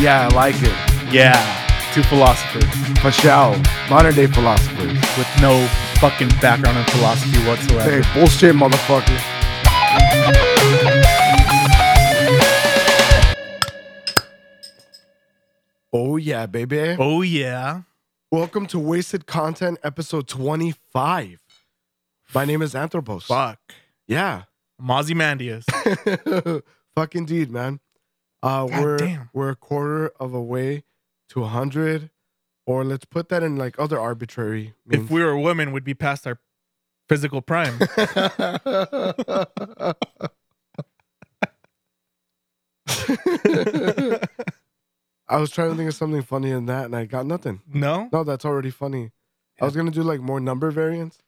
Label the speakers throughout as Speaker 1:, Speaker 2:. Speaker 1: Yeah, I like it.
Speaker 2: Yeah. Two philosophers
Speaker 1: Michelle, modern day philosophers.
Speaker 2: with no fucking background in philosophy
Speaker 1: Hey,
Speaker 2: whatsoever.
Speaker 1: bullshit, motherfucker. Oh yeah, baby.
Speaker 2: Oh yeah.
Speaker 1: Welcome to Wasted Content, episode 25. My name is Anthropos.
Speaker 2: Fuck.
Speaker 1: Yeah.
Speaker 2: Mandias.
Speaker 1: Fuck indeed, man. Uh,
Speaker 2: God
Speaker 1: we're
Speaker 2: damn.
Speaker 1: we're a quarter of a way to 100, or let's put that in like other arbitrary.
Speaker 2: if
Speaker 1: Means.
Speaker 2: we were women, we'd be past our physical prime.
Speaker 1: I was trying to think of something funny in that, and I got nothing.
Speaker 2: no?
Speaker 1: No, that's already funny. I was gonna do like more number variants,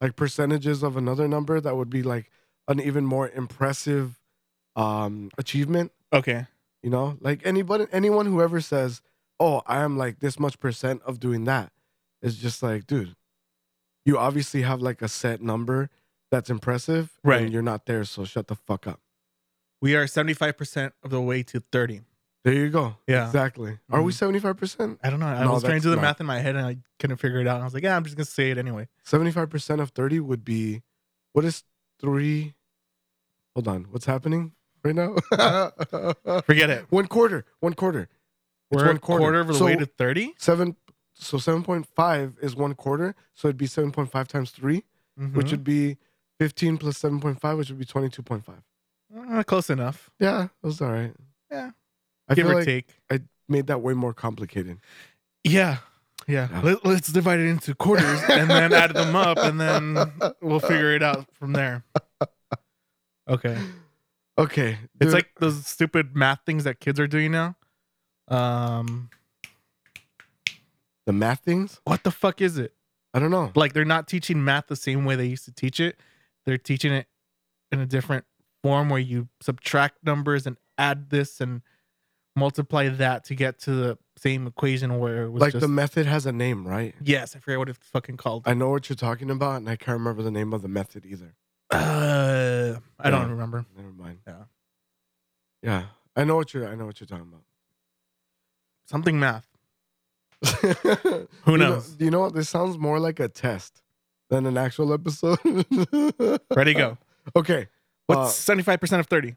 Speaker 1: like percentages of another number that would be like an even more impressive um achievement.
Speaker 2: Okay.
Speaker 1: You know, like anybody, anyone who ever says, "Oh, I am like this much percent of doing that," it's just like, dude, you obviously have like a set number that's impressive,
Speaker 2: Right.
Speaker 1: And you're not there, so shut the fuck up.
Speaker 2: We are 75% of the way to 30.
Speaker 1: There you go.
Speaker 2: Yeah.
Speaker 1: Exactly. Are we
Speaker 2: Mhm.
Speaker 1: seventy five percent?
Speaker 2: I don't know. I
Speaker 1: No,
Speaker 2: was trying to
Speaker 1: that's
Speaker 2: do the
Speaker 1: not-
Speaker 2: math in my head and I couldn't figure it out. I was like, yeah, I'm just going to say it anyway.
Speaker 1: Seventy five percent of thirty would be, what is three? Hold on, what's happening right now?
Speaker 2: Forget it.
Speaker 1: one quarter. One quarter. It's
Speaker 2: We're
Speaker 1: one
Speaker 2: a quarter of the way
Speaker 1: So-
Speaker 2: to 30?
Speaker 1: Seven. So seven point five is one quarter. So it'd be seven point five times three.
Speaker 2: Mm-hmm.
Speaker 1: which would be 15 plus 7.5, which would be 22.5.
Speaker 2: Uh, close enough.
Speaker 1: Yeah, it was all right.
Speaker 2: Yeah.
Speaker 1: I
Speaker 2: give
Speaker 1: feel
Speaker 2: or
Speaker 1: like
Speaker 2: take.
Speaker 1: made that way more complicated.
Speaker 2: Yeah. Yeah.
Speaker 1: Yeah.
Speaker 2: Let, let's divide it into quarters and then add them up and then we'll figure it out from there. Okay.
Speaker 1: Okay. dude,
Speaker 2: It's like those stupid math things that kids are doing now. Um
Speaker 1: the math things.
Speaker 2: what the fuck is it?
Speaker 1: I don't know.
Speaker 2: Like they're not teaching math the same way they used to teach it. They're teaching it in a different form where you subtract numbers and add this and multiply that to get to the same equation where it was
Speaker 1: Like
Speaker 2: just
Speaker 1: the method has a name, right?
Speaker 2: Yes, I forget what it's fucking called.
Speaker 1: I know what you're talking about, and I can't remember the name of the method either.
Speaker 2: Uh, I
Speaker 1: Yeah.
Speaker 2: don't remember.
Speaker 1: Never mind.
Speaker 2: Yeah.
Speaker 1: Yeah. I know what you're. I know what you're talking
Speaker 2: Something math.
Speaker 1: about.
Speaker 2: Who
Speaker 1: You know-
Speaker 2: knows?
Speaker 1: you know what? This sounds more like a test than an actual episode.
Speaker 2: Ready, go.
Speaker 1: Okay.
Speaker 2: What's seventy-five percent of thirty?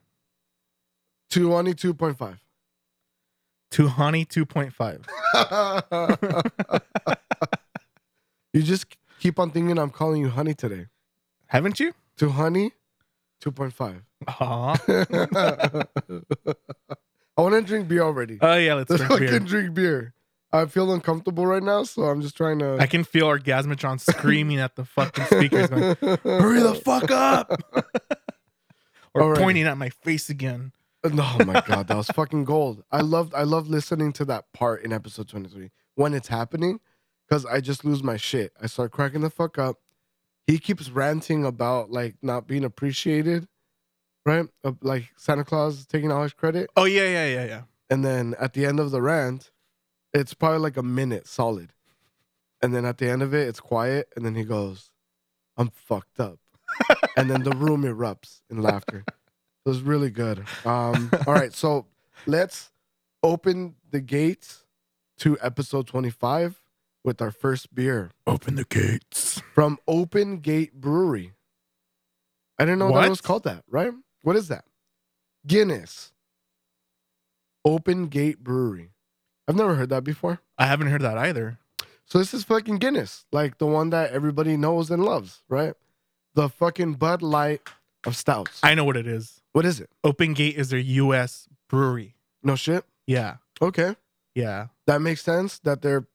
Speaker 1: Twenty-two point five.
Speaker 2: Two honey, two point five.
Speaker 1: you just keep on thinking I'm calling you honey today.
Speaker 2: Haven't you?
Speaker 1: To honey, 2.5.
Speaker 2: Aw.
Speaker 1: I want to drink beer already.
Speaker 2: Oh yeah, let's
Speaker 1: Let's
Speaker 2: drink
Speaker 1: fucking
Speaker 2: beer.
Speaker 1: drink beer. I feel uncomfortable right now, so I'm just trying to.
Speaker 2: I can feel Orgasmatron screaming at the fucking speakers, going, "Hurry the fuck up!" or
Speaker 1: Alrighty.
Speaker 2: pointing at my face again.
Speaker 1: Oh my god, that was fucking gold. I loved I love listening to that part in episode 23 when it's happening cuz I just lose my shit. I start cracking the fuck up. He keeps ranting about like not being appreciated, right? Of, like Santa Claus taking all his credit.
Speaker 2: Oh yeah, yeah, yeah, yeah.
Speaker 1: And then at the end of the rant, it's probably like a minute solid. And then at the end of it, it's quiet and then he goes, "I'm fucked up." and then the room erupts in laughter. It was really good. Um, all right, so let's open the gates to episode 25 with our first beer
Speaker 2: Open the gates.
Speaker 1: from Open Gate Brewery. I didn't know that it was
Speaker 2: What?
Speaker 1: called that, right? What is that? Guinness. Open Gate Brewery. I've never heard that before.
Speaker 2: I haven't heard that either.
Speaker 1: So this is fucking Guinness, like the one that everybody knows and loves, right? The fucking Bud Light of stouts.
Speaker 2: I know what it is.
Speaker 1: what is it?
Speaker 2: Open Gate is their U.S. brewery.
Speaker 1: No shit.
Speaker 2: Yeah,
Speaker 1: Okay.
Speaker 2: yeah,
Speaker 1: that makes sense that they're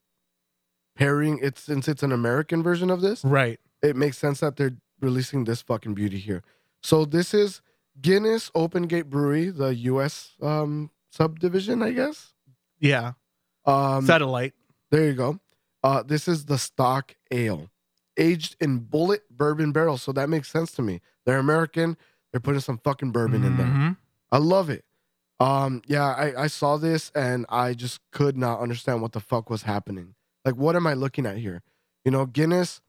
Speaker 1: pairing it since it's an American version of this.
Speaker 2: right.
Speaker 1: It makes sense that they're releasing this fucking beauty here. So this is Guinness Open Gate Brewery, the U.S. Um, subdivision, I guess.
Speaker 2: Yeah,
Speaker 1: Um,
Speaker 2: satellite.
Speaker 1: there you go. Uh, this is the stock ale, aged in bullet bourbon barrels. So that makes sense to me. They're American. They're putting some fucking bourbon in there.
Speaker 2: Mhm.
Speaker 1: I love it. Um, yeah, I, I saw this and I just could not understand what the fuck was happening. Like, what am I looking at here? You know, Guinness,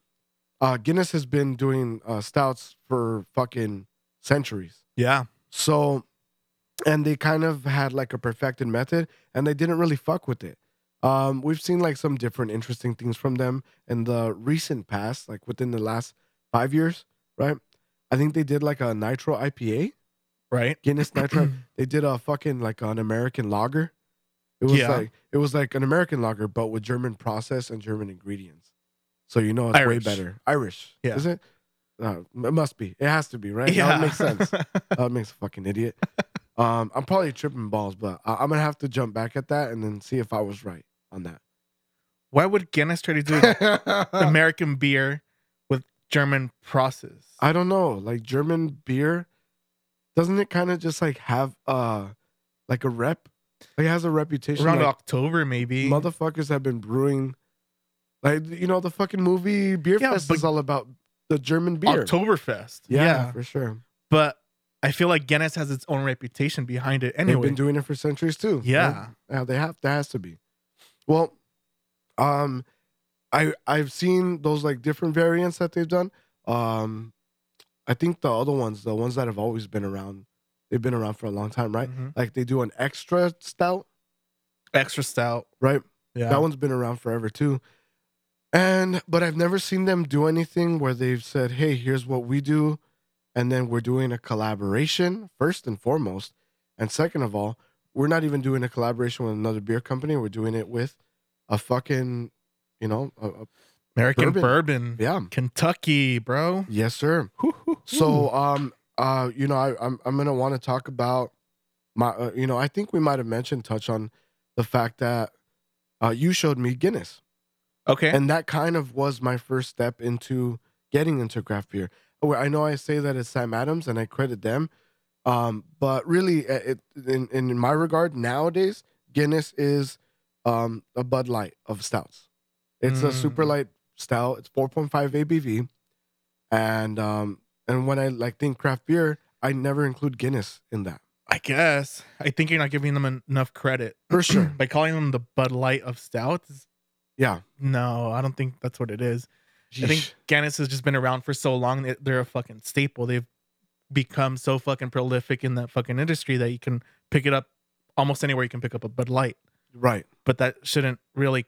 Speaker 1: uh, Guinness has been doing uh, stouts for fucking centuries.
Speaker 2: Yeah.
Speaker 1: So and they kind of had like a perfected method and they didn't really fuck with it um, we've seen like some different interesting things from them in the recent past like within the last five years right i think they did like a nitro ipa
Speaker 2: right?
Speaker 1: guinness nitro they did a fucking like an american lager it was
Speaker 2: Yeah.
Speaker 1: like it was like an american lager but with german process and german ingredients so you know it's
Speaker 2: Irish.
Speaker 1: way better irish
Speaker 2: Yeah.
Speaker 1: is it uh, it must be it has to be right yeah. that makes sense that makes a fucking idiot. Um, I'm probably tripping balls, but I- I'm gonna have to jump back at that and then see if I was right on that.
Speaker 2: Why would Guinness try to do American beer with German process?
Speaker 1: I don't know. Like German beer, doesn't it kind of just like have uh like a rep? Like it has a reputation.
Speaker 2: Around
Speaker 1: Like,
Speaker 2: October, maybe.
Speaker 1: motherfuckers have been brewing, like you know the fucking movie Beer
Speaker 2: Yeah,
Speaker 1: Fest
Speaker 2: but-
Speaker 1: is all about the German beer.
Speaker 2: Oktoberfest.
Speaker 1: yeah,
Speaker 2: Yeah.
Speaker 1: for sure.
Speaker 2: But I feel like Guinness has its own reputation behind it
Speaker 1: They've
Speaker 2: anyway.
Speaker 1: been doing it for centuries too. right?
Speaker 2: Yeah.
Speaker 1: Yeah, they have. There has to be. Well, um, I I've seen those like different variants that they've done. Um, I think the other ones, the ones that have always been around, they've been around for a long time, right?
Speaker 2: Mhm.
Speaker 1: Like they do an extra stout,
Speaker 2: Extra stout.
Speaker 1: right?
Speaker 2: Yeah.
Speaker 1: That one's been around forever too. And but I've never seen them do anything where they've said, "Hey, here's what we do," and then we're doing a collaboration first and foremost, and second of all, we're not even doing a collaboration with another beer company. We're doing it with a fucking, you know, a, a-
Speaker 2: American
Speaker 1: Bourbon.
Speaker 2: bourbon.
Speaker 1: yeah,
Speaker 2: Kentucky, bro.
Speaker 1: yes, sir.
Speaker 2: Hoo, hoo, hoo.
Speaker 1: So, um, uh, you know, I, I'm I'm gonna want to talk about my, uh, you know, I think we might have mentioned touch on the fact that uh, you showed me Guinness.
Speaker 2: okay.
Speaker 1: and that kind of was my first step into getting into craft beer. Where I know I say that it's Sam Adams, and I credit them, um, but really, uh, it, in in my regard nowadays, Guinness is um, a Bud Light of stouts. It's a super
Speaker 2: Mm.
Speaker 1: light stout. It's 4.5 ABV, and um, and when I like think craft beer, I never include Guinness in that
Speaker 2: I guess. I think you're not giving them en- enough credit.
Speaker 1: for sure.
Speaker 2: By calling them the Bud Light of stouts,
Speaker 1: yeah,
Speaker 2: no, I don't think that's what it is. I
Speaker 1: Yeesh.
Speaker 2: think Guinness has just been around for so long that they're a fucking staple. They've become so fucking prolific in that fucking industry that you can pick it up almost anywhere you can pick up a Bud Light.
Speaker 1: right.
Speaker 2: But that shouldn't really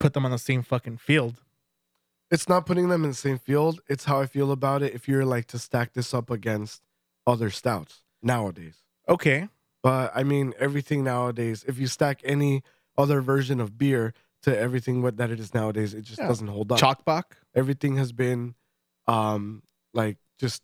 Speaker 2: put them on the same fucking field.
Speaker 1: it's not putting them in the same field. It's how I feel about it. If you're like to stack this up against other stouts nowadays,
Speaker 2: Okay.
Speaker 1: but I mean everything nowadays. If you stack any other version of beer to everything what that it is nowadays, it just
Speaker 2: Yeah.
Speaker 1: doesn't hold up.
Speaker 2: Chalkbach.
Speaker 1: everything has been, um, like just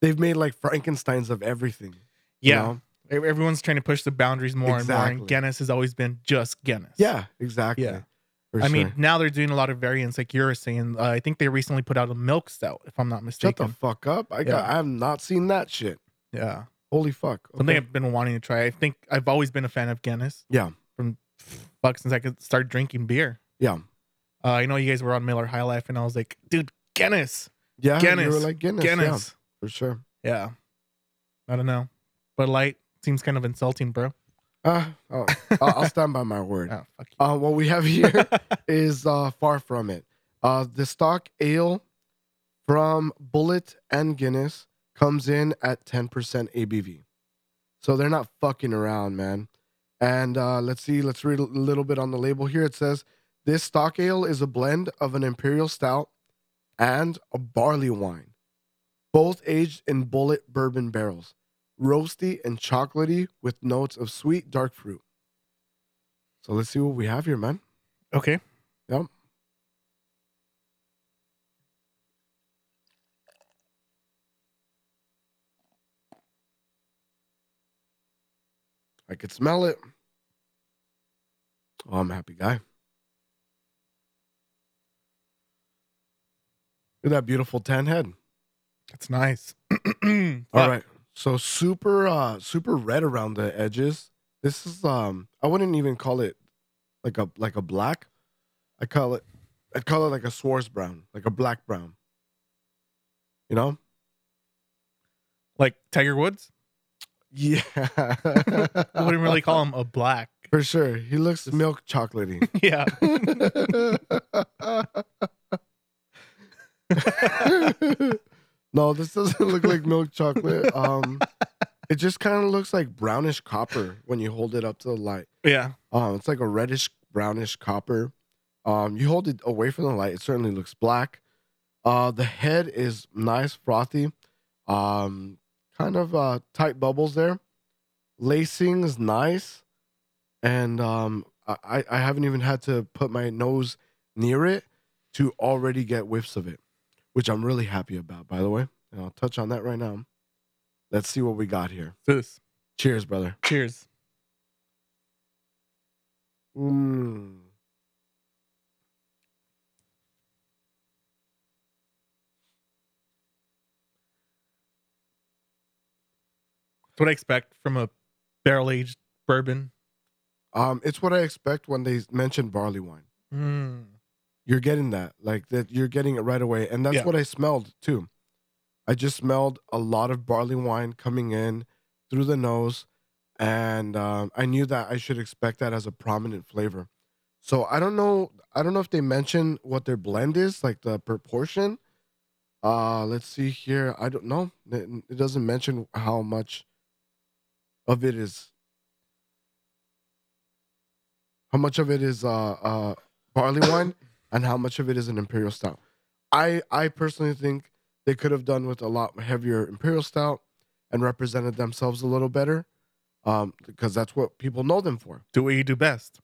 Speaker 1: they've made like Frankenstein's of everything. you
Speaker 2: Yeah.
Speaker 1: know?
Speaker 2: Ev- Everyone's trying to push the boundaries more and more.
Speaker 1: Exactly.
Speaker 2: And Guinness has always been just Guinness.
Speaker 1: Yeah. Exactly.
Speaker 2: Yeah.
Speaker 1: For
Speaker 2: I mean,
Speaker 1: sure.
Speaker 2: now they're doing a lot of variants, like you were saying. Uh, I think they recently put out a milk stout, if I'm not
Speaker 1: shut
Speaker 2: mistaken.
Speaker 1: the fuck up. I got.
Speaker 2: Yeah.
Speaker 1: I have not seen that shit.
Speaker 2: yeah.
Speaker 1: Holy fuck.
Speaker 2: Something
Speaker 1: Okay.
Speaker 2: I've been wanting to try. I think I've always been a fan of Guinness.
Speaker 1: Yeah.
Speaker 2: From fuck since I could start drinking beer.
Speaker 1: Yeah.
Speaker 2: Uh, I know you guys were on Miller High Life, and I was like, dude, Guinness,
Speaker 1: Yeah. You
Speaker 2: Guinness,
Speaker 1: were like Guinness. yeah,
Speaker 2: Guinness.
Speaker 1: for sure.
Speaker 2: Yeah. I don't know. But light seems kind of insulting, bro.
Speaker 1: Uh, oh, I'll I'll stand by my word.
Speaker 2: Oh, fuck you.
Speaker 1: Uh, what we have here is uh, far from it. Uh, the stock ale from Bullet and Guinness comes in at 10% ABV. So they're not fucking around, man. And uh, let's see, let's read a little bit on the label here. It says, This stock ale is a blend of an imperial stout and a barley wine, both aged in bullet bourbon barrels, roasty and chocolatey with notes of sweet dark fruit. So let's see what we have here, man.
Speaker 2: Okay.
Speaker 1: Yep. I could smell it. Oh, I'm a happy guy. Look at that beautiful tan head.
Speaker 2: That's nice.
Speaker 1: All right. So super uh super red around the edges. This is um I wouldn't even call it like a like a black. I call it I call it like a Swartz brown, like a black brown. You know?
Speaker 2: Like Tiger Woods?
Speaker 1: Yeah.
Speaker 2: I wouldn't really call him a black.
Speaker 1: For sure. He looks milk chocolatey.
Speaker 2: yeah.
Speaker 1: no, this doesn't look like milk chocolate. Um It just kind of looks like brownish copper when you hold it up to the light.
Speaker 2: Yeah.
Speaker 1: Um, it's like a reddish brownish copper. Um, you hold it away from the light, it certainly looks black. Uh, the head is nice, frothy, um, kind of uh, tight bubbles there. Lacing is nice, and um, I- I, I haven't even had to put my nose near it to already get whiffs of it, which I'm really happy about, by the way. And I'll touch on that right now. Let's see what we got here.
Speaker 2: This.
Speaker 1: Cheers, brother.
Speaker 2: Cheers.
Speaker 1: Mm.
Speaker 2: That's what I expect from a barrel aged bourbon.
Speaker 1: Um, it's what I expect when they mention barley wine.
Speaker 2: Mm.
Speaker 1: You're getting that, like that. You're getting it right away, and that's
Speaker 2: Yeah.
Speaker 1: what I smelled too. I just smelled a lot of barley wine coming in through the nose, and um, I knew that I should expect that as a prominent flavor. So I don't know. I don't know if they mention what their blend is, like the proportion. Uh, let's see here. I don't know. It it doesn't mention how much of it is. How much of it is uh, uh, barley wine, and how much of it is an imperial stout? I I personally think they could have done with a lot heavier imperial stout and represented themselves a little better, um, because that's what people know them for.
Speaker 2: Do what you do best.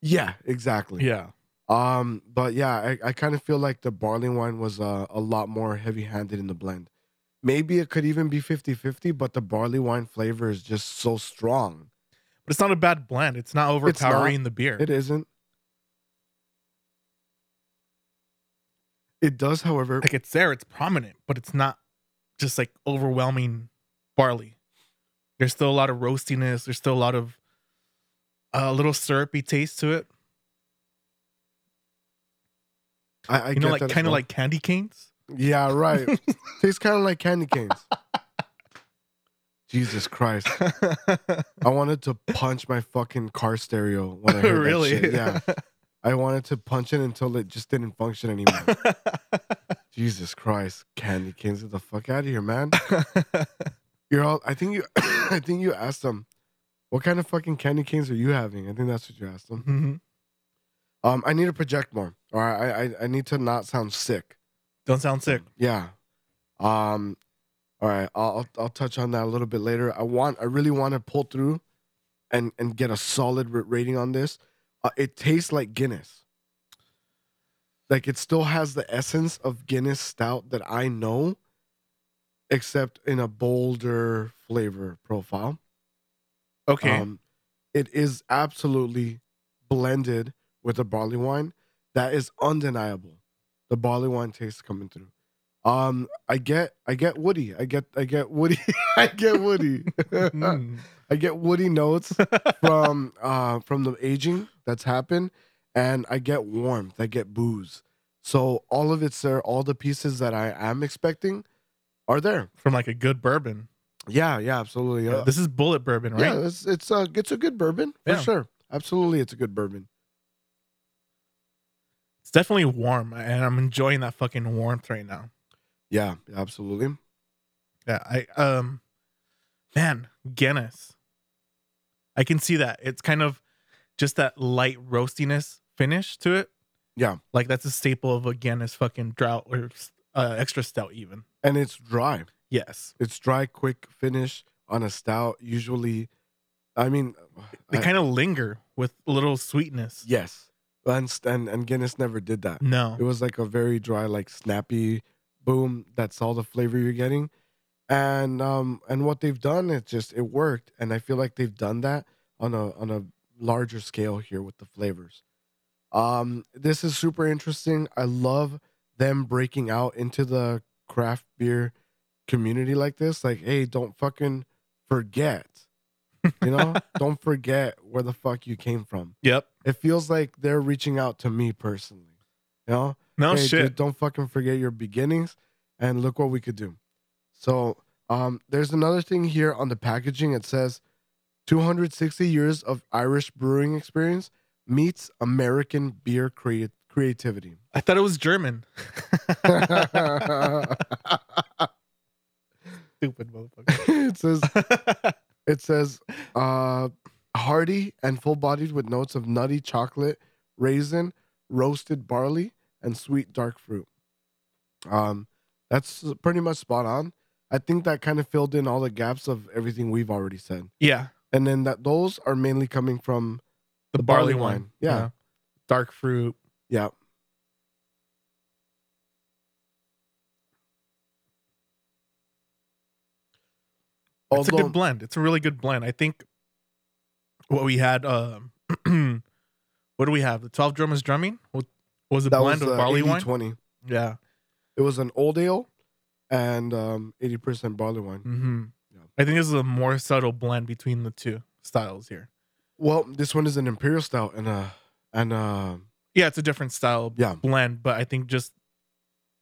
Speaker 1: Yeah, exactly.
Speaker 2: Yeah.
Speaker 1: Um, but yeah, I, I kind of feel like the barley wine was uh, a lot more heavy handed in the blend. Maybe it could even be 50 50, but the barley wine flavor is just so strong.
Speaker 2: But it's not a bad blend. It's not overpowering the beer.
Speaker 1: It isn't. It does, however,
Speaker 2: Like it's there, it's prominent, but it's not just like overwhelming barley. There's still a lot of roastiness. There's still a lot of a little syrupy taste to it.
Speaker 1: I, I
Speaker 2: you know,
Speaker 1: get
Speaker 2: like
Speaker 1: that as
Speaker 2: kind of
Speaker 1: well.
Speaker 2: like candy canes.
Speaker 1: Yeah, right. Tastes kind of like candy canes. Jesus Christ. I wanted to punch my fucking car stereo when I heard that
Speaker 2: really?
Speaker 1: shit. Yeah. I wanted to punch it until it just didn't function anymore. Jesus Christ, candy canes, get the fuck out of here, man. You're all. I think you. I think you asked them, what kind of fucking candy canes are you having? I think that's what you asked them.
Speaker 2: Mhm.
Speaker 1: Um, I need to project more. All right, I I, I need to not sound sick.
Speaker 2: Don't sound sick.
Speaker 1: Yeah. Um. All right. I'll I'll- I'll touch on that a little bit later. I want. I really want to pull through, and and get a solid ra- rating on this. Uh, it tastes like Guinness. Like it still has the essence of Guinness stout that I know, except in a bolder flavor profile.
Speaker 2: Okay.
Speaker 1: Um, it is absolutely blended with the barley wine. That is undeniable. The barley wine taste coming through. Um, I get, I get woody. I get, I get woody. I get woody.
Speaker 2: Mm.
Speaker 1: I get woody notes from uh from the aging that's happened, and I get warmth. I get booze. So all of it's there. All the pieces that I am expecting are there.
Speaker 2: From like a good bourbon.
Speaker 1: Yeah, yeah, absolutely. Uh,
Speaker 2: This is bullet bourbon, right?
Speaker 1: yeah, it's it's a it's a good bourbon for
Speaker 2: Yeah.
Speaker 1: sure. Absolutely, it's a good bourbon.
Speaker 2: It's definitely warm, and I'm enjoying that fucking warmth right now.
Speaker 1: Yeah, absolutely.
Speaker 2: Yeah, I um, man, Guinness. I can see that. It's kind of just that light roastiness finish to it.
Speaker 1: Yeah.
Speaker 2: like that's a staple of a Guinness fucking drought or uh, extra stout even.
Speaker 1: And it's dry.
Speaker 2: Yes,
Speaker 1: It's dry, quick finish on a stout. Usually, I mean,
Speaker 2: they
Speaker 1: I-
Speaker 2: kind of linger with a little sweetness.
Speaker 1: yes, and and and Guinness never did that.
Speaker 2: No,
Speaker 1: It was like a very dry, like snappy boom. That's all the flavor you're getting. And um and what they've done, it just it worked. And I feel like they've done that on a on a larger scale here with the flavors. Um, this is super interesting. I love them breaking out into the craft beer community like this. Like, hey, don't fucking forget. You know, don't forget where the fuck you came from.
Speaker 2: yep,
Speaker 1: It feels like they're reaching out to me personally. You know?
Speaker 2: no
Speaker 1: hey,
Speaker 2: shit.
Speaker 1: dude, don't fucking forget your beginnings and look what we could do. So, um, there's another thing here on the packaging. It says 260 years of Irish brewing experience meets American beer crea- creativity.
Speaker 2: I thought it was German.
Speaker 1: yeah,
Speaker 2: stupid
Speaker 1: it says
Speaker 2: motherfucker.
Speaker 1: it says uh, hearty and full bodied with notes of nutty chocolate, raisin, roasted barley, and sweet dark fruit. Um, that's pretty much spot on. I think that kind of filled in all the gaps of everything we've already said.
Speaker 2: yeah,
Speaker 1: And then that those are mainly coming from
Speaker 2: the, barley, wine.
Speaker 1: Yeah.
Speaker 2: dark fruit.
Speaker 1: yeah.
Speaker 2: it's a good blend. It's a really good blend. I think what we had, um, what do we have? The twelve drummers drumming What- was a
Speaker 1: that
Speaker 2: blend
Speaker 1: was
Speaker 2: of
Speaker 1: uh,
Speaker 2: barley wine.
Speaker 1: 80/20.
Speaker 2: Yeah.
Speaker 1: It was an old ale and um, 80% barley wine.
Speaker 2: hmm
Speaker 1: Yeah.
Speaker 2: I think this is a more subtle blend between the two styles here.
Speaker 1: Well, this one is an imperial stout and a and uh, a
Speaker 2: Yeah, it's a different style
Speaker 1: Yeah.
Speaker 2: blend, but I think just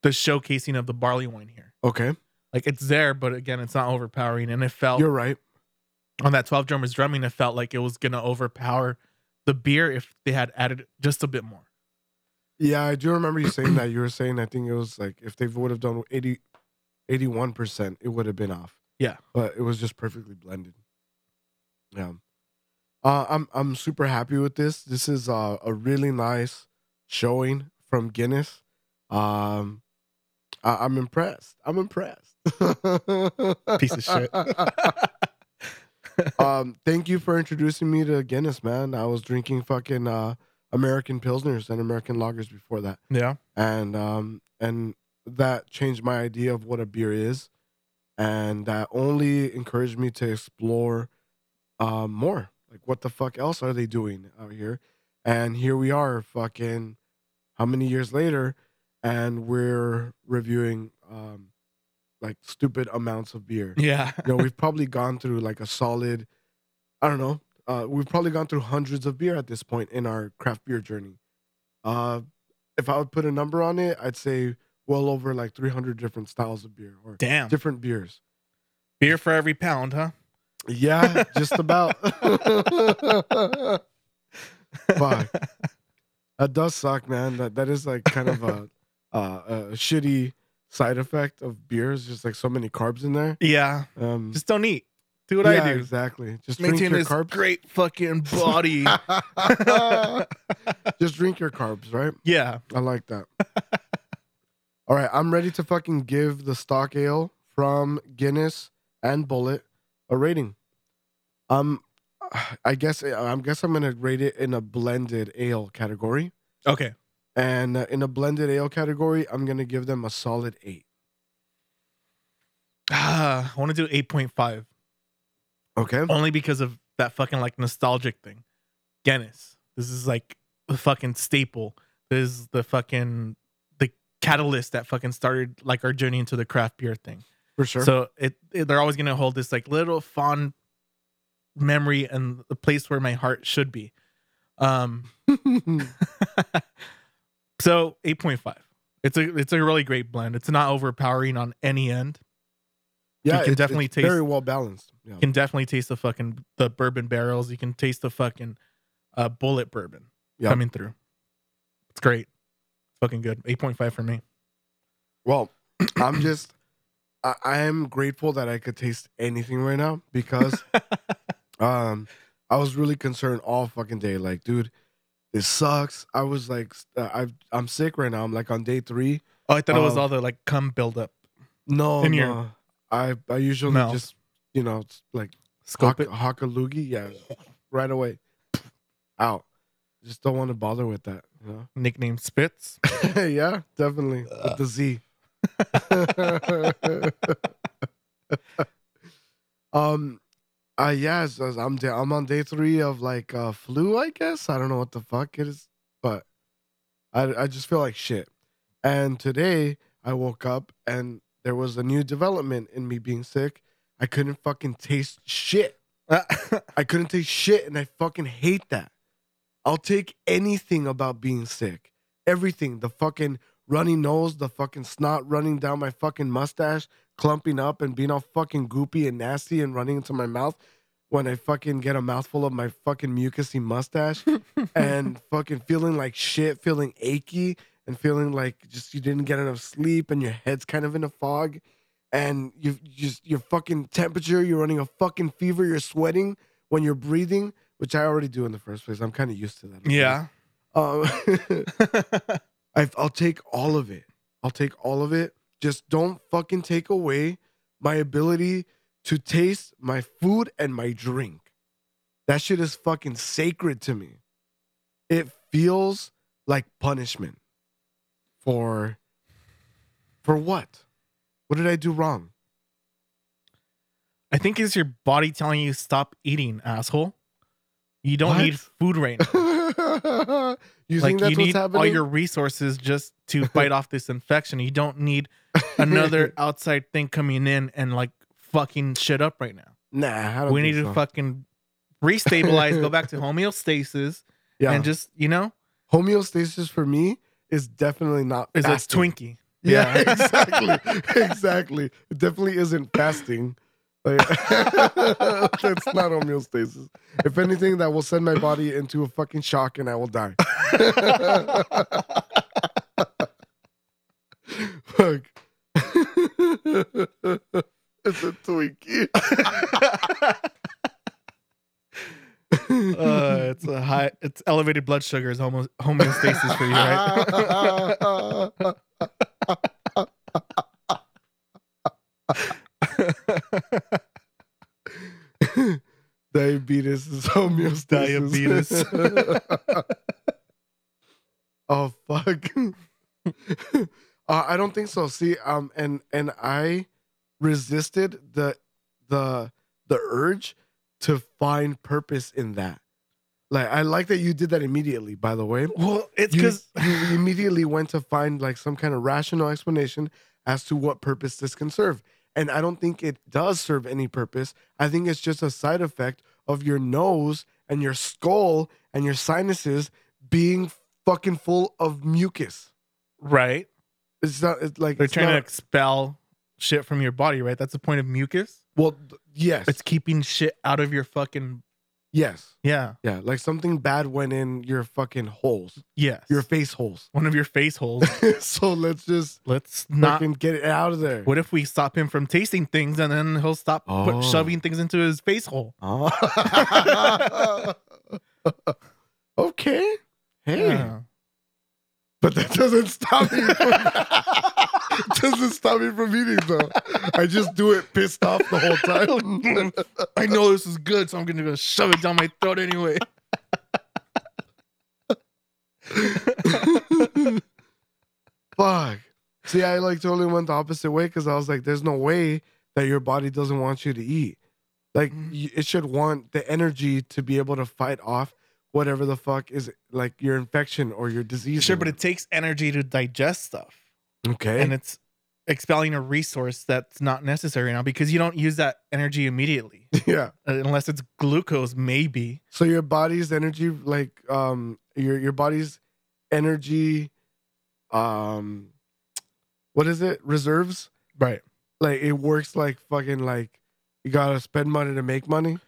Speaker 2: the showcasing of the barley wine here.
Speaker 1: okay.
Speaker 2: Like it's there, but again, it's not overpowering. And it felt
Speaker 1: You're right.
Speaker 2: on that 12 drummers drumming, it felt like it was gonna overpower the beer if they had added just a bit more.
Speaker 1: Yeah, I do remember you saying that. You were saying I think it was like if they would have done 80 81%, it would have been off.
Speaker 2: Yeah.
Speaker 1: But it was just perfectly blended. Yeah. Uh, I'm I'm super happy with this. This is uh, a really nice showing from Guinness. Um I, I'm impressed. I'm impressed.
Speaker 2: Piece of shit.
Speaker 1: um, thank you for introducing me to Guinness, man. I was drinking fucking uh, American Pilsners and American Lagers before that,
Speaker 2: yeah.
Speaker 1: and um, and that changed my idea of what a beer is, and that only encouraged me to explore uh, more. Like, what the fuck else are they doing out here? And here we are, fucking, how many years later, and we're reviewing um, like stupid amounts of beer
Speaker 2: Yeah.
Speaker 1: you know, we've probably gone through like a solid, I don't know, uh, we've probably gone through hundreds of beer at this point in our craft beer journey. Uh, if I would put a number on it, I'd say well over like 300 different styles of beer or
Speaker 2: Damn.
Speaker 1: different beers.
Speaker 2: Beer for every pound, huh?
Speaker 1: Yeah, just about. Fuck. That does suck, man. That that is like kind of a, uh, a shitty side effect of beers. Just like so many carbs in there.
Speaker 2: Yeah.
Speaker 1: Um,
Speaker 2: Just don't eat. Do what
Speaker 1: yeah,
Speaker 2: I do.
Speaker 1: exactly. Just
Speaker 2: Maintain
Speaker 1: drink your
Speaker 2: this
Speaker 1: carbs.
Speaker 2: great fucking body.
Speaker 1: Just drink your carbs, right?
Speaker 2: yeah.
Speaker 1: I like that. All right, I'm ready to fucking give the stock ale from Guinness and Bullet a rating. Um, I guess I guess I'm gonna rate it in a blended ale category,
Speaker 2: Okay.
Speaker 1: and uh, in a blended ale category, I'm gonna give them a solid eight.
Speaker 2: Ah, I want to do 8.5
Speaker 1: Okay.
Speaker 2: only because of that fucking like nostalgic thing. Guinness. This is like the fucking staple. This is the fucking the catalyst that fucking started like our journey into the craft beer thing.
Speaker 1: For sure.
Speaker 2: So it, it- they're always gonna hold this like little fond memory and the place where my heart should be. Um so 8.5. It's a it's a really great blend. It's not overpowering on any end.
Speaker 1: yeah,
Speaker 2: can
Speaker 1: it's-
Speaker 2: definitely
Speaker 1: it's
Speaker 2: taste-
Speaker 1: very well balanced. Yeah.
Speaker 2: You can definitely taste the fucking the bourbon barrels. You can taste the fucking uh bullet bourbon
Speaker 1: Yeah.
Speaker 2: coming through. It's great. Fucking good. 8.5 for me.
Speaker 1: Well, I'm just I, I am grateful that I could taste anything right now because um I was really concerned all fucking day. Like, dude, this sucks. I was like, s- uh, I've, I'm sick right now. I'm like on day three.
Speaker 2: Oh, I thought it was
Speaker 1: Oh.
Speaker 2: all the like cum buildup.
Speaker 1: No,
Speaker 2: In
Speaker 1: no.
Speaker 2: your
Speaker 1: I I usually
Speaker 2: mouth.
Speaker 1: just you know it's like
Speaker 2: Scope
Speaker 1: hock,
Speaker 2: it.
Speaker 1: hockaloogie, yeah, right away, out. Just don't want to bother with that, you know.
Speaker 2: Nickname Spitz.
Speaker 1: yeah, definitely. With the Z. um, uh, yeah, so I'm da- I'm on day three of like uh, flu, I guess. I don't know what the fuck it is, but I I just feel like shit. And today I woke up and there was a new development in me being sick. I couldn't fucking taste shit. I couldn't taste shit, and I fucking hate that. I'll take anything about being sick. Everything. The fucking runny nose, the fucking snot running down my fucking mustache, clumping up and being all fucking goopy and nasty and running into my mouth when I fucking get a mouthful of my fucking mucousy mustache and fucking feeling like shit, feeling achy and feeling like just you didn't get enough sleep and your head's kind of in a fog and you you just your fucking temperature, you're running a fucking fever, you're sweating when you're breathing, which I already do in the first place. I'm kind of used to that. already.
Speaker 2: Yeah.
Speaker 1: Um, i I'll take all of it. I'll take all of it. Just don't fucking take away my ability to taste my food and my drink. That shit is fucking sacred to me. It feels like punishment for for what? What did I do wrong?
Speaker 2: I think it's your body telling you stop eating, asshole. You don't
Speaker 1: What?
Speaker 2: need food right now.
Speaker 1: you think
Speaker 2: like
Speaker 1: that's what's
Speaker 2: you need
Speaker 1: happening?
Speaker 2: all your resources just to fight off this infection. You don't need another outside thing coming in and like fucking shit up right now.
Speaker 1: nah, I don't
Speaker 2: We
Speaker 1: think
Speaker 2: need
Speaker 1: so.
Speaker 2: to fucking restabilize, go back to homeostasis,
Speaker 1: yeah.
Speaker 2: and just you know,
Speaker 1: homeostasis for me is definitely not
Speaker 2: is a
Speaker 1: fasting.
Speaker 2: Twinkie.
Speaker 1: Yeah,
Speaker 2: Yeah.
Speaker 1: exactly. exactly. It definitely isn't fasting. Like, that's not homeostasis. If anything, that will send my body into a fucking shock and I will die. Fuck. it's a Twinkie.
Speaker 2: Uh, it's a high, it's elevated blood sugar is almost homeostasis for you, right?
Speaker 1: Diabetes is homeostasis.
Speaker 2: Diabetes.
Speaker 1: oh fuck. uh, I don't think so. See, um, and and I resisted the the the urge to find purpose in that. Like, I like that you did that immediately. By the way,
Speaker 2: well, it's
Speaker 1: you,
Speaker 2: because
Speaker 1: you immediately went to find like some kind of rational explanation as to what purpose this can serve. And I don't think it does serve any purpose. I think it's just a side effect of your nose and your skull and your sinuses being fucking full of mucus.
Speaker 2: right,
Speaker 1: It's not it's like
Speaker 2: they're
Speaker 1: it's
Speaker 2: trying to
Speaker 1: not-
Speaker 2: expel shit from your body, right? That's the point of mucus.
Speaker 1: well th- yes.
Speaker 2: It's keeping shit out of your fucking
Speaker 1: yes.
Speaker 2: yeah,
Speaker 1: Yeah. Like something bad went in your fucking holes.
Speaker 2: yes.
Speaker 1: Your face holes.
Speaker 2: one of your face holes.
Speaker 1: so let's just
Speaker 2: Let's not.
Speaker 1: fucking get it out of there.
Speaker 2: What if we stop him from tasting things and then he'll stop
Speaker 1: Oh.
Speaker 2: put, shoving things into his face hole?
Speaker 1: Oh. okay. Hey.
Speaker 2: Yeah.
Speaker 1: But that doesn't stop me. From, doesn't stop me from eating though. I just do it pissed off the whole time.
Speaker 2: I know this is good, so I'm gonna go shove it down my throat anyway.
Speaker 1: Fuck. See, I like totally went the opposite way because I was like, there's no way that your body doesn't want you to eat. Like
Speaker 2: Mm.
Speaker 1: y- it should want the energy to be able to fight off whatever the fuck is like your infection or your disease.
Speaker 2: Sure,
Speaker 1: or
Speaker 2: but it takes energy to digest stuff,
Speaker 1: whatever. okay.
Speaker 2: and it's expelling a resource that's not necessary now because you don't use that energy immediately
Speaker 1: yeah.
Speaker 2: uh, unless it's glucose, maybe.
Speaker 1: So your body's energy, like um, your your body's energy, um, what is it? Reserves.
Speaker 2: Right.
Speaker 1: Like it works like fucking like you gotta spend money to make money.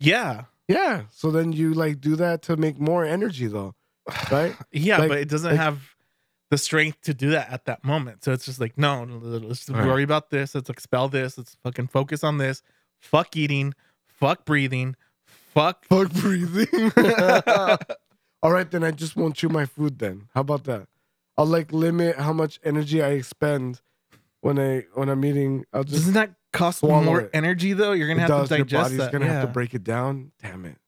Speaker 2: Yeah.
Speaker 1: Yeah. So then you like do that to make more energy though, right?
Speaker 2: Yeah,
Speaker 1: Like-
Speaker 2: but it doesn't
Speaker 1: like-
Speaker 2: have the strength to do that at that moment. So it's just like, no, no, no, let's just
Speaker 1: Right.
Speaker 2: worry about this. Let's expel this. Let's fucking focus on this. Fuck eating. Fuck breathing. Fuck.
Speaker 1: Fuck breathing. All right, then I just won't chew my food. Then how about that? I'll like limit how much energy I expend when I when I'm eating. I'll just
Speaker 2: Doesn't that cost
Speaker 1: swallow
Speaker 2: more
Speaker 1: it.
Speaker 2: energy though? You're gonna
Speaker 1: It does.
Speaker 2: have to digest
Speaker 1: Your body's
Speaker 2: that.
Speaker 1: gonna have to
Speaker 2: Yeah.
Speaker 1: break it down. Damn it,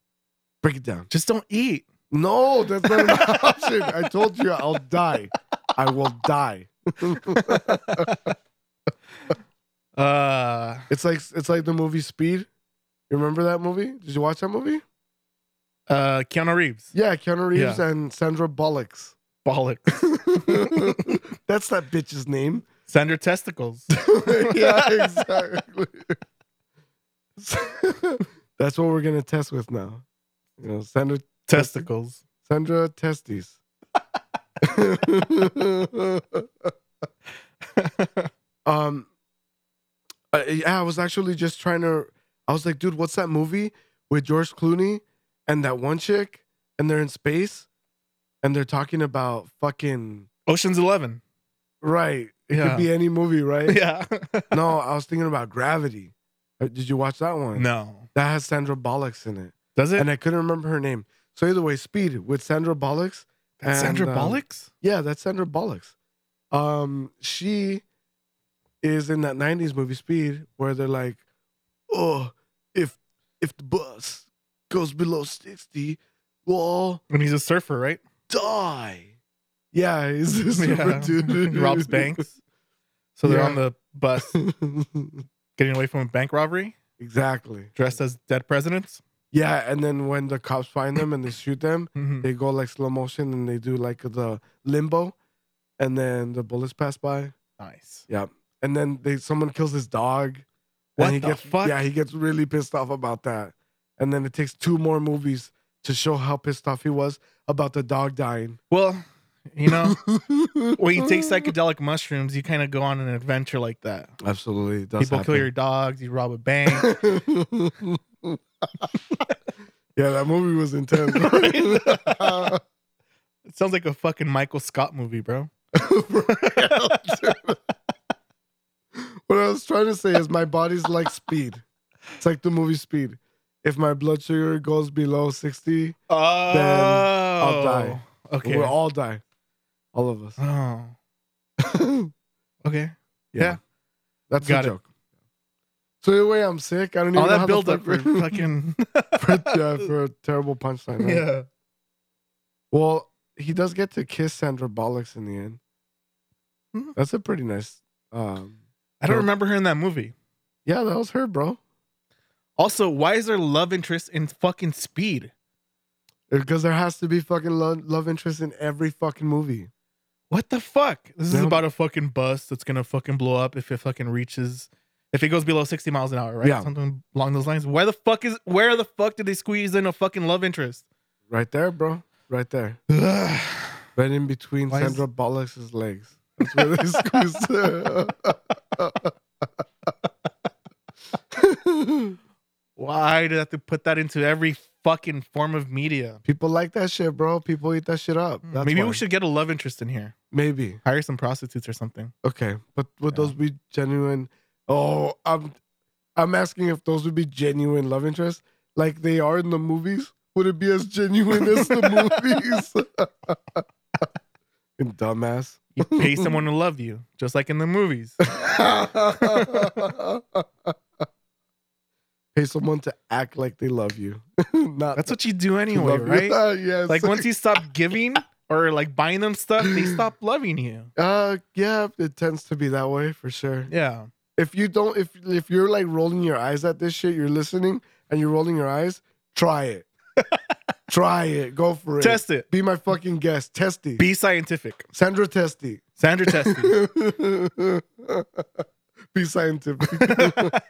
Speaker 1: break it down.
Speaker 2: Just don't eat.
Speaker 1: No, that's not an option. I told you, I'll die. I will die.
Speaker 2: Uh,
Speaker 1: It's like it's like the movie Speed. You remember that movie? Did you watch that movie?
Speaker 2: uh, Keanu Reeves.
Speaker 1: Yeah, Keanu Reeves and Sandra Bullocks.
Speaker 2: Bollock.
Speaker 1: that's that bitch's name.
Speaker 2: Send her testicles.
Speaker 1: yeah, exactly. that's what we're gonna test with now. You know, Sandra
Speaker 2: testicles.
Speaker 1: Sandra Testes. um, uh, yeah, I was actually just trying to. I was like, dude, what's that movie with George Clooney and that one chick, and they're in space, and they're talking about fucking
Speaker 2: Ocean's Eleven.
Speaker 1: right. It
Speaker 2: Yeah.
Speaker 1: could be any movie, right?
Speaker 2: Yeah.
Speaker 1: No, I was thinking about Gravity. Uh, Did you watch that one?
Speaker 2: no.
Speaker 1: That has Sandra Bollocks in it,
Speaker 2: Does it?
Speaker 1: and I couldn't remember her name. So either way, Speed with Sandra Bollocks.
Speaker 2: That's
Speaker 1: and,
Speaker 2: Sandra
Speaker 1: um,
Speaker 2: Bullock's?
Speaker 1: Yeah, that's Sandra Bollocks. Um, she is in that '90s movie Speed, where they're like, "Oh, if if the bus goes below 60, we'll all
Speaker 2: And he's a surfer, right?
Speaker 1: die." Yeah, he's a super
Speaker 2: Yeah.
Speaker 1: dude.
Speaker 2: Robs banks. So they're
Speaker 1: Yeah.
Speaker 2: on the bus getting away from a bank robbery,
Speaker 1: exactly.
Speaker 2: dressed as dead presidents.
Speaker 1: Yeah, and then when the cops find them and they shoot them,
Speaker 2: Mhm.
Speaker 1: they go like slow motion and they do like the limbo, and then the bullets pass by.
Speaker 2: Nice.
Speaker 1: and then they someone kills his dog.
Speaker 2: What
Speaker 1: and he
Speaker 2: the
Speaker 1: gets,
Speaker 2: fuck?
Speaker 1: Yeah, he gets really pissed off about that. And then it takes two more movies to show how pissed off he was about the dog dying.
Speaker 2: Well, you know, when you take psychedelic mushrooms, you kind of go on an adventure like that.
Speaker 1: Absolutely, it does
Speaker 2: People kill your dogs, you rob a bank.
Speaker 1: happen. yeah, that movie was intense.
Speaker 2: Right? it sounds like a fucking Michael Scott movie, bro.
Speaker 1: what I was trying to say is my body's like speed. It's like the movie Speed. If my blood sugar goes below sixty,
Speaker 2: oh, I'll
Speaker 1: die.
Speaker 2: Okay.
Speaker 1: we'll all die, all of us.
Speaker 2: oh, okay. Oh, Yeah.
Speaker 1: That's
Speaker 2: Got
Speaker 1: a
Speaker 2: it.
Speaker 1: joke. So the way I'm sick, I don't even
Speaker 2: All
Speaker 1: know how the
Speaker 2: that build up for
Speaker 1: fuck- for,
Speaker 2: fucking
Speaker 1: yeah, for a terrible punchline. right?
Speaker 2: yeah.
Speaker 1: Well, he does get to kiss Sandra Bollocks in the end.
Speaker 2: Hmm.
Speaker 1: That's a pretty nice. Um,
Speaker 2: I don't
Speaker 1: Yeah.
Speaker 2: remember her in that movie.
Speaker 1: yeah, that was her, bro.
Speaker 2: Also, why is there love interest in fucking Speed?
Speaker 1: Because Uh, there has to be fucking love, love interest in every fucking movie.
Speaker 2: What the fuck? This is
Speaker 1: Yeah.
Speaker 2: about a fucking bus that's gonna fucking blow up if it fucking reaches, if it goes below sixty miles an hour, right?
Speaker 1: Yeah.
Speaker 2: Something along those lines. Why the fuck is? Where the fuck did they squeeze in a fucking love interest?
Speaker 1: Right there, bro. Right there.
Speaker 2: Ugh.
Speaker 1: Right in between
Speaker 2: Why is-
Speaker 1: Sandra Bollocks' legs. That's where they squeezed her.
Speaker 2: Why did I have to put that into every fucking form of media?
Speaker 1: People like that shit, bro. People eat that shit up. That's
Speaker 2: Hmm. Maybe
Speaker 1: why.
Speaker 2: we should get a love interest in here.
Speaker 1: Maybe.
Speaker 2: Hire some prostitutes or something.
Speaker 1: Okay, but would
Speaker 2: Yeah.
Speaker 1: those be genuine? Oh, I'm, I'm asking if those would be genuine love interests, like they are in the movies. Would it be as genuine as the movies? And dumbass.
Speaker 2: You pay someone to love you, just like in the movies.
Speaker 1: Pay someone to act like they love you, not
Speaker 2: That's what you do
Speaker 1: to
Speaker 2: anyway,
Speaker 1: love you.
Speaker 2: right?
Speaker 1: Uh, yes.
Speaker 2: Like once you stop giving or like buying them stuff, they stop loving you.
Speaker 1: uh, yeah, it tends to be that way for sure.
Speaker 2: Yeah.
Speaker 1: if you don't if if you're like rolling your eyes at this shit, you're listening and you're rolling your eyes, try it. try it. Go for it.
Speaker 2: Test it.
Speaker 1: Be my fucking guest. Testy.
Speaker 2: Be scientific.
Speaker 1: Sandra Testy.
Speaker 2: Sandra Testy.
Speaker 1: Be scientific.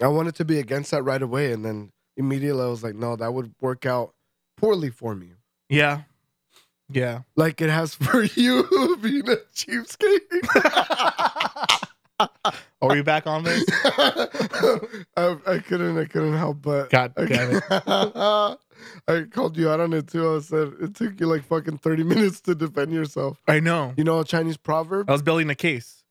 Speaker 1: I wanted to be against that right away and then immediately I was like, no, that would work out poorly for me.
Speaker 2: yeah. Yeah.
Speaker 1: Like it has for you being a cheapskate.
Speaker 2: Are we back on this?
Speaker 1: I, I couldn't. I couldn't help but.
Speaker 2: God
Speaker 1: I,
Speaker 2: damn it.
Speaker 1: I called you out on it too. I said it took you like fucking thirty minutes to defend yourself.
Speaker 2: I know.
Speaker 1: You know a Chinese proverb:
Speaker 2: I was building a case.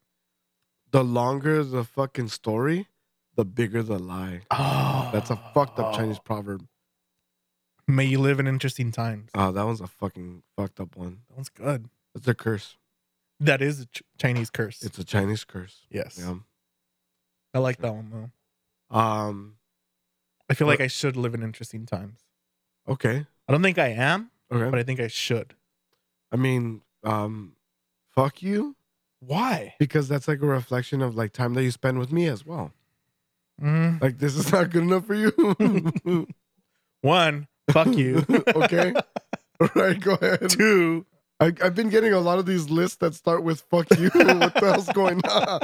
Speaker 1: the longer the fucking story, the bigger the lie.
Speaker 2: Oh.
Speaker 1: That's a fucked up Chinese proverb.
Speaker 2: May you live in interesting times.
Speaker 1: Oh, that one's a fucking fucked up one.
Speaker 2: That was good.
Speaker 1: It's a curse.
Speaker 2: That is a ch- Chinese curse.
Speaker 1: It's a Chinese curse.
Speaker 2: yes.
Speaker 1: Yeah.
Speaker 2: I like that one though.
Speaker 1: Um.
Speaker 2: I feel like I should live in interesting times.
Speaker 1: Okay.
Speaker 2: I don't think I am,
Speaker 1: Okay.
Speaker 2: but I think I should.
Speaker 1: I mean, um, fuck you.
Speaker 2: Why?
Speaker 1: because that's like a reflection of like time that you spend with me as well.
Speaker 2: Mm.
Speaker 1: Like this is not good enough for you.
Speaker 2: One, fuck you.
Speaker 1: okay. All right, go ahead.
Speaker 2: Two,
Speaker 1: I, I've been getting a lot of these lists that start with "fuck you." what the hell's going on?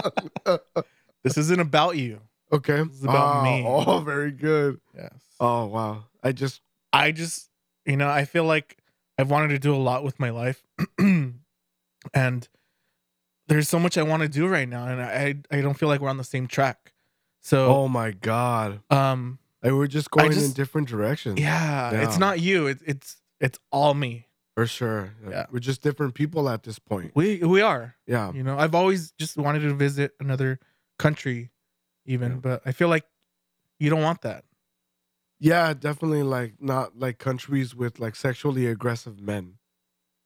Speaker 2: this isn't about you.
Speaker 1: okay,
Speaker 2: This is about
Speaker 1: Ah,
Speaker 2: me.
Speaker 1: Oh, very good.
Speaker 2: Yes.
Speaker 1: Oh wow, I just
Speaker 2: Uh, I just, you know, I feel like I've wanted to do a lot with my life, and there's so much I want to do right now, and I I don't feel like we're on the same track. So,
Speaker 1: oh my god,
Speaker 2: um,
Speaker 1: Like, we're just going in
Speaker 2: just-
Speaker 1: different directions.
Speaker 2: yeah,
Speaker 1: Yeah.
Speaker 2: it's not you. It's it's it's all me.
Speaker 1: for sure.
Speaker 2: Yeah.
Speaker 1: We're just different people at this point.
Speaker 2: We we are.
Speaker 1: Yeah.
Speaker 2: You know, I've always just wanted to visit another country, even,
Speaker 1: Yeah.
Speaker 2: but I feel like you don't want that.
Speaker 1: Yeah, definitely like not like countries with like sexually aggressive men.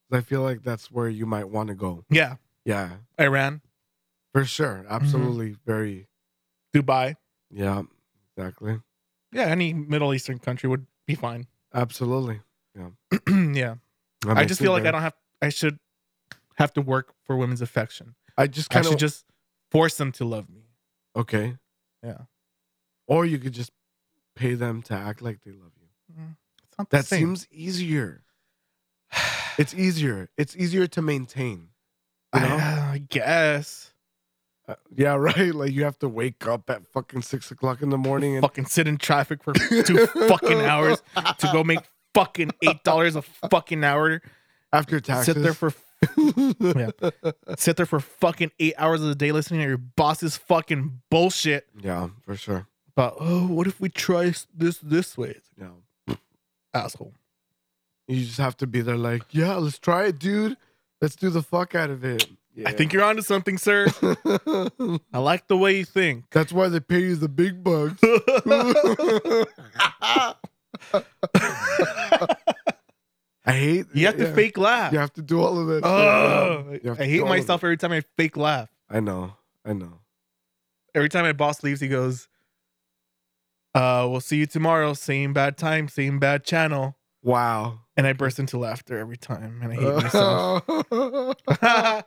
Speaker 1: 'Cause I feel like that's where you might want to go.
Speaker 2: Yeah,
Speaker 1: Yeah,
Speaker 2: Iran,
Speaker 1: for sure. Absolutely. Very.
Speaker 2: Dubai,
Speaker 1: Yeah, exactly.
Speaker 2: yeah, any Middle Eastern country would be fine.
Speaker 1: Absolutely.
Speaker 2: yeah,
Speaker 1: That
Speaker 2: I
Speaker 1: makes
Speaker 2: just
Speaker 1: me
Speaker 2: feel like
Speaker 1: very-
Speaker 2: I don't have. I should have to work for women's affection.
Speaker 1: I just
Speaker 2: I
Speaker 1: kind
Speaker 2: should
Speaker 1: of.
Speaker 2: just force them to love me.
Speaker 1: Okay.
Speaker 2: Yeah.
Speaker 1: Or you could just pay them to act like they love you.
Speaker 2: It's not the
Speaker 1: That
Speaker 2: same.
Speaker 1: seems easier. It's easier. It's easier to maintain. You know?
Speaker 2: I, I guess.
Speaker 1: Uh, yeah, right. Like you have to wake up at fucking six o'clock in the morning and
Speaker 2: fucking sit in traffic for two fucking hours to go make fucking eight dollars a fucking hour.
Speaker 1: after taxes.
Speaker 2: Sit there for
Speaker 1: yeah.
Speaker 2: sit there for fucking eight hours of the day listening to your boss's fucking bullshit.
Speaker 1: for sure.
Speaker 2: But oh, what if we try s- this this way, It's
Speaker 1: Yeah.
Speaker 2: like, asshole?
Speaker 1: You just have to be there like, yeah, let's try it, dude. Let's do the fuck out of it.
Speaker 2: I think you're onto something, sir.
Speaker 1: you're
Speaker 2: I like the way you think.
Speaker 1: That's why they pay you the big bucks. I hate
Speaker 2: you have to
Speaker 1: yeah.
Speaker 2: fake laugh.
Speaker 1: You have to do all of that. shit.
Speaker 2: Ugh.
Speaker 1: You have
Speaker 2: I
Speaker 1: to do
Speaker 2: hate
Speaker 1: all of
Speaker 2: myself every time I fake laugh.
Speaker 1: it. I know. I know.
Speaker 2: every time my boss leaves, he goes, uh, we'll see you tomorrow. Same bad time, same bad channel.
Speaker 1: Wow.
Speaker 2: And I burst into laughter every time and I hate myself.
Speaker 1: Oh,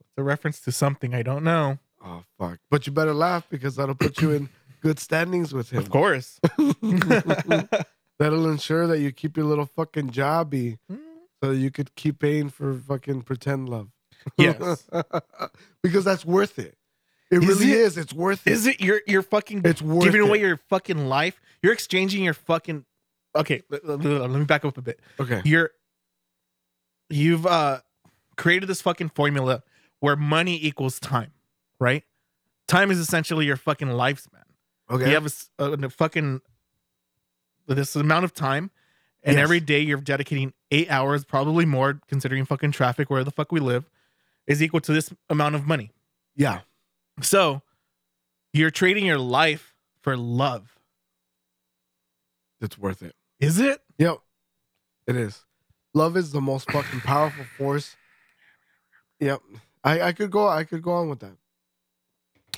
Speaker 2: it's a reference to something I don't know.
Speaker 1: Oh fuck! But you better laugh because that'll put you in good standings with him.
Speaker 2: Of course.
Speaker 1: that'll ensure that you keep your little fucking jobby, so that you could keep paying for fucking pretend love.
Speaker 2: yes.
Speaker 1: because that's worth it. It
Speaker 2: Is
Speaker 1: really
Speaker 2: it?
Speaker 1: is. It's worth it.
Speaker 2: Is it you're you're fucking
Speaker 1: It's worth
Speaker 2: giving
Speaker 1: it.
Speaker 2: away your fucking life? You're exchanging your fucking Okay, let- let- let me back up a bit.
Speaker 1: okay.
Speaker 2: you're you've uh created this fucking formula where money equals time right time is essentially your fucking lifespan
Speaker 1: Okay.
Speaker 2: you have a, s- a- a fucking this amount of time and
Speaker 1: Yes.
Speaker 2: every day you're dedicating eight hours probably more considering fucking traffic where the fuck we live is equal to this amount of money
Speaker 1: yeah.
Speaker 2: so you're trading your life for love
Speaker 1: It's worth it.
Speaker 2: is it
Speaker 1: Yep. It is. Love is the most fucking powerful force. Yep. I, I could go I could go on with that.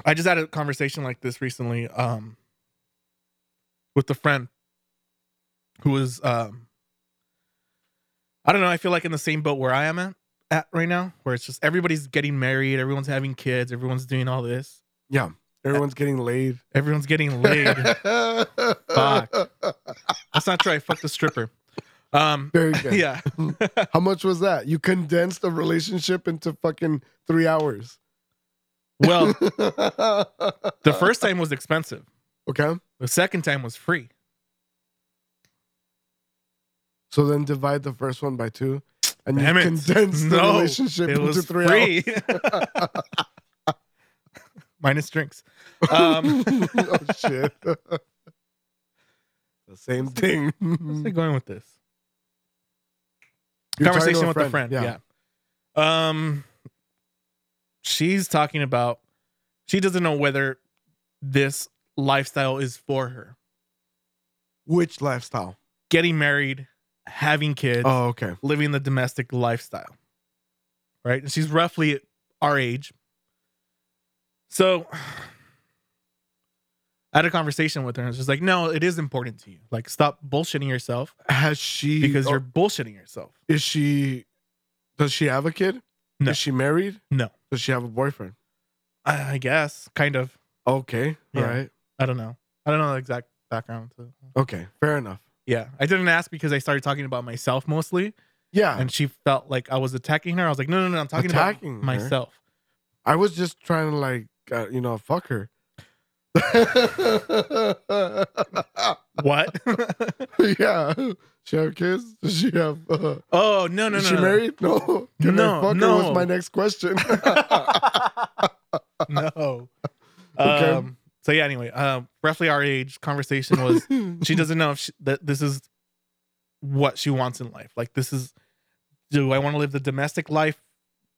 Speaker 2: I just had a conversation like this recently um with a friend who was um I don't know, I feel like in the same boat where I am at, at right now, where it's just everybody's getting married, everyone's having kids, everyone's doing all this,
Speaker 1: Everyone's getting laid.
Speaker 2: everyone's getting laid. That's not true. I fucked a stripper. Um
Speaker 1: Very good.
Speaker 2: yeah.
Speaker 1: How much was that? You condensed a relationship into fucking three hours.
Speaker 2: Well, Oh. the first time was expensive.
Speaker 1: okay.
Speaker 2: The second time was free.
Speaker 1: So then divide the first one by two, and
Speaker 2: Damn
Speaker 1: you
Speaker 2: it.
Speaker 1: condensed the
Speaker 2: No,
Speaker 1: relationship
Speaker 2: It
Speaker 1: into
Speaker 2: was
Speaker 1: three
Speaker 2: free. Minus drinks. Um,
Speaker 1: hours. oh shit. the same thing.
Speaker 2: Where's it going with this?
Speaker 1: You're talking to
Speaker 2: Conversation with a friend. Yeah. Um, she's talking about she doesn't know whether this lifestyle is for her.
Speaker 1: Which lifestyle?
Speaker 2: Getting married, having kids,
Speaker 1: Oh, okay.
Speaker 2: living the domestic lifestyle. Right? And she's roughly our age. So I had a conversation with her and it's just like, no, it is important to you. Like, stop bullshitting yourself
Speaker 1: Has she?
Speaker 2: because
Speaker 1: oh,
Speaker 2: you're bullshitting yourself.
Speaker 1: Is she? Does she have a kid?
Speaker 2: No.
Speaker 1: Is she married?
Speaker 2: No.
Speaker 1: Does she have a boyfriend?
Speaker 2: I I guess, kind of.
Speaker 1: Okay.
Speaker 2: Yeah.
Speaker 1: All right.
Speaker 2: I don't know. I don't know the exact background. To
Speaker 1: Okay. Fair enough.
Speaker 2: yeah, I didn't ask because I started talking about myself mostly,
Speaker 1: Yeah.
Speaker 2: and she felt like I was attacking her. I was like, no, no, no, I'm talking
Speaker 1: Ah. Attacking her?
Speaker 2: about myself.
Speaker 1: I was just trying to like, uh, you know, fuck her.
Speaker 2: What?
Speaker 1: yeah. She have kids? Does she have? Uh,
Speaker 2: oh no, no, no,
Speaker 1: is she
Speaker 2: no,
Speaker 1: married? No. Can
Speaker 2: No,
Speaker 1: I fuck her
Speaker 2: no.
Speaker 1: was my next question.
Speaker 2: no.
Speaker 1: Okay.
Speaker 2: Um, so yeah, anyway, um, roughly our age conversation was she doesn't know if she, that this is what she wants in life. Like this is, do I want to live the domestic life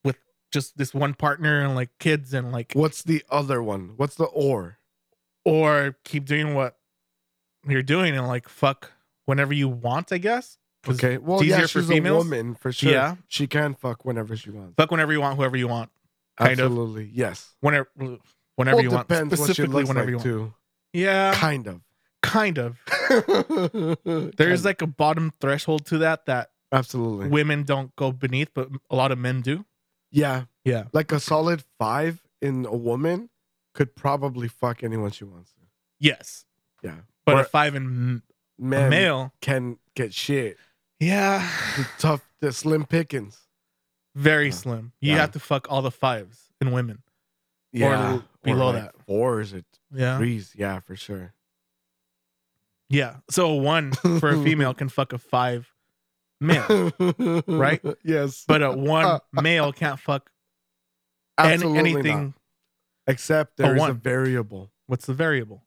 Speaker 2: with just this one partner and like kids and like
Speaker 1: What's the other one? What's the or?
Speaker 2: or keep doing what you're doing and like fuck whenever you want, I guess. 'Cause
Speaker 1: Okay. Well,
Speaker 2: it's
Speaker 1: yeah,
Speaker 2: easier for
Speaker 1: she's a
Speaker 2: females.
Speaker 1: woman for sure.
Speaker 2: Yeah.
Speaker 1: She can fuck whenever she wants.
Speaker 2: Fuck whenever you want, whoever you want, kind of.
Speaker 1: Absolutely. Yes.
Speaker 2: whenever whenever
Speaker 1: Well,
Speaker 2: you want,
Speaker 1: depends what she
Speaker 2: specifically
Speaker 1: looks
Speaker 2: whenever
Speaker 1: like,
Speaker 2: you want. Um,
Speaker 1: too.
Speaker 2: Yeah,
Speaker 1: Kind of.
Speaker 2: kind of. There
Speaker 1: Kind
Speaker 2: is
Speaker 1: of.
Speaker 2: like a bottom threshold to that that
Speaker 1: absolutely.
Speaker 2: women don't go beneath, but a lot of men do.
Speaker 1: yeah.
Speaker 2: Yeah.
Speaker 1: Like a solid five in a woman could probably fuck anyone she wants to.
Speaker 2: Yes,
Speaker 1: Yeah.
Speaker 2: but
Speaker 1: Or
Speaker 2: a five in
Speaker 1: Man
Speaker 2: male,
Speaker 1: can get shit.
Speaker 2: yeah,
Speaker 1: The tough, the slim pickings.
Speaker 2: very
Speaker 1: Yeah.
Speaker 2: slim. You
Speaker 1: Yeah.
Speaker 2: have to fuck all the fives in women.
Speaker 1: Yeah.
Speaker 2: below
Speaker 1: like Fours or
Speaker 2: Yeah,
Speaker 1: threes. Yeah, for sure.
Speaker 2: yeah. So one for a female can fuck a five male,
Speaker 1: right? Yes.
Speaker 2: but a one male can't fuck an-
Speaker 1: absolutely
Speaker 2: anything.
Speaker 1: Not. Except there is a
Speaker 2: one.
Speaker 1: variable.
Speaker 2: What's the variable?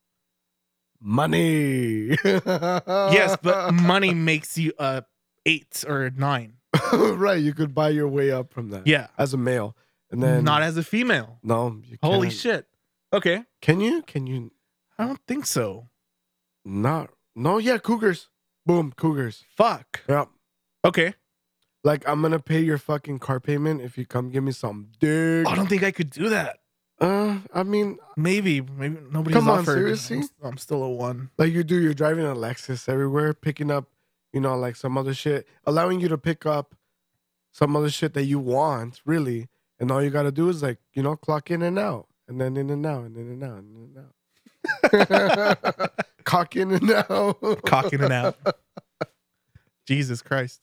Speaker 1: Money.
Speaker 2: yes, but money makes you a eight or a nine.
Speaker 1: right, you could buy your way up from that.
Speaker 2: Yeah,
Speaker 1: As a male. And then
Speaker 2: not as a female.
Speaker 1: No, you
Speaker 2: Holy
Speaker 1: can't.
Speaker 2: shit. Okay,
Speaker 1: Can you? Can you
Speaker 2: I don't think so.
Speaker 1: not? No, yeah, cougars. Boom, cougars.
Speaker 2: Fuck.
Speaker 1: Yeah.
Speaker 2: Okay,
Speaker 1: Like I'm gonna pay your fucking car payment if you come give me some dick.
Speaker 2: I don't think I could do that.
Speaker 1: Uh, I mean,
Speaker 2: Maybe, maybe nobody's
Speaker 1: Come on,
Speaker 2: offered.
Speaker 1: seriously?
Speaker 2: I'm, I'm still a one.
Speaker 1: like you do, you're driving a Lexus everywhere, picking up, you know, like some other shit, allowing you to pick up some other shit that you want, really. And all you gotta do is like, you know, clock in and out, and then in and out, and in and out, and in and out. Cock in and out.
Speaker 2: Cocking it out. Jesus Christ.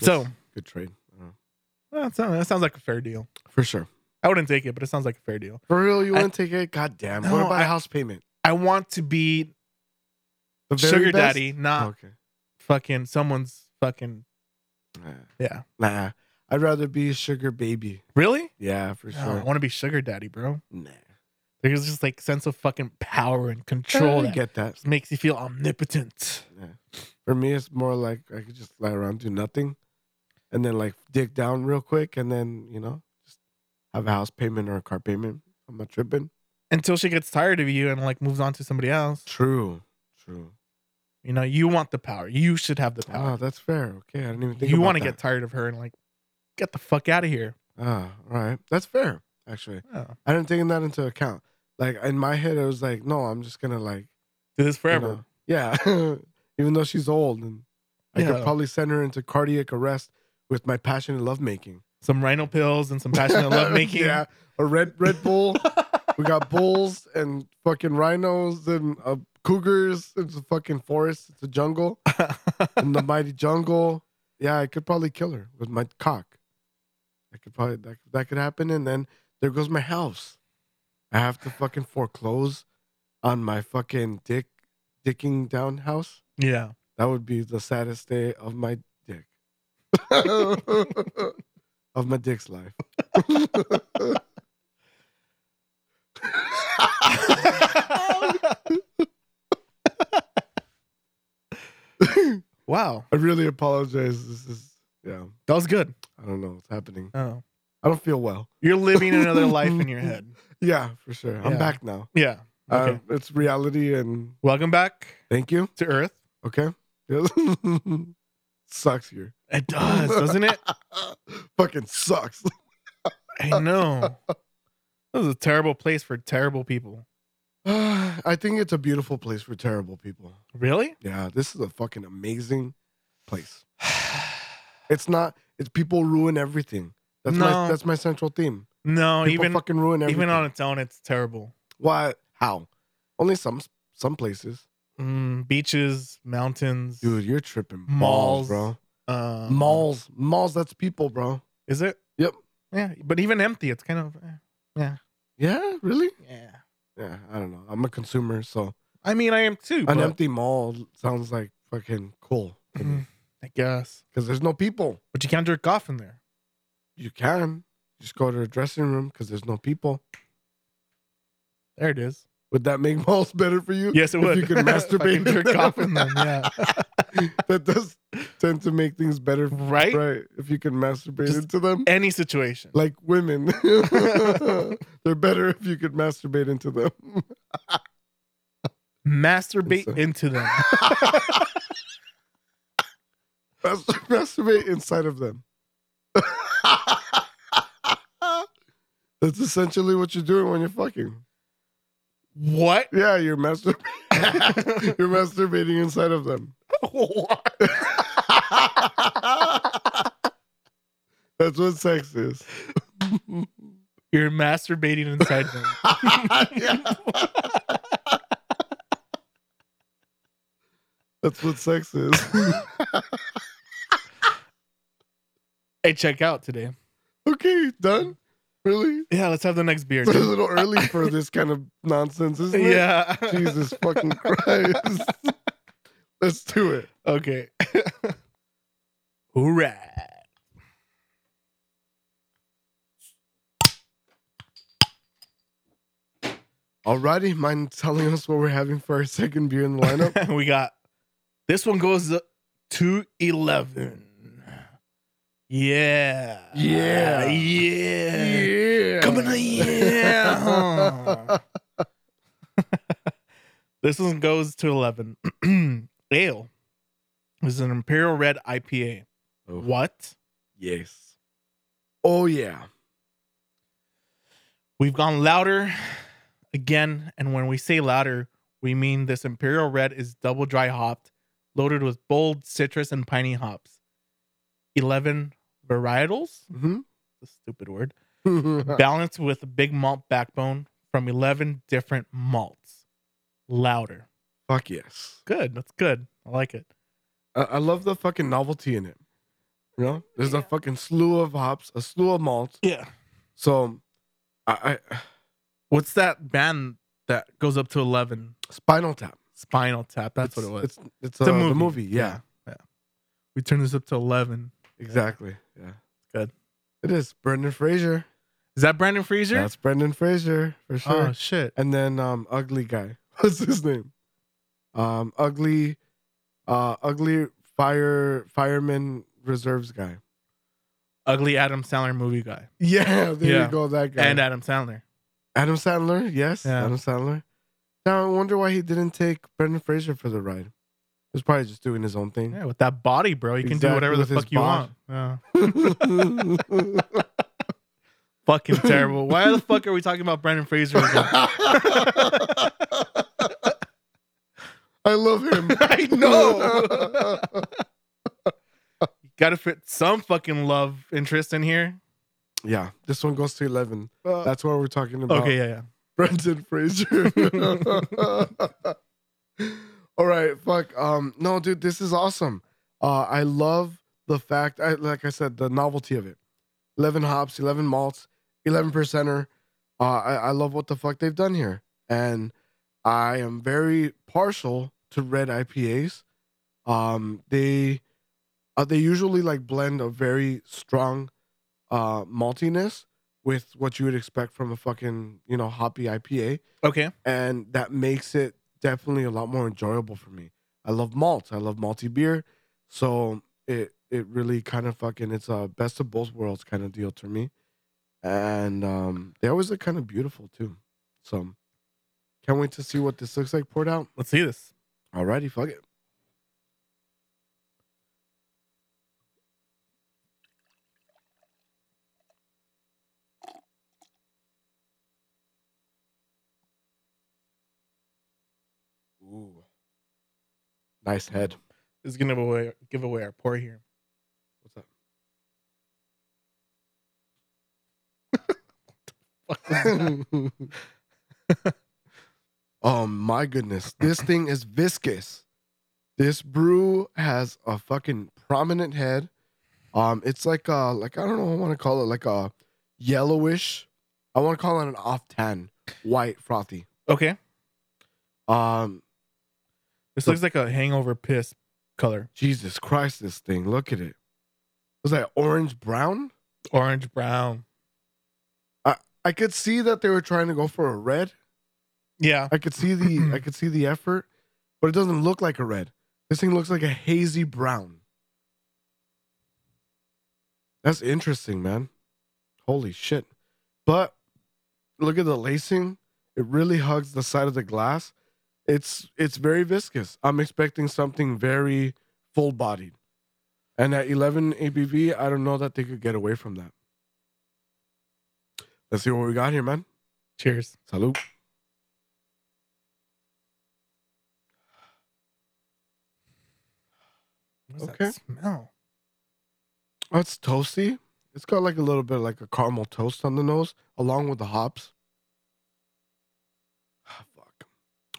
Speaker 2: So
Speaker 1: good trade. Uh,
Speaker 2: well, that sounds, that sounds like a fair deal.
Speaker 1: For sure.
Speaker 2: I wouldn't take it, but it sounds like a fair deal.
Speaker 1: For real, you
Speaker 2: I-
Speaker 1: want to take it? God damn.
Speaker 2: No,
Speaker 1: what about
Speaker 2: I-
Speaker 1: a house payment?
Speaker 2: I want to be
Speaker 1: The very
Speaker 2: sugar
Speaker 1: best?
Speaker 2: daddy,
Speaker 1: Oh,
Speaker 2: not
Speaker 1: okay.
Speaker 2: fucking someone's fucking.
Speaker 1: Nah.
Speaker 2: Yeah.
Speaker 1: Nah. I'd rather be a sugar baby.
Speaker 2: Really?
Speaker 1: Yeah, for
Speaker 2: No, I
Speaker 1: sure.
Speaker 2: want to be sugar daddy, bro.
Speaker 1: Nah.
Speaker 2: There's just like sense of fucking power and control
Speaker 1: I
Speaker 2: that
Speaker 1: get that.
Speaker 2: just makes you feel omnipotent.
Speaker 1: For me, it's more like I could just lie around, do nothing, and then like dig down real quick, and then you know just have a house payment or a car payment. I'm not tripping.
Speaker 2: Until she gets tired of you and like moves on to somebody else.
Speaker 1: True, true.
Speaker 2: You know, you want the power. You should have the
Speaker 1: Oh,
Speaker 2: power.
Speaker 1: that's fair. Okay, I didn't even think
Speaker 2: you
Speaker 1: want
Speaker 2: want to get tired of her and like get the fuck out of here.
Speaker 1: Ah, all right, that's fair. Actually,
Speaker 2: Oh,
Speaker 1: I didn't take that into account. Like in my head, it was like, no, I'm just gonna like
Speaker 2: do this
Speaker 1: you
Speaker 2: forever.
Speaker 1: know, yeah, even though she's old, and I could
Speaker 2: Yeah.
Speaker 1: probably send her into cardiac arrest with my passionate lovemaking.
Speaker 2: Some rhino pills and some passionate love making.
Speaker 1: yeah, a red Red Bull. we got bulls and fucking rhinos and uh, cougars. It's a fucking forest. It's a jungle. In the mighty jungle, yeah, I could probably kill her with my cock. I could probably that, that could happen, and then there goes my house. I have to fucking foreclose on my fucking dick dicking down house.
Speaker 2: yeah.
Speaker 1: That would be the saddest day of my dick. of my dick's life.
Speaker 2: wow.
Speaker 1: I really apologize. This is yeah.
Speaker 2: That was good.
Speaker 1: I don't know what's happening.
Speaker 2: Oh.
Speaker 1: I don't feel well.
Speaker 2: You're living another life in your head.
Speaker 1: Yeah, for sure. I'm
Speaker 2: Yeah.
Speaker 1: back now.
Speaker 2: Yeah. Okay.
Speaker 1: Uh, it's reality, and
Speaker 2: Welcome back
Speaker 1: thank you.
Speaker 2: to Earth.
Speaker 1: Okay. Yes. sucks here.
Speaker 2: It does, doesn't it?
Speaker 1: Fucking sucks.
Speaker 2: I know. This is a terrible place for terrible people.
Speaker 1: I think it's a beautiful place for terrible people.
Speaker 2: Really?
Speaker 1: Yeah, this is a fucking amazing place. It's not. It's people ruin everything. That's my
Speaker 2: No.
Speaker 1: that's my central theme.
Speaker 2: No,
Speaker 1: People
Speaker 2: even
Speaker 1: fucking ruin everything.
Speaker 2: even on its own, it's terrible.
Speaker 1: Why? How? Only some some places.
Speaker 2: Mm, beaches, mountains,
Speaker 1: Dude, you're tripping
Speaker 2: Malls.
Speaker 1: malls, bro.
Speaker 2: uh,
Speaker 1: Malls, malls. That's people, bro.
Speaker 2: Is it?
Speaker 1: Yep.
Speaker 2: Yeah, but even empty, it's kind of eh,
Speaker 1: Yeah, really?
Speaker 2: yeah.
Speaker 1: Yeah, I don't know. I'm a consumer, so
Speaker 2: I mean, I am too. But
Speaker 1: an empty mall sounds like fucking cool
Speaker 2: Mm, I guess,
Speaker 1: because there's no people.
Speaker 2: but you can't jerk off in there.
Speaker 1: You can just go to a dressing room because there's no people.
Speaker 2: There it is.
Speaker 1: Would that make malls better for you?
Speaker 2: Yes, it
Speaker 1: If
Speaker 2: would.
Speaker 1: you could
Speaker 2: If I
Speaker 1: masturbate
Speaker 2: jerk
Speaker 1: in
Speaker 2: off in them. Yeah.
Speaker 1: that does tend to make things better,
Speaker 2: Right?
Speaker 1: Right? If you can masturbate
Speaker 2: Just-
Speaker 1: into them,
Speaker 2: Any situation.
Speaker 1: like women, they're better if you could masturbate into them.
Speaker 2: Masturbate
Speaker 1: It's a-
Speaker 2: into them.
Speaker 1: Mas- masturbate inside of them. That's essentially what you're doing when you're fucking.
Speaker 2: what?
Speaker 1: Yeah, you're masturbating. you're masturbating inside of them.
Speaker 2: what?
Speaker 1: That's what sex is.
Speaker 2: You're masturbating inside them.
Speaker 1: Yeah. That's what sex is.
Speaker 2: Hey, check out today.
Speaker 1: okay, done. Really?
Speaker 2: Yeah, let's have the next beer.
Speaker 1: It's a little early for this kind of nonsense, isn't it?
Speaker 2: yeah.
Speaker 1: Jesus fucking Christ. Let's do it.
Speaker 2: Okay. Hoorah.
Speaker 1: Alrighty, mind telling us what we're having for our second beer in the lineup?
Speaker 2: we got this one goes to 11. Yeah.
Speaker 1: Yeah.
Speaker 2: Yeah.
Speaker 1: yeah.
Speaker 2: Coming in. Yeah. this one goes to 11. Ale This is an Imperial Red IPA.
Speaker 1: Oh.
Speaker 2: What?
Speaker 1: Yes. Oh yeah.
Speaker 2: We've gone louder again. And when we say louder, we mean this Imperial Red is double dry hopped, loaded with bold citrus and piney hops. 11 varietals,
Speaker 1: Mhm.
Speaker 2: the stupid word,
Speaker 1: Mm-hmm.
Speaker 2: balanced with a big malt backbone from 11 different malts. Louder.
Speaker 1: Fuck yes.
Speaker 2: Good. That's good. I like it.
Speaker 1: I, I love the fucking novelty in it. You know, there's a fucking slew of hops, a slew of malts.
Speaker 2: Yeah.
Speaker 1: So, I, I
Speaker 2: What's that band that goes up to 11?
Speaker 1: Spinal Tap.
Speaker 2: Spinal Tap. That's
Speaker 1: It's-
Speaker 2: what it
Speaker 1: It's
Speaker 2: was.
Speaker 1: it's, uh, the movie. Yeah,
Speaker 2: Yeah. We turn this up to 11.
Speaker 1: exactly. Yeah.
Speaker 2: Good.
Speaker 1: It is Brendan Fraser.
Speaker 2: Is that Brandon Fraser?
Speaker 1: That's Brendan Fraser for sure.
Speaker 2: Oh, shit.
Speaker 1: and then um, ugly guy. What's his name? Um, ugly, uh, ugly fire fireman reserves guy.
Speaker 2: Ugly Adam Sandler movie guy.
Speaker 1: Yeah, there
Speaker 2: Yeah.
Speaker 1: you go. That guy.
Speaker 2: And Adam Sandler.
Speaker 1: Adam Sandler, yes,
Speaker 2: Yeah.
Speaker 1: Adam Sandler. Now I wonder why he didn't take Brendan Fraser for the ride. He was probably just doing his own thing.
Speaker 2: Yeah, with that body, bro. You can do
Speaker 1: Exactly,
Speaker 2: whatever the
Speaker 1: with his
Speaker 2: fuck you
Speaker 1: bod.
Speaker 2: want. Yeah. Fucking terrible. Why the fuck are we talking about Brandon Fraser again?
Speaker 1: I love him.
Speaker 2: I know. Gotta fit some fucking love interest in here.
Speaker 1: yeah, this one goes to eleven.
Speaker 2: Uh,
Speaker 1: That's why we're talking about.
Speaker 2: okay, yeah, yeah.
Speaker 1: Brendan Fraser. All right, fuck. Um, no, dude, this is awesome. Uh, I love the fact, I, like I said, the novelty of it. Eleven hops, eleven malts, eleven percenter. Uh, I, I love what the fuck they've done here, and I am very partial to red IPAs. Um, they uh, they usually like blend a very strong uh, maltiness with what you would expect from a fucking you know hoppy IPA,
Speaker 2: Okay.
Speaker 1: and that makes it definitely a lot more enjoyable for me. I love malt. I love malty beer, so it it really kind of fucking it's a best of both worlds kind of deal to me, and um, they always look kind of beautiful too. So can't wait to see what this looks like poured out.
Speaker 2: Let's see this.
Speaker 1: Alrighty, fuck it. Ooh. Nice head.
Speaker 2: This is gonna give away give away our pour here.
Speaker 1: What's up? oh my goodness. This thing is viscous. This brew has a fucking prominent head. Um it's like uh like I don't know what I want to call it, like a yellowish. I want to call it an off tan, white frothy.
Speaker 2: Okay.
Speaker 1: Um
Speaker 2: This
Speaker 1: So-
Speaker 2: looks like a hangover piss color.
Speaker 1: Jesus Christ, this thing. Look at it. Was that orange brown?
Speaker 2: Orange brown.
Speaker 1: I could see that they were trying to go for a red.
Speaker 2: Yeah.
Speaker 1: I could see the I could see the effort, but it doesn't look like a red. This thing looks like a hazy brown. That's interesting, man. Holy shit. But look at the lacing. It really hugs the side of the glass. It's it's very viscous. I'm expecting something very full bodied. And at 11 ABV, I don't know that they could get away from that. Let's see what we got here, man.
Speaker 2: Cheers.
Speaker 1: Salute.
Speaker 2: What's
Speaker 1: Okay.
Speaker 2: that smell?
Speaker 1: Oh, it's toasty. It's got like a little bit like a caramel toast on the nose, along with the hops. Ah, fuck.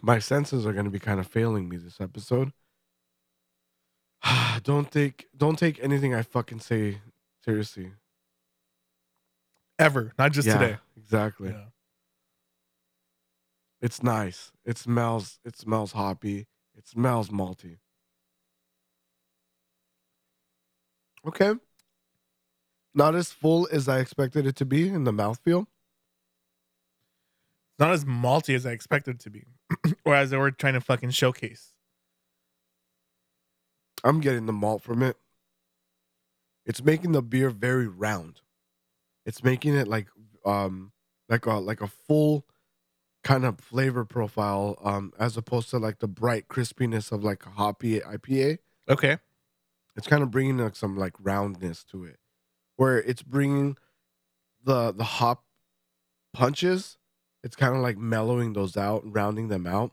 Speaker 1: My senses are gonna be kind of failing me this episode. don't take don't take anything I fucking say seriously.
Speaker 2: Ever, not just
Speaker 1: Yeah,
Speaker 2: today.
Speaker 1: Exactly.
Speaker 2: Yeah.
Speaker 1: It's nice. It smells it smells hoppy. It smells malty. Okay. Not as full as I expected it to be in the mouthfeel.
Speaker 2: Not as malty as I expected it to be, or as they were trying to fucking showcase.
Speaker 1: I'm getting the malt from it. It's making the beer very round. It's making it like um like a like a full kind of flavor profile um as opposed to like the bright crispiness of like a hoppy IPA.
Speaker 2: Okay.
Speaker 1: It's kind of bringing like some like roundness to it where it's bringing the the hop punches. It's kind of like mellowing those out, rounding them out.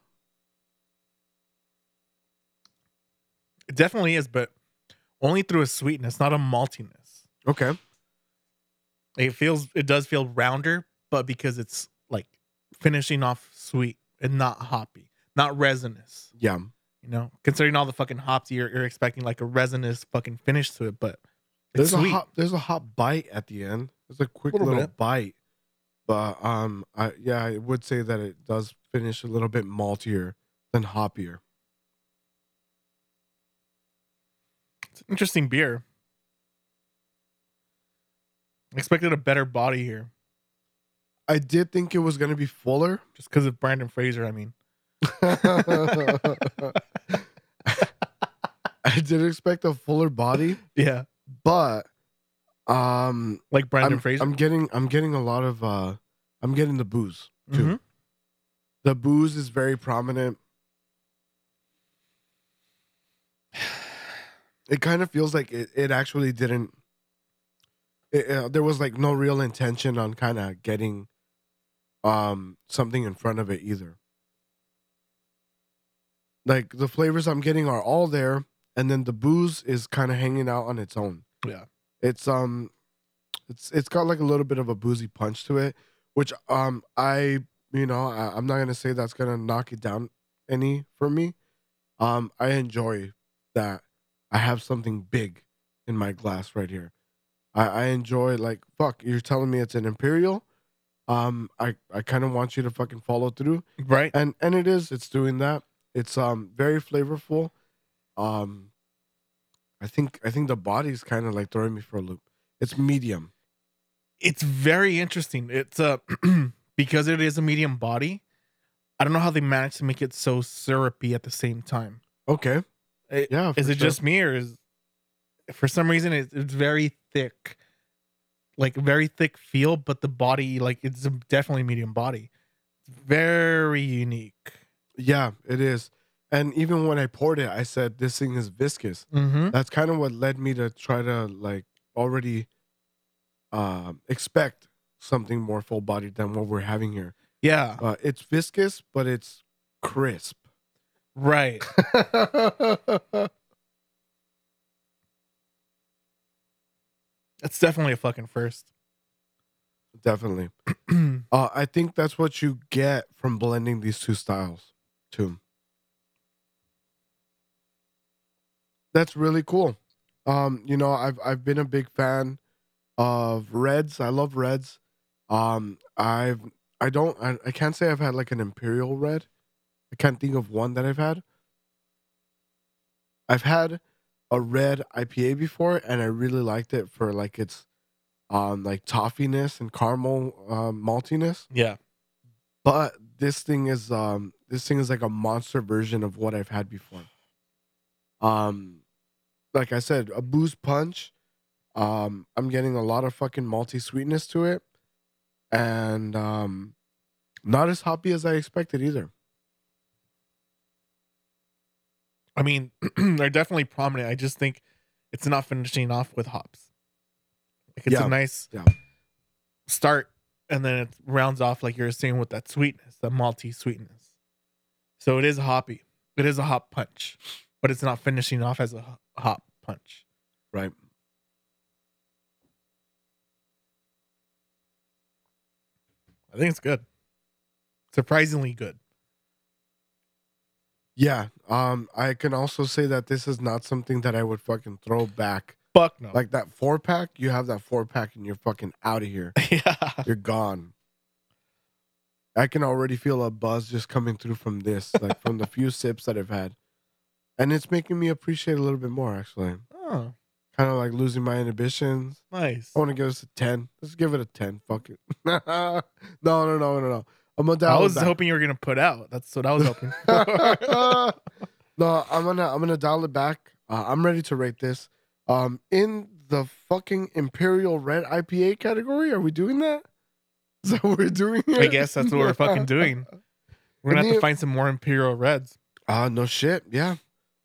Speaker 2: It definitely is, but only through a sweetness, not a maltiness.
Speaker 1: Okay.
Speaker 2: Like, It feels it does feel rounder, but because it's like finishing off sweet and not hoppy, not resinous.
Speaker 1: Yeah.
Speaker 2: You know, considering all the fucking hops, you're, you're expecting like a resinous fucking finish to it, but it's
Speaker 1: There's
Speaker 2: sweet.
Speaker 1: a hot there's a hot bite at the end. There's a quick
Speaker 2: Little
Speaker 1: little,
Speaker 2: bit.
Speaker 1: bite. But um I yeah, I would say that it does finish a little bit maltier than hoppier.
Speaker 2: It's an interesting beer. I expected a better body here,
Speaker 1: I did think it was gonna be fuller.
Speaker 2: just because of Brandon Fraser. I mean,
Speaker 1: I did expect a fuller body,
Speaker 2: yeah,
Speaker 1: but um
Speaker 2: like Brandon
Speaker 1: I'm,
Speaker 2: Fraser.
Speaker 1: I'm getting I'm getting a lot of uh I'm getting the booze too.
Speaker 2: Mhm.
Speaker 1: The booze is very prominent. It kind of feels like it, it actually didn't. It, uh, there was like no real intention on kind of getting um something in front of it either. Like the flavors I'm getting are all there, and then the booze is kind of hanging out on its own.
Speaker 2: Yeah.
Speaker 1: it's um, it's it's got like a little bit of a boozy punch to it, which um I you know I, i'm not gonna say that's gonna knock it down any for me um i enjoy that i have something big in my glass right here i i enjoy like fuck you're telling me it's an imperial um i i kind of want you to fucking follow through
Speaker 2: Mm-hmm. Right?
Speaker 1: and and it is it's doing that it's um very flavorful um i think i think the body's kind of like throwing me for a loop it's medium
Speaker 2: it's very interesting. It's uh because it is a medium body. I don't know how they managed to make it so syrupy at the same time.
Speaker 1: okay
Speaker 2: It-
Speaker 1: yeah
Speaker 2: Is
Speaker 1: for
Speaker 2: it
Speaker 1: sure.
Speaker 2: just me or is for some reason it's, it's very thick, like very thick feel, but the body like it's a definitely medium body. Very unique.
Speaker 1: Yeah, it is. And even when I poured it, I said this thing is viscous.
Speaker 2: Mm-hmm.
Speaker 1: That's kind of what led me to try to like already um expect something more full bodied than what we're having here.
Speaker 2: Yeah.
Speaker 1: Uh, it's viscous, but it's crisp.
Speaker 2: Right. That's definitely a fucking first.
Speaker 1: Definitely. Uh, I think that's what you get from blending these two styles, too. That's really cool. Um, you know, I've I've been a big fan of reds. I love reds. Um, I've I don't I, I can't say I've had like an imperial red. I can't think of one that I've had. I've had a red IPA before, and I really liked it for like its um like toffiness and caramel um, maltiness
Speaker 2: yeah.
Speaker 1: but this thing is um this thing is like a monster version of what I've had before. Um like I said, a booze punch, Um, I'm getting a lot of fucking malty sweetness to it, and um, not as hoppy as I expected either.
Speaker 2: I mean, they're definitely prominent. I just think it's not finishing off with hops. Like it's
Speaker 1: Yeah.
Speaker 2: a nice
Speaker 1: Yeah.
Speaker 2: start, and then it rounds off like you're saying with that sweetness, that malty sweetness. So it is hoppy. It is a hop punch, but it's not finishing off as a ho- hop punch.
Speaker 1: Right.
Speaker 2: I think it's good. Surprisingly good.
Speaker 1: Yeah. Um, I can also say that this is not something that I would fucking throw back.
Speaker 2: Fuck no.
Speaker 1: Like that four pack, you have that four pack and you're fucking out of here.
Speaker 2: yeah.
Speaker 1: You're gone. I can already feel a buzz just coming through from this, like from the few sips that I've had. And it's making me appreciate a little bit more actually.
Speaker 2: Oh,
Speaker 1: Kind of like losing my inhibitions.
Speaker 2: nice.
Speaker 1: I want to give this a 10. Let's give it a 10. Fuck it. no, no, no, no, no, no. I'm gonna
Speaker 2: I
Speaker 1: dial it
Speaker 2: was
Speaker 1: back.
Speaker 2: hoping you were gonna put out. That's what I was hoping.
Speaker 1: no, I'm gonna I'm gonna dial it back. Uh, I'm ready to rate this. Um, in the fucking Imperial Red IPA category, are we doing that? Is that what we're doing? Here?
Speaker 2: I guess that's what we're fucking doing. We're gonna have to find some more Imperial Reds.
Speaker 1: Uh no shit. Yeah.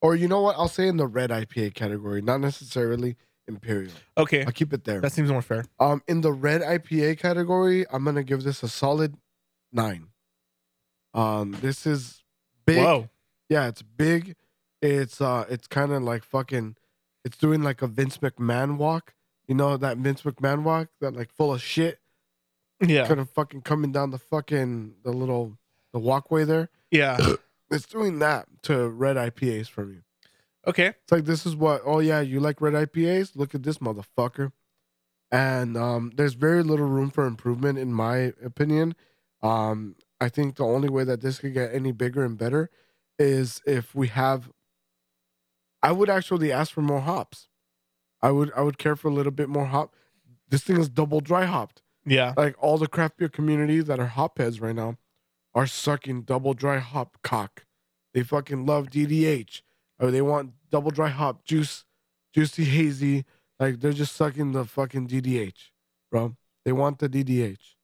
Speaker 1: Or you know what? I'll say in the red IPA category, not necessarily Imperial.
Speaker 2: Okay,
Speaker 1: I'll keep it there.
Speaker 2: that seems more fair.
Speaker 1: Um, in the red IPA category, I'm gonna give this a solid nine. Um, this is big.
Speaker 2: Whoa,
Speaker 1: Yeah, it's big. It's uh it's kind of like fucking it's doing like a Vince McMahon walk. You know that Vince McMahon walk that like full of shit
Speaker 2: yeah,
Speaker 1: kind of fucking coming down the fucking the little the walkway there.
Speaker 2: yeah.
Speaker 1: It's doing that to red IPAs from you.
Speaker 2: Okay,
Speaker 1: It's like this is what oh yeah, you like red IPAs? Look at this motherfucker. And um there's very little room for improvement in my opinion. Um I think the only way that this could get any bigger and better is if we have I would actually ask for more hops. I would I would care for a little bit more hop. This thing is double dry hopped.
Speaker 2: yeah,
Speaker 1: Like all the craft beer community that are hop heads right now are sucking double dry hop cock. They fucking love DDH. Or Oh, they want double dry hop juice, juicy hazy. Like they're just sucking the fucking DDH, bro. They want the DDH.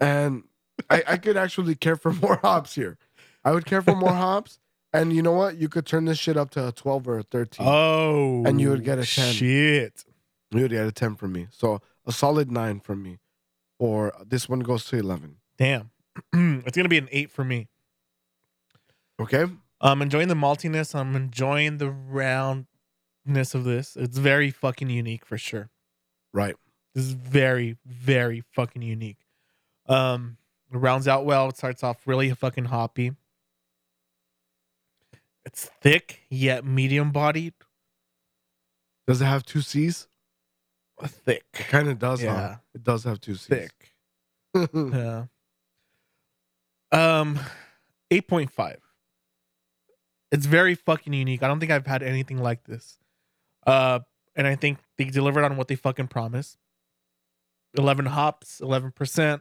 Speaker 1: And I, I could actually care for more hops here. I would care for more hops. And you know what? You could turn this shit up to a 12 or a 13.
Speaker 2: Oh,
Speaker 1: And you would get a 10.
Speaker 2: Shit.
Speaker 1: You already had a 10 from me. So a solid nine from me. Or this one goes to 11.
Speaker 2: Damn, it's gonna be an eight for me.
Speaker 1: Okay?
Speaker 2: I'm enjoying the maltiness. I'm enjoying the roundness of this. It's very fucking unique for sure.
Speaker 1: Right.
Speaker 2: This is very, very fucking unique. Um, it rounds out well. It starts off really fucking hoppy. It's thick yet medium bodied.
Speaker 1: Does it have two C's? It
Speaker 2: Thick.
Speaker 1: kind of does, huh?
Speaker 2: Yeah.
Speaker 1: It does have two C's.
Speaker 2: Thick. Yeah. Um, 8.5. It's very fucking unique. I don't think I've had anything like this. Uh, and I think they delivered on what they fucking promised. 11 hops, 11%.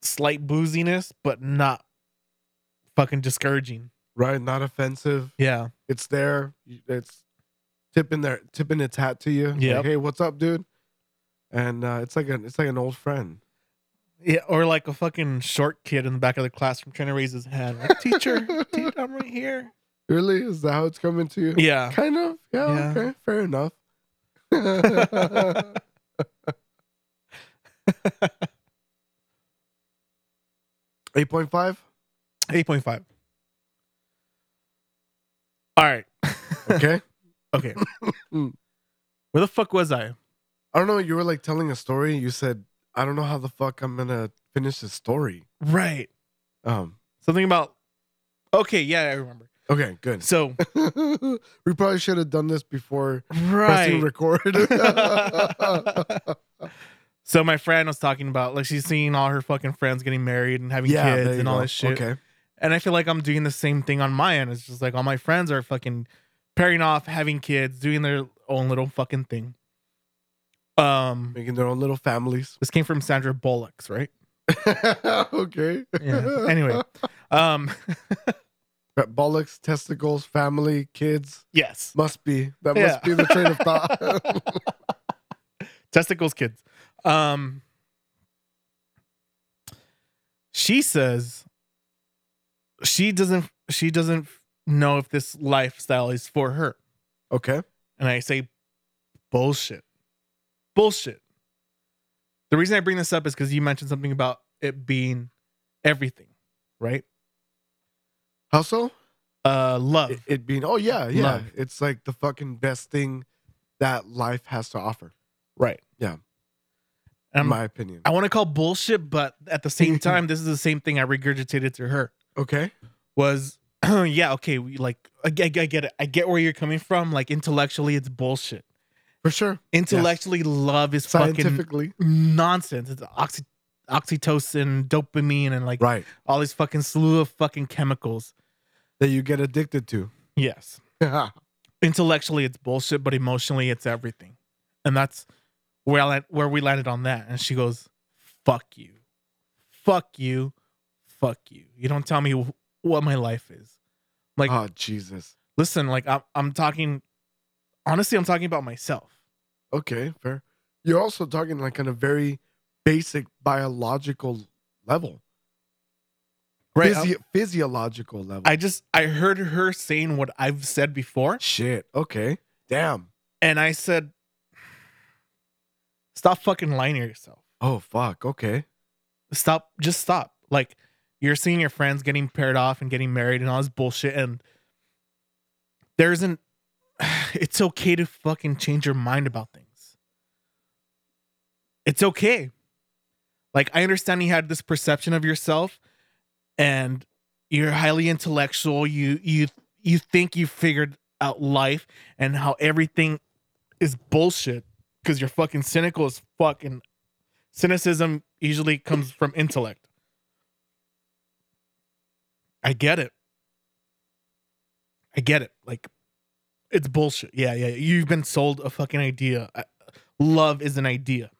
Speaker 2: Slight booziness, but not fucking discouraging.
Speaker 1: right? Not offensive.
Speaker 2: Yeah.
Speaker 1: It's there. You- It's tipping their tipping its hat to you. Like,
Speaker 2: Yep.
Speaker 1: hey, what's up, dude? And uh, it's like an it's like an old friend.
Speaker 2: Yeah, or like a fucking short kid in the back of the classroom trying to raise his hand. Like, teacher, teacher, I'm right here.
Speaker 1: Really? Is that how it's coming to you?
Speaker 2: Yeah.
Speaker 1: Kind of. Yeah.
Speaker 2: Yeah.
Speaker 1: Okay. Fair enough. Eight point five.
Speaker 2: 8.5. All right.
Speaker 1: Okay.
Speaker 2: Okay. Hmm.
Speaker 1: Mm.
Speaker 2: Where the fuck was I?
Speaker 1: I don't know. You were like telling a story. You said, "I don't know how the fuck I'm gonna finish this story."
Speaker 2: Right.
Speaker 1: Um.
Speaker 2: Something about. Okay. Yeah, I remember.
Speaker 1: Okay. Good.
Speaker 2: So,
Speaker 1: we probably should have done this before pressing
Speaker 2: right.
Speaker 1: record.
Speaker 2: So, my friend was talking about, like, she's seeing all her fucking friends getting married and having
Speaker 1: there
Speaker 2: kids
Speaker 1: you
Speaker 2: and all
Speaker 1: go.
Speaker 2: this shit.
Speaker 1: Okay.
Speaker 2: And I feel like I'm doing the same thing on my end. It's just like all my friends are fucking pairing off, having kids, doing their own little fucking thing. Um,
Speaker 1: Making their own little families.
Speaker 2: this came from Sandra Bullock's, right?
Speaker 1: okay.
Speaker 2: Yeah. Anyway, Um,
Speaker 1: But Uh, Bollocks, testicles, family, kids.
Speaker 2: Yes.
Speaker 1: Must be. That
Speaker 2: Yeah.
Speaker 1: must be the train of thought.
Speaker 2: Testicles kids. Um She says she doesn't she doesn't know if this lifestyle is for her.
Speaker 1: okay.
Speaker 2: And I say bullshit. Bullshit. The reason I bring this up is because you mentioned something about it being everything, right?
Speaker 1: How so?
Speaker 2: Uh love.
Speaker 1: It, it being, oh, yeah, yeah.
Speaker 2: Love.
Speaker 1: It's like the fucking best thing that life has to offer,
Speaker 2: Right.
Speaker 1: Yeah.
Speaker 2: And
Speaker 1: in
Speaker 2: I'm-
Speaker 1: my opinion.
Speaker 2: I want to call bullshit, but at the same time, this is the same thing I regurgitated to her.
Speaker 1: Okay.
Speaker 2: Was yeah, okay, we like I, get- I get it. I get where you're coming from. Like intellectually, it's bullshit.
Speaker 1: For sure.
Speaker 2: Intellectually, love is fucking
Speaker 1: Scientifically.
Speaker 2: nonsense. It's oxy, oxytocin, dopamine, and like
Speaker 1: Right.
Speaker 2: all these fucking slew of fucking chemicals.
Speaker 1: That you get addicted to.
Speaker 2: Yes, intellectually, it's bullshit, but emotionally, it's everything. And that's where I, land- where we landed on that. And she goes, "Fuck you, fuck you, fuck you. You don't tell me wh- what my life is. Like,
Speaker 1: oh, Jesus.
Speaker 2: listen, like I'm I'm talking. Honestly, I'm talking about myself.
Speaker 1: Okay, fair. You're also talking like on a very basic biological level,
Speaker 2: Right? um,
Speaker 1: Physi- physiological level.
Speaker 2: I just I heard her saying what I've said before,
Speaker 1: Shit. Okay. Damn.
Speaker 2: and I said, "Stop fucking lying to yourself.
Speaker 1: Oh fuck. Okay.
Speaker 2: Stop. Just stop. Like." You're seeing your friends getting paired off and getting married and all this bullshit, and there isn't. It's okay to fucking change your mind about things. It's okay. Like I understand you had this perception of yourself, and you're highly intellectual. You you you think you figured out life and how everything is bullshit because you're fucking cynical as fuck. And cynicism usually comes from intellect. I get it. I get it. Like it's bullshit. Yeah, yeah. You've been sold a fucking idea. I- Love is an idea.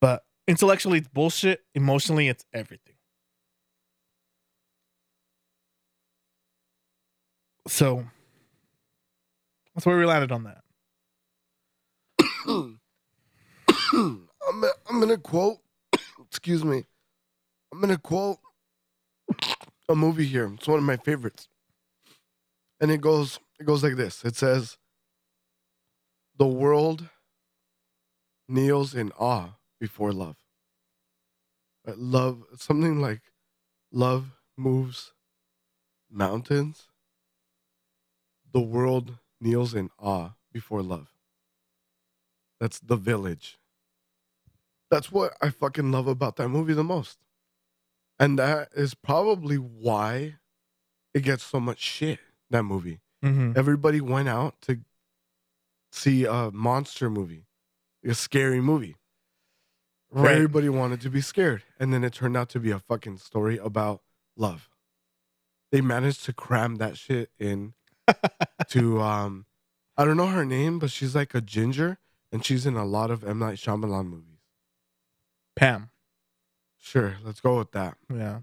Speaker 2: But intellectually, it's bullshit. Emotionally, it's everything. So that's where we landed on that.
Speaker 1: I'm gonna- I'm gonna quote. Excuse me. I'm gonna quote a movie here. It's one of my favorites, and it goes it goes like this. It says, "The world kneels in awe before love. But love something like love moves mountains. The world kneels in awe before love." That's the village. That's what I fucking love about that movie the most. And that is probably why it gets so much shit, that movie.
Speaker 2: Mm-hmm.
Speaker 1: Everybody went out to see a monster movie, a scary movie.
Speaker 2: Right.
Speaker 1: Everybody wanted to be scared. And then it turned out to be a fucking story about love. They managed to cram that shit in to um I don't know her name, but she's like a ginger and she's in a lot of M Night Shyamalan movies.
Speaker 2: Pam.
Speaker 1: Sure, let's go with that.
Speaker 2: Yeah.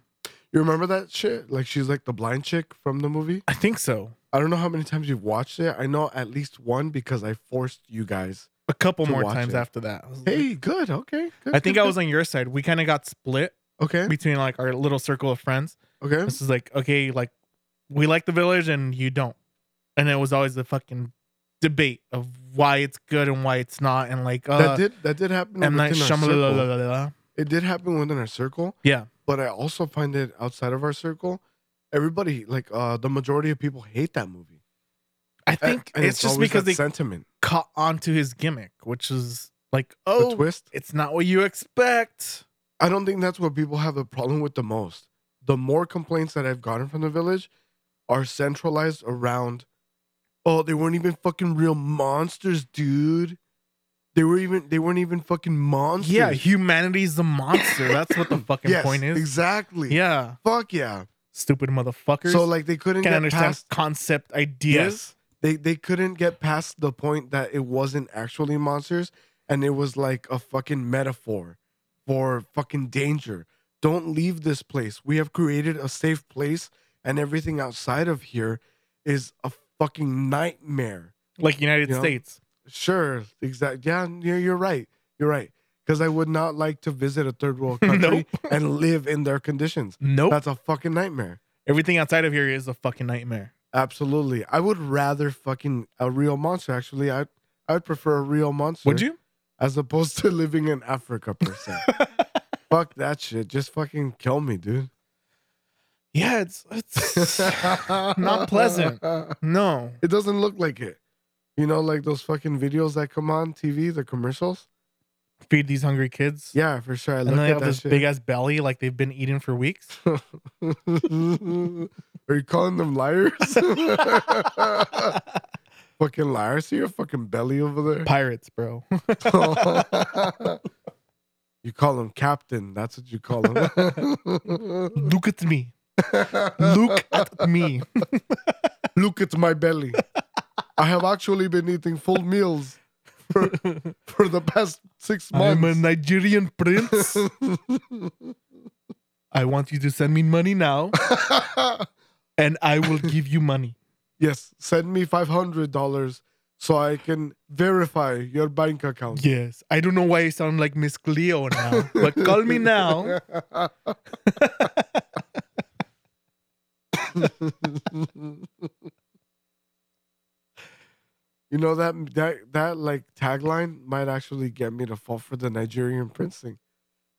Speaker 1: You remember that shit? Like she's like the blind chick from the movie?
Speaker 2: I think so.
Speaker 1: I don't know how many times you've watched it. I know at least one because I forced you guys.
Speaker 2: A couple
Speaker 1: To
Speaker 2: more
Speaker 1: watch
Speaker 2: times
Speaker 1: it.
Speaker 2: after that. I was like-
Speaker 1: Hey, good. Okay. Good,
Speaker 2: I think
Speaker 1: good,
Speaker 2: I was on your side. We kind of got split
Speaker 1: good. Okay.
Speaker 2: between like our little circle of friends.
Speaker 1: Okay.
Speaker 2: This is like, okay, like we like the village and you don't. And it was always the fucking debate of why it's good and why it's not. And like, uh,
Speaker 1: that did that did happen
Speaker 2: M. Night
Speaker 1: within our circle.
Speaker 2: Shyamalan.
Speaker 1: it did happen within our circle.
Speaker 2: Yeah.
Speaker 1: But I also find it outside of our circle. Everybody, like uh the majority of people hate that movie.
Speaker 2: I
Speaker 1: A-
Speaker 2: think
Speaker 1: and
Speaker 2: it's, just
Speaker 1: always
Speaker 2: because
Speaker 1: that
Speaker 2: they
Speaker 1: sentiment,
Speaker 2: caught onto his gimmick, which is like,
Speaker 1: the
Speaker 2: oh,
Speaker 1: twist.
Speaker 2: it's not what you expect.
Speaker 1: I don't think that's what people have a problem with the most. The more complaints that I've gotten from the village are centralized around, oh, they weren't even fucking real monsters, dude. They were even they weren't even fucking monsters.
Speaker 2: Yeah, humanity's the monster. That's what the fucking
Speaker 1: Yes,
Speaker 2: point is.
Speaker 1: exactly.
Speaker 2: Yeah,
Speaker 1: fuck yeah.
Speaker 2: stupid motherfuckers.
Speaker 1: So like they couldn't
Speaker 2: can
Speaker 1: get
Speaker 2: understand
Speaker 1: past
Speaker 2: concept ideas.
Speaker 1: they they couldn't get past the point that it wasn't actually monsters and it was like a fucking metaphor for fucking danger Don't leave this place. We have created a safe place, and everything outside of here is a fucking nightmare.
Speaker 2: like United
Speaker 1: You know?
Speaker 2: States.
Speaker 1: Sure, exact. Yeah, you're, you're right. You're right. Because I would not like to visit a third world country and live in their conditions.
Speaker 2: Nope.
Speaker 1: That's a fucking nightmare.
Speaker 2: Everything outside of here is a fucking nightmare.
Speaker 1: Absolutely. I would rather fucking a real monster. Actually, I I would prefer a real monster.
Speaker 2: Would you?
Speaker 1: As opposed to living in Africa per se. Fuck that shit. Just fucking kill me, dude.
Speaker 2: Yeah, it's it's Not pleasant. no.
Speaker 1: It doesn't look like it. You know, like those fucking videos that come on TV, the commercials.
Speaker 2: Feed these hungry kids.
Speaker 1: Yeah, for sure. I
Speaker 2: And
Speaker 1: look
Speaker 2: then they
Speaker 1: at
Speaker 2: have
Speaker 1: that
Speaker 2: this
Speaker 1: shit.
Speaker 2: big ass belly like they've been eating for weeks.
Speaker 1: Are you calling them liars? fucking liars. See your fucking belly over there.
Speaker 2: Pirates, bro.
Speaker 1: you call him captain. That's what you call him.
Speaker 2: Look at me. Look at me.
Speaker 1: Look at my belly. I have actually been eating full meals for, for the past six
Speaker 2: I'm a
Speaker 1: months.
Speaker 2: Nigerian prince. I want you to send me money now, and I will give you money.
Speaker 1: yes, send me five hundred dollars so I can verify your bank account.
Speaker 2: Yes. I don't know why I sound like Miss Cleo now, but call me now.
Speaker 1: you know that that that like tagline might actually get me to fall for the Nigerian prince thing.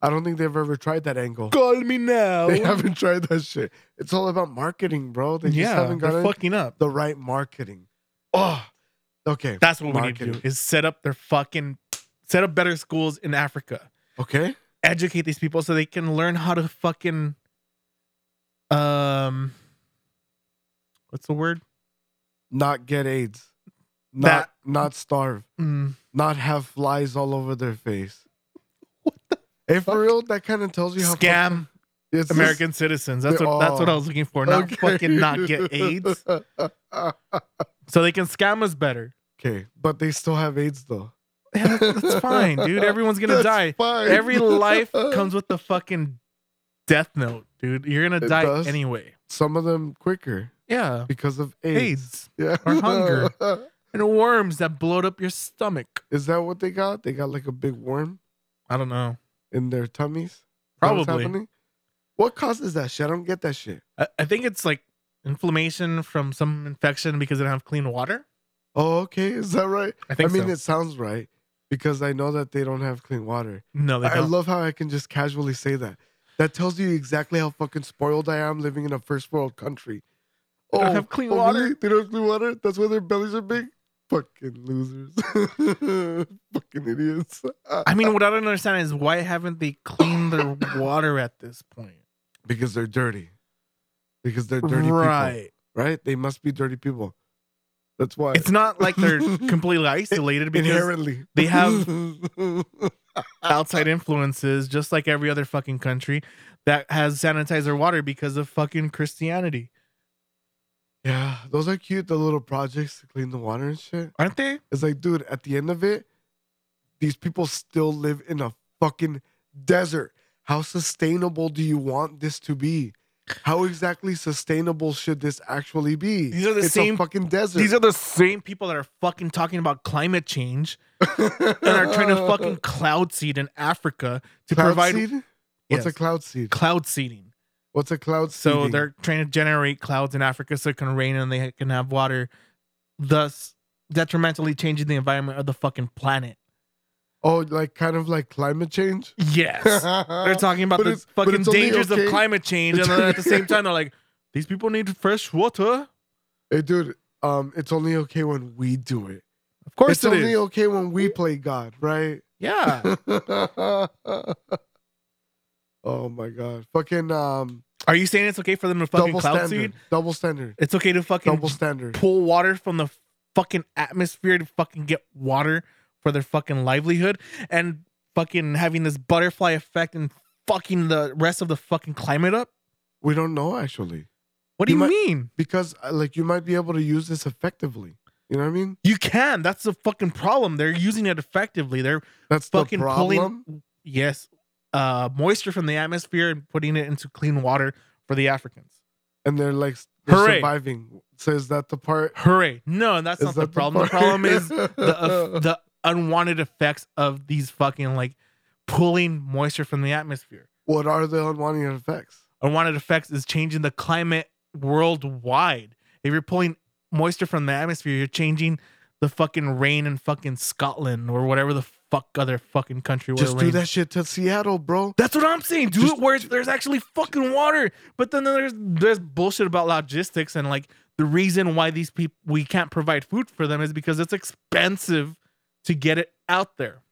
Speaker 1: I don't think they've ever tried that angle.
Speaker 2: Call me now.
Speaker 1: They haven't tried that shit. It's all about marketing, bro. They just
Speaker 2: yeah,
Speaker 1: haven't
Speaker 2: they're
Speaker 1: gotten
Speaker 2: fucking up.
Speaker 1: the right marketing. Oh, okay,
Speaker 2: That's what we need to
Speaker 1: Marketing.
Speaker 2: do is set up their fucking set up better schools in Africa.
Speaker 1: okay.
Speaker 2: Educate these people so they can learn how to fucking um what's the word?
Speaker 1: Not get AIDS. Not
Speaker 2: That-
Speaker 1: not starve.
Speaker 2: Mm,
Speaker 1: Not have flies all over their face. What the hey, for real, that kind of tells you how fucked
Speaker 2: scam
Speaker 1: It's just-
Speaker 2: American citizens. That's
Speaker 1: They
Speaker 2: what that's what I
Speaker 1: are.
Speaker 2: was looking for. Not
Speaker 1: Okay.
Speaker 2: fucking not get AIDS. So they can scam us better.
Speaker 1: okay, but they still have AIDS though.
Speaker 2: Yeah, that's, that's fine, dude. Everyone's gonna
Speaker 1: That's
Speaker 2: die.
Speaker 1: fine.
Speaker 2: Every life comes with the fucking death note, dude. You're gonna
Speaker 1: It
Speaker 2: die
Speaker 1: does.
Speaker 2: anyway.
Speaker 1: Some of them quicker
Speaker 2: Yeah.
Speaker 1: because of AIDS.
Speaker 2: AIDS.
Speaker 1: Yeah.
Speaker 2: Or hunger. and worms that bloat up your stomach.
Speaker 1: Is that what they got? They got like a big worm
Speaker 2: I don't know.
Speaker 1: in their tummies. Is that what's
Speaker 2: Probably.
Speaker 1: happening? What causes that shit? I don't get that shit.
Speaker 2: I, I think it's like inflammation from some infection because they don't have clean water.
Speaker 1: Oh, okay. Is that right?
Speaker 2: I think
Speaker 1: mean,
Speaker 2: so.
Speaker 1: it sounds right because I know that they don't have clean water.
Speaker 2: no, they
Speaker 1: I
Speaker 2: don't.
Speaker 1: love how I can just casually say that. That tells you exactly how fucking spoiled I am living in a first world country. Oh,
Speaker 2: They don't have clean
Speaker 1: really?
Speaker 2: water.
Speaker 1: They don't have clean water? That's why their bellies are big? Fucking losers. fucking idiots.
Speaker 2: I mean, what I don't understand is why haven't they cleaned their water at this point?
Speaker 1: Because they're dirty. Because they're dirty
Speaker 2: right.
Speaker 1: people. Right? They must be dirty people. That's why.
Speaker 2: It's not like they're completely isolated because
Speaker 1: inherently.
Speaker 2: they have-
Speaker 1: oh,
Speaker 2: outside influences, just like every other fucking country that has sanitizer water because of fucking Christianity.
Speaker 1: yeah. Those are cute, the little projects to clean the water and shit.
Speaker 2: Aren't they?
Speaker 1: It's like, dude, at the end of it, these people still live in a fucking desert. How sustainable do you want this to be? How exactly sustainable should this actually be?
Speaker 2: These are the
Speaker 1: it's
Speaker 2: same-
Speaker 1: a fucking desert.
Speaker 2: These are the same people that are fucking talking about climate change and are trying to fucking cloud seed in Africa to
Speaker 1: cloud
Speaker 2: provide
Speaker 1: seed? What's a
Speaker 2: Yes.
Speaker 1: cloud seed?
Speaker 2: cloud seeding.
Speaker 1: What's a cloud seed?
Speaker 2: So they're trying to generate clouds in Africa so it can rain and they can have water, thus detrimentally changing the environment of the fucking planet.
Speaker 1: oh, like kind of like climate change.
Speaker 2: Yes. they're talking about
Speaker 1: But
Speaker 2: the
Speaker 1: it's- but
Speaker 2: fucking
Speaker 1: it's only
Speaker 2: dangers
Speaker 1: okay-
Speaker 2: of climate change, and then at the same time they're like, these people need fresh water.
Speaker 1: hey, dude. Um, it's only okay when we do it.
Speaker 2: Of course
Speaker 1: It's
Speaker 2: it
Speaker 1: only
Speaker 2: is.
Speaker 1: okay when we play God, right?
Speaker 2: yeah.
Speaker 1: oh my god. Fucking um
Speaker 2: Are you saying it's okay for them to fucking
Speaker 1: double
Speaker 2: cloud
Speaker 1: standard.
Speaker 2: seed?
Speaker 1: Double standard.
Speaker 2: It's okay to fucking
Speaker 1: Double standard.
Speaker 2: pull water from the fucking atmosphere to fucking get water for their fucking livelihood and fucking having this butterfly effect and fucking the rest of the fucking climate up?
Speaker 1: We don't know actually.
Speaker 2: What do
Speaker 1: You
Speaker 2: you,
Speaker 1: might-
Speaker 2: mean?
Speaker 1: Because uh, like you might be able to use this effectively. You know what I mean?
Speaker 2: You can. That's the fucking problem. They're using it effectively. They're
Speaker 1: That's
Speaker 2: fucking
Speaker 1: the problem.
Speaker 2: pulling yes, uh, moisture from the atmosphere and putting it into clean water for the Africans.
Speaker 1: and they're like they're
Speaker 2: Hooray.
Speaker 1: surviving. So is that the part?
Speaker 2: Hooray! No, that's
Speaker 1: Is
Speaker 2: not the
Speaker 1: that
Speaker 2: problem. The
Speaker 1: part?
Speaker 2: problem is the eff- the unwanted effects of these fucking like pulling moisture from the atmosphere.
Speaker 1: what are the unwanted effects?
Speaker 2: Unwanted effects is changing the climate worldwide. If you're pulling moisture from the atmosphere, you're changing the fucking rain in fucking Scotland or whatever the fuck other fucking country where
Speaker 1: Just
Speaker 2: it
Speaker 1: do
Speaker 2: rains.
Speaker 1: that shit to Seattle, bro.
Speaker 2: That's what I'm saying. Do
Speaker 1: Just-
Speaker 2: it where it's- there's actually fucking water. But then there's there's bullshit about logistics and like the reason why these people we can't provide food for them is because it's expensive to get it out there.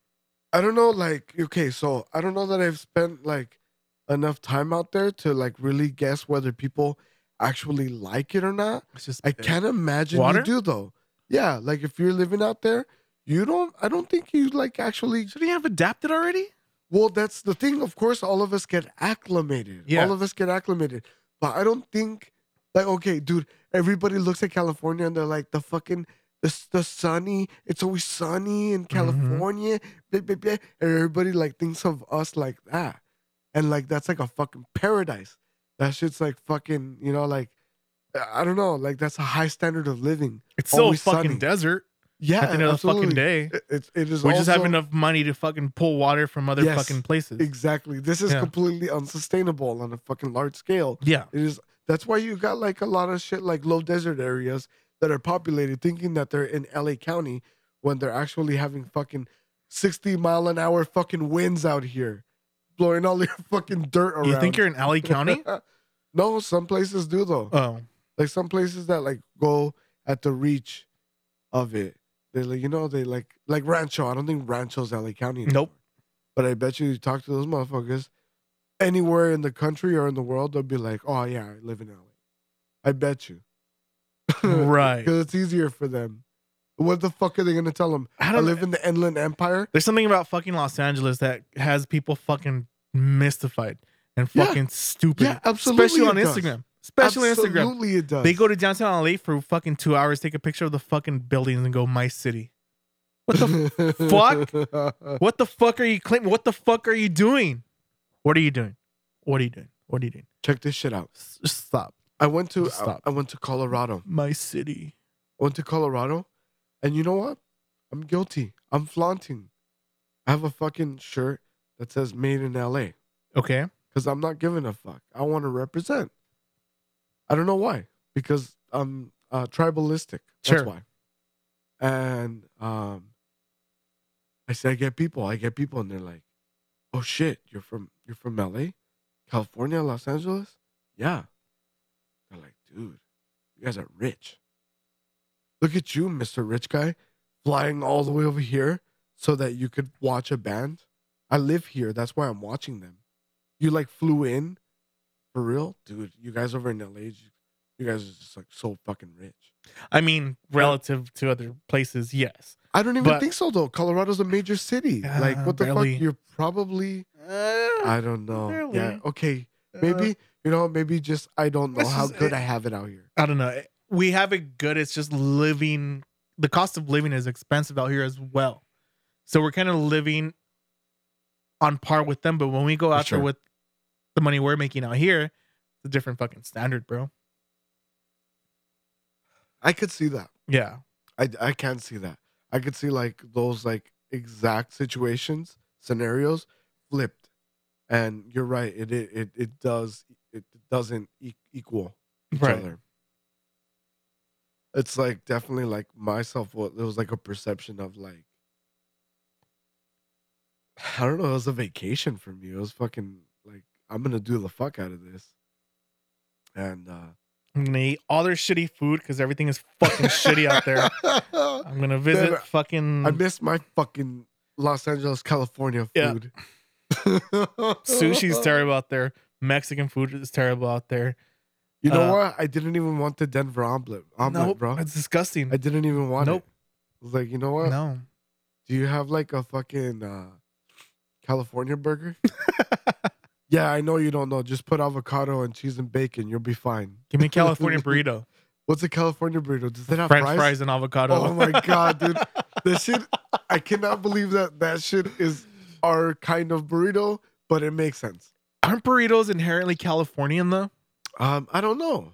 Speaker 1: I don't know, like okay, so I don't know that I've spent like enough time out there to like really guess whether people actually like it or not.
Speaker 2: It's just
Speaker 1: I can't imagine
Speaker 2: Water?
Speaker 1: you do though. Yeah, like if you're living out there, you don't. I don't think you like actually.
Speaker 2: Should he have adapted already?
Speaker 1: Well, that's the thing. Of course, all of us get acclimated.
Speaker 2: Yeah.
Speaker 1: All of us get acclimated. But I don't think like okay, dude. Everybody looks at California and they're like the fucking the the sunny. It's always sunny
Speaker 2: Mm-hmm.
Speaker 1: in California. Blah, blah, blah. And everybody like thinks of us like that, and like that's like a fucking paradise. That shit's like fucking you know like I I don't know like that's a high standard of living.
Speaker 2: It's
Speaker 1: still a Always fucking sunny.
Speaker 2: desert
Speaker 1: Yeah,
Speaker 2: at the end of the fucking
Speaker 1: absolutely.
Speaker 2: day.
Speaker 1: It- It's it is
Speaker 2: We just have
Speaker 1: also-
Speaker 2: enough money to fucking pull water from other
Speaker 1: Yes,
Speaker 2: fucking places.
Speaker 1: Exactly. This is
Speaker 2: Yeah.
Speaker 1: completely unsustainable on a fucking large scale.
Speaker 2: yeah.
Speaker 1: It is that's why you got like a lot of shit like low desert areas that are populated thinking that they're in LA County when they're actually having fucking 60 mile an hour fucking winds out here blowing all your fucking dirt around.
Speaker 2: You think you're in LA County?
Speaker 1: no, some places do though.
Speaker 2: oh.
Speaker 1: like some places that like go at the reach of it. They like you know they like like Rancho. I don't think Rancho's LA County. anymore.
Speaker 2: Nope.
Speaker 1: But I bet you, you talk to those motherfuckers anywhere in the country or in the world, they'll be like, "Oh yeah, I live in LA." I bet you,
Speaker 2: Right.
Speaker 1: because it's easier for them. What the fuck are they gonna tell them?
Speaker 2: I
Speaker 1: I,
Speaker 2: don't
Speaker 1: live in the Inland Empire.
Speaker 2: There's something about fucking Los Angeles that has people fucking mystified and
Speaker 1: Yeah.
Speaker 2: fucking stupid.
Speaker 1: Yeah, absolutely.
Speaker 2: Especially on
Speaker 1: it does.
Speaker 2: Instagram. Especially on Instagram.
Speaker 1: absolutely it does.
Speaker 2: They go to downtown LA for fucking two hours, take a picture of the fucking buildings and go, my city. What the
Speaker 1: the fuck?
Speaker 2: what the fuck are you claiming? What the fuck are you doing? What are you doing? What are you doing? What are you doing?
Speaker 1: Check this shit out.
Speaker 2: S- Stop.
Speaker 1: I went to
Speaker 2: Just stop.
Speaker 1: I went to Colorado.
Speaker 2: My city.
Speaker 1: I went to Colorado, and you know what? I'm guilty. I'm flaunting. I have a fucking shirt that says "Made in L.A."
Speaker 2: Okay.
Speaker 1: because I'm not giving a fuck. I want to represent. I don't know why, because I'm uh, tribalistic. That's
Speaker 2: Sure.
Speaker 1: why. And um, I say I get people. I get people, and they're like, "Oh shit, you're from you're from L.A., California, Los Angeles? Yeah." They're like, "Dude, you guys are rich. Look at you, Mister Rich Guy, flying all the way over here so that you could watch a band. I live here. That's why I'm watching them." you like flew in for real dude you guys over in la you- you guys are just like so fucking rich
Speaker 2: I mean, relative to other places, yes.
Speaker 1: i don't even
Speaker 2: But-
Speaker 1: think so though colorado's a major city like
Speaker 2: Uh,
Speaker 1: what the
Speaker 2: barely.
Speaker 1: fuck you're probably
Speaker 2: Uh,
Speaker 1: i don't know yeah
Speaker 2: barely.
Speaker 1: okay maybe you know maybe just i don't know
Speaker 2: This
Speaker 1: how
Speaker 2: is-
Speaker 1: good i have it out here
Speaker 2: uh, I don't know. We have it good. It's just living. The cost of living is expensive out here as well. So we're kind of living on par with them. But when we go
Speaker 1: For
Speaker 2: out
Speaker 1: sure.
Speaker 2: there with the money we're making out here, it's a different fucking standard, bro.
Speaker 1: i could see that
Speaker 2: Yeah.
Speaker 1: i, I can see that i could see like those like exact situations scenarios flipped and you're right it it it, it does it doesn't e- equal each other. It's like definitely like myself. What it was like a perception of like, I don't know. It was a vacation for me. It was fucking like I'm gonna do the fuck out of this, and uh
Speaker 2: I'm going to eat all their shitty food because everything is fucking shitty out there. I'm going to visit
Speaker 1: Never-
Speaker 2: fucking
Speaker 1: I miss my fucking Los Angeles, California
Speaker 2: Yeah.
Speaker 1: food.
Speaker 2: sushi's
Speaker 1: Sushi's
Speaker 2: terrible out there. Mexican food is terrible out there.
Speaker 1: You know
Speaker 2: Uh,
Speaker 1: what? I didn't even want the Denver omelet, omelet,
Speaker 2: nope,
Speaker 1: bro.
Speaker 2: It's disgusting.
Speaker 1: I didn't even want
Speaker 2: Nope.
Speaker 1: it. I was like, you know what?
Speaker 2: no.
Speaker 1: Do you have like a fucking uh, California burger? yeah, I know you don't know. Just put avocado and cheese and bacon. You'll be fine.
Speaker 2: Give me a California burrito.
Speaker 1: What's a California burrito? Does that have
Speaker 2: French
Speaker 1: fries?
Speaker 2: fries? and avocado.
Speaker 1: Oh my god, dude! That shit. I cannot believe that that shit is our kind of burrito, but it makes sense.
Speaker 2: Aren't burritos inherently Californian though?
Speaker 1: Um, I don't know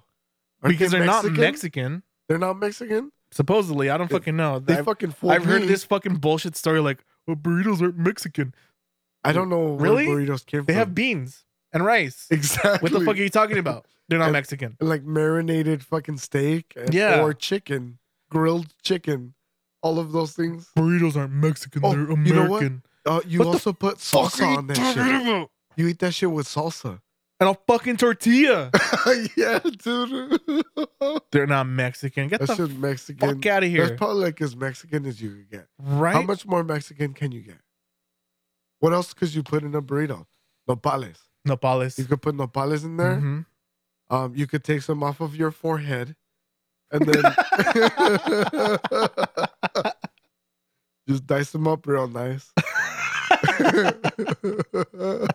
Speaker 1: Aren't
Speaker 2: Because
Speaker 1: they
Speaker 2: they are not Mexican.
Speaker 1: They're not Mexican.
Speaker 2: Supposedly, I don't
Speaker 1: They-
Speaker 2: fucking know.
Speaker 1: They
Speaker 2: I've,
Speaker 1: fucking fooled
Speaker 2: I've heard
Speaker 1: me.
Speaker 2: this fucking bullshit story like oh, burritos aren't Mexican.
Speaker 1: I don't know where
Speaker 2: Really?
Speaker 1: burritos came
Speaker 2: They
Speaker 1: from.
Speaker 2: have beans and rice.
Speaker 1: exactly
Speaker 2: What the fuck are you talking about? They're not
Speaker 1: And-
Speaker 2: Mexican.
Speaker 1: like marinated fucking steak and,
Speaker 2: Yeah.
Speaker 1: or chicken, grilled chicken, all of those things.
Speaker 2: Burritos aren't Mexican.
Speaker 1: Oh,
Speaker 2: they're
Speaker 1: you know what?
Speaker 2: American.
Speaker 1: Uh, you
Speaker 2: What the
Speaker 1: also put
Speaker 2: Fuck
Speaker 1: salsa
Speaker 2: are you
Speaker 1: on that
Speaker 2: talking
Speaker 1: shit.
Speaker 2: about?
Speaker 1: You eat that shit with salsa.
Speaker 2: And a fucking tortilla.
Speaker 1: yeah, dude.
Speaker 2: They're not Mexican. Get
Speaker 1: That's
Speaker 2: the
Speaker 1: just Mexican.
Speaker 2: fuck out of
Speaker 1: That's
Speaker 2: here.
Speaker 1: probably like as Mexican as you could get.
Speaker 2: Right?
Speaker 1: How much more Mexican can you get? What else could you put in a burrito? Nopales.
Speaker 2: Nopales.
Speaker 1: You could put nopales in there.
Speaker 2: Mhm.
Speaker 1: Um, you could take some off of your forehead, and then just dice them up real nice.
Speaker 2: Mm-hmm.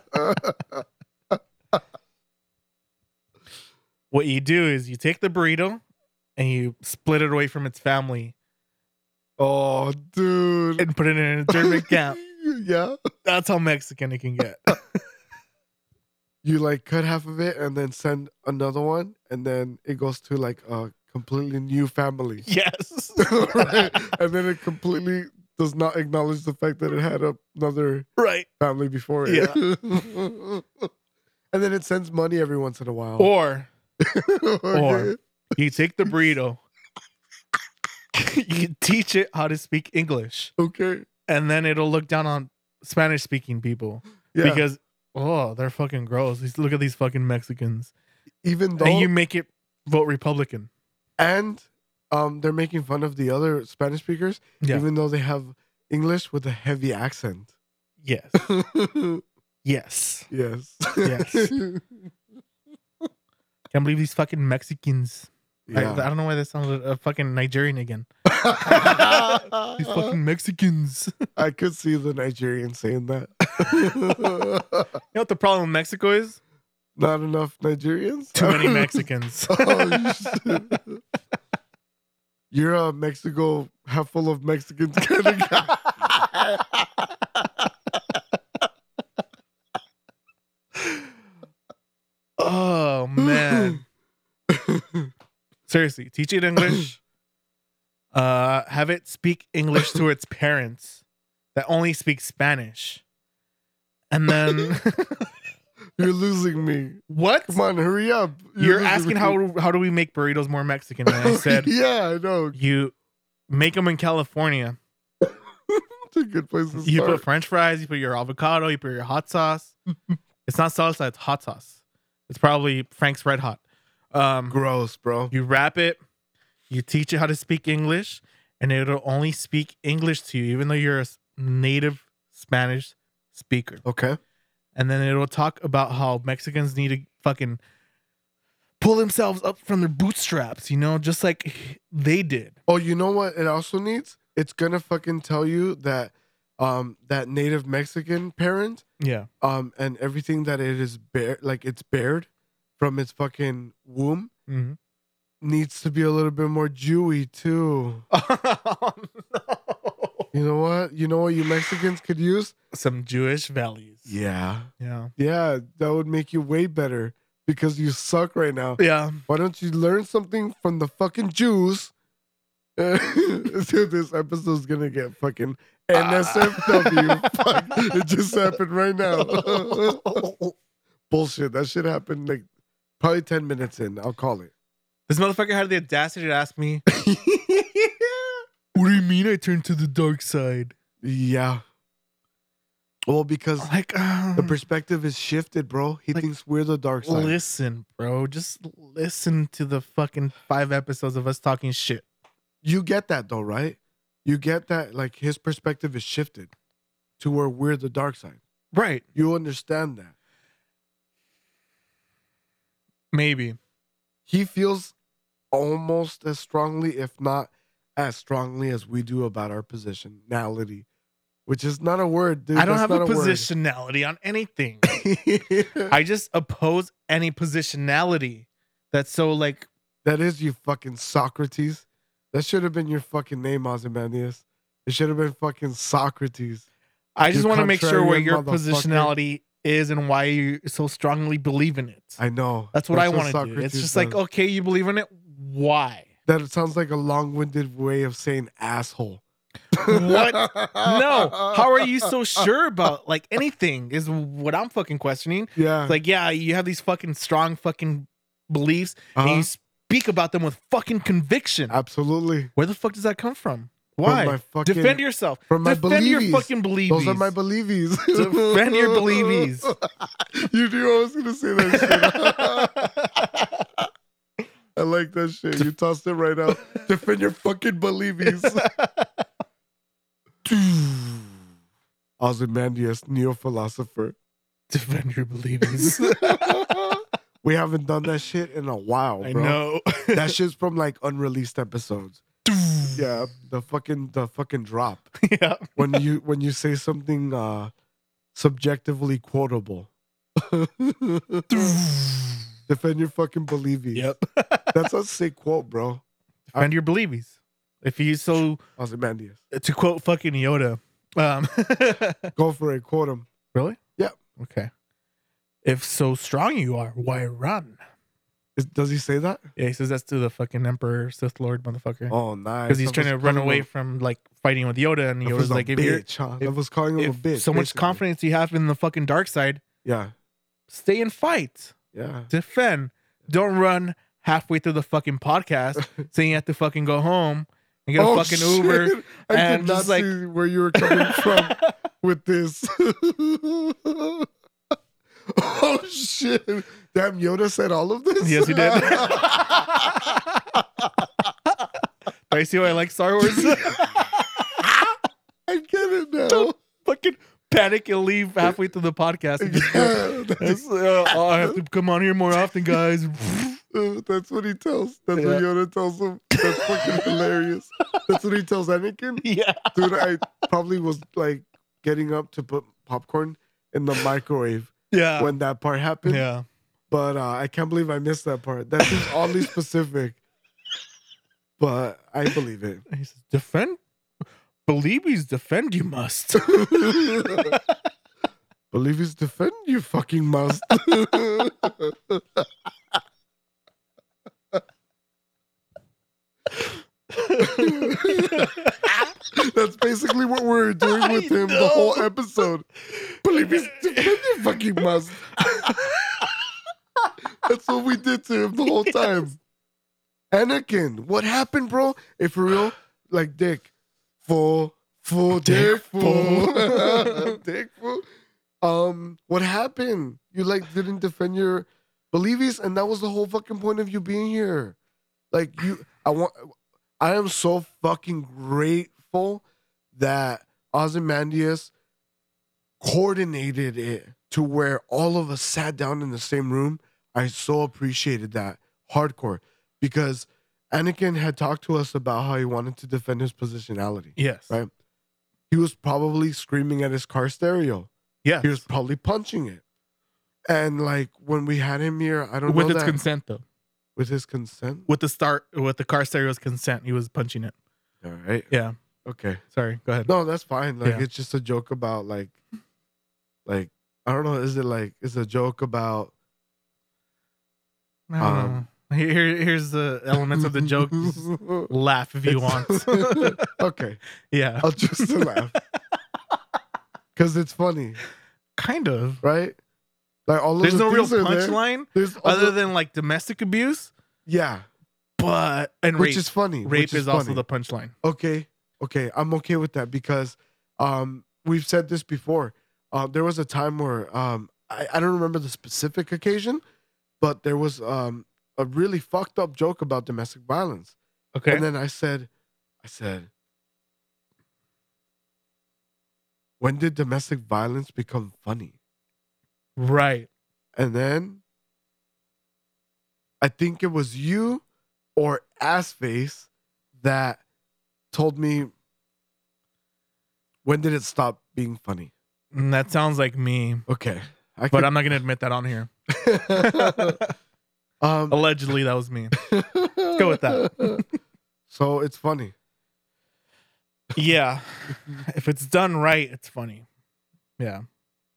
Speaker 2: What you do is you take the burrito and you split it away from its family
Speaker 1: oh, dude!
Speaker 2: and put it in an internment camp.
Speaker 1: yeah,
Speaker 2: That's how Mexican it can get.
Speaker 1: you like cut half of it and then send another one, and then it goes to like a completely new family,
Speaker 2: Yes.
Speaker 1: Right? and then it completely does not acknowledge the fact that it had another
Speaker 2: right.
Speaker 1: family before it. and then it sends money every once in a while.
Speaker 2: Or
Speaker 1: Okay.
Speaker 2: you take the burrito, you teach it how to speak English,
Speaker 1: okay.
Speaker 2: and then it'll look down on Spanish speaking people
Speaker 1: Yeah.
Speaker 2: because, oh, they're fucking gross. These- Look at these fucking Mexicans.
Speaker 1: Even though
Speaker 2: And you
Speaker 1: and,
Speaker 2: make it vote Republican.
Speaker 1: um they're making fun of the other Spanish speakers,
Speaker 2: Yeah.
Speaker 1: even though they have English with a heavy accent.
Speaker 2: yes. Yes.
Speaker 1: yes.
Speaker 2: Yes. Can't believe these fucking Mexicans. I, I
Speaker 1: Yeah.
Speaker 2: don't know why that sounded a fucking Nigerian again. These
Speaker 1: I,
Speaker 2: fucking Mexicans. you
Speaker 1: could see the Nigerian saying that.
Speaker 2: know what the problem with Mexico is?
Speaker 1: Not enough Nigerians?
Speaker 2: Too many Mexicans.
Speaker 1: Oh, shit. You're a Mexico half full of Mexicans kind of guy.
Speaker 2: oh man. Seriously, teach it English. Uh, have it speak English to its parents that only speak Spanish. And then
Speaker 1: You're losing me.
Speaker 2: what?
Speaker 1: Come on, hurry up.
Speaker 2: You're
Speaker 1: losing
Speaker 2: asking
Speaker 1: me.
Speaker 2: how how do we make burritos more Mexican? And I said
Speaker 1: yeah, I know.
Speaker 2: you make them in California.
Speaker 1: It's a good place to
Speaker 2: You put
Speaker 1: start.
Speaker 2: French fries, you put your avocado, you put your hot sauce. it's not salsa, it's hot sauce. It's probably Frank's Red Hot. Um,
Speaker 1: Gross, bro.
Speaker 2: you wrap it, you teach it how to speak English, and it'll only speak English to you, even though you're a s- native Spanish speaker.
Speaker 1: Okay.
Speaker 2: And then it'll talk about how Mexicans need to fucking pull themselves up from their bootstraps, you know, just like they did.
Speaker 1: Oh, you know what? It also needs. It's gonna fucking tell you that, um, that native Mexican parent,
Speaker 2: Yeah.
Speaker 1: um, and everything that it is bare, like it's bared from its fucking womb,
Speaker 2: Mhm.
Speaker 1: needs to be a little bit more Jewy too.
Speaker 2: oh, no.
Speaker 1: You know what? You know what you Mexicans could use?
Speaker 2: Some Jewish values.
Speaker 1: Yeah.
Speaker 2: Yeah.
Speaker 1: Yeah, that would make you way better because you suck right now.
Speaker 2: Yeah.
Speaker 1: Why don't you learn something from the fucking Jews? Dude, this episode's gonna get fucking NSFW. Fuck, it just happened right now. Bullshit. That shit happened like probably 10 minutes in. I'll call it.
Speaker 2: This motherfucker had the audacity to ask me, What do you mean I turned to the dark side?
Speaker 1: yeah. Well, because
Speaker 2: Like, um,
Speaker 1: the perspective is shifted, bro. He
Speaker 2: Like,
Speaker 1: thinks we're the dark side.
Speaker 2: listen, bro. Just listen to the fucking five episodes of us talking shit.
Speaker 1: you get that though, right? You get that like his perspective is shifted to where we're the dark side.
Speaker 2: Right.
Speaker 1: You understand that.
Speaker 2: Maybe.
Speaker 1: He feels almost as strongly, if not as strongly as we do about our positionality, which is not a word, dude.
Speaker 2: I don't
Speaker 1: That's
Speaker 2: have a
Speaker 1: not word.
Speaker 2: positionality on anything. I just oppose any positionality that's so like,
Speaker 1: that is you fucking Socrates. That should have been your fucking name, Ozymandias. It should have been fucking Socrates.
Speaker 2: I just
Speaker 1: You
Speaker 2: want to make sure where
Speaker 1: contrarian
Speaker 2: your
Speaker 1: motherfucker.
Speaker 2: positionality is and why you so strongly believe in it.
Speaker 1: I know.
Speaker 2: That's what I
Speaker 1: what
Speaker 2: want to do. It's
Speaker 1: Socrates
Speaker 2: just like,
Speaker 1: does.
Speaker 2: okay, you believe in it. Why?
Speaker 1: that sounds like a long-winded way of saying asshole.
Speaker 2: What? No. How are you so sure about like anything? Is what I'm fucking questioning.
Speaker 1: Yeah.
Speaker 2: It's like, yeah, you have these fucking strong fucking beliefs, and
Speaker 1: uh-huh.
Speaker 2: you speak about them with fucking conviction.
Speaker 1: Absolutely.
Speaker 2: Where the fuck does that come from?
Speaker 1: From
Speaker 2: Why?
Speaker 1: my fucking-
Speaker 2: Defend yourself.
Speaker 1: from my
Speaker 2: Defend your
Speaker 1: believies.
Speaker 2: fucking beliefs.
Speaker 1: Those are my believies.
Speaker 2: Defend your believies.
Speaker 1: you knew I was gonna say that shit. I like that shit. You tossed it right out. Defend your fucking believies. Ozymandias, neo philosopher.
Speaker 2: Defend your beliefs.
Speaker 1: We haven't done that shit in a while,
Speaker 2: I
Speaker 1: Oh, bro.
Speaker 2: know.
Speaker 1: That shit's from like unreleased episodes. Yeah, the fucking the fucking drop
Speaker 2: yeah.
Speaker 1: when you when you say something uh subjectively quotable. Defend your fucking believies.
Speaker 2: Yep.
Speaker 1: That's a sick quote, bro.
Speaker 2: Defend your believies. If you so
Speaker 1: Ozymandias.
Speaker 2: to quote fucking Yoda. Um
Speaker 1: Go for it. Quote him.
Speaker 2: Really?
Speaker 1: Yep.
Speaker 2: Okay. If so strong you are, why run?
Speaker 1: Is, does he say that?
Speaker 2: Yeah, he says that's to the fucking Emperor Sith Lord motherfucker.
Speaker 1: Oh, nice.
Speaker 2: Because he's
Speaker 1: I
Speaker 2: trying to
Speaker 1: was
Speaker 2: run
Speaker 1: calling
Speaker 2: away
Speaker 1: him
Speaker 2: from like fighting with Yoda and
Speaker 1: a- I
Speaker 2: Yoda's
Speaker 1: was a
Speaker 2: like if you're
Speaker 1: bitch, huh? I
Speaker 2: if-
Speaker 1: was calling him a
Speaker 2: if
Speaker 1: bitch.
Speaker 2: so much
Speaker 1: basically.
Speaker 2: confidence you have in the fucking dark side,
Speaker 1: Yeah.
Speaker 2: stay and fight.
Speaker 1: Yeah.
Speaker 2: Defend. Don't run halfway through the fucking podcast saying you have to fucking go home and get a fucking
Speaker 1: Oh, shit.
Speaker 2: Uber.
Speaker 1: I
Speaker 2: and
Speaker 1: did not
Speaker 2: just, like-
Speaker 1: see where you were coming from with this. oh shit! Damn, Yoda said all of this.
Speaker 2: Yes, he did. I see why I like Star Wars.
Speaker 1: I get it now.
Speaker 2: Fucking panic and leave halfway through the podcast. And just go,
Speaker 1: Yeah, that's,
Speaker 2: "That's, uh, oh, I have to come on here more often, guys.
Speaker 1: uh, that's what he tells. That's what
Speaker 2: Yeah.
Speaker 1: Yoda tells him. That's fucking hilarious. That's what he tells Anakin.
Speaker 2: yeah.
Speaker 1: dude i probably was like getting up to put popcorn in the microwave
Speaker 2: Yeah.
Speaker 1: when that part happened
Speaker 2: yeah.
Speaker 1: but uh, i can't believe i missed that part that seems oddly specific but i believe it
Speaker 2: He says, defend. Believe he's defend you must.
Speaker 1: believe he's defend you fucking must that's basically what we're doing with
Speaker 2: I
Speaker 1: him the
Speaker 2: know.
Speaker 1: whole episode believe he's defend you fucking must That's what we did to him the whole time. Anakin, what happened, bro? If for real, like Dick, fool, fool, Dick,
Speaker 2: Dick,
Speaker 1: fool,
Speaker 2: fool.
Speaker 1: Dick, fool. Um, what happened? You like didn't defend your believies, and that was the whole fucking point of you being here. Like you, I want. I am so fucking grateful that Ozymandias coordinated it to where all of us sat down in the same room I so appreciated that hardcore because Anakin had talked to us about how he wanted to defend his positionality.
Speaker 2: yes.
Speaker 1: Right. He was probably screaming at his car stereo.
Speaker 2: Yes.
Speaker 1: He was probably punching it. And like when we had him here, I don't
Speaker 2: with
Speaker 1: know
Speaker 2: its
Speaker 1: that,
Speaker 2: consent though.
Speaker 1: with his consent.
Speaker 2: With the start with the car stereo's consent, he was punching it.
Speaker 1: All right.
Speaker 2: Yeah.
Speaker 1: Okay.
Speaker 2: Sorry. Go ahead.
Speaker 1: No, that's fine. Like
Speaker 2: Yeah.
Speaker 1: it's just a joke about like, like I don't know. Is it like it's a joke about
Speaker 2: I don't
Speaker 1: Um,
Speaker 2: know. Here, here- here's the elements of the joke. Just laugh if you want.
Speaker 1: okay.
Speaker 2: yeah,
Speaker 1: I'll just to laugh. Because it's funny,
Speaker 2: kind of.
Speaker 1: right? Like all of
Speaker 2: There's
Speaker 1: the
Speaker 2: no real
Speaker 1: things are there.
Speaker 2: punchline
Speaker 1: There's all
Speaker 2: other
Speaker 1: the-
Speaker 2: than like domestic abuse,
Speaker 1: yeah,
Speaker 2: but and
Speaker 1: which
Speaker 2: rape.
Speaker 1: is funny.
Speaker 2: rape
Speaker 1: which
Speaker 2: is, also
Speaker 1: funny.
Speaker 2: the punchline.
Speaker 1: okay, okay. I'm okay with that because um, we've said this before. Uh, there was a time where um, I, I don't remember the specific occasion, but there was um, a really fucked up joke about domestic violence.
Speaker 2: Okay.
Speaker 1: And then I said, I said, when did domestic violence become funny?
Speaker 2: right.
Speaker 1: And then I think it was you or Assface that told me when did it stop being funny?
Speaker 2: And Mm, that sounds like me,
Speaker 1: Okay. I
Speaker 2: but I'm not gonna admit that on here.
Speaker 1: could- um,
Speaker 2: Allegedly, that was me.
Speaker 1: go
Speaker 2: go with that.
Speaker 1: so it's funny.
Speaker 2: Yeah. if it's done right, it's funny. Yeah.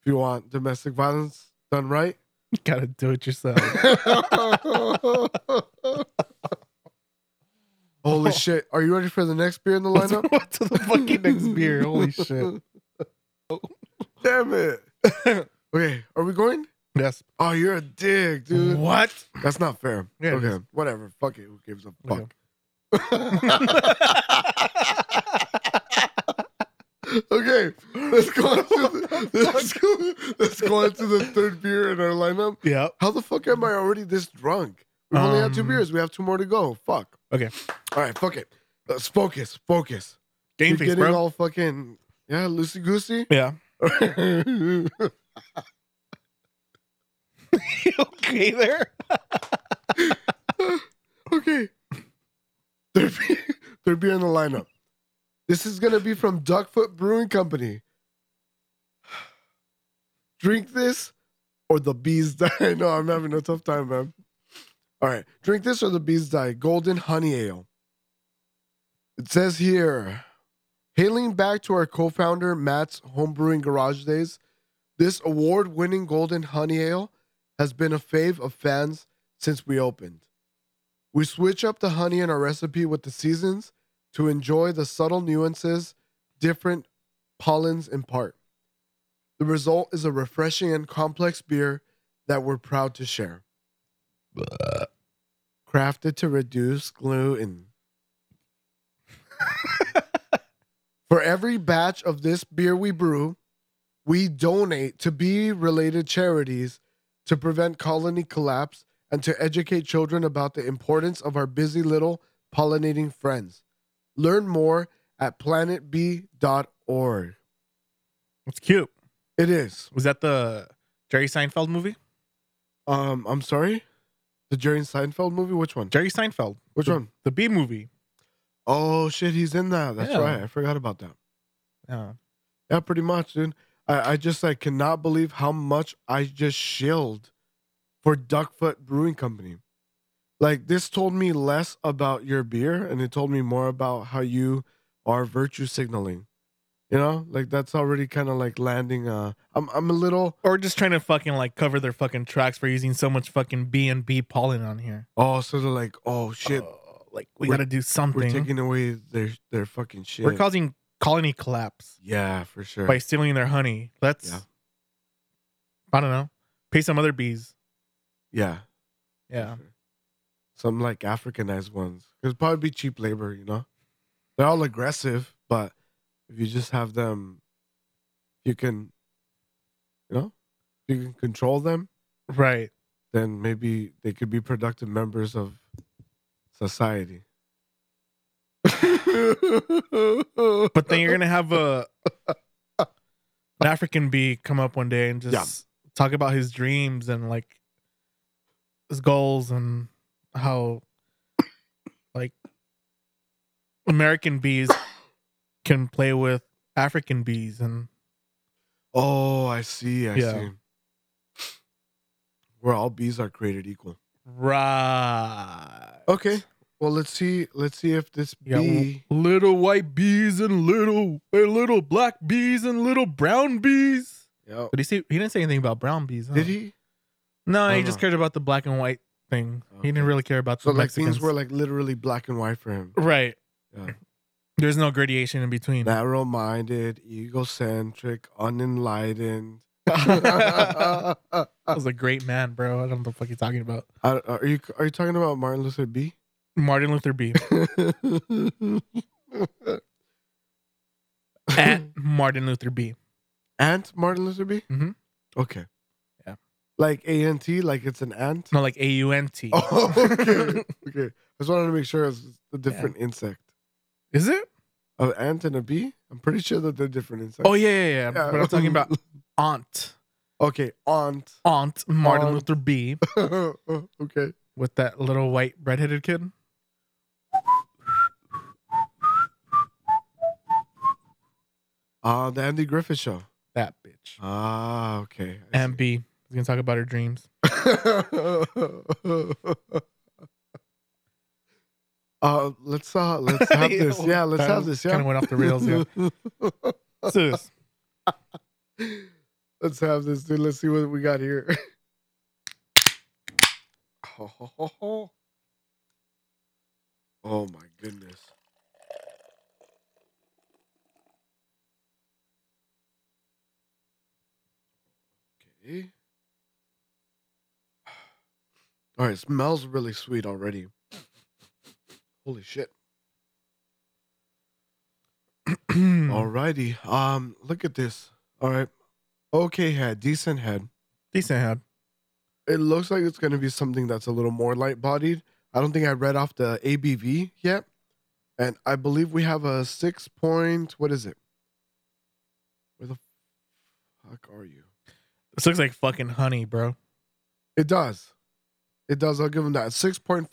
Speaker 1: If you want domestic violence done right,
Speaker 2: You gotta do it yourself.
Speaker 1: holy shit. Are you ready for the next beer in the
Speaker 2: What's,
Speaker 1: lineup?
Speaker 2: what's the fucking next beer? Holy shit.
Speaker 1: Damn it. Okay, are we going?
Speaker 2: Yes.
Speaker 1: Oh, you're a dick, dude.
Speaker 2: What?
Speaker 1: That's not fair.
Speaker 2: Yeah, it
Speaker 1: okay,
Speaker 2: is.
Speaker 1: whatever. Fuck it. Who gives a fuck?
Speaker 2: Okay.
Speaker 1: Okay, let's go on to the, let's go, let's go on to the third beer in our lineup.
Speaker 2: yep.
Speaker 1: How the fuck am I already this drunk? We have only had two
Speaker 2: Um,
Speaker 1: beers. We have two more to go. Fuck.
Speaker 2: Okay.
Speaker 1: All right. Fuck it. Let's focus. Focus.
Speaker 2: Game
Speaker 1: You're
Speaker 2: face,
Speaker 1: getting
Speaker 2: bro.
Speaker 1: all fucking yeah, loosey goosey.
Speaker 2: yeah.
Speaker 1: You're
Speaker 2: You okay there?
Speaker 1: Okay. Third beer, third beer in the lineup. This is gonna be from Duckfoot Brewing Company. Drink this or the bees die. No, I'm having a tough time, man. All right. Drink this or the bees die. Golden honey ale. It says here, hailing back to our co-founder Matt's homebrewing garage days, this award-winning golden honey ale has been a fave of fans since we opened. We switch up the honey in our recipe with the seasons to enjoy the subtle nuances different pollens impart. The result is a refreshing and complex beer that we're proud to share. Crafted to reduce gluten. For every batch of this beer we brew, we donate to bee related charities to prevent colony collapse and to educate children about the importance of our busy little pollinating friends. Learn more at planetb.org.
Speaker 2: That's cute.
Speaker 1: It is.
Speaker 2: Was that the Jerry Seinfeld movie?
Speaker 1: Um, I'm sorry. The Jerry Seinfeld movie. Which one?
Speaker 2: Jerry Seinfeld,
Speaker 1: Which one?
Speaker 2: the B movie.
Speaker 1: Oh shit, he's in that. That's
Speaker 2: Yeah.
Speaker 1: right. I forgot about that.
Speaker 2: Uh,
Speaker 1: Yeah, pretty much, dude. I, I just I cannot believe how much I just shilled for Duckfoot Brewing Company. Like this told me less about your beer and it told me more about how you are virtue signaling. You know? Like that's already kind of like landing uh I'm I'm a little
Speaker 2: or just trying to fucking like cover their fucking tracks for using so much fucking B and B pollen on here.
Speaker 1: oh so they're like, oh shit,
Speaker 2: Oh, like we
Speaker 1: We're-
Speaker 2: gotta do
Speaker 1: we're
Speaker 2: something. We're,
Speaker 1: taking away their their fucking shit.
Speaker 2: causing colony collapse
Speaker 1: yeah, for sure.
Speaker 2: by stealing their honey. Let's
Speaker 1: Yeah.
Speaker 2: I don't know. Pay some other bees.
Speaker 1: Yeah. for
Speaker 2: Yeah.
Speaker 1: sure. Some like Africanized ones. It'd probably be cheap labor, you know? They're all aggressive, but if you just have them, you can, you know, you can control them,
Speaker 2: Right.
Speaker 1: then maybe they could be productive members of society.
Speaker 2: But then you're gonna have a an African bee come up one day and just talk about his dreams and like his goals and how like American bees can play with African bees and
Speaker 1: Oh, I see. I
Speaker 2: Yeah.
Speaker 1: see. Where all bees are created equal.
Speaker 2: right.
Speaker 1: Okay. Well, let's see. Let's see if this
Speaker 2: Yeah, well-
Speaker 1: bee.
Speaker 2: Little white bees and little and little black bees and little brown bees.
Speaker 1: Yeah.
Speaker 2: But he say he didn't say anything about brown bees. huh?
Speaker 1: Did he?
Speaker 2: No,
Speaker 1: I
Speaker 2: he
Speaker 1: don't
Speaker 2: just
Speaker 1: know.
Speaker 2: cared about the black and white thing. He
Speaker 1: Oh, Okay.
Speaker 2: didn't really care about
Speaker 1: So
Speaker 2: the
Speaker 1: like
Speaker 2: Mexicans.
Speaker 1: things were like literally black and white for him.
Speaker 2: right.
Speaker 1: Yeah.
Speaker 2: There's no gradation in between.
Speaker 1: Narrow minded, egocentric, unenlightened.
Speaker 2: that
Speaker 1: I-
Speaker 2: was a great man, bro. I don't know what the fuck you're talking about.
Speaker 1: are you are you talking about Martin Luther B?
Speaker 2: Martin Luther B. At Martin Luther B.
Speaker 1: Ant Martin Luther B?
Speaker 2: Mhm.
Speaker 1: Okay.
Speaker 2: Yeah.
Speaker 1: Like A N T, like it's an ant.
Speaker 2: No, like A U N T.
Speaker 1: Oh, okay. okay. I just wanted to make sure it's a different insect.
Speaker 2: Is it?
Speaker 1: An ant and a bee? I'm pretty sure that they're different insects.
Speaker 2: Oh yeah, yeah, yeah. But I'm talking about Aunt
Speaker 1: Okay, aunt.
Speaker 2: Aunt Martin
Speaker 1: Aunt.
Speaker 2: Luther B.
Speaker 1: okay.
Speaker 2: with that little white redheaded kid.
Speaker 1: Uh, the Andy Griffith Show.
Speaker 2: That bitch.
Speaker 1: Ah, okay. I
Speaker 2: And B. He's gonna talk about her dreams.
Speaker 1: see. uh, let's uh, let's have this. Yeah, let's have this.
Speaker 2: Kind
Speaker 1: Yeah.
Speaker 2: of went off the rails. Yeah. Sis.
Speaker 1: Let's have this, dude. Let's see what we got here. Oh, my goodness. Okay. All right, smells really sweet already. Holy shit.
Speaker 2: Hmm.
Speaker 1: Alrighty. Um, look at this. All right. Okay head, decent head.
Speaker 2: Decent head.
Speaker 1: It looks like it's gonna be something that's a little more light bodied. I don't think I read off the ABV yet. And I believe we have a six point what is it? Where the fuck are you?
Speaker 2: This looks like fucking honey, bro.
Speaker 1: It does. It does. I'll give them that. 6.5.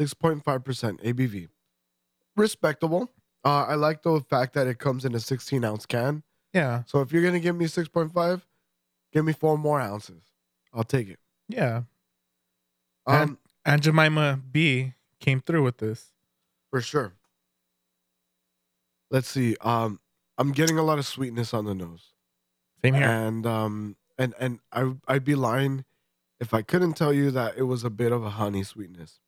Speaker 1: 6.5% ABV. Respectable. Uh, I like the fact that it comes in a 16 ounce can.
Speaker 2: Yeah.
Speaker 1: So if you're going to give me 6.5, give me four more ounces. I'll take it.
Speaker 2: Yeah.
Speaker 1: Um,
Speaker 2: And- And Jemima B came through with this.
Speaker 1: For sure. Let's see. Um, I'm getting a lot of sweetness on the nose.
Speaker 2: Same here.
Speaker 1: And um and and I I'd be lying if I couldn't tell you that it was a bit of a honey sweetness.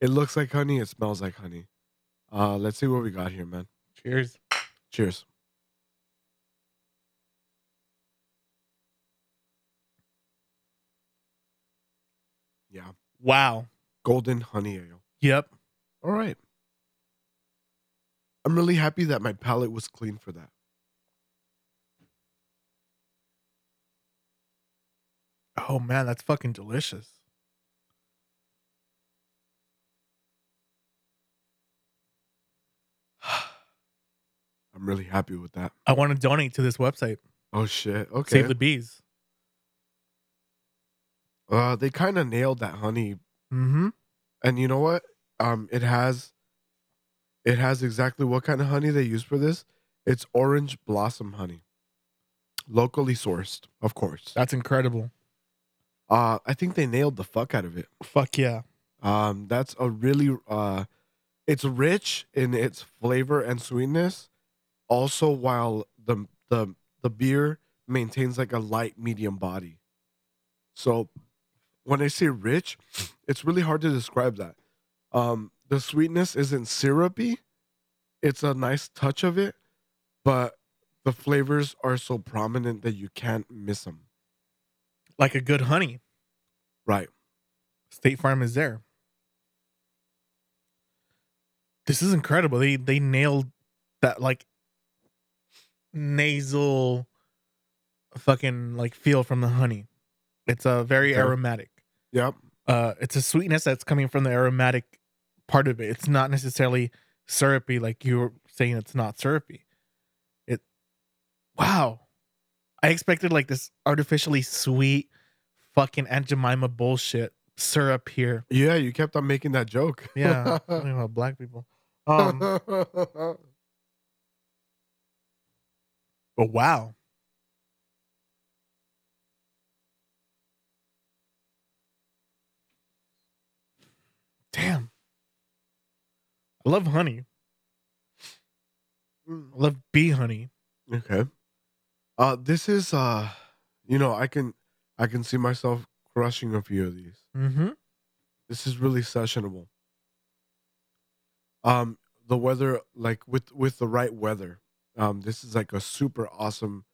Speaker 1: It looks like honey, it smells like honey. Uh let's see what we got here, man.
Speaker 2: Cheers.
Speaker 1: Cheers. Yeah,
Speaker 2: Wow.
Speaker 1: golden honey ale.
Speaker 2: Yep.
Speaker 1: All right. I'm really happy that my palate was clean for that.
Speaker 2: Oh man, that's fucking delicious.
Speaker 1: I'm really happy with that.
Speaker 2: I want to donate to this website.
Speaker 1: Oh shit. Okay.
Speaker 2: Save the bees.
Speaker 1: Uh, they kind of nailed that honey,
Speaker 2: Mm-hmm.
Speaker 1: and you know what? Um, it has, it has exactly what kind of honey they use for this. It's orange blossom honey, locally sourced, of course.
Speaker 2: That's incredible.
Speaker 1: Uh, I think they nailed the fuck out of it.
Speaker 2: Fuck yeah.
Speaker 1: Um, that's a really, uh, it's rich in its flavor and sweetness, also while the the the beer maintains like a light medium body. So when I say rich, it's really hard to describe that. Um, the sweetness isn't syrupy; it's a nice touch of it, but the flavors are so prominent that you can't miss them.
Speaker 2: Like a good honey.
Speaker 1: Right.
Speaker 2: State Farm is there. This is incredible. They they nailed that like nasal fucking like feel from the honey. It's a uh, very
Speaker 1: Okay.
Speaker 2: aromatic.
Speaker 1: Yep.
Speaker 2: uh it's a sweetness that's coming from the aromatic part of it it's not necessarily syrupy like you were saying it's not syrupy it wow i expected like this artificially sweet fucking aunt jemima bullshit syrup here
Speaker 1: Yeah, you kept on making that joke.
Speaker 2: yeah talking about black people um but Oh, wow damn i love honey i love bee honey
Speaker 1: okay. Uh, this is uh, you know, I can, I can see myself crushing a few of these.
Speaker 2: mm-hmm
Speaker 1: This is really sessionable. Um, the weather, like with with the right weather, um, this is like a super awesome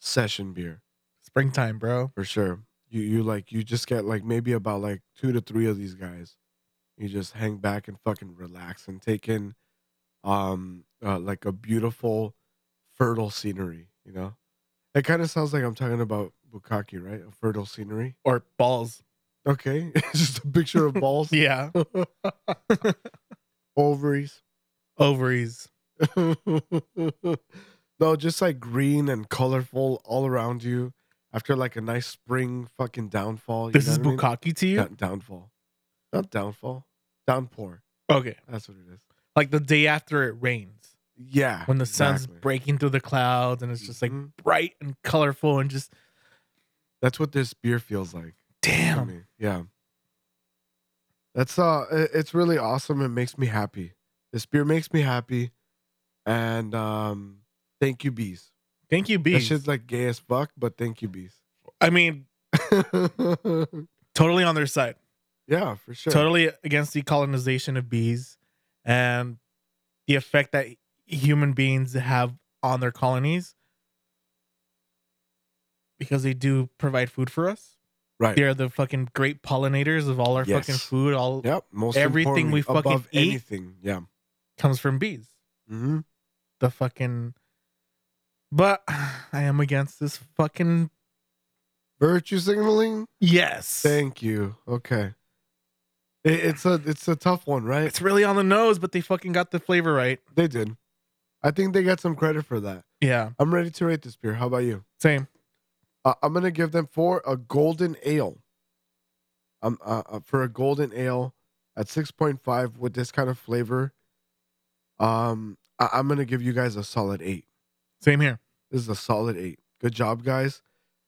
Speaker 1: session beer
Speaker 2: springtime, bro.
Speaker 1: for sure. You you like you just get like maybe about like two to three of these guys. You just hang back and fucking relax and take in, um, uh, like a beautiful, fertile scenery. You know, it kind of sounds like I'm talking about bukkake, right? A fertile scenery.
Speaker 2: Or balls.
Speaker 1: Okay, just a picture of balls,
Speaker 2: Yeah.
Speaker 1: ovaries.
Speaker 2: Ovaries.
Speaker 1: no, just like green and colorful all around you after like a nice spring fucking downfall. you
Speaker 2: This
Speaker 1: know
Speaker 2: is
Speaker 1: what I mean?
Speaker 2: bukkake to you?
Speaker 1: Down- downfall. Not downfall. Downpour.
Speaker 2: Okay.
Speaker 1: That's what it is.
Speaker 2: Like the day after it rains,
Speaker 1: Yeah.
Speaker 2: when the sun's
Speaker 1: exactly.
Speaker 2: breaking through the clouds and it's just like
Speaker 1: Mhm.
Speaker 2: bright and colorful and just
Speaker 1: That's what this beer feels like. to
Speaker 2: damn.
Speaker 1: me. Yeah. That's uh i- it's really awesome. It makes me happy. This beer makes me happy. And um thank you, bees.
Speaker 2: Thank you,
Speaker 1: That
Speaker 2: bees.
Speaker 1: shit's like gay as fuck, but thank you, bees.
Speaker 2: I mean, totally on their side.
Speaker 1: yeah, for sure.
Speaker 2: Totally against the colonization of bees and the effect that human beings have on their colonies because they do provide food for us.
Speaker 1: Right.
Speaker 2: They're the fucking great pollinators of all our
Speaker 1: Yes.
Speaker 2: fucking food. All
Speaker 1: Yep. Most
Speaker 2: Everything we
Speaker 1: importantly,
Speaker 2: fucking
Speaker 1: above
Speaker 2: eat.
Speaker 1: anything. Yeah.
Speaker 2: comes from bees.
Speaker 1: hmm
Speaker 2: The fucking. But I am against this fucking.
Speaker 1: Virtue signaling.
Speaker 2: Yes.
Speaker 1: Thank you. Okay. It, it's a it's a tough one, right?
Speaker 2: It's really on the nose, but they fucking got the flavor right.
Speaker 1: They did. I think they got some credit for that.
Speaker 2: Yeah.
Speaker 1: I'm ready to rate this beer. How about you?
Speaker 2: Same.
Speaker 1: Uh, I'm gonna give them four a golden ale. Um, uh, uh, for a golden ale at 6.5 with this kind of flavor. Um, I- I'm gonna give you guys a solid eight.
Speaker 2: Same here.
Speaker 1: This is a solid eight. Good job, guys.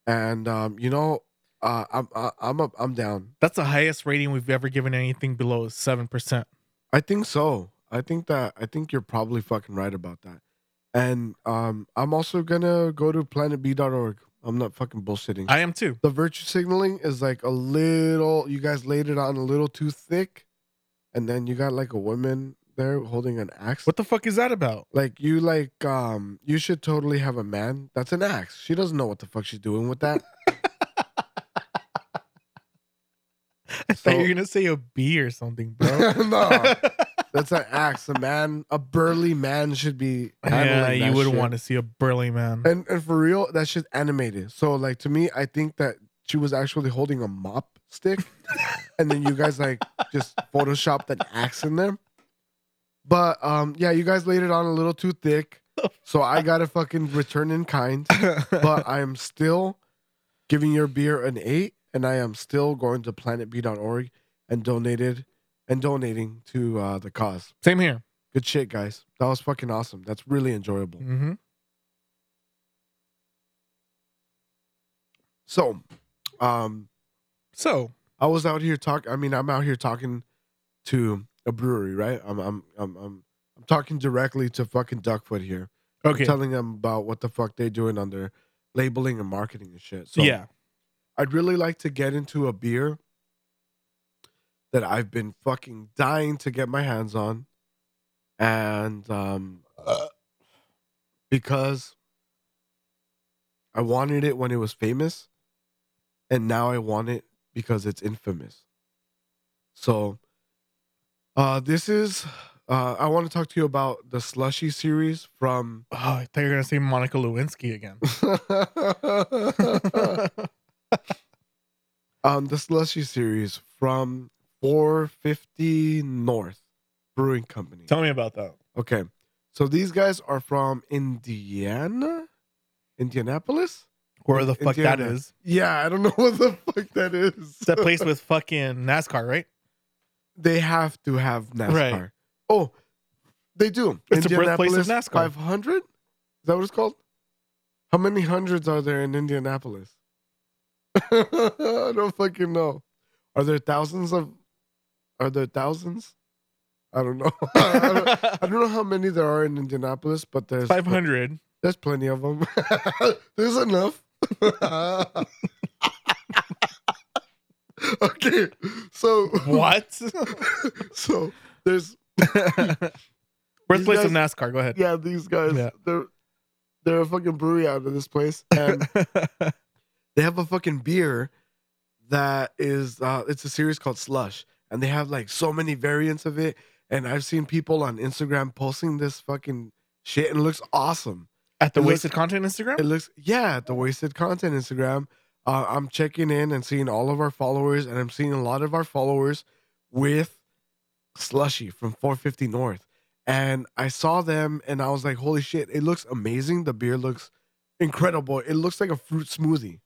Speaker 1: And um, you know, uh, I'm I- I'm up, I'm down.
Speaker 2: That's the highest rating we've ever given anything below is 7%.
Speaker 1: I think so. I think that I think you're probably fucking right about that. And um, I'm also gonna go to planetb.org. I'm not fucking bullshitting.
Speaker 2: I am too.
Speaker 1: the virtue signaling is like a little. You guys laid it on a little too thick, and then you got like a woman there holding an axe.
Speaker 2: What the fuck is that about?
Speaker 1: Like you like um you should totally have a man. That's an axe. She doesn't know what the fuck she's doing with that.
Speaker 2: I thought
Speaker 1: So-
Speaker 2: you were going to say a bee or something, bro.
Speaker 1: no, that's an axe. A man, a burly man, should be.
Speaker 2: yeah,
Speaker 1: handling
Speaker 2: you
Speaker 1: that
Speaker 2: wouldn't
Speaker 1: shit.
Speaker 2: want to see a burly man.
Speaker 1: And and for real, that shit's animated. So like to me, I think that she was actually holding a mop stick, and then you guys like just photoshopped an axe in there. But um, yeah, you guys laid it on a little too thick, so I got a fucking return in kind. But I am still giving your beer an eight, and I am still going to planetb.org and donated and donating to uh, the cause.
Speaker 2: Same here.
Speaker 1: Good shit, guys. That was fucking awesome. That's really enjoyable.
Speaker 2: hmm
Speaker 1: So, um,
Speaker 2: So,
Speaker 1: I was out here talk. I mean, I'm out here talking to a brewery, right? I'm, I'm, I'm, I'm, I'm talking directly to fucking Duckfoot here, I'm
Speaker 2: okay.
Speaker 1: telling them about what the fuck they're doing on their labeling and marketing and shit. So
Speaker 2: yeah.
Speaker 1: I'd really like to get into a beer that I've been fucking dying to get my hands on. And um because I wanted it when it was famous and now I want it because it's infamous. So uh this is uh I want to talk to you about the slushy series from
Speaker 2: Oh, I thought you were going to say Monica Lewinsky again.
Speaker 1: um, the slushy series from 450 North Brewing Company.
Speaker 2: Tell me about that.
Speaker 1: Okay, so these guys are from Indiana, Indianapolis.
Speaker 2: Where the fuck that
Speaker 1: Indiana.
Speaker 2: is.
Speaker 1: Yeah, I don't know what the fuck that is.
Speaker 2: It's that place with fucking NASCAR, right?
Speaker 1: they have to have NASCAR.
Speaker 2: Right.
Speaker 1: Oh, they do.
Speaker 2: It's the birthplace of NASCAR.
Speaker 1: 500? Is that what it's called? How many hundreds are there in Indianapolis? I don't fucking know. Are there thousands of? Are there thousands? I don't know. I, don't, I don't know how many there are in Indianapolis, but there's
Speaker 2: 500.
Speaker 1: There's plenty of them. there's enough. okay, so
Speaker 2: What?
Speaker 1: so there's
Speaker 2: Birthplace of
Speaker 1: guys-
Speaker 2: NASCAR. Go ahead.
Speaker 1: yeah these guys
Speaker 2: Yeah.
Speaker 1: they're they're a fucking brewery out of this place and they have a fucking beer that is uh it's a series called slush and they have like so many variants of it and i've seen people on instagram posting this fucking shit and it looks awesome
Speaker 2: At the
Speaker 1: It looks-
Speaker 2: Wasted Content Instagram?
Speaker 1: it looks yeah the wasted content instagram uh, i'm checking in and seeing all of our followers and i'm seeing a lot of our followers with slushy from 450 north and i saw them and i was like holy shit it looks amazing the beer looks incredible it looks like a fruit smoothie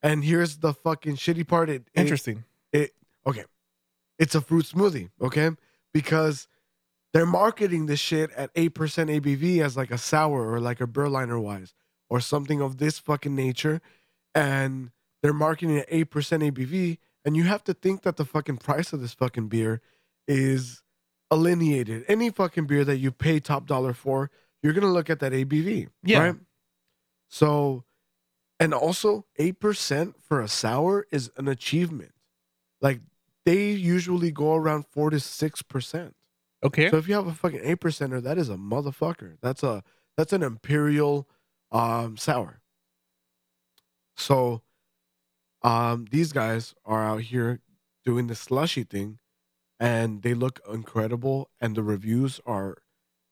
Speaker 1: and here's the fucking shitty part it, it
Speaker 2: Interesting.
Speaker 1: it's a fruit smoothie, okay? Because they're marketing this shit at 8% ABV as like a sour or like a Berliner Wise or something of this fucking nature. And they're marketing it at 8% ABV. And you have to think that the fucking price of this fucking beer is allineated. Any fucking beer that you pay top dollar for, you're going to look at that ABV.
Speaker 2: Yeah.
Speaker 1: Right? So, and also 8% for a sour is an achievement. Like they usually go around 4 to 6%.
Speaker 2: Okay.
Speaker 1: So if you have a fucking 8%er, that is a motherfucker. That's a that's an imperial um sour. So um these guys are out here doing the slushy thing and they look incredible and the reviews are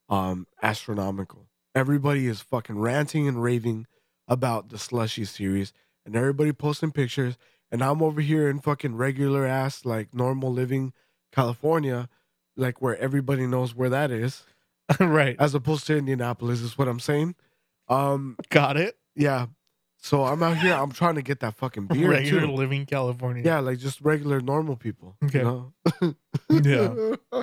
Speaker 1: um astronomical. Everybody is fucking ranting and raving about the slushy series and everybody posting pictures and I'm over here in fucking regular ass like normal living California like where everybody knows where that is
Speaker 2: right.
Speaker 1: as opposed to Indianapolis is what I'm saying. Um,
Speaker 2: Got it.
Speaker 1: yeah. So I'm out here. I'm trying to get that fucking beer
Speaker 2: Regular
Speaker 1: too.
Speaker 2: living California.
Speaker 1: Yeah, like just regular normal people.
Speaker 2: Okay.
Speaker 1: You know?
Speaker 2: Yeah.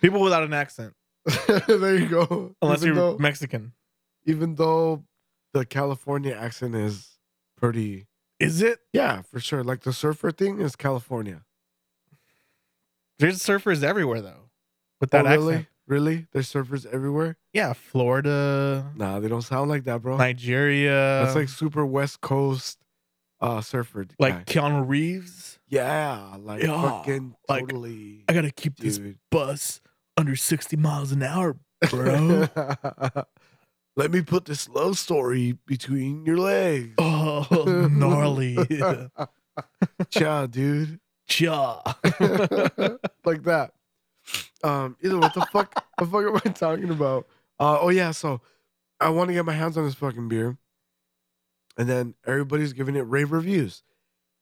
Speaker 2: People without an accent,
Speaker 1: there you go.
Speaker 2: unless
Speaker 1: even
Speaker 2: you're
Speaker 1: though,
Speaker 2: Mexican.
Speaker 1: even though the California accent is pretty.
Speaker 2: Is it?
Speaker 1: Yeah, for sure. Like the surfer thing is California.
Speaker 2: There's surfers everywhere though. With that
Speaker 1: oh, really?
Speaker 2: accent.
Speaker 1: Really? There's surfers everywhere.
Speaker 2: Yeah, Florida,
Speaker 1: Nah, they don't sound like that, bro.
Speaker 2: Nigeria.
Speaker 1: That's like super West Coast uh surfer.
Speaker 2: like
Speaker 1: guy.
Speaker 2: Keanu Reeves.
Speaker 1: Yeah, like
Speaker 2: Yeah,
Speaker 1: fucking
Speaker 2: like,
Speaker 1: totally,
Speaker 2: I gotta keep this
Speaker 1: dude.
Speaker 2: bus under 60 miles an hour, bro.
Speaker 1: Let me put this love story between your legs.
Speaker 2: oh, gnarly.
Speaker 1: Cha, dude.
Speaker 2: Cha.
Speaker 1: like that. Um, either what the fuck the fuck am I talking about? Uh oh yeah, so I want to get my hands on this fucking beer. And then everybody's giving it rave reviews.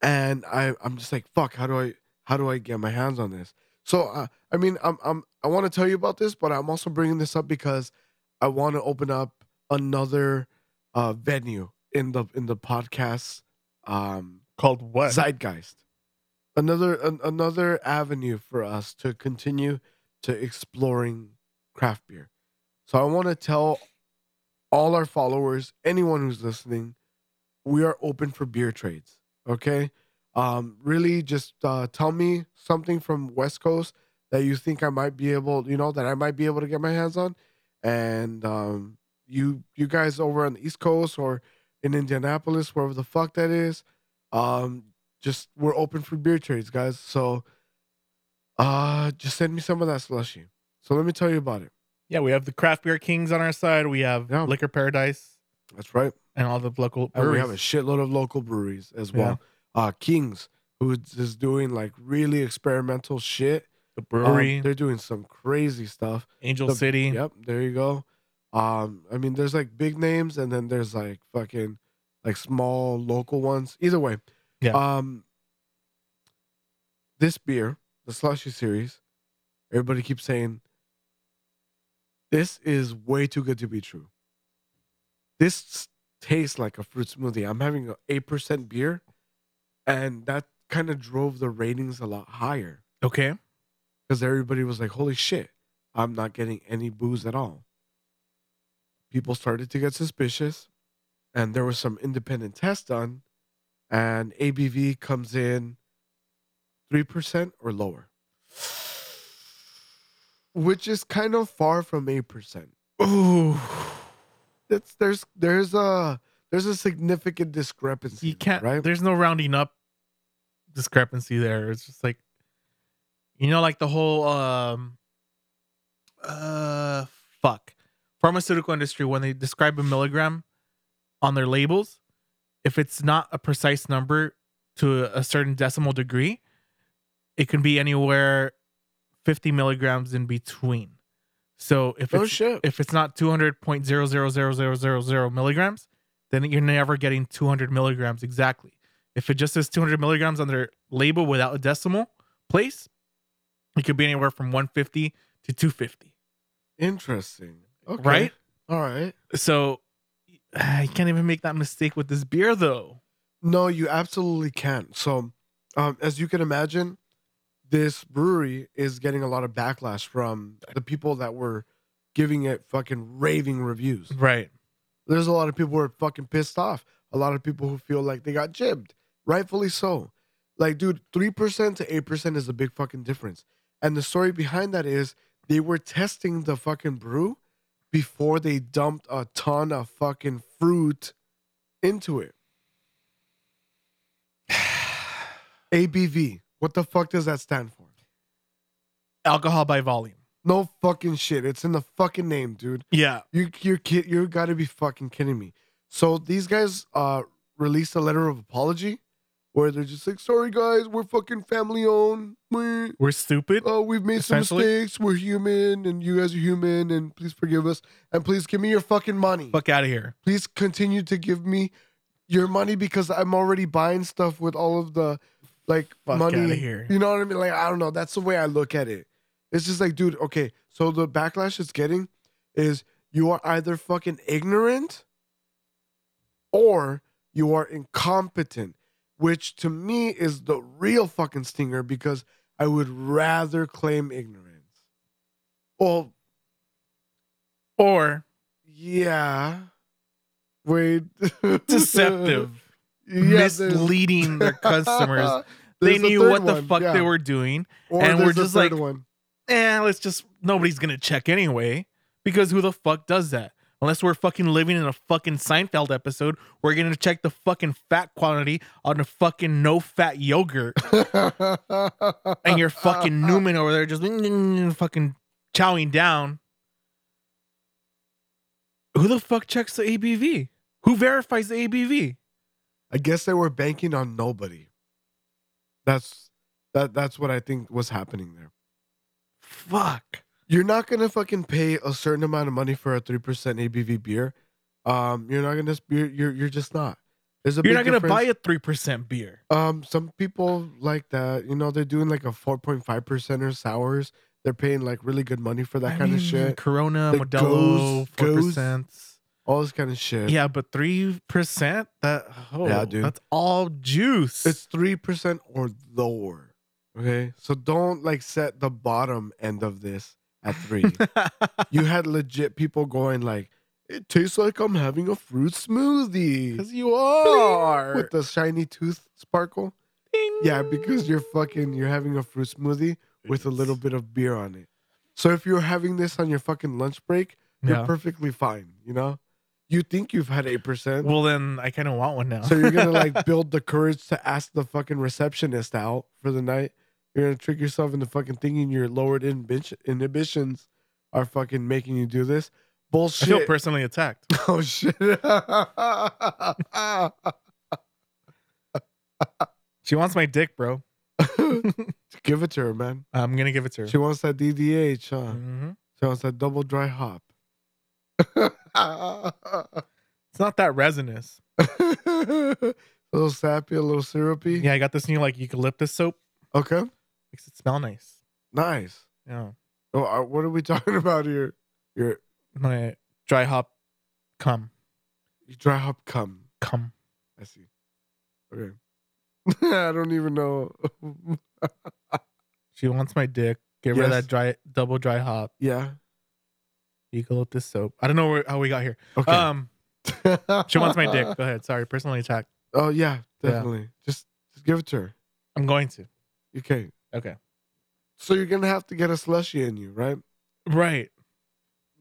Speaker 1: And I I'm just like, fuck, how do I how do I get my hands on this? So uh, I mean, I'm I'm I want to tell you about this, but I'm also bringing this up because I want to open up another uh venue in the in the podcast um
Speaker 2: Called what?
Speaker 1: zeitgeist another an, another avenue for us to continue to exploring craft beer so i want to tell all our followers anyone who's listening we are open for beer trades okay um really just uh, tell me something from west coast that you think i might be able you know that i might be able to get my hands on and um you you guys over on the east coast or in indianapolis wherever the fuck that is um just we're open for beer trades, guys. So uh just send me some of that slushy. So let me tell you about it.
Speaker 2: yeah, we have the craft beer kings on our side. We have
Speaker 1: Yeah.
Speaker 2: Liquor Paradise
Speaker 1: That's right.
Speaker 2: and all the local
Speaker 1: And we
Speaker 2: breweries.
Speaker 1: have a shitload of local breweries as well. Uh Kings, who is is doing like really experimental shit.
Speaker 2: the
Speaker 1: Um,
Speaker 2: brewery,
Speaker 1: they're doing some crazy stuff.
Speaker 2: Angel
Speaker 1: the-
Speaker 2: City.
Speaker 1: Yep, there you go. Um, I mean, there's like big names, and then there's like fucking like small local ones. Either way,
Speaker 2: Yeah.
Speaker 1: Um, this beer, the slushy series, everybody keeps saying this is way too good to be true. This s- tastes like a fruit smoothie. I'm having an eight percent beer, and that kind of drove the ratings a lot higher
Speaker 2: Okay.
Speaker 1: because everybody was like, "Holy shit, I'm not getting any booze at all." People started to get suspicious, and there was some independent tests done, and ABV comes in three percent or lower, which is kind of far from eight percent.
Speaker 2: Ooh.
Speaker 1: That's there's there's a there's a significant discrepancy.
Speaker 2: You
Speaker 1: there,
Speaker 2: can't,
Speaker 1: right?
Speaker 2: there's no rounding up discrepancy there. It's just like, you know, like the whole, um, uh, fuck. Pharmaceutical industry, when they describe a milligram on their labels, if it's not a precise number to a certain decimal degree, it can be anywhere 50 milligrams in between. So if
Speaker 1: no
Speaker 2: it's
Speaker 1: shit.
Speaker 2: if it's not 200.000000 milligrams, then you're never getting 200 milligrams exactly. If it just says 200 milligrams on their label without a decimal place, it could be anywhere from 150 to 250.
Speaker 1: Interesting. Okay.
Speaker 2: Right?
Speaker 1: All right.
Speaker 2: So I can't even make that mistake with this beer though.
Speaker 1: No, you absolutely can't. So, um, as you can imagine, this brewery is getting a lot of backlash from the people that were giving it fucking raving reviews.
Speaker 2: Right.
Speaker 1: There's a lot of people who are fucking pissed off. A lot of people who feel like they got jibbed, rightfully so. Like, dude, 3% to 8% is a big fucking difference. And the story behind that is they were testing the fucking brew before they dumped a ton of fucking fruit into it. ABV. What the fuck does that stand for?
Speaker 2: Alcohol by volume.
Speaker 1: No fucking shit. It's in the fucking name, dude.
Speaker 2: Yeah.
Speaker 1: You you're kid you gotta be fucking kidding me. So these guys uh released a letter of apology where they're just like, sorry guys, we're fucking family owned. Meh.
Speaker 2: We're stupid.
Speaker 1: Oh, we've made some
Speaker 2: Essentially.
Speaker 1: mistakes. We're human and you guys are human and please forgive us. And please give me your fucking money.
Speaker 2: Fuck out of here.
Speaker 1: Please continue to give me your money because I'm already buying stuff with all of the like
Speaker 2: Fuck
Speaker 1: money.
Speaker 2: outta here.
Speaker 1: You know what I mean? Like I don't know. That's the way I look at it. It's just like, dude, okay, so the backlash it's getting is you are either fucking ignorant or you are incompetent, which to me is the real fucking stinger because I would rather claim ignorance. Well,
Speaker 2: Or
Speaker 1: yeah. Wait.
Speaker 2: deceptive,
Speaker 1: Yeah, there's-
Speaker 2: misleading their customers. they
Speaker 1: There's a
Speaker 2: knew
Speaker 1: third
Speaker 2: what the
Speaker 1: one,
Speaker 2: fuck
Speaker 1: yeah.
Speaker 2: they were doing.
Speaker 1: Or
Speaker 2: and we're
Speaker 1: there's a
Speaker 2: just
Speaker 1: third
Speaker 2: like-
Speaker 1: one.
Speaker 2: Eh, let's just nobody's gonna check anyway. Because who the fuck does that? Unless we're fucking living in a fucking Seinfeld episode, we're gonna check the fucking fat quantity on the fucking no fat yogurt, and your fucking Newman over there just fucking chowing down. Who the fuck checks the ABV? Who verifies the ABV?
Speaker 1: I guess they were banking on nobody. That's that. That's what I think was happening there.
Speaker 2: Fuck.
Speaker 1: You're not gonna fucking pay a certain amount of money for a three percent ABV beer. Um, you're not gonna. You're you're, you're just not. There's a big
Speaker 2: You're not gonna
Speaker 1: difference.
Speaker 2: buy a three percent beer.
Speaker 1: Um, some people like that. You know, they're doing like a four point five percent or sours. They're paying like really good money for that
Speaker 2: I
Speaker 1: kind of
Speaker 2: mean,
Speaker 1: shit.
Speaker 2: Corona,
Speaker 1: The
Speaker 2: Modelo,
Speaker 1: goes-
Speaker 2: four
Speaker 1: goes.
Speaker 2: percent.
Speaker 1: All this kind of shit.
Speaker 2: Yeah, but three percent that oh,
Speaker 1: Yeah, dude.
Speaker 2: that's all juice.
Speaker 1: It's three percent or lower. Okay, so don't like set the bottom end of this at three. you had legit people going like, "It tastes like I'm having a fruit smoothie
Speaker 2: because you are.
Speaker 1: with the shiny tooth sparkle." Yeah, because you're fucking you're having a fruit smoothie with a little bit of beer on it. So if you're having this on your fucking lunch break, you're
Speaker 2: Yeah.
Speaker 1: perfectly fine. You know, you think you've had eight percent,
Speaker 2: Well, then I kind of want one now.
Speaker 1: so you're gonna like build the courage to ask the fucking receptionist out for the night. You're gonna trick yourself into fucking thinking your lowered inhibi- inhibitions are fucking making you do this
Speaker 2: I feel
Speaker 1: bullshit.
Speaker 2: personally attacked.
Speaker 1: oh shit!
Speaker 2: She wants my dick, bro.
Speaker 1: Give it to her, man.
Speaker 2: I'm gonna give it to her.
Speaker 1: She wants that DDH, huh?
Speaker 2: Mhm.
Speaker 1: She wants that double dry hop.
Speaker 2: It's not that resinous.
Speaker 1: a little sappy, a little syrupy.
Speaker 2: Yeah, I got this new like eucalyptus soap.
Speaker 1: Okay.
Speaker 2: Makes it smell nice.
Speaker 1: Nice.
Speaker 2: Yeah,
Speaker 1: Oh, uh, what are we talking about here? Your
Speaker 2: my dry hop, cum,
Speaker 1: dry hop cum.
Speaker 2: cum.
Speaker 1: I see. Okay. I don't even know.
Speaker 2: She wants my dick. Give her
Speaker 1: Yes.
Speaker 2: that dry double dry hop
Speaker 1: yeah.
Speaker 2: eucalyptus soap. I don't know where, how we got here.
Speaker 1: Okay.
Speaker 2: Um, she wants my dick. Go ahead. Sorry, personally attacked.
Speaker 1: Oh yeah, definitely. Just just give it to her.
Speaker 2: I'm going to.
Speaker 1: Okay.
Speaker 2: Okay.
Speaker 1: So you're gonna have to get a slushy in you, right?
Speaker 2: Right.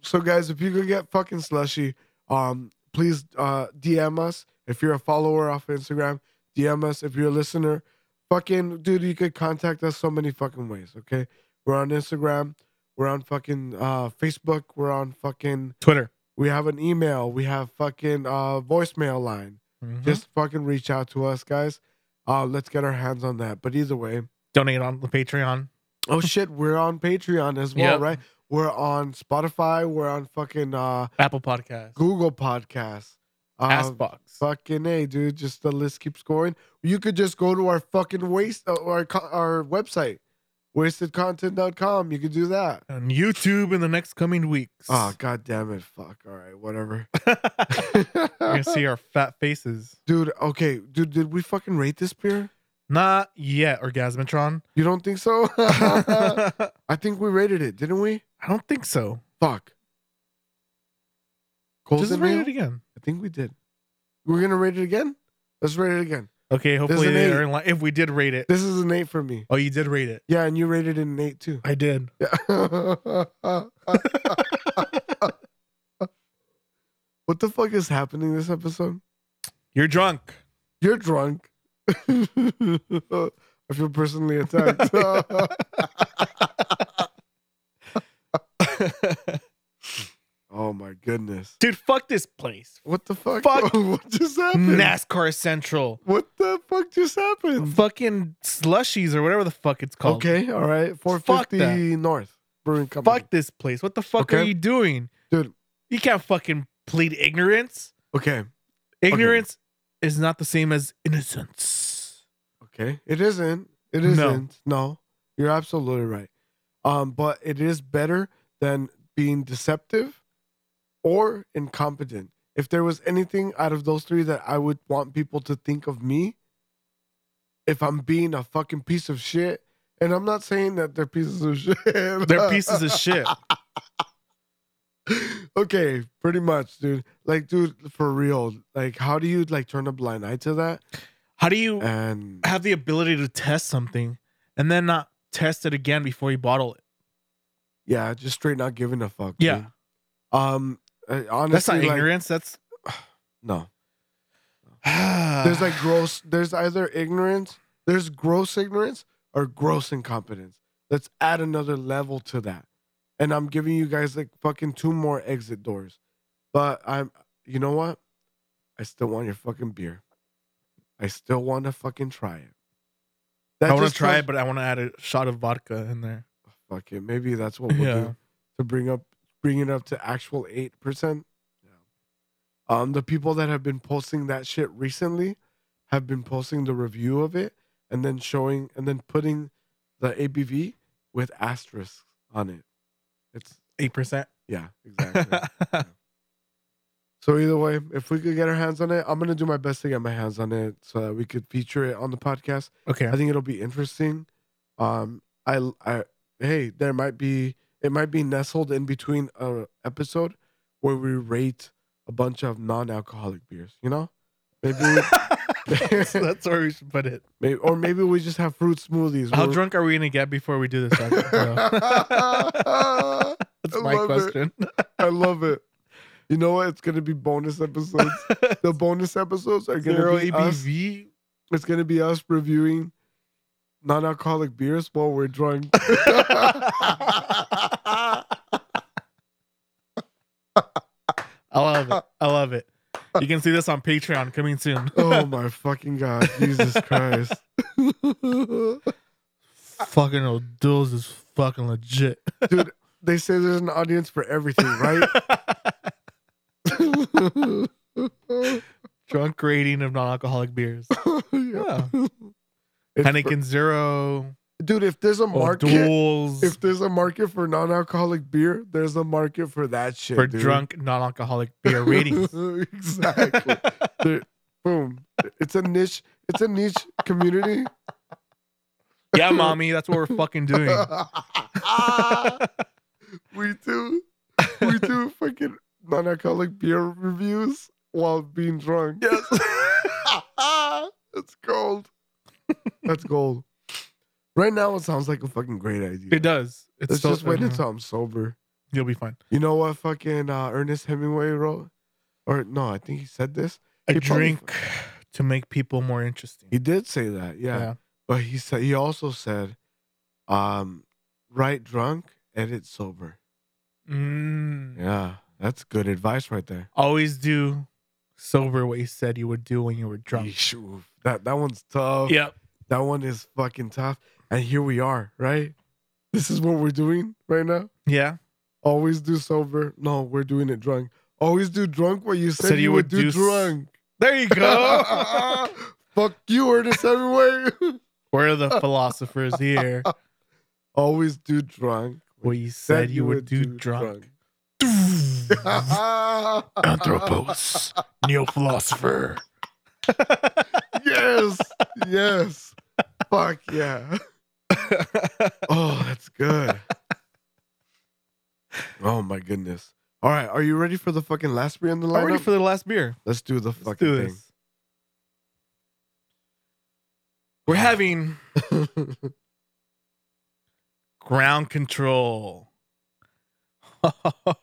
Speaker 1: So guys, if you could get fucking slushy, um, please uh DM us. If you're a follower off Instagram, DM us. If you're a listener, fucking dude, you could contact us so many fucking ways. Okay. We're on Instagram. We're on fucking uh, Facebook. We're on fucking
Speaker 2: Twitter.
Speaker 1: We have an email. We have fucking uh, voicemail line.
Speaker 2: Mhm.
Speaker 1: Just fucking reach out to us, guys. Uh, let's get our hands on that. But either way,
Speaker 2: donate on the Patreon.
Speaker 1: oh shit, we're on Patreon as well,
Speaker 2: Yep.
Speaker 1: right? We're on Spotify. We're on fucking uh,
Speaker 2: Apple Podcast.
Speaker 1: Google Podcasts. Uh,
Speaker 2: Assbox.
Speaker 1: Fucking a, dude. Just the list keeps going. You could just go to our fucking waste uh, our co- our website, wastedcontent.com. You could do that.
Speaker 2: On YouTube in the next coming weeks.
Speaker 1: Oh god damn it! Fuck. All right, whatever.
Speaker 2: You're gonna see our fat faces.
Speaker 1: Dude, okay, dude, did we fucking rate this beer?
Speaker 2: Not yet, Orgasmatron.
Speaker 1: You don't think so? I
Speaker 2: I
Speaker 1: think we rated it, didn't we?
Speaker 2: don't think so.
Speaker 1: Fuck. Golden
Speaker 2: Just rate
Speaker 1: Ale?
Speaker 2: it again.
Speaker 1: I think we did. We're gonna rate it again. Let's rate it again.
Speaker 2: Okay, hopefully
Speaker 1: an
Speaker 2: they
Speaker 1: eight.
Speaker 2: are in line. If we did rate it.
Speaker 1: This is an eight for me.
Speaker 2: Oh, you did rate it.
Speaker 1: Yeah, and you rated it an eight too.
Speaker 2: I did.
Speaker 1: Yeah. What the fuck is happening this episode?
Speaker 2: You're drunk.
Speaker 1: You're drunk. I feel personally attacked. oh my goodness.
Speaker 2: Dude, fuck this place.
Speaker 1: What the fuck?
Speaker 2: Fuck.
Speaker 1: what just happened?
Speaker 2: NASCAR Central.
Speaker 1: What the fuck just happened?
Speaker 2: Fucking slushies or whatever the fuck it's called.
Speaker 1: Okay, all right.
Speaker 2: Fuck
Speaker 1: 450
Speaker 2: that.
Speaker 1: North Brewing Company.
Speaker 2: Fuck this place. What the fuck are
Speaker 1: Okay.
Speaker 2: you doing?
Speaker 1: Dude.
Speaker 2: You can't fucking plead ignorance.
Speaker 1: Okay,
Speaker 2: Ignorance is not the same as innocence.
Speaker 1: okay. It isn't. It
Speaker 2: No.
Speaker 1: isn't. No. you're absolutely right. Um, but it is better than being deceptive or incompetent. If there was anything out of those three that I would want people to think of me, if I'm being a fucking piece of shit, and I'm not saying that they're pieces of shit.
Speaker 2: They're pieces of shit.
Speaker 1: okay, pretty much, dude. Like, dude, for real. Like, how do you like turn a blind eye to that?
Speaker 2: How do you
Speaker 1: And
Speaker 2: have the ability to test something and then not test it again before you bottle it?
Speaker 1: yeah, just straight not giving a fuck.
Speaker 2: Yeah.
Speaker 1: dude. Um. uh, honestly,
Speaker 2: That's not
Speaker 1: like,
Speaker 2: ignorance. That's
Speaker 1: no.
Speaker 2: there's
Speaker 1: There's like gross. There's either ignorance. There's gross ignorance or gross incompetence. Let's add another level to that. And I'm giving you guys like fucking two more exit doors. But I'm. You know what? I still want your fucking beer. I still want to fucking try it. That
Speaker 2: I want
Speaker 1: just
Speaker 2: to try
Speaker 1: tells-
Speaker 2: it, but I want to add a shot of vodka in there.
Speaker 1: fuck it. Maybe that's what we'll
Speaker 2: Yeah.
Speaker 1: do to bring up bring it up to actual eight percent. Um, the people that have been posting that shit recently have been posting the review of it and then showing and then putting the ABV with asterisks on it. It's
Speaker 2: Eight percent.
Speaker 1: yeah, exactly. so either way, if we could get our hands on it, I'm gonna do my best to get my hands on it so that we could feature it on the podcast.
Speaker 2: Okay.
Speaker 1: I think it'll be interesting. Um, I, I, hey, there might be it might be nestled in between a episode where we rate a bunch of non-alcoholic beers. You know, maybe,
Speaker 2: that's, that's where we should put it.
Speaker 1: maybe or maybe we just have fruit smoothies.
Speaker 2: How
Speaker 1: where-
Speaker 2: drunk are we gonna get before we do this? Dr. Phil? that's
Speaker 1: I
Speaker 2: my
Speaker 1: love it.
Speaker 2: question.
Speaker 1: I love it. You know what? It's gonna be bonus episodes. The bonus episodes are gonna
Speaker 2: Zero
Speaker 1: be us.
Speaker 2: ABV.
Speaker 1: It's gonna be us reviewing non-alcoholic beers while we're drunk.
Speaker 2: I love it. I love it. You can see this on Patreon coming soon.
Speaker 1: oh my fucking god, Jesus Christ!
Speaker 2: fucking O'Doul's is fucking legit.
Speaker 1: They say there's an audience for everything, right?
Speaker 2: Drunk rating of non-alcoholic beers.
Speaker 1: yeah. It's for-
Speaker 2: Heineken Zero.
Speaker 1: dude. If there's a market,
Speaker 2: O'Doul's
Speaker 1: if there's a market for non-alcoholic beer, there's a market for that shit.
Speaker 2: for
Speaker 1: dude.
Speaker 2: drunk non-alcoholic beer ratings.
Speaker 1: exactly. There- boom. It's a niche. It's a niche community.
Speaker 2: yeah, mommy, that's what we're fucking doing.
Speaker 1: we do. We do fucking non-alcoholic beer reviews while being drunk. Yes. That's gold. That's gold. Right now, it sounds like a fucking great idea.
Speaker 2: It does. It's
Speaker 1: Let's
Speaker 2: so-
Speaker 1: just wait until I'm sober.
Speaker 2: you'll be fine.
Speaker 1: You know what fucking uh, Ernest Hemingway wrote? Or no, I think he said this.
Speaker 2: A
Speaker 1: He probably-
Speaker 2: drink to make people more interesting.
Speaker 1: He did say that, yeah. But he said he also said, um, write drunk, edit sober.
Speaker 2: Mm.
Speaker 1: Yeah, that's good advice right there.
Speaker 2: Always do sober what you said you would do when you were drunk.
Speaker 1: Yeesh, oof. That that one's tough.
Speaker 2: Yep.
Speaker 1: That one is fucking tough. And here we are, right? This is what we're doing right now.
Speaker 2: Yeah.
Speaker 1: Always do sober. No, we're doing it drunk. Always do drunk what you said,
Speaker 2: Said
Speaker 1: you, would do,
Speaker 2: s-
Speaker 1: drunk.
Speaker 2: There you go.
Speaker 1: Fuck you, Ernest Hemingway.
Speaker 2: We're the philosophers here.
Speaker 1: Always do drunk.
Speaker 2: What you said you would do drunk.
Speaker 1: drunk.
Speaker 2: Anthropos, neo philosopher.
Speaker 1: yes, yes. Fuck yeah. Oh, that's good. Oh my goodness. All right, are you ready for the fucking last beer in the
Speaker 2: I'm ready
Speaker 1: lineup?
Speaker 2: for the last beer.
Speaker 1: Let's do the
Speaker 2: Let's
Speaker 1: fucking
Speaker 2: do this. We're having
Speaker 1: thing.
Speaker 2: ground control.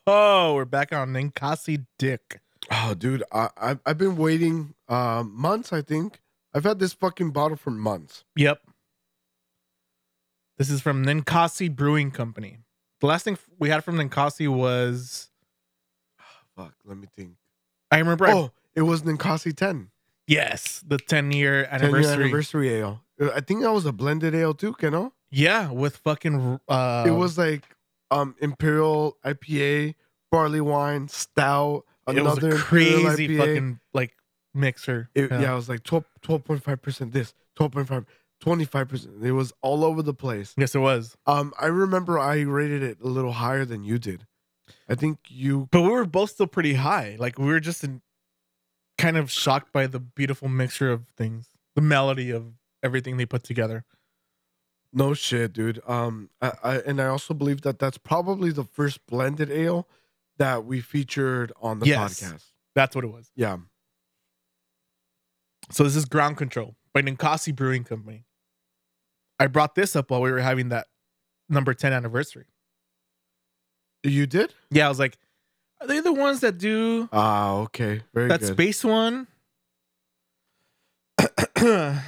Speaker 2: Oh, we're back on Ninkasi Dick.
Speaker 1: Oh, dude, I, I I've been waiting uh, months. I think I've had this fucking bottle for months.
Speaker 2: Yep. This is from Ninkasi Brewing Company. The last thing we had from Ninkasi was
Speaker 1: Fuck, let me think.
Speaker 2: I remember. I,
Speaker 1: Oh, it was Ninkasi Ten.
Speaker 2: yes, the ten year
Speaker 1: 10 year
Speaker 2: anniversary.
Speaker 1: anniversary ale. Uh, I think that was a blended ale too, Keno.
Speaker 2: Yeah, with fucking. Uh,
Speaker 1: it was like um imperial IPA, barley wine, stout,
Speaker 2: it was
Speaker 1: another
Speaker 2: a
Speaker 1: Imperial
Speaker 2: crazy
Speaker 1: IPA.
Speaker 2: fucking like mixer.
Speaker 1: It- yeah. it was like 12 12.5% this, 12.5 25%. It was all over the place.
Speaker 2: Yes, it was.
Speaker 1: Um I remember I rated it a little higher than you did. I think you
Speaker 2: But we were both still pretty high. Like we were just in, kind of shocked by the beautiful mixture of things, the melody of everything they put together.
Speaker 1: no shit, dude. Um I, I and I also believe that that's probably the first blended ale that we featured on the
Speaker 2: Yes.
Speaker 1: podcast.
Speaker 2: That's what it was.
Speaker 1: Yeah.
Speaker 2: So this is Ground Control by Ninkasi Brewing Company. I brought this up while we were having that number 10 anniversary.
Speaker 1: You did?
Speaker 2: Yeah, I was like, are they the ones that do
Speaker 1: Ah, okay. Very
Speaker 2: that
Speaker 1: good.
Speaker 2: space one? this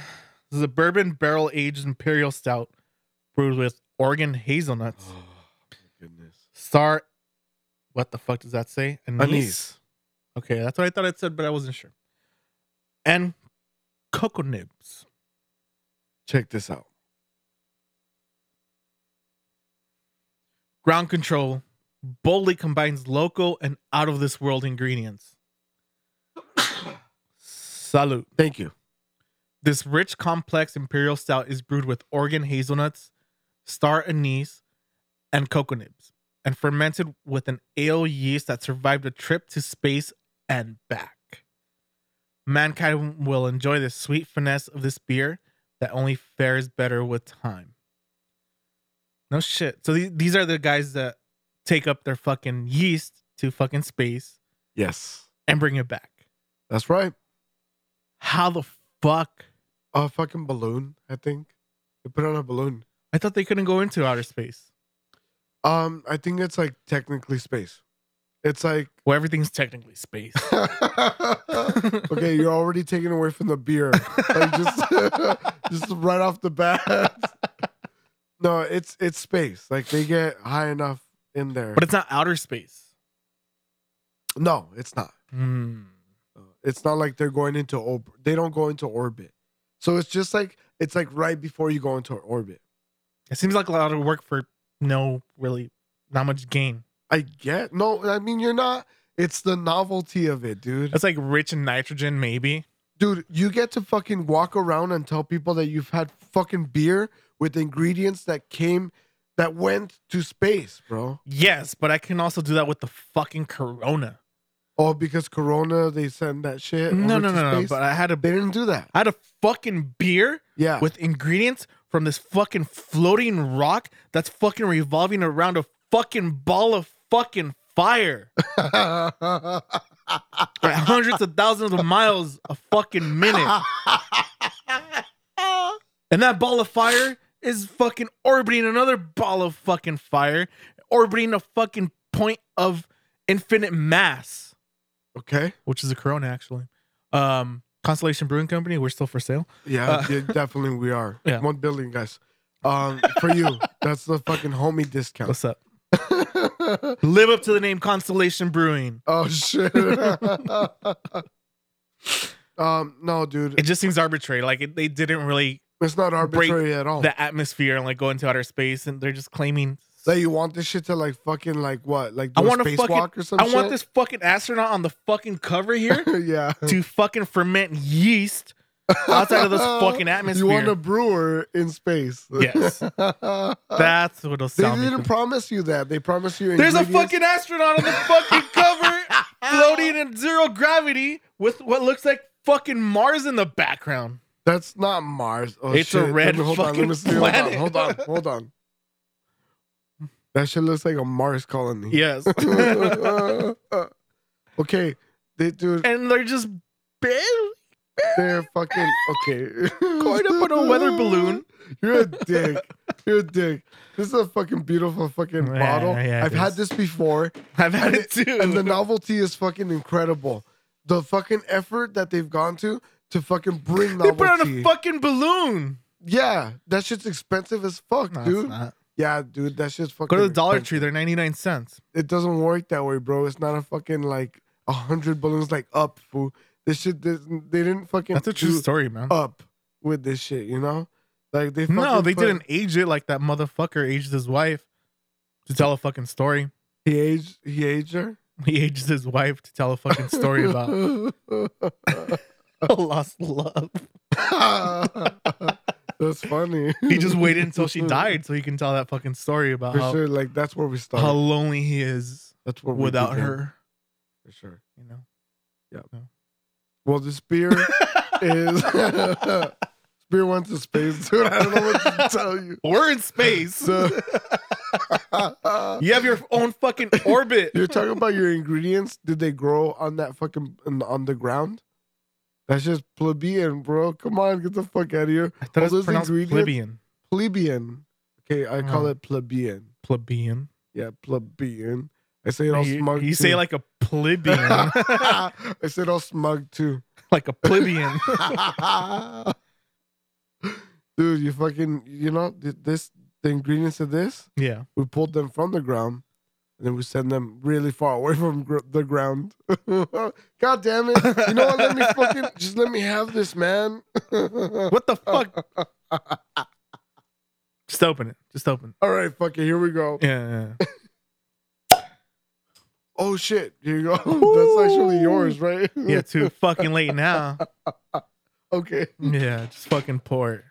Speaker 2: is a bourbon barrel aged imperial stout brewed with Oregon hazelnuts.
Speaker 1: Oh, my goodness.
Speaker 2: Star. What the fuck does that say? Anise.
Speaker 1: Anise.
Speaker 2: Okay, that's what I thought it said, but I wasn't sure. And cocoa nibs.
Speaker 1: Check this out.
Speaker 2: Ground control boldly combines local and out of this world ingredients. Salute.
Speaker 1: Thank you.
Speaker 2: This rich, complex imperial stout is brewed with Oregon hazelnuts, star anise, and cocoa nibs, and fermented with an ale yeast that survived a trip to space and back. Mankind will enjoy the sweet finesse of this beer that only fares better with time. No shit. So the- these are the guys that take up their fucking yeast to fucking space
Speaker 1: Yes.
Speaker 2: and bring it back.
Speaker 1: That's right.
Speaker 2: How the fuck?
Speaker 1: A fucking balloon, I think. They put on a balloon.
Speaker 2: I thought they couldn't go into outer space.
Speaker 1: Um, I think it's like technically space. It's like
Speaker 2: Well, everything's technically space.
Speaker 1: okay, you're already taken away from the beer. Like just just right off the bat. No, it's it's space. Like they get high enough in there.
Speaker 2: but it's not outer space.
Speaker 1: no, it's not.
Speaker 2: Hmm.
Speaker 1: It's not like they're going into ob- they don't go into orbit. So it's just like it's like right before you go into orbit.
Speaker 2: It seems like a lot of work for no really not much gain.
Speaker 1: I get no. I mean, you're not. It's the novelty of it, dude.
Speaker 2: That's like rich in nitrogen, maybe.
Speaker 1: Dude, you get to fucking walk around and tell people that you've had fucking beer with ingredients that came, that went to space, bro.
Speaker 2: Yes, but I can also do that with the fucking corona.
Speaker 1: Oh, because Corona, they send that shit.
Speaker 2: No,
Speaker 1: over
Speaker 2: no,
Speaker 1: to
Speaker 2: no, no.
Speaker 1: space?
Speaker 2: But I had a
Speaker 1: they didn't do that.
Speaker 2: I had a fucking beer
Speaker 1: Yeah,
Speaker 2: with ingredients from this fucking floating rock that's fucking revolving around a fucking ball of fucking fire at hundreds of thousands of miles a fucking minute. And that ball of fire is fucking orbiting another ball of fucking fire, orbiting a fucking point of infinite mass,
Speaker 1: okay.
Speaker 2: which is a corona actually. Um, Constellation Brewing Company, we're still for sale.
Speaker 1: Yeah,
Speaker 2: Uh,
Speaker 1: yeah, definitely we are.
Speaker 2: Yeah.
Speaker 1: One billion guys. Um, for you, that's the fucking homie discount.
Speaker 2: What's up? Live up to the name Constellation Brewing.
Speaker 1: Oh shit. um, no, dude,
Speaker 2: It just seems arbitrary. Like it, they didn't really
Speaker 1: it's not arbitrary at all.
Speaker 2: the atmosphere and like go into outer space, and they're just claiming.
Speaker 1: That you want this shit to like fucking like what like
Speaker 2: I
Speaker 1: do a
Speaker 2: want to fucking.
Speaker 1: spacewalk or some
Speaker 2: I want
Speaker 1: shit?
Speaker 2: this fucking astronaut on the fucking cover here
Speaker 1: yeah.
Speaker 2: to fucking ferment yeast outside of this
Speaker 1: You want
Speaker 2: fucking
Speaker 1: a
Speaker 2: atmosphere.
Speaker 1: brewer in space?
Speaker 2: Yes. That's what'll
Speaker 1: they
Speaker 2: sound.
Speaker 1: didn't promise you that. They promised you.
Speaker 2: There's a
Speaker 1: ingredients.
Speaker 2: fucking astronaut on the fucking cover, floating in zero gravity with what looks like fucking Mars in the background.
Speaker 1: That's not Mars. Oh,
Speaker 2: It's a
Speaker 1: shit. Let
Speaker 2: red
Speaker 1: me- hold on, let
Speaker 2: fucking
Speaker 1: me see. Hold on,
Speaker 2: planet.
Speaker 1: hold on, hold on. That shit looks like a Mars colony.
Speaker 2: Yes,
Speaker 1: okay, they dude,
Speaker 2: and they're just barely
Speaker 1: they're fucking okay.
Speaker 2: coiled up in a weather balloon.
Speaker 1: You're a dick. You're a dick. This is a fucking beautiful fucking
Speaker 2: Yeah,
Speaker 1: bottle.
Speaker 2: yeah, it
Speaker 1: I've had
Speaker 2: is.
Speaker 1: this before,
Speaker 2: I've had
Speaker 1: And
Speaker 2: it too.
Speaker 1: and the novelty is fucking incredible. the fucking effort that they've gone to to fucking bring
Speaker 2: They put on
Speaker 1: novelty.
Speaker 2: a fucking balloon.
Speaker 1: yeah, that shit's expensive as fuck,
Speaker 2: No, it's
Speaker 1: dude.
Speaker 2: not.
Speaker 1: Yeah, dude, that shit's fucking.
Speaker 2: Go to the Dollar
Speaker 1: expensive.
Speaker 2: Tree. They're 99 cents.
Speaker 1: It doesn't work that way, bro. It's not a fucking like a hundred balloons like up, fool. This shit, this, they didn't fucking
Speaker 2: That's a true
Speaker 1: do
Speaker 2: story, man.
Speaker 1: up with this shit, you know? Like they fucking
Speaker 2: No, they
Speaker 1: put-
Speaker 2: didn't age it like that motherfucker aged his wife to tell a fucking story.
Speaker 1: He aged, he aged her.
Speaker 2: He aged his wife to tell a fucking story about a lost love.
Speaker 1: That's funny.
Speaker 2: He just waited until she died Uh, so he can tell that fucking story about
Speaker 1: For
Speaker 2: how,
Speaker 1: sure, like that's where we started.
Speaker 2: how lonely he is
Speaker 1: that's where we
Speaker 2: without
Speaker 1: began,
Speaker 2: her.
Speaker 1: For sure.
Speaker 2: You know.
Speaker 1: Well, the spear is spear went to space, dude. I don't know what to tell you.
Speaker 2: We're in space.
Speaker 1: So-
Speaker 2: you have your own fucking orbit.
Speaker 1: You're talking about your ingredients. Did they grow on that fucking on the, on the ground? That's just plebeian, bro. Come on, get the fuck out of here.
Speaker 2: I
Speaker 1: all
Speaker 2: thought it was
Speaker 1: those
Speaker 2: pronounced
Speaker 1: ingredients-
Speaker 2: plebeian.
Speaker 1: Plebeian. Okay, I call
Speaker 2: Oh.
Speaker 1: it plebeian.
Speaker 2: Plebeian.
Speaker 1: Yeah, plebeian. I say it all
Speaker 2: You,
Speaker 1: smug.
Speaker 2: you say
Speaker 1: too.
Speaker 2: like a plebeian.
Speaker 1: I said all smug too.
Speaker 2: like a plebeian.
Speaker 1: Dude, you fucking, you know, th- this, the ingredients of this,
Speaker 2: yeah.
Speaker 1: we pulled them from the ground and then we send them really far away from gr- the ground. God damn it. You know what? Let me fucking, just let me have this, man. all
Speaker 2: What the fuck? Just open it. Just open.
Speaker 1: right, fucking, here we go.
Speaker 2: it. Yeah. yeah, yeah.
Speaker 1: Oh shit, here you go. That's actually yours, right?
Speaker 2: Yeah, too fucking late now.
Speaker 1: okay.
Speaker 2: Yeah, just fucking pour it.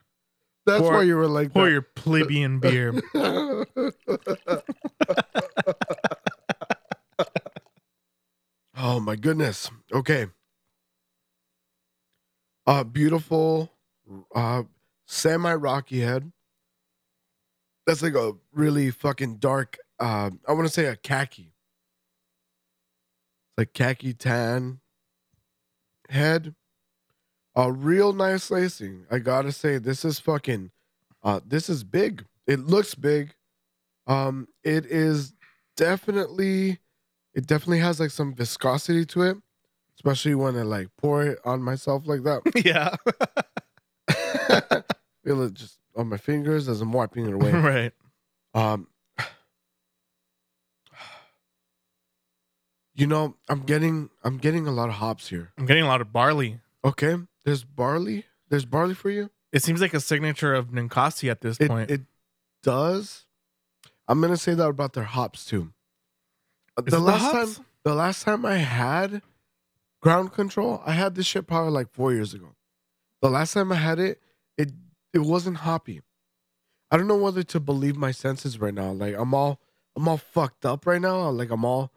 Speaker 1: That's
Speaker 2: Pour-
Speaker 1: why you were like
Speaker 2: Pour
Speaker 1: that.
Speaker 2: your plebeian beer.
Speaker 1: oh Oh, my goodness. Okay. Uh beautiful uh semi rocky head. That's like a really fucking dark uh I want to say a khaki. It's like khaki tan head. A real nice lacing. I got to say this is fucking uh, this is big. It looks big. Um, it is definitely, it definitely has like some viscosity to it, especially when I like pour it on myself like that.
Speaker 2: yeah.
Speaker 1: Feel it just on my fingers as I'm wiping it away.
Speaker 2: right.
Speaker 1: Um, you know, I'm getting, I'm getting a lot of hops here.
Speaker 2: I'm getting a lot of barley.
Speaker 1: Okay, there's barley. There's barley for you.
Speaker 2: It seems like a signature of Ninkasi at this
Speaker 1: It,
Speaker 2: point.
Speaker 1: it does. I'm gonna say that about their hops too. Uh,
Speaker 2: Is
Speaker 1: the
Speaker 2: it
Speaker 1: last
Speaker 2: hops?
Speaker 1: time, the last time I had ground control, I had this shit probably like four years ago. The last time I had it, it it wasn't hoppy. I don't know whether to believe my senses right now. Like I'm all I'm all fucked up right now. Like I'm all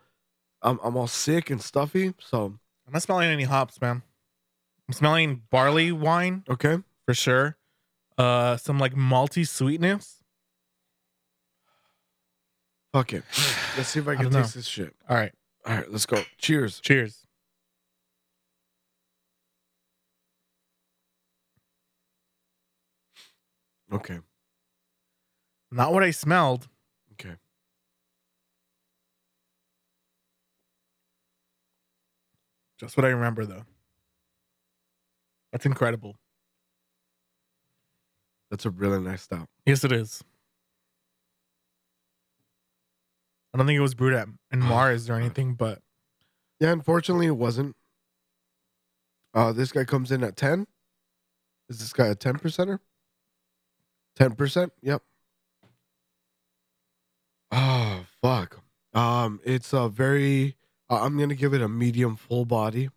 Speaker 1: I'm I'm all sick and stuffy. So
Speaker 2: I'm not smelling any hops, man. I'm smelling barley wine
Speaker 1: okay,
Speaker 2: for sure. Uh, some like malty sweetness.
Speaker 1: fuck it. Let's see if I
Speaker 2: I
Speaker 1: can
Speaker 2: don't know.
Speaker 1: taste this shit.
Speaker 2: All right.
Speaker 1: All right, let's go. Cheers.
Speaker 2: Cheers.
Speaker 1: Okay.
Speaker 2: Not what I smelled.
Speaker 1: Okay.
Speaker 2: Just what I remember though. That's incredible.
Speaker 1: That's a really nice stop.
Speaker 2: Yes, it is. I don't think it was brewed at in Mars or anything, but
Speaker 1: Yeah, unfortunately, it wasn't. Uh, this guy comes in at 10. Is this guy a 10 percenter? 10%? Yep. Oh, fuck. Um, it's a very, uh, I'm going to give it a medium full body.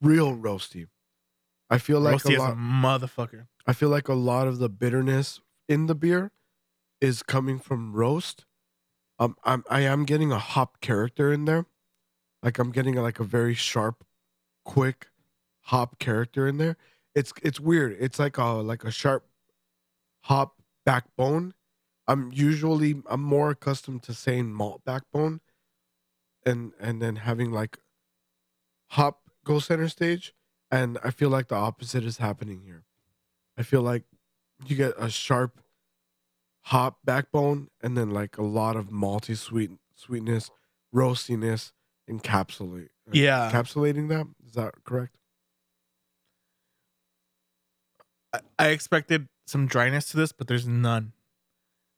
Speaker 1: Real roasty. I feel like
Speaker 2: roasty
Speaker 1: a
Speaker 2: as
Speaker 1: lot.
Speaker 2: a motherfucker.
Speaker 1: I feel like a lot of the bitterness in the beer is coming from roast. Um, I'm I am getting a hop character in there, like I'm getting like a very sharp, quick hop character in there. It's it's weird. It's like a like a sharp hop backbone. I'm usually I'm more accustomed to saying malt backbone, and and then having like hop go center stage, and I feel like the opposite is happening here. I feel like you get a sharp hop backbone and then like a lot of malty sweet sweetness, roastiness encapsulate.
Speaker 2: Yeah.
Speaker 1: Encapsulating that? Is that correct?
Speaker 2: I- I expected some dryness to this, but there's none.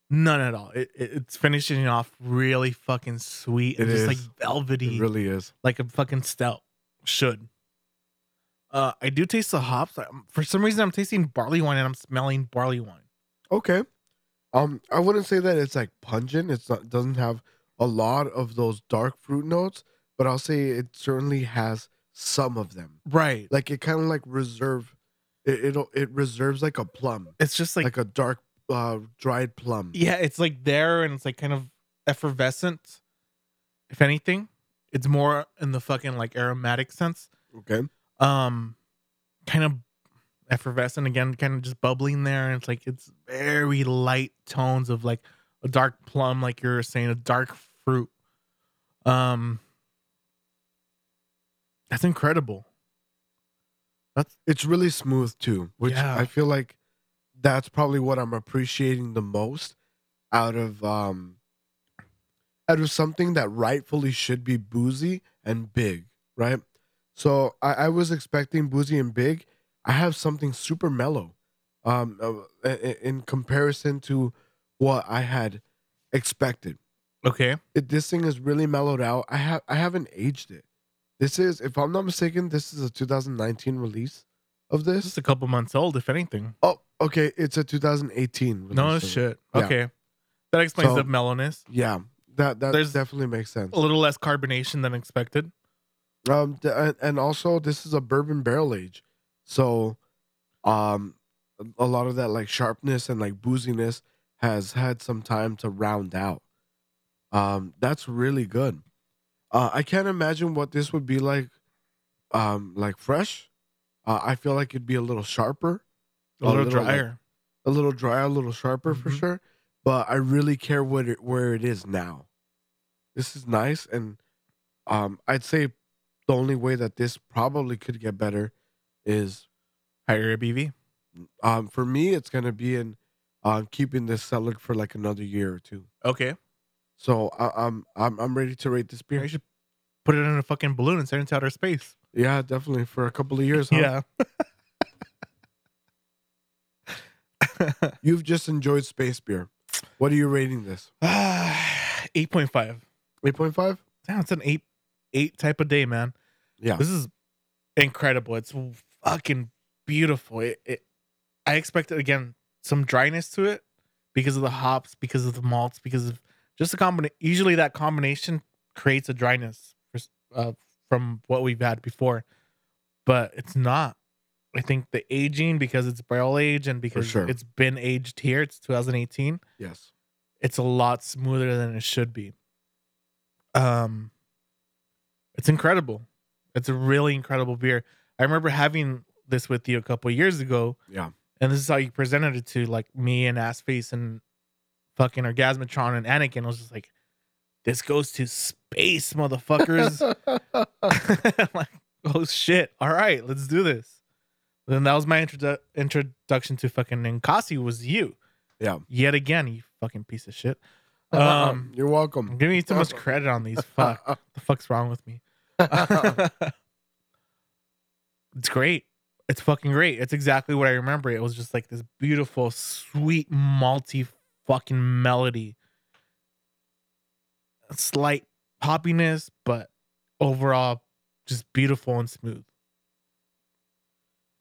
Speaker 2: None at all. It, it- it's finishing off really fucking sweet and
Speaker 1: It is.
Speaker 2: just like velvety,
Speaker 1: It really is.
Speaker 2: like a fucking stout should. Uh, I do taste the hops. i for some reason, I'm tasting barley wine and I'm smelling barley wine.
Speaker 1: Okay. Um, I wouldn't say that it's like pungent. It's not doesn't have a lot of those dark fruit notes, but I'll say it certainly has some of them.
Speaker 2: Right.
Speaker 1: Like it kind of like reserve, it it'll, it reserves like a plum,
Speaker 2: It's just
Speaker 1: like,
Speaker 2: like,
Speaker 1: a dark uh, dried plum.
Speaker 2: yeah, it's like there and it's like kind of effervescent. If anything, it's more in the fucking like aromatic sense.
Speaker 1: Okay.
Speaker 2: um kind of effervescent again kind of just bubbling there and it's like it's very light tones of like a dark plum like you're saying a dark fruit um that's incredible
Speaker 1: It's really smooth too, which
Speaker 2: Yeah.
Speaker 1: I feel like that's probably what I'm appreciating the most out of um out of something that rightfully should be boozy and big, right? So I, I was expecting boozy and big. I have something super mellow, um, uh, i- i- in comparison to what I had expected
Speaker 2: okay
Speaker 1: it, this thing is really mellowed out. I have I haven't aged it. This is, if I'm not mistaken, this is a 2019 release of
Speaker 2: this
Speaker 1: this.
Speaker 2: is a couple months old if anything
Speaker 1: Oh, okay, it's a 2018. Release
Speaker 2: no
Speaker 1: of it.
Speaker 2: shit
Speaker 1: Yeah.
Speaker 2: okay that explains
Speaker 1: So-
Speaker 2: the mellowness
Speaker 1: Yeah, that that
Speaker 2: There's-
Speaker 1: definitely makes sense.
Speaker 2: a little less carbonation than expected
Speaker 1: Um, th- and- and also this is a bourbon barrel age, so, um, a lot of that like sharpness and like booziness has had some time to round out. Um, that's really good. Uh, I can't imagine what this would be like, um, like fresh. Uh, I feel like it'd be a little sharper,
Speaker 2: a
Speaker 1: A
Speaker 2: little,
Speaker 1: little, like,
Speaker 2: drier
Speaker 1: a little drier, a little sharper for
Speaker 2: Mhm.
Speaker 1: sure. But I really care what it, where it is now. This is nice, and um, I'd say the only way that this probably could get better is
Speaker 2: higher abv
Speaker 1: um, for me. It's gonna be in uh, keeping this solid for like another year or two.
Speaker 2: okay
Speaker 1: So I, I'm I'm I'm ready to rate this
Speaker 2: you
Speaker 1: beer.
Speaker 2: should put it in a fucking balloon and send it to outer space
Speaker 1: Yeah, definitely for a couple of years. Huh?
Speaker 2: yeah
Speaker 1: you've just enjoyed space beer. What are you rating this?
Speaker 2: Ah, 8.5.
Speaker 1: Eight point five.
Speaker 2: Damn, it's an 8 8 type of day, man.
Speaker 1: Yeah.
Speaker 2: This is incredible. It's fucking beautiful. It, it I expected again some dryness to it because of the hops, because of the malts, because of just a combination. Usually that combination creates a dryness for s- uh, from what we've had before, but it's not. I think the aging because it's barrel age and because
Speaker 1: sure.
Speaker 2: it's been aged here. It's 2018
Speaker 1: Yes.
Speaker 2: it's a lot smoother than it should be. Um, it's incredible. It's a really incredible beer. I remember having this with you a couple years ago.
Speaker 1: Yeah.
Speaker 2: And this is how you presented it to like me and Assface and fucking Orgasmatron and Anakin. I was just like, this goes to space, motherfuckers. like, oh shit. All right, let's do this. Then that was my introdu- introduction to fucking Ninkasi was you.
Speaker 1: Yeah. Uh-huh.
Speaker 2: Yet again, you fucking piece of shit. Um,
Speaker 1: you're welcome.
Speaker 2: I'm giving you too much credit on these. Fuck. the fuck's wrong with me? it's great. It's fucking great. It's exactly what I remember. It was just like this beautiful, sweet, malty fucking melody. A slight poppiness, but overall just beautiful and smooth.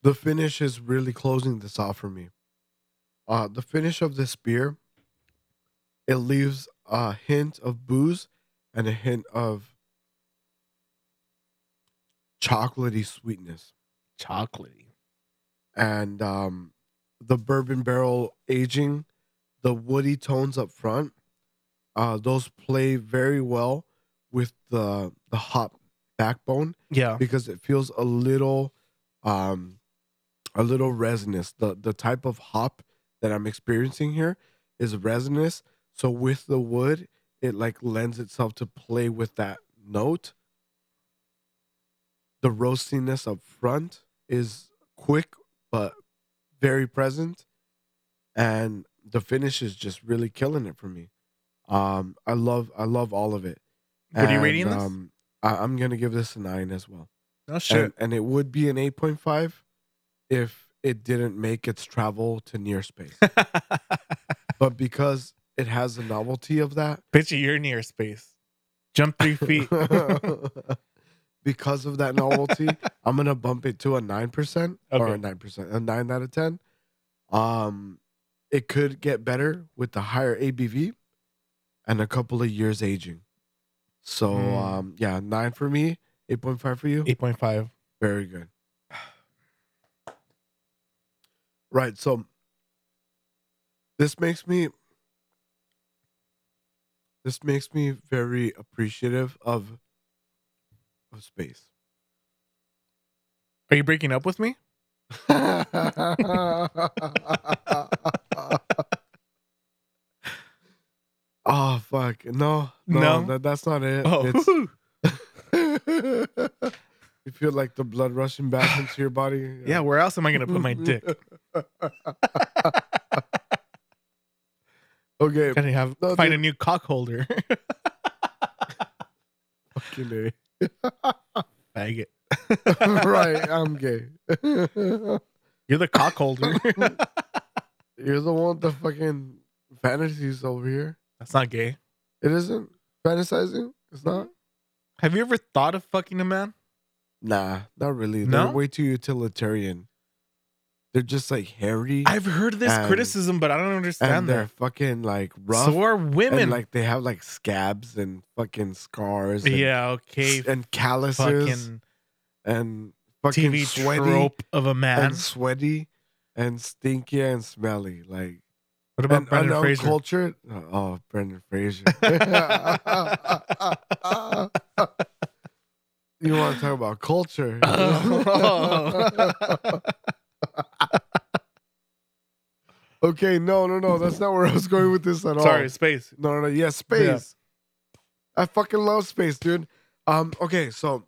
Speaker 1: the finish is really closing this off for me. Uh, the finish of this beer, it leaves a hint of booze and a hint of chocolatey sweetness.
Speaker 2: Chocolatey.
Speaker 1: And um, the bourbon barrel aging, the woody tones up front, uh, those play very well with the the hop backbone
Speaker 2: Yeah.
Speaker 1: because it feels a little um a little resinous the the type of hop that i'm experiencing here is resinous so with the wood it like lends itself to play with that note the roastiness up front is quick but very present and the finish is just really killing it for me um i love i love all of it
Speaker 2: What are you
Speaker 1: And,
Speaker 2: rating this?
Speaker 1: Um, I, I'm gonna give this a nine as well.
Speaker 2: No Oh, shit.
Speaker 1: And, and it would be an 8.5 if it didn't make its travel to near space. but because it has the novelty of that,
Speaker 2: Picture you're near space. Jump three feet.
Speaker 1: because of that novelty, I'm gonna bump it to a nine percent or a
Speaker 2: Okay.
Speaker 1: nine percent, a nine out of ten. Um, it could get better with the higher ABV and a couple of years aging. So
Speaker 2: Mm.
Speaker 1: um, yeah, nine for me, eight point five for you.
Speaker 2: 8.5.
Speaker 1: Very good. Right. So this makes me this makes me very appreciative of of space.
Speaker 2: Are you breaking up with me?
Speaker 1: oh fuck. No. No,
Speaker 2: No?
Speaker 1: That, that's not it. It's
Speaker 2: Oh,
Speaker 1: you feel like the blood rushing back into your body.
Speaker 2: yeah. Where else am I going to put my dick?
Speaker 1: okay.
Speaker 2: Gotta have
Speaker 1: No,
Speaker 2: find a
Speaker 1: dude.
Speaker 2: new cock holder.
Speaker 1: fucking
Speaker 2: Faggot.
Speaker 1: A. right. I'm gay. You're
Speaker 2: You're the cock holder.
Speaker 1: the one with the fucking fantasies over here.
Speaker 2: That's not gay.
Speaker 1: It isn't fantasizing. It's not.
Speaker 2: Have you ever thought of fucking a man?
Speaker 1: Nah, not really.
Speaker 2: No?
Speaker 1: They're way too utilitarian. They're just like hairy
Speaker 2: I've heard this
Speaker 1: And-
Speaker 2: criticism, but I don't
Speaker 1: and
Speaker 2: understand
Speaker 1: they're
Speaker 2: that.
Speaker 1: fucking like rough.
Speaker 2: So are
Speaker 1: and
Speaker 2: women.
Speaker 1: like they have like scabs and fucking scars. And,
Speaker 2: yeah, okay.
Speaker 1: and calluses
Speaker 2: Fucking
Speaker 1: and fucking
Speaker 2: TV
Speaker 1: sweaty
Speaker 2: trope of a man.
Speaker 1: and sweaty and stinky and smelly. Like
Speaker 2: What about
Speaker 1: and, and
Speaker 2: Brendan Fraser?
Speaker 1: uncultured. Oh, Brendan Fraser. you want to talk about culture?
Speaker 2: Oh.
Speaker 1: okay, no, no, no. That's not where I was going with this at all.
Speaker 2: Sorry, space.
Speaker 1: No, no, no. Yeah, space. I fucking love space, dude. Um, okay, so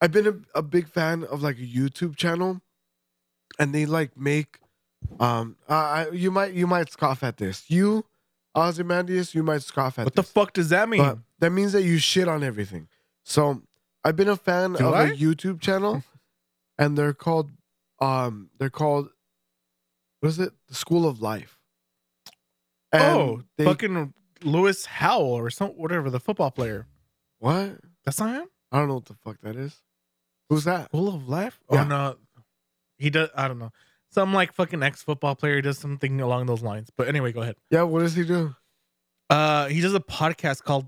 Speaker 1: I've been a, a big fan of like a YouTube channel, and they like make um I I you might you might scoff at this. You Ozymandias, you might scoff at
Speaker 2: What the
Speaker 1: this.
Speaker 2: fuck does that mean?
Speaker 1: but that means that you shit on everything. So I've been a fan
Speaker 2: Do
Speaker 1: of a
Speaker 2: I?
Speaker 1: YouTube channel and they're called um they're called what is it? The School of Life. And
Speaker 2: oh,
Speaker 1: they-
Speaker 2: fucking Lewis Howell or some whatever the football player.
Speaker 1: What?
Speaker 2: That's not him.
Speaker 1: I don't know what the fuck that is. Who's that?
Speaker 2: School of Life.
Speaker 1: Yeah.
Speaker 2: Oh no, he does. I don't know. Some like fucking ex football player does something along those lines. But anyway, go ahead.
Speaker 1: Yeah, what does he do?
Speaker 2: Uh, he does a podcast called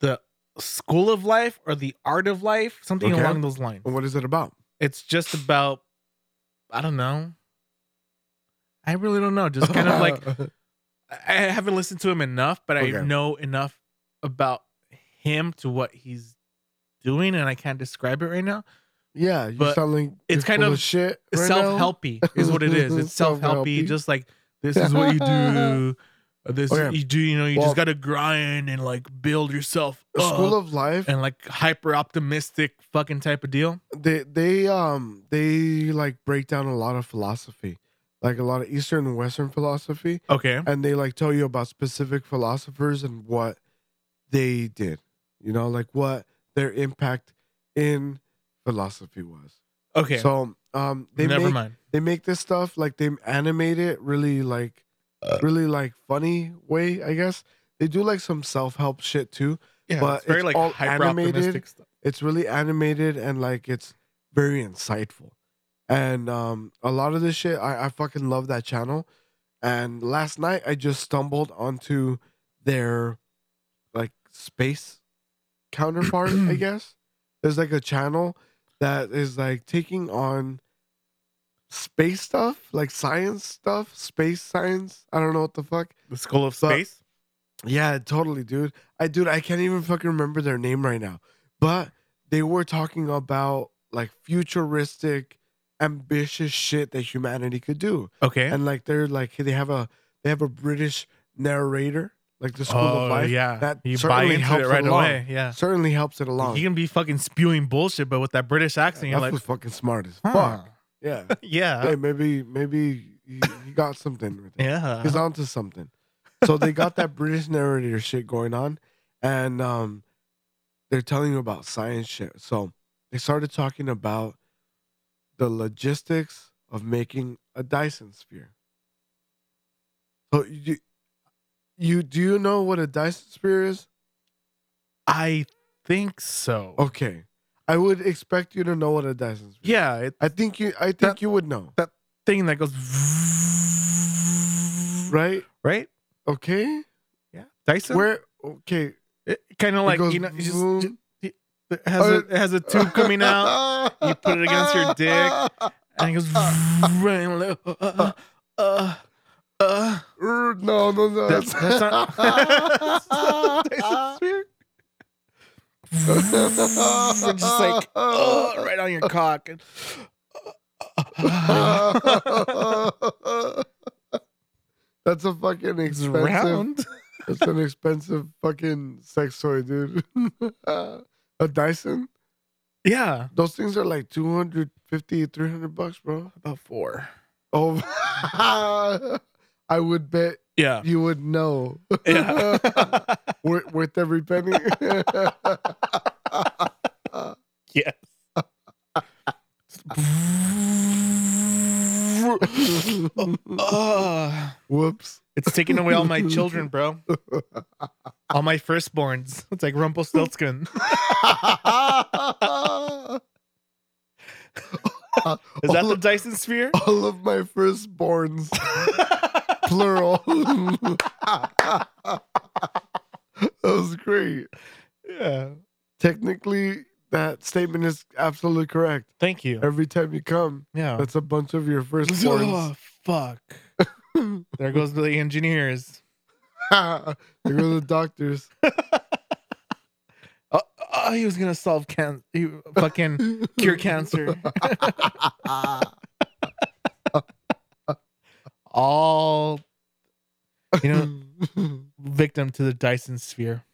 Speaker 2: the School of Life or the Art of Life, something
Speaker 1: Okay.
Speaker 2: along those lines.
Speaker 1: And what is it about?
Speaker 2: It's just about, I don't know. I really don't know. Just kind of like I haven't listened to him enough, but I
Speaker 1: Okay.
Speaker 2: know enough about him to what he's doing, and I can't describe it right now.
Speaker 1: yeah, you
Speaker 2: but
Speaker 1: sound like
Speaker 2: it's
Speaker 1: you're
Speaker 2: kind
Speaker 1: full
Speaker 2: of
Speaker 1: shit.
Speaker 2: It's
Speaker 1: right now.
Speaker 2: self-helpy is what it is. It's self-helpy,
Speaker 1: Self-helpy.
Speaker 2: just like this is what you do. This
Speaker 1: Okay.
Speaker 2: you do, you know, you
Speaker 1: Well-
Speaker 2: just gotta grind and like build yourself
Speaker 1: The
Speaker 2: up
Speaker 1: School of Life.
Speaker 2: uh, and like hyper optimistic fucking type of deal.
Speaker 1: They they um they like break down a lot of philosophy, like a lot of Eastern and Western philosophy,
Speaker 2: Okay.
Speaker 1: and they like tell you about specific philosophers and what they did. You know, like what their impact in philosophy was.
Speaker 2: Okay.
Speaker 1: So um they
Speaker 2: Never
Speaker 1: make
Speaker 2: mind.
Speaker 1: they make this stuff like they animate it really like really like funny way i guess they do like some self-help shit too
Speaker 2: Yeah,
Speaker 1: but
Speaker 2: it's very
Speaker 1: it's
Speaker 2: like
Speaker 1: all
Speaker 2: hyper optimistic
Speaker 1: animated.
Speaker 2: stuff.
Speaker 1: it's really animated and like it's very insightful and um a lot of this shit i, I fucking love that channel and last night i just stumbled onto their like space counterpart i guess there's like a channel that is like taking on space stuff like science stuff space science i don't know what the fuck
Speaker 2: The School of
Speaker 1: but-
Speaker 2: Space.
Speaker 1: yeah, totally, dude. I dude, I can't even fucking remember their name right now. But they were talking about like futuristic, ambitious shit that humanity could do.
Speaker 2: okay.
Speaker 1: And like they're like they have a they have a British narrator, like the School
Speaker 2: oh
Speaker 1: of Life.
Speaker 2: yeah.
Speaker 1: that
Speaker 2: you buy
Speaker 1: certainly
Speaker 2: into it
Speaker 1: helps
Speaker 2: right
Speaker 1: along.
Speaker 2: away. Yeah.
Speaker 1: Certainly helps it along.
Speaker 2: He can be fucking spewing bullshit, but with that British accent,
Speaker 1: That
Speaker 2: you're like,
Speaker 1: was fucking smart as
Speaker 2: huh,
Speaker 1: fuck. Yeah.
Speaker 2: yeah,
Speaker 1: Hey, maybe maybe he, he got something with it.
Speaker 2: yeah.
Speaker 1: He's onto something. So they got that British narrator shit going on, and um, they're telling you about science shit. So they started talking about the logistics of making a Dyson sphere. So you, you do you know what a Dyson sphere is?
Speaker 2: I think so.
Speaker 1: Okay, I would expect you to know what a Dyson sphere.
Speaker 2: Yeah, it,
Speaker 1: I think you. I think
Speaker 2: That-
Speaker 1: you would know,
Speaker 2: thing that goes
Speaker 1: right?
Speaker 2: right.
Speaker 1: Okay.
Speaker 2: Yeah, Dyson.
Speaker 1: Where? Okay.
Speaker 2: it kind of like
Speaker 1: goes
Speaker 2: you know, you just,
Speaker 1: vroom.
Speaker 2: it has a it has a tube coming out you put it against your
Speaker 1: dick.
Speaker 2: and it goes vroom, uh, uh, uh.
Speaker 1: No, no, no.
Speaker 2: That's, that's not. that's not Dyson sphere. Vroom, just like uh, right on your cock. And, uh,
Speaker 1: That's a fucking
Speaker 2: it's
Speaker 1: expensive.
Speaker 2: round.
Speaker 1: That's an expensive fucking sex toy, dude. a Dyson.
Speaker 2: Yeah,
Speaker 1: Those things are like 250, 300 bucks, bro.
Speaker 2: about four.
Speaker 1: Oh, I would bet
Speaker 2: Yeah,
Speaker 1: you would know.
Speaker 2: yeah.
Speaker 1: worth, worth every penny.
Speaker 2: Yes. Ugh.
Speaker 1: Whoops.
Speaker 2: it's taking away all my children, bro. All my firstborns. It's like Rumpelstiltskin. Is that the Dyson sphere?
Speaker 1: All of my firstborns, plural. that was great.
Speaker 2: yeah.
Speaker 1: Technically, that statement is absolutely correct.
Speaker 2: Thank you.
Speaker 1: Every time you come,
Speaker 2: Yeah.
Speaker 1: that's a bunch of your
Speaker 2: Oh,
Speaker 1: firstborns.
Speaker 2: fuck. there goes the engineers.
Speaker 1: there go the doctors.
Speaker 2: Oh, oh, he was gonna solve can he fucking cure cancer. All you know, victim to the Dyson sphere.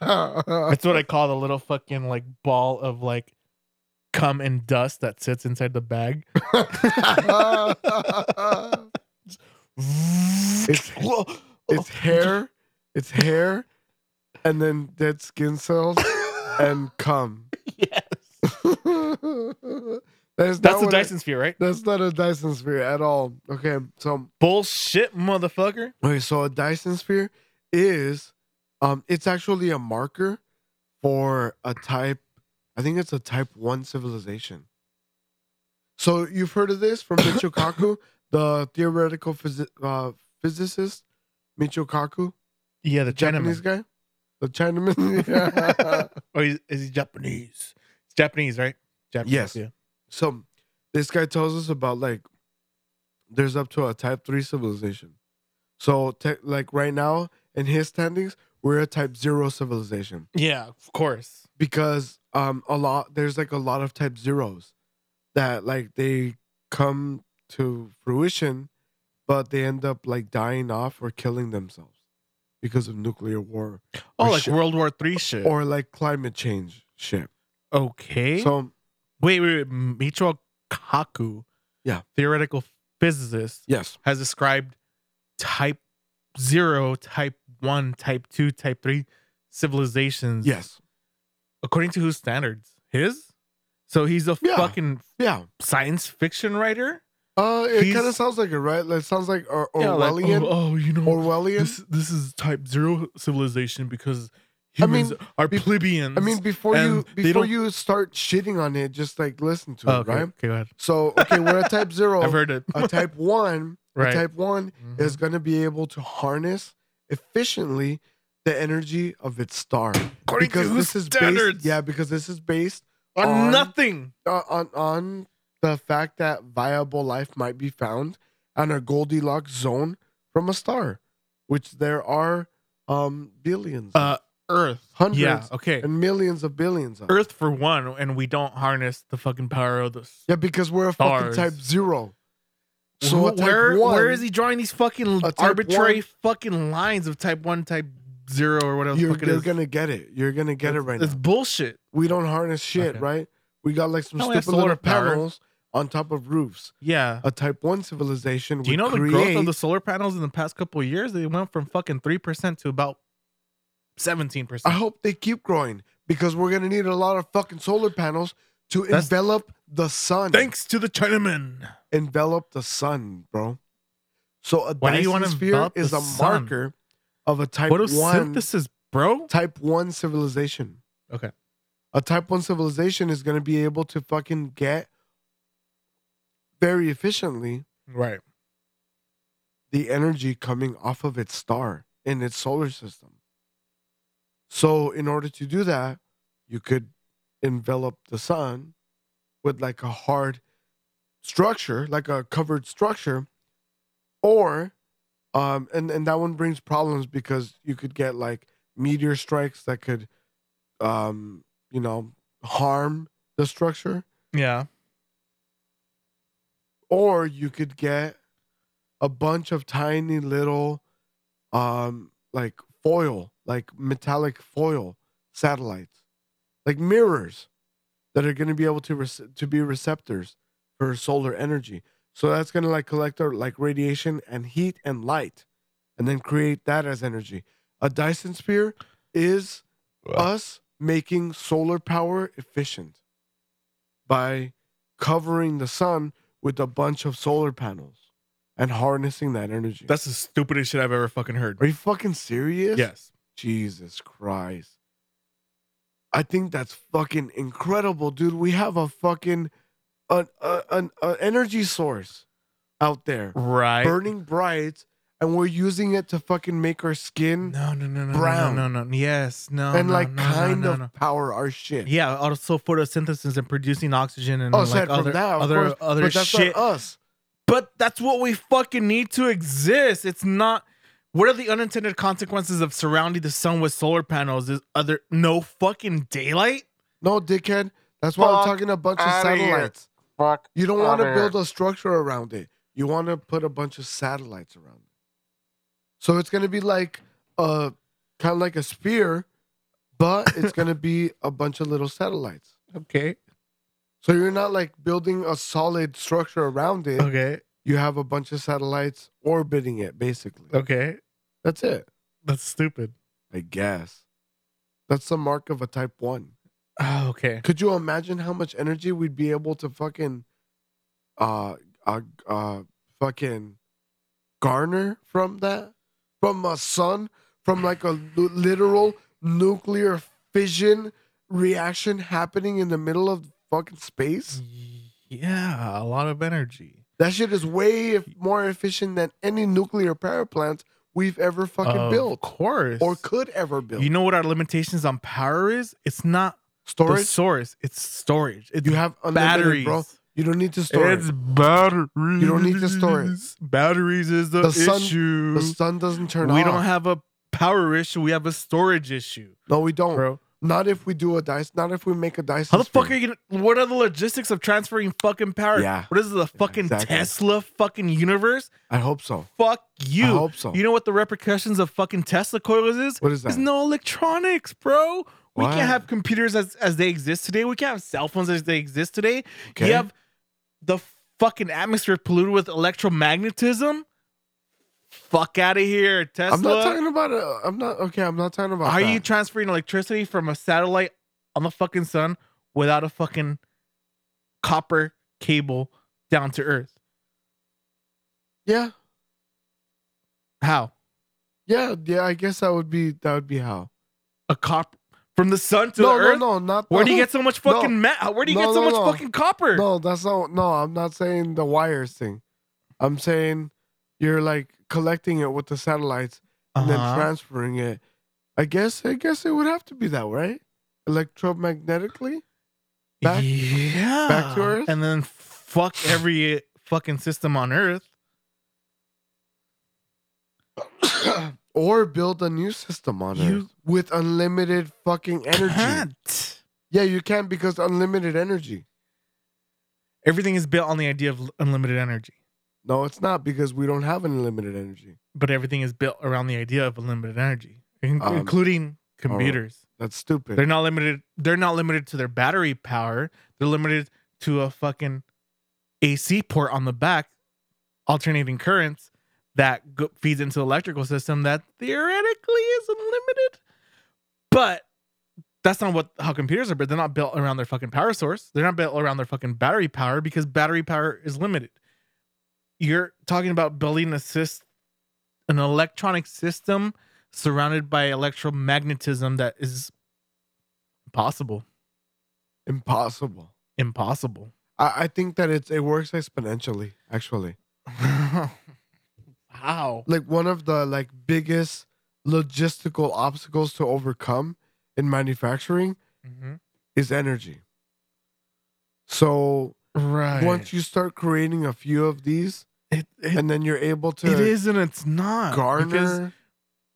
Speaker 2: That's what I call the little fucking like ball of like cum and dust that sits inside the bag.
Speaker 1: It's- it's hair, it's hair, and then dead skin cells and cum.
Speaker 2: yes.
Speaker 1: that's
Speaker 2: That's
Speaker 1: not
Speaker 2: the
Speaker 1: what I-
Speaker 2: Dyson sphere, right?
Speaker 1: that's not a Dyson sphere at all. Okay, so
Speaker 2: Bullshit, motherfucker.
Speaker 1: okay, so a Dyson sphere is, um, it's actually a marker for a type. I think it's a type one civilization. So you've heard of this from Michio Kaku, the theoretical phys- uh, physicist, Michio Kaku.
Speaker 2: Yeah, the
Speaker 1: Japanese
Speaker 2: Chinaman.
Speaker 1: guy? The Chinaman? Yeah.
Speaker 2: Or is, is he Japanese? It's Japanese, right? Japanese.
Speaker 1: Yes.
Speaker 2: Yeah.
Speaker 1: so this guy tells us about like there's up to a type three civilization. So te- like right now in his standings, we're a type zero civilization
Speaker 2: Yeah, of course.
Speaker 1: because um a lot there's like a lot of type zeros that like they come to fruition, but they end up like dying off or killing themselves because of nuclear war
Speaker 2: Oh,
Speaker 1: Or
Speaker 2: like
Speaker 1: shit.
Speaker 2: World War Three shit.
Speaker 1: or like climate change shit.
Speaker 2: okay.
Speaker 1: So
Speaker 2: wait, wait, wait. Michio Kaku,
Speaker 1: Yeah.
Speaker 2: theoretical physicist,
Speaker 1: yes,
Speaker 2: has described type zero, type one, type two, type three civilizations.
Speaker 1: yes,
Speaker 2: According to whose standards? His? So he's a
Speaker 1: Yeah.
Speaker 2: fucking
Speaker 1: yeah.
Speaker 2: science fiction writer?
Speaker 1: Uh, it
Speaker 2: He's-
Speaker 1: kind of sounds like it, right? Like, It sounds like or-
Speaker 2: Yeah, like,
Speaker 1: Orwellian.
Speaker 2: oh, oh, you know,
Speaker 1: Orwellian.
Speaker 2: this this is type zero civilization because
Speaker 1: I mean,
Speaker 2: humans are
Speaker 1: be-
Speaker 2: plebeians.
Speaker 1: I mean, before you
Speaker 2: and they
Speaker 1: before
Speaker 2: don't-
Speaker 1: you start shitting on it, just like listen to
Speaker 2: Oh,
Speaker 1: it,
Speaker 2: okay,
Speaker 1: right?
Speaker 2: okay, go ahead.
Speaker 1: So, okay, we're a type zero.
Speaker 2: I've heard it.
Speaker 1: a type one.
Speaker 2: right.
Speaker 1: A type one
Speaker 2: Mhm.
Speaker 1: is going to be able to harness efficiently the energy of its star
Speaker 2: According
Speaker 1: because
Speaker 2: to
Speaker 1: this
Speaker 2: whose
Speaker 1: is
Speaker 2: standards
Speaker 1: based. Yeah, because this is based
Speaker 2: on,
Speaker 1: on-
Speaker 2: nothing.
Speaker 1: uh, on on the fact that viable life might be found on a Goldilocks zone from a star, which there are um billions of
Speaker 2: Uh, Earth.
Speaker 1: Hundreds
Speaker 2: Yeah. Okay.
Speaker 1: and millions of billions of.
Speaker 2: Earth for one, and we don't harness the fucking power of the.
Speaker 1: Yeah, because we're a
Speaker 2: Stars.
Speaker 1: fucking type zero.
Speaker 2: Who-
Speaker 1: So a type
Speaker 2: where
Speaker 1: one,
Speaker 2: where is he drawing these fucking
Speaker 1: A type
Speaker 2: arbitrary
Speaker 1: one-
Speaker 2: fucking lines of type one, type zero, or whatever? the
Speaker 1: You're,
Speaker 2: fuck it
Speaker 1: you're
Speaker 2: is?
Speaker 1: gonna get it. You're gonna get it
Speaker 2: It's-
Speaker 1: right
Speaker 2: It's
Speaker 1: now.
Speaker 2: bullshit.
Speaker 1: We don't harness shit,
Speaker 2: Okay.
Speaker 1: right? We got like some
Speaker 2: No, we have
Speaker 1: stupid little
Speaker 2: solar power.
Speaker 1: panels on top of roofs.
Speaker 2: Yeah.
Speaker 1: A type one civilization.
Speaker 2: Do you know
Speaker 1: would
Speaker 2: the growth
Speaker 1: Uh, create-
Speaker 2: of the solar panels in the past couple of years? They went from fucking three percent to about seventeen
Speaker 1: I
Speaker 2: percent.
Speaker 1: hope they keep growing because we're gonna need a lot of fucking solar panels to
Speaker 2: That's-
Speaker 1: envelop the sun.
Speaker 2: Thanks to the Chinaman.
Speaker 1: envelop the sun, bro. So a
Speaker 2: Why do you wanna
Speaker 1: dysosphere
Speaker 2: envelop
Speaker 1: is
Speaker 2: the
Speaker 1: a
Speaker 2: sun?
Speaker 1: marker of a type one
Speaker 2: Photosynthesis, bro.
Speaker 1: type one civilization.
Speaker 2: Okay.
Speaker 1: A type one civilization is gonna be able to fucking get very efficiently
Speaker 2: Right.
Speaker 1: the energy coming off of its star in its solar system. So in order to do that, you could envelop the sun with like a hard structure, like a covered structure, or um and, and that one brings problems because you could get like meteor strikes that could um you know harm the structure
Speaker 2: Yeah.
Speaker 1: or you could get a bunch of tiny little um like foil like metallic foil satellites like mirrors that are going to be able to rece- to be receptors for solar energy so that's going to like collect our, like radiation and heat and light and then create that as energy a dyson sphere is us making solar power efficient by covering the sun with a bunch of solar panels and harnessing that energy.
Speaker 2: That's the stupidest shit I've ever fucking heard.
Speaker 1: Are you fucking serious?
Speaker 2: Yes.
Speaker 1: Jesus Christ. I think that's fucking incredible, dude. We have a fucking an, a, an, an energy source out there
Speaker 2: Right.
Speaker 1: burning bright and we're using it to fucking make our skin
Speaker 2: No, no, no, no,
Speaker 1: Brown.
Speaker 2: No, no, no. Yes. No.
Speaker 1: and
Speaker 2: no,
Speaker 1: like
Speaker 2: no, no,
Speaker 1: kind
Speaker 2: no,
Speaker 1: of
Speaker 2: no.
Speaker 1: power our shit.
Speaker 2: Yeah, also photosynthesis and producing oxygen and
Speaker 1: Oh,
Speaker 2: like
Speaker 1: aside
Speaker 2: other
Speaker 1: from that, of
Speaker 2: other
Speaker 1: course,
Speaker 2: other
Speaker 1: but that's
Speaker 2: shit.
Speaker 1: not us.
Speaker 2: But that's what we fucking need to exist. It's not. What are the unintended consequences of surrounding the sun with solar panels? Is other no fucking daylight?
Speaker 1: No, dickhead. That's why
Speaker 2: Fuck
Speaker 1: I'm talking a bunch of
Speaker 2: outta here.
Speaker 1: satellites.
Speaker 2: Fuck.
Speaker 1: You don't want to
Speaker 2: Outta
Speaker 1: build a structure around it. You want to put a bunch of satellites around it. So it's gonna be like a kind of like a sphere, but it's gonna be a bunch of little satellites.
Speaker 2: Okay.
Speaker 1: So you're not like building a solid structure around it.
Speaker 2: Okay.
Speaker 1: You have a bunch of satellites orbiting it, basically.
Speaker 2: Okay.
Speaker 1: That's it,
Speaker 2: That's stupid.
Speaker 1: I guess. That's the mark of a type one.
Speaker 2: Oh, okay.
Speaker 1: Could you imagine how much energy we'd be able to fucking uh uh, uh fucking garner from that? From a sun, from like a l- literal nuclear fission reaction happening in the middle of fucking space?
Speaker 2: Yeah, a lot of energy.
Speaker 1: That shit is way f- more efficient than any nuclear power plant we've ever fucking
Speaker 2: of
Speaker 1: built
Speaker 2: course.
Speaker 1: or could ever build.
Speaker 2: Oh, you know what our limitations on power is? It's not the
Speaker 1: storage,
Speaker 2: source. It's storage. It's
Speaker 1: you have unlimited,
Speaker 2: batteries.
Speaker 1: bro. You don't need to store it.
Speaker 2: It's batteries. You
Speaker 1: don't need to store it.
Speaker 2: Batteries is the,
Speaker 1: The sun-
Speaker 2: issue.
Speaker 1: The sun doesn't turn
Speaker 2: we
Speaker 1: off.
Speaker 2: don't have a power issue. We have a storage issue,
Speaker 1: No, we don't.
Speaker 2: bro.
Speaker 1: Not if we do a dice. Not if we make a dice.
Speaker 2: How the fuck are you gonna? What are the logistics of transferring fucking power?
Speaker 1: Yeah.
Speaker 2: What is this, the fucking
Speaker 1: exactly.
Speaker 2: Tesla fucking universe?
Speaker 1: I hope so.
Speaker 2: Fuck
Speaker 1: I
Speaker 2: you.
Speaker 1: hope so.
Speaker 2: You know what the repercussions of fucking Tesla coils is?
Speaker 1: what is that?
Speaker 2: There's no electronics, bro. We
Speaker 1: What?
Speaker 2: can't have computers as, as they exist today. We can't have cell phones as they exist today.
Speaker 1: okay.
Speaker 2: You have the fucking atmosphere polluted with electromagnetism. Fuck out of here, Tesla.
Speaker 1: I'm not talking about. A, I'm not okay. I'm not talking about.
Speaker 2: Are
Speaker 1: that.
Speaker 2: you transferring electricity from a satellite on the fucking sun without a fucking copper cable down to earth?
Speaker 1: yeah.
Speaker 2: How?
Speaker 1: Yeah. Yeah. I guess that would be. That would be how.
Speaker 2: A cop from the sun to
Speaker 1: No.
Speaker 2: the earth?
Speaker 1: No. No. Not.
Speaker 2: Where do you
Speaker 1: the-
Speaker 2: get so much fucking ma- where do you
Speaker 1: No,
Speaker 2: get so
Speaker 1: no,
Speaker 2: much
Speaker 1: no.
Speaker 2: fucking copper?
Speaker 1: No. That's not. No. I'm not saying the wires thing. I'm saying you're like collecting it with the satellites and then
Speaker 2: Uh-huh.
Speaker 1: transferring it. I guess. I guess it would have to be that, right? Electromagnetically. back-
Speaker 2: yeah.
Speaker 1: back to Earth?
Speaker 2: And then fuck every fucking system on earth.
Speaker 1: or build a new system on
Speaker 2: You-
Speaker 1: Earth with unlimited fucking energy.
Speaker 2: Can't.
Speaker 1: Yeah, you can because unlimited energy.
Speaker 2: Everything is built on the idea of unlimited energy,
Speaker 1: No, it's not because we don't have unlimited energy.
Speaker 2: but everything is built around the idea of unlimited energy, in-
Speaker 1: Um,
Speaker 2: including computers.
Speaker 1: That's stupid.
Speaker 2: They're not limited. They're not limited to their battery power. They're limited to a fucking AC port on the back, alternating currents that go- feeds into the electrical system that theoretically is unlimited. But that's not what how computers are built. They're not built around their fucking power source. They're not built around their fucking battery power because battery power is limited. You're talking about building a sys- an electronic system surrounded by electromagnetism that is impossible.
Speaker 1: Impossible.
Speaker 2: Impossible.
Speaker 1: I, I think that it's it works exponentially, actually.
Speaker 2: wow.
Speaker 1: Like one of the like biggest logistical obstacles to overcome in manufacturing
Speaker 2: Mhm.
Speaker 1: is energy. So
Speaker 2: Right.
Speaker 1: once you start creating a few of these
Speaker 2: it, it,
Speaker 1: and then you're able to
Speaker 2: it is and it's not. because
Speaker 1: garner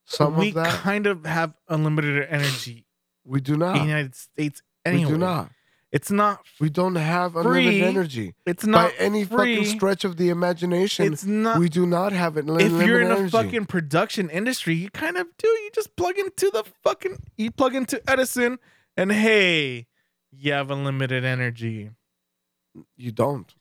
Speaker 1: some
Speaker 2: we
Speaker 1: of that,
Speaker 2: kind of have unlimited energy
Speaker 1: we do not.
Speaker 2: in the United States anyway.
Speaker 1: We do not.
Speaker 2: It's not
Speaker 1: We don't have unlimited
Speaker 2: Free,
Speaker 1: energy
Speaker 2: it's not
Speaker 1: by any
Speaker 2: free.
Speaker 1: fucking stretch of the imagination.
Speaker 2: it's not
Speaker 1: we do not have it.
Speaker 2: if you're in a
Speaker 1: energy.
Speaker 2: fucking production industry, you kind of do. You just plug into the fucking you plug into Edison and hey, you have unlimited energy.
Speaker 1: you don't.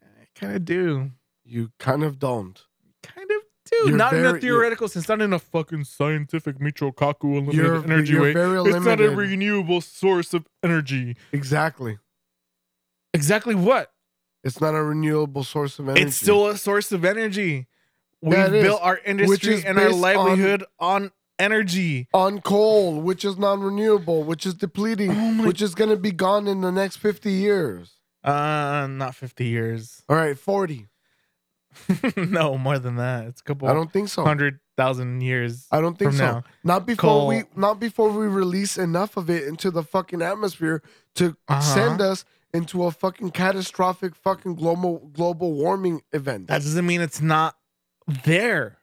Speaker 2: I kind of do.
Speaker 1: You kind of don't.
Speaker 2: Kind of do.
Speaker 1: You're
Speaker 2: not in a
Speaker 1: very-
Speaker 2: theoretical sense, not in a fucking scientific Michio Kaku unlimited
Speaker 1: You're,
Speaker 2: energy
Speaker 1: you're
Speaker 2: way.
Speaker 1: very
Speaker 2: It's not a
Speaker 1: limited.
Speaker 2: renewable source of energy.
Speaker 1: exactly.
Speaker 2: Exactly what?
Speaker 1: It's not a renewable source of energy.
Speaker 2: It's still a source of energy. We've
Speaker 1: Yeah, it is.
Speaker 2: built our industry
Speaker 1: is
Speaker 2: and our
Speaker 1: based on-
Speaker 2: livelihood on energy.
Speaker 1: on coal, which is non-renewable, which is depleting,
Speaker 2: Oh my-
Speaker 1: which is going to be gone in the next 50 years.
Speaker 2: Uh, not 50 years.
Speaker 1: All right, 40.
Speaker 2: no, more than that. It's a couple
Speaker 1: I don't think so.
Speaker 2: hundred thousand years
Speaker 1: I don't think
Speaker 2: from
Speaker 1: so.
Speaker 2: now.
Speaker 1: Not before
Speaker 2: Coal.
Speaker 1: we not before we release enough of it into the fucking atmosphere to
Speaker 2: Uh-huh.
Speaker 1: send us into a fucking catastrophic fucking global global warming event.
Speaker 2: That doesn't mean it's not there.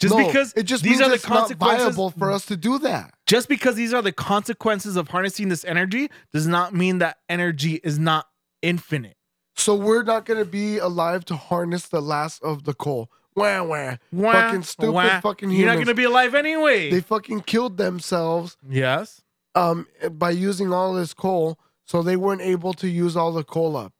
Speaker 2: Just
Speaker 1: No,
Speaker 2: because
Speaker 1: it just
Speaker 2: these
Speaker 1: means
Speaker 2: are the
Speaker 1: it's not
Speaker 2: consequences-
Speaker 1: viable for us to do that.
Speaker 2: just because these are the consequences of harnessing this energy does not mean that energy is not infinite.
Speaker 1: So we're not gonna be alive to harness the last of the coal. Wah wah.
Speaker 2: Wah,
Speaker 1: Fucking stupid
Speaker 2: wah.
Speaker 1: fucking
Speaker 2: You're not
Speaker 1: humans.
Speaker 2: going to be alive anyway.
Speaker 1: They fucking killed themselves
Speaker 2: yes.
Speaker 1: um by using all this coal, so they weren't able to use all the coal up.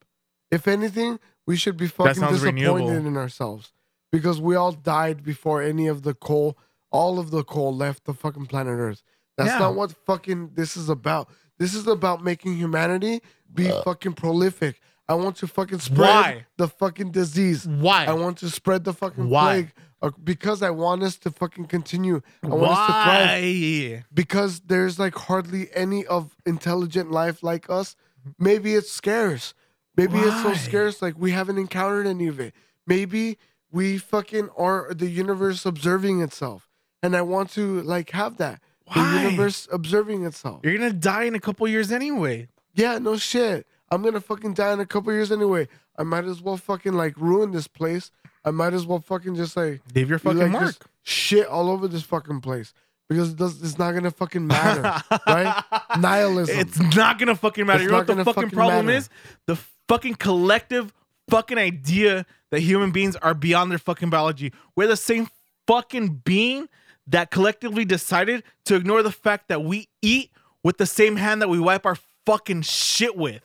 Speaker 1: If anything, we should be fucking
Speaker 2: sounds
Speaker 1: disappointed
Speaker 2: renewable.
Speaker 1: in ourselves because we all died before any of the coal, all of the coal left the fucking planet Earth. That's
Speaker 2: Yeah.
Speaker 1: not what fucking this is about. This is about making humanity be fucking prolific. I want to fucking spread
Speaker 2: Why?
Speaker 1: the fucking disease.
Speaker 2: Why?
Speaker 1: I want to spread the fucking
Speaker 2: Why?
Speaker 1: plague uh, because I want us to fucking continue. I want us to thrive
Speaker 2: Why?
Speaker 1: because there's like hardly any of intelligent life like us. Maybe it's scarce. Maybe it's so
Speaker 2: Why?
Speaker 1: scarce like we haven't encountered any of it. Maybe we fucking are the universe observing itself. And I want to like have that.
Speaker 2: Why?
Speaker 1: The universe observing itself.
Speaker 2: You're going to die in a couple years anyway.
Speaker 1: Yeah, no shit. I'm gonna fucking die in a couple years anyway. I might as well fucking like ruin this place. I might as well fucking just like
Speaker 2: Leave your fucking
Speaker 1: like
Speaker 2: mark.
Speaker 1: just shit all over this fucking place because it does, it's not gonna fucking matter, right? Nihilism.
Speaker 2: It's not gonna fucking matter.
Speaker 1: It's
Speaker 2: you
Speaker 1: not
Speaker 2: know what the
Speaker 1: gonna
Speaker 2: fucking,
Speaker 1: fucking
Speaker 2: problem
Speaker 1: matter.
Speaker 2: is? The fucking collective fucking idea that human beings are beyond their fucking biology. We're the same fucking being that collectively decided to ignore the fact that we eat with the same hand that we wipe our fucking shit with.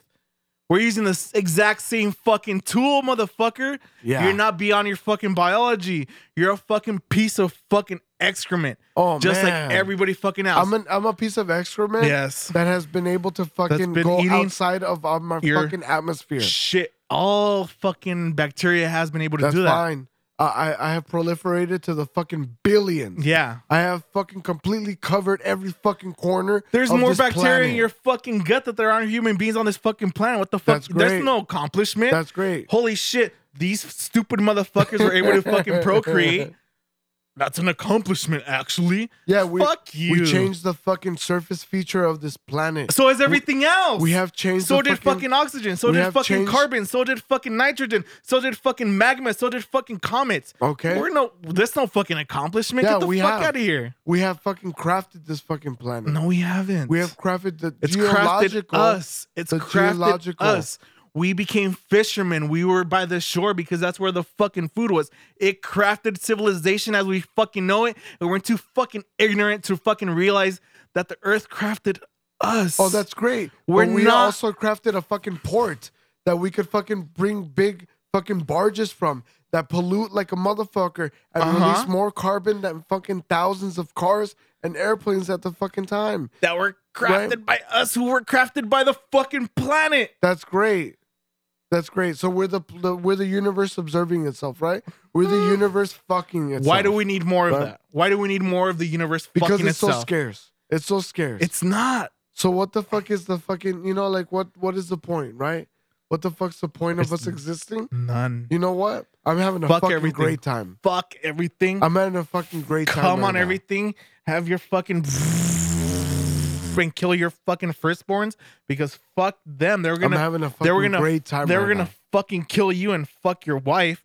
Speaker 2: We're using the s- exact same fucking tool, motherfucker.
Speaker 1: yeah.
Speaker 2: You're not beyond your fucking biology. You're a fucking piece of fucking excrement.
Speaker 1: oh,
Speaker 2: just
Speaker 1: man.
Speaker 2: like everybody fucking else.
Speaker 1: I'm an I'm a piece of excrement
Speaker 2: yes.
Speaker 1: that has been able to fucking
Speaker 2: been
Speaker 1: go
Speaker 2: eating
Speaker 1: outside of uh, my
Speaker 2: your
Speaker 1: fucking atmosphere.
Speaker 2: Shit. All fucking bacteria has been able to
Speaker 1: That's
Speaker 2: do that.
Speaker 1: fine. I I I have proliferated to the fucking billions.
Speaker 2: Yeah.
Speaker 1: I have fucking completely covered every fucking corner.
Speaker 2: There's
Speaker 1: of
Speaker 2: more
Speaker 1: this
Speaker 2: bacteria in
Speaker 1: planet.
Speaker 2: your fucking gut that there aren't human beings on this fucking planet. What the fuck?
Speaker 1: That's
Speaker 2: There's
Speaker 1: great.
Speaker 2: no accomplishment.
Speaker 1: That's great.
Speaker 2: Holy shit. These stupid motherfuckers were able to fucking procreate. That's an accomplishment, actually.
Speaker 1: Yeah, we
Speaker 2: Fuck you.
Speaker 1: we changed the fucking surface feature of this planet.
Speaker 2: So is everything else.
Speaker 1: We have changed.
Speaker 2: So
Speaker 1: the
Speaker 2: did fucking, oxygen. So
Speaker 1: we
Speaker 2: did
Speaker 1: have
Speaker 2: fucking
Speaker 1: changed-
Speaker 2: carbon. So did fucking nitrogen. So did fucking magma. So did fucking comets.
Speaker 1: Okay.
Speaker 2: We're no. That's no fucking accomplishment.
Speaker 1: Yeah,
Speaker 2: Get the
Speaker 1: we
Speaker 2: fuck
Speaker 1: have.
Speaker 2: out of here.
Speaker 1: We have fucking crafted this fucking planet.
Speaker 2: No, we haven't.
Speaker 1: We have crafted the
Speaker 2: It's crafted
Speaker 1: geological.
Speaker 2: us. It's
Speaker 1: the
Speaker 2: crafted
Speaker 1: geological.
Speaker 2: us. We became fishermen. We were by the shore because that's where the fucking food was. It crafted civilization as we fucking know it, and we're too fucking ignorant to fucking realize that the earth crafted us.
Speaker 1: Oh, that's great.
Speaker 2: We're
Speaker 1: but we
Speaker 2: not-
Speaker 1: also crafted a fucking port that we could fucking bring big fucking barges from that pollute like a motherfucker and
Speaker 2: Uh-huh.
Speaker 1: release more carbon than fucking thousands of cars and airplanes at the fucking time.
Speaker 2: that were crafted by us who were crafted by the fucking planet.
Speaker 1: That's great. That's great. So we're the, the we're the universe observing itself, right? We're the universe fucking itself.
Speaker 2: Mm. Why do we need more of
Speaker 1: Right.
Speaker 2: that? Why do we need more of the universe
Speaker 1: Because
Speaker 2: fucking
Speaker 1: it's so
Speaker 2: itself?
Speaker 1: scarce. It's so scarce.
Speaker 2: it's not.
Speaker 1: So what the fuck is the fucking you know like what what is the point right? What the fuck's the point of
Speaker 2: It's-
Speaker 1: us existing?
Speaker 2: None.
Speaker 1: You know what? I'm having a
Speaker 2: Fuck
Speaker 1: fucking
Speaker 2: everything.
Speaker 1: great time.
Speaker 2: Fuck everything.
Speaker 1: I'm having a fucking great time.
Speaker 2: Come
Speaker 1: right
Speaker 2: on
Speaker 1: now.
Speaker 2: everything. Have your fucking and kill your fucking firstborns because fuck them. They're
Speaker 1: I'm
Speaker 2: gonna
Speaker 1: having a
Speaker 2: they
Speaker 1: fucking
Speaker 2: were gonna-
Speaker 1: great time.
Speaker 2: they're
Speaker 1: right
Speaker 2: gonna
Speaker 1: now.
Speaker 2: fucking kill you and fuck your wife.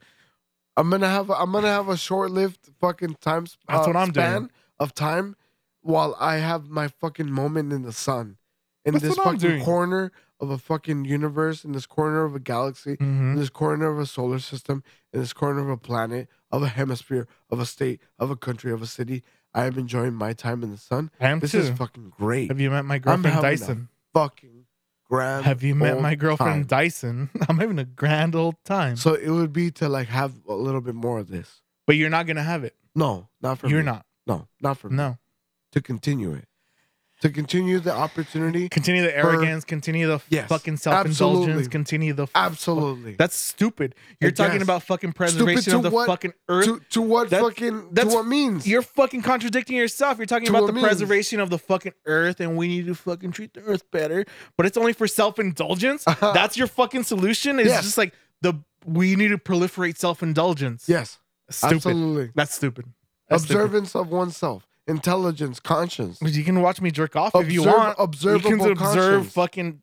Speaker 1: I'm gonna have. A, I'm gonna have a short-lived fucking time. Sp-
Speaker 2: That's
Speaker 1: uh,
Speaker 2: what I'm doing.
Speaker 1: span of time, while I have my fucking moment in the sun, in
Speaker 2: That's
Speaker 1: this
Speaker 2: what I'm
Speaker 1: fucking
Speaker 2: doing.
Speaker 1: corner of a fucking universe, in this corner of a galaxy,
Speaker 2: Mm-hmm.
Speaker 1: in this corner of a solar system, in this corner of a planet, of a hemisphere, of a state, of a country, of a city. I am enjoying my time in the sun.
Speaker 2: I am
Speaker 1: This
Speaker 2: too.
Speaker 1: is fucking great.
Speaker 2: Have you met my
Speaker 1: having
Speaker 2: girlfriend
Speaker 1: a
Speaker 2: Dyson?
Speaker 1: fucking grand.
Speaker 2: Have you met
Speaker 1: old
Speaker 2: my girlfriend
Speaker 1: time.
Speaker 2: Dyson? I'm having a grand old time.
Speaker 1: So it would be to like have a little bit more of this.
Speaker 2: but you're not gonna have it.
Speaker 1: No, not for
Speaker 2: You're
Speaker 1: me.
Speaker 2: not.
Speaker 1: No, not for me.
Speaker 2: No.
Speaker 1: To continue it, to continue the opportunity.
Speaker 2: Continue the
Speaker 1: For-
Speaker 2: arrogance. continue the
Speaker 1: Yes,
Speaker 2: fucking self indulgence.
Speaker 1: absolutely.
Speaker 2: Continue the. f-
Speaker 1: Absolutely.
Speaker 2: That's stupid. You're
Speaker 1: Yes.
Speaker 2: talking about fucking preservation
Speaker 1: to
Speaker 2: of the
Speaker 1: what?
Speaker 2: fucking earth.
Speaker 1: to to what
Speaker 2: That's-
Speaker 1: fucking
Speaker 2: that's-
Speaker 1: to what means?
Speaker 2: you're fucking contradicting yourself. You're talking
Speaker 1: To
Speaker 2: about
Speaker 1: what
Speaker 2: the
Speaker 1: means?
Speaker 2: preservation of the fucking earth and we need to fucking treat the earth better, but it's only for self indulgence.
Speaker 1: Uh-huh.
Speaker 2: That's your fucking solution. It's
Speaker 1: Yes.
Speaker 2: just like the we need to proliferate self indulgence.
Speaker 1: yes,
Speaker 2: Stupid.
Speaker 1: absolutely.
Speaker 2: That's stupid. That's stupid.
Speaker 1: Observance of oneself, intelligence, conscience.
Speaker 2: You can watch me jerk off if you
Speaker 1: Observe-
Speaker 2: want. You
Speaker 1: observable
Speaker 2: can observe
Speaker 1: conscience.
Speaker 2: fucking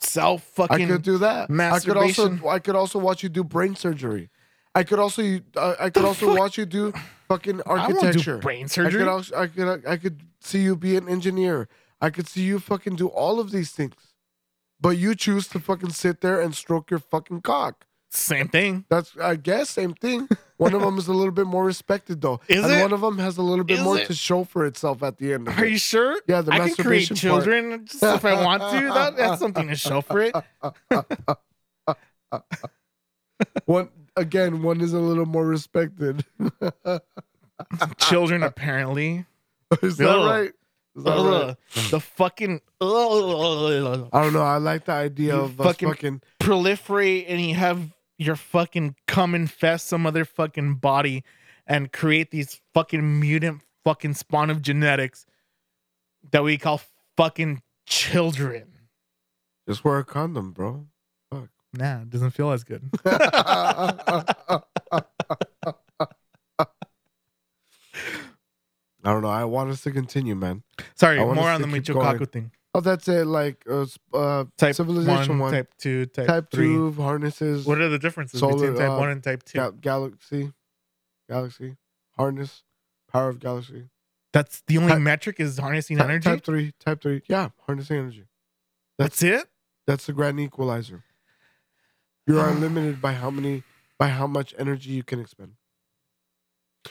Speaker 2: self
Speaker 1: I
Speaker 2: fucking.
Speaker 1: could do that. I could
Speaker 2: masturbation.
Speaker 1: also I could also watch you do brain surgery. I could also uh, I, I could
Speaker 2: The
Speaker 1: also
Speaker 2: fuck?
Speaker 1: watch you do fucking
Speaker 2: I won't do
Speaker 1: architecture.
Speaker 2: brain
Speaker 1: I could
Speaker 2: surgery.
Speaker 1: also I could I could see you be an engineer. I could see you fucking do all of these things. But you choose to fucking sit there and stroke your fucking cock.
Speaker 2: Same thing.
Speaker 1: That's I guess same thing. One of them is a little bit more respected though,
Speaker 2: Is
Speaker 1: and
Speaker 2: it?
Speaker 1: one of them has a little bit
Speaker 2: Is
Speaker 1: more
Speaker 2: it?
Speaker 1: to show for itself at the end. Of
Speaker 2: Are
Speaker 1: it.
Speaker 2: you sure?
Speaker 1: yeah, the
Speaker 2: I can create
Speaker 1: masturbation part.
Speaker 2: children just if I want to. That, that's something to show for it.
Speaker 1: One again, one is a little more respected.
Speaker 2: Children apparently.
Speaker 1: Is that
Speaker 2: Ugh.
Speaker 1: right? Is that right?
Speaker 2: Ugh. the fucking ugh.
Speaker 1: I don't know. I like the idea
Speaker 2: You
Speaker 1: of us
Speaker 2: fucking-
Speaker 1: fucking,
Speaker 2: proliferate and you have your fucking come infest some other fucking body and create these fucking mutant fucking spawn of genetics that we call fucking children.
Speaker 1: just wear a condom, bro.
Speaker 2: Nah, it doesn't feel as good.
Speaker 1: I don't know. I want us to continue, man.
Speaker 2: Sorry,
Speaker 1: I want
Speaker 2: more
Speaker 1: us
Speaker 2: on the
Speaker 1: to keep
Speaker 2: Michokaku thing.
Speaker 1: Oh, that's it. Like uh, s- uh,
Speaker 2: Type
Speaker 1: civilization
Speaker 2: one,
Speaker 1: one,
Speaker 2: type two, type,
Speaker 1: type,
Speaker 2: three.
Speaker 1: two harnesses,
Speaker 2: What are the differences
Speaker 1: Solar,
Speaker 2: between type
Speaker 1: uh,
Speaker 2: one and type two?
Speaker 1: ga- galaxy, galaxy harness, power of galaxy.
Speaker 2: That's the only
Speaker 1: Type-
Speaker 2: metric is harnessing
Speaker 1: Ty-
Speaker 2: energy.
Speaker 1: Type three, type three. Yeah, harnessing energy.
Speaker 2: That's it.
Speaker 1: That's the grand equalizer. You are limited by how many, by how much energy you can expend.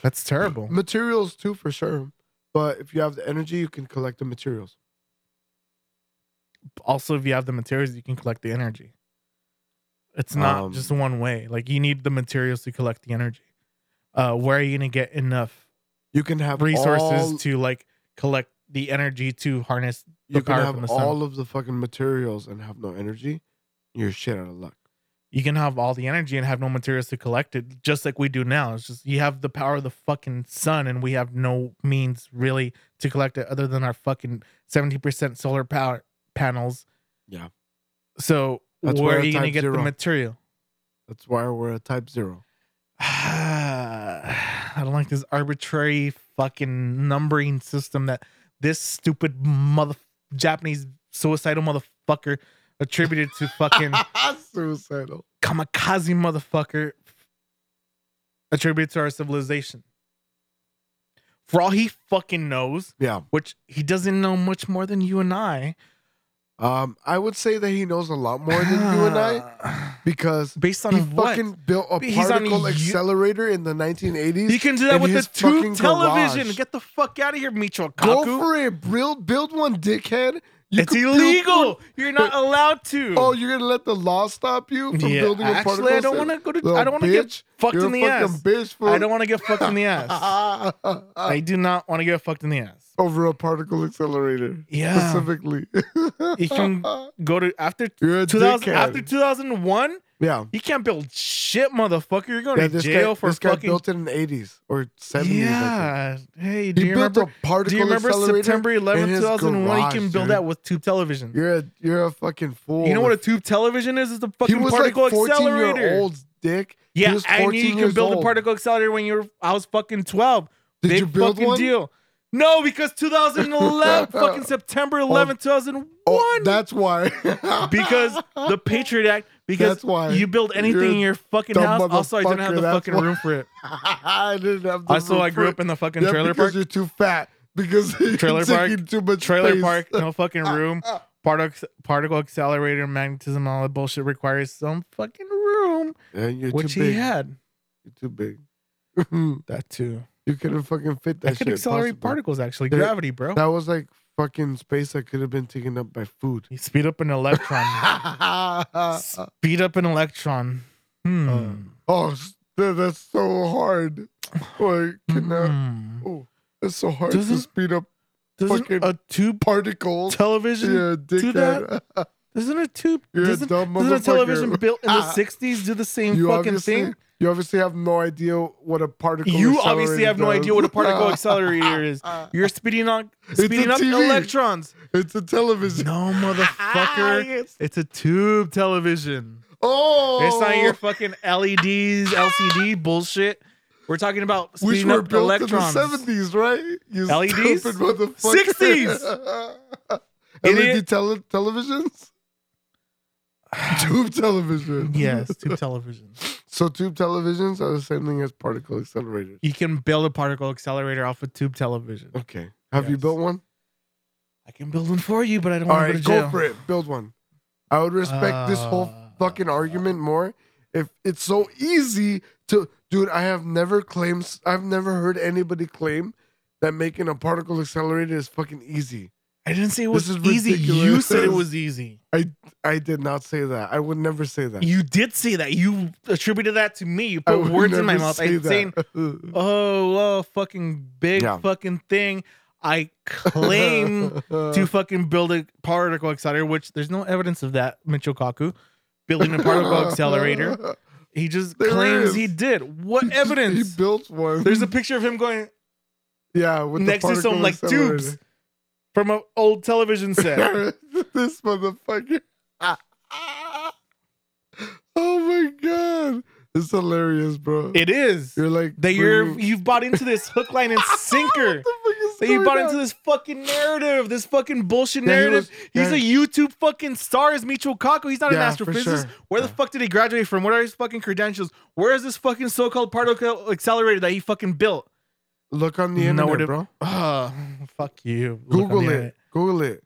Speaker 2: That's terrible.
Speaker 1: Materials too, for sure. But if you have the energy, you can collect the materials.
Speaker 2: also if you have the materials you can collect the energy it's not
Speaker 1: Um,
Speaker 2: just one way like you need the materials to collect the energy uh where are you gonna get enough
Speaker 1: You can have
Speaker 2: resources
Speaker 1: all-
Speaker 2: to like collect the energy to harness
Speaker 1: you can
Speaker 2: power from the
Speaker 1: have
Speaker 2: sun.
Speaker 1: all of the fucking materials and have no energy. You're shit out of luck.
Speaker 2: you can have all the energy and have no materials to collect it just like we do now it's just you have the power of the fucking sun and we have no means really to collect it other than our fucking 70% solar power panels
Speaker 1: Yeah.
Speaker 2: so
Speaker 1: That's
Speaker 2: where
Speaker 1: where
Speaker 2: are you gonna
Speaker 1: type
Speaker 2: get the
Speaker 1: zero-
Speaker 2: material
Speaker 1: That's why we're a type zero.
Speaker 2: I don't like this arbitrary fucking numbering system that this stupid mother Japanese suicidal motherfucker attributed to fucking
Speaker 1: Suicidal.
Speaker 2: kamikaze motherfucker attributed to our civilization. For all he fucking knows,
Speaker 1: Yeah.
Speaker 2: which he doesn't know much more than you and I.
Speaker 1: Um, I would say that he knows a lot more than you and I
Speaker 2: I.
Speaker 1: because
Speaker 2: Based on
Speaker 1: he
Speaker 2: what?
Speaker 1: fucking built a
Speaker 2: He's on
Speaker 1: particle
Speaker 2: you-
Speaker 1: accelerator in the 1980s.
Speaker 2: he can do that
Speaker 1: in
Speaker 2: with a
Speaker 1: his
Speaker 2: tube
Speaker 1: fucking
Speaker 2: television.
Speaker 1: garage.
Speaker 2: Get the fuck out of here, Micho
Speaker 1: Go
Speaker 2: Kaku.
Speaker 1: for it. Build, build one, dickhead. You
Speaker 2: it's
Speaker 1: could build
Speaker 2: illegal.
Speaker 1: one-
Speaker 2: You're not allowed to.
Speaker 1: Oh, you're gonna let the law stop you from building a particle
Speaker 2: Actually, I don't
Speaker 1: cell?
Speaker 2: want to go to.
Speaker 1: Little
Speaker 2: I don't want to get
Speaker 1: bitch.
Speaker 2: fucked
Speaker 1: You're
Speaker 2: in the
Speaker 1: a fucking
Speaker 2: ass.
Speaker 1: bitch for
Speaker 2: I don't want to get fucked in the ass. I do not want to get fucked in the ass.
Speaker 1: over a particle accelerator
Speaker 2: Yeah.
Speaker 1: specifically.
Speaker 2: You can- Go to after
Speaker 1: You're a
Speaker 2: 2000
Speaker 1: dickhead.
Speaker 2: after 2001.
Speaker 1: yeah.
Speaker 2: You can't build shit, motherfucker. You're going
Speaker 1: Yeah,
Speaker 2: to
Speaker 1: this
Speaker 2: jail
Speaker 1: guy,
Speaker 2: for
Speaker 1: this guy
Speaker 2: fucking.
Speaker 1: built it in the 80s or 70s. I think.
Speaker 2: yeah. Hey, do
Speaker 1: He
Speaker 2: you
Speaker 1: built
Speaker 2: remember?
Speaker 1: a particle
Speaker 2: Do you remember
Speaker 1: accelerator.
Speaker 2: September 11,
Speaker 1: his
Speaker 2: 2001? You can
Speaker 1: garage,
Speaker 2: build
Speaker 1: dude.
Speaker 2: that with tube television.
Speaker 1: You're a you're a fucking fool.
Speaker 2: you know what a tube television is? It's a
Speaker 1: he
Speaker 2: fucking
Speaker 1: was like
Speaker 2: particle
Speaker 1: 14
Speaker 2: accelerator.
Speaker 1: year old's dick. He
Speaker 2: yeah,
Speaker 1: was
Speaker 2: I knew
Speaker 1: 14
Speaker 2: you
Speaker 1: years
Speaker 2: could build a
Speaker 1: old.
Speaker 2: particle accelerator when you were. I was fucking 12.
Speaker 1: Did
Speaker 2: Big
Speaker 1: you build
Speaker 2: fucking
Speaker 1: one?
Speaker 2: deal. No, because 2011, fucking September 11, 2001.
Speaker 1: Oh, that's why.
Speaker 2: because the Patriot Act. Because
Speaker 1: That's why.
Speaker 2: you build
Speaker 1: You're
Speaker 2: anything in your fucking
Speaker 1: dumb
Speaker 2: house. Also, I didn't
Speaker 1: motherfucker,
Speaker 2: have the
Speaker 1: that's
Speaker 2: fucking
Speaker 1: why.
Speaker 2: room for it.
Speaker 1: I didn't have. The
Speaker 2: Also, I grew up in the fucking
Speaker 1: yeah,
Speaker 2: trailer
Speaker 1: because
Speaker 2: park.
Speaker 1: You're too fat. Because you're
Speaker 2: Trailer park-
Speaker 1: taking Too much
Speaker 2: Trailer
Speaker 1: space.
Speaker 2: park, no fucking room.
Speaker 1: Ah, ah.
Speaker 2: Particle, particle accelerator, magnetism, all that bullshit requires some fucking room,
Speaker 1: Yeah, you're
Speaker 2: which
Speaker 1: too
Speaker 2: he
Speaker 1: big.
Speaker 2: had.
Speaker 1: You're too big.
Speaker 2: That too.
Speaker 1: You couldn't fucking fit that
Speaker 2: I could
Speaker 1: shit.
Speaker 2: accelerate
Speaker 1: possible.
Speaker 2: particles actually.
Speaker 1: There-
Speaker 2: Gravity, bro.
Speaker 1: That was like fucking space that could have been taken up by food.
Speaker 2: You speed up an
Speaker 1: Uh,
Speaker 2: electron.
Speaker 1: oh,
Speaker 2: speed up an electron. Hmm.
Speaker 1: Uh, s- that- that's so hard. Like, can I-
Speaker 2: Hmm.
Speaker 1: oh, that's so hard
Speaker 2: Doesn't-
Speaker 1: to speed up
Speaker 2: Doesn't
Speaker 1: fucking
Speaker 2: a tube
Speaker 1: particles.
Speaker 2: television?
Speaker 1: You're a dickhead.
Speaker 2: Doesn't a tube?
Speaker 1: You're a
Speaker 2: Doesn't,
Speaker 1: dumb
Speaker 2: doesn't a
Speaker 1: motherfucker.
Speaker 2: television built in the
Speaker 1: Ah.
Speaker 2: '60s do the same
Speaker 1: you
Speaker 2: fucking
Speaker 1: obviously,
Speaker 2: thing?
Speaker 1: You obviously have no idea what a particle.
Speaker 2: You obviously have no
Speaker 1: accelerator
Speaker 2: idea what a
Speaker 1: does.
Speaker 2: particle accelerator is. You're speeding on
Speaker 1: a
Speaker 2: speeding up
Speaker 1: TV.
Speaker 2: electrons.
Speaker 1: it's a television.
Speaker 2: No, motherfucker. It's a tube television.
Speaker 1: Oh,
Speaker 2: It's not your fucking E LEDs, LCD bullshit. We're talking about
Speaker 1: which
Speaker 2: speeding
Speaker 1: were
Speaker 2: up
Speaker 1: built
Speaker 2: electrons. E
Speaker 1: in the seventies, right? You
Speaker 2: LEDs?
Speaker 1: stupid motherfucker.
Speaker 2: 60s. Idiot.
Speaker 1: LED tele- televisions. Tube television.
Speaker 2: yes, tube television.
Speaker 1: So tube televisions are the same thing as particle accelerators.
Speaker 2: You can build a particle accelerator off a tube television.
Speaker 1: Okay. Have you
Speaker 2: Yes.
Speaker 1: built one?
Speaker 2: I can build one for you, but I don't
Speaker 1: All
Speaker 2: want
Speaker 1: right,
Speaker 2: to go to jail.
Speaker 1: go for it. Build one. I would respect this whole
Speaker 2: Uh,
Speaker 1: fucking argument more if it's so easy to, dude. I have never claims. I've never heard anybody claim that making a particle accelerator is fucking easy.
Speaker 2: I didn't say it
Speaker 1: This
Speaker 2: was
Speaker 1: is
Speaker 2: easy. You
Speaker 1: ridiculous.
Speaker 2: said it was easy.
Speaker 1: I did not say that. I would never say that.
Speaker 2: You did say that. You attributed that to me. You
Speaker 1: I
Speaker 2: put
Speaker 1: would
Speaker 2: words in
Speaker 1: never
Speaker 2: my mouth.
Speaker 1: say
Speaker 2: I'm saying,
Speaker 1: that.
Speaker 2: oh, well, fucking big
Speaker 1: Yeah.
Speaker 2: fucking thing. I claim to fucking build a particle accelerator, which there's no evidence of that, Mitchell Kaku. Building a particle accelerator. He just
Speaker 1: There
Speaker 2: claims
Speaker 1: is.
Speaker 2: he did. What
Speaker 1: He just-
Speaker 2: evidence?
Speaker 1: He built one.
Speaker 2: There's a picture of him going
Speaker 1: yeah with the
Speaker 2: next to some
Speaker 1: particle
Speaker 2: like
Speaker 1: accelerator.
Speaker 2: tubes from an old television set.
Speaker 1: this motherfucker. oh my god, it's hilarious, bro.
Speaker 2: it is
Speaker 1: you're like
Speaker 2: that you're
Speaker 1: bro,
Speaker 2: you've bought into this hook, line, and sinker.
Speaker 1: what the fuck is
Speaker 2: That you
Speaker 1: going
Speaker 2: bought
Speaker 1: on?
Speaker 2: into this fucking narrative, this fucking bullshit
Speaker 1: Yeah, he
Speaker 2: narrative.
Speaker 1: was- yeah,
Speaker 2: He's a YouTube fucking star, is Michio Kaku. He's not an
Speaker 1: Yeah, for
Speaker 2: astrophysicist.
Speaker 1: sure.
Speaker 2: Where the
Speaker 1: Yeah.
Speaker 2: fuck did he graduate from? What are his fucking credentials? Where is this fucking so-called particle accelerator that he fucking built?
Speaker 1: Look on the internet,
Speaker 2: Nowhere to-
Speaker 1: bro.
Speaker 2: Uh, fuck you. Look on
Speaker 1: Google
Speaker 2: the
Speaker 1: it.
Speaker 2: internet.
Speaker 1: Google it.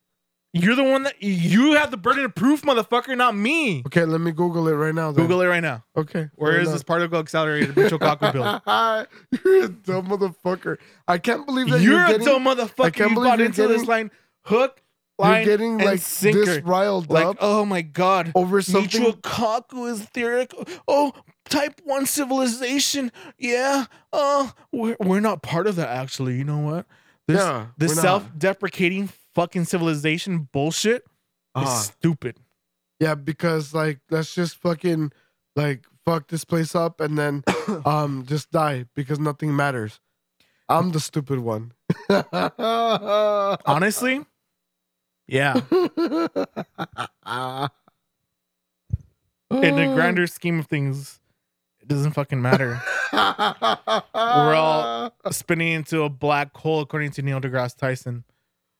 Speaker 2: You're the one that you have the burden of proof, motherfucker, not me.
Speaker 1: Okay, let me Google it right now. Then.
Speaker 2: Google it right now.
Speaker 1: it. Okay.
Speaker 2: Where
Speaker 1: fair
Speaker 2: is
Speaker 1: enough.
Speaker 2: this particle accelerator Michio Kaku built?
Speaker 1: you're a dumb motherfucker. I can't believe that
Speaker 2: You're,
Speaker 1: you're,
Speaker 2: a
Speaker 1: getting,
Speaker 2: dumb motherfucker.
Speaker 1: can't
Speaker 2: You
Speaker 1: believe
Speaker 2: bought
Speaker 1: you're
Speaker 2: into this
Speaker 1: getting-
Speaker 2: line, hook,
Speaker 1: You're
Speaker 2: line,
Speaker 1: getting
Speaker 2: and
Speaker 1: like
Speaker 2: sinker.
Speaker 1: this riled
Speaker 2: like
Speaker 1: up
Speaker 2: oh my god,
Speaker 1: over something.
Speaker 2: Michio Kaku is theoretical. Oh, type one civilization. Yeah. Uh, we're we're not part of that actually. You know what? This
Speaker 1: Yeah,
Speaker 2: this
Speaker 1: we're not.
Speaker 2: self-deprecating fucking civilization bullshit
Speaker 1: Ah.
Speaker 2: is stupid.
Speaker 1: Yeah, because like let's just fucking like fuck this place up and then um just die because nothing matters. I'm the stupid one. uh.
Speaker 2: Honestly. Yeah. In the grander scheme of things, it doesn't fucking matter.
Speaker 1: we're
Speaker 2: all- Spinning into a black hole, according to Neil deGrasse Tyson.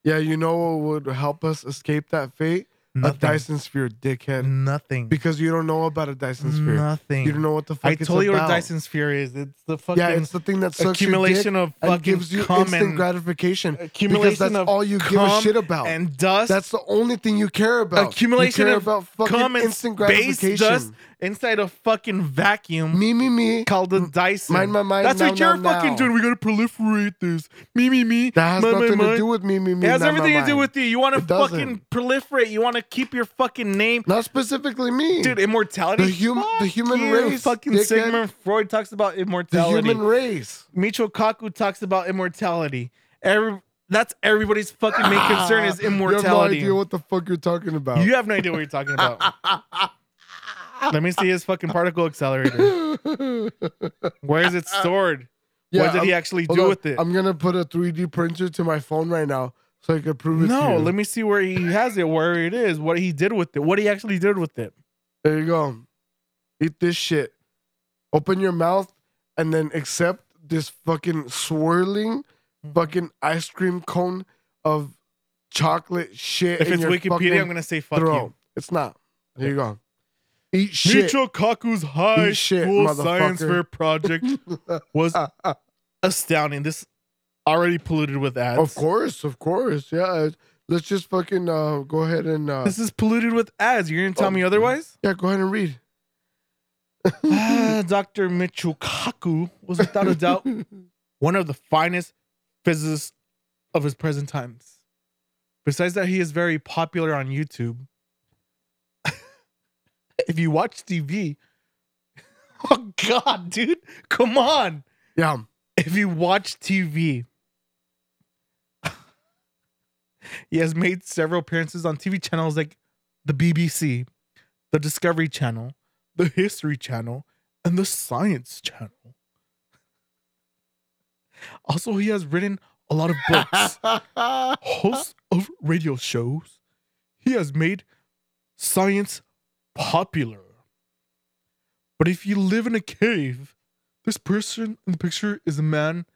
Speaker 1: Yeah, you know what would help us escape that fate? A
Speaker 2: Nothing.
Speaker 1: Dyson sphere, dickhead.
Speaker 2: Nothing.
Speaker 1: Because you don't know about a Dyson sphere.
Speaker 2: Nothing.
Speaker 1: You don't know what the fuck
Speaker 2: I
Speaker 1: it's
Speaker 2: told you what a
Speaker 1: about.
Speaker 2: Dyson Sphere is. It's the fucking
Speaker 1: Yeah, it's the thing that sucks your dick
Speaker 2: accumulation of
Speaker 1: and
Speaker 2: fucking
Speaker 1: gives you
Speaker 2: cum
Speaker 1: instant
Speaker 2: and,
Speaker 1: gratification because
Speaker 2: accumulation
Speaker 1: that's
Speaker 2: of
Speaker 1: all you give a
Speaker 2: cum
Speaker 1: shit about.
Speaker 2: and dust
Speaker 1: that's the only thing you care about.
Speaker 2: Accumulation
Speaker 1: you care
Speaker 2: of
Speaker 1: about fucking
Speaker 2: cum and
Speaker 1: instant
Speaker 2: base
Speaker 1: gratification.
Speaker 2: dust inside a fucking vacuum
Speaker 1: Me, me, me.
Speaker 2: called a Dyson.
Speaker 1: Mind my mind.
Speaker 2: That's
Speaker 1: now,
Speaker 2: what you're
Speaker 1: now,
Speaker 2: fucking
Speaker 1: now.
Speaker 2: doing. We gotta proliferate this. Me, me, me.
Speaker 1: That has
Speaker 2: My, my,
Speaker 1: nothing
Speaker 2: my.
Speaker 1: to do with me, me, me.
Speaker 2: It has
Speaker 1: now,
Speaker 2: everything
Speaker 1: my
Speaker 2: to do
Speaker 1: mind.
Speaker 2: with you. You want to
Speaker 1: It doesn't.
Speaker 2: fucking proliferate. You want to keep your fucking name,
Speaker 1: Not specifically me.
Speaker 2: dude. Immortality.
Speaker 1: The hum- the
Speaker 2: Fuck
Speaker 1: human
Speaker 2: you.
Speaker 1: race,
Speaker 2: Fucking
Speaker 1: dickhead.
Speaker 2: Sigmund Freud talks about
Speaker 1: the
Speaker 2: immortality.
Speaker 1: human race.
Speaker 2: Michio Kaku talks about immortality. Every that's everybody's fucking main concern is immortality.
Speaker 1: Ah, You have no idea what the fuck you're talking about.
Speaker 2: You have no idea what you're talking about. Let me see his fucking particle accelerator. Where is it stored? what did
Speaker 1: I'm-
Speaker 2: he actually
Speaker 1: hold
Speaker 2: do
Speaker 1: on.
Speaker 2: with it?
Speaker 1: I'm gonna put a 3D printer to my phone right now so I can prove it. to
Speaker 2: no,
Speaker 1: you.
Speaker 2: let me see where he has it, where it is, what he did with it, what he actually did with it.
Speaker 1: There you go. Eat this shit. Open your mouth and then accept this fucking swirling
Speaker 2: Mm-hmm.
Speaker 1: fucking ice cream cone of chocolate shit.
Speaker 2: If
Speaker 1: in
Speaker 2: it's
Speaker 1: your
Speaker 2: Wikipedia,
Speaker 1: fucking
Speaker 2: I'm gonna say fuck
Speaker 1: throat.
Speaker 2: you.
Speaker 1: It's not. There you go. Eat shit.
Speaker 2: Michio Kaku's high
Speaker 1: Eat shit,
Speaker 2: school science
Speaker 1: motherfucker.
Speaker 2: fair project was
Speaker 1: Ah,
Speaker 2: astounding. This already polluted with ads.
Speaker 1: Of course, of course. Yeah. uh, Let's just fucking uh, go ahead and uh,
Speaker 2: This is polluted with ads. You're gonna tell
Speaker 1: Oh.
Speaker 2: me otherwise?
Speaker 1: yeah, go ahead and read.
Speaker 2: Ah, Dr. Michio Kaku was without a doubt one of the finest physicists of his present times. Besides that, he is very popular on YouTube. if you watch TV, oh God, dude, come on.
Speaker 1: Yeah.
Speaker 2: If you watch TV, he has made several appearances on TV channels like the BBC, the Discovery Channel, the History Channel, and the Science Channel. Also, he has written a lot of books, hosts of radio shows. He has made science popular. But if you live in a cave, this person in the picture is the man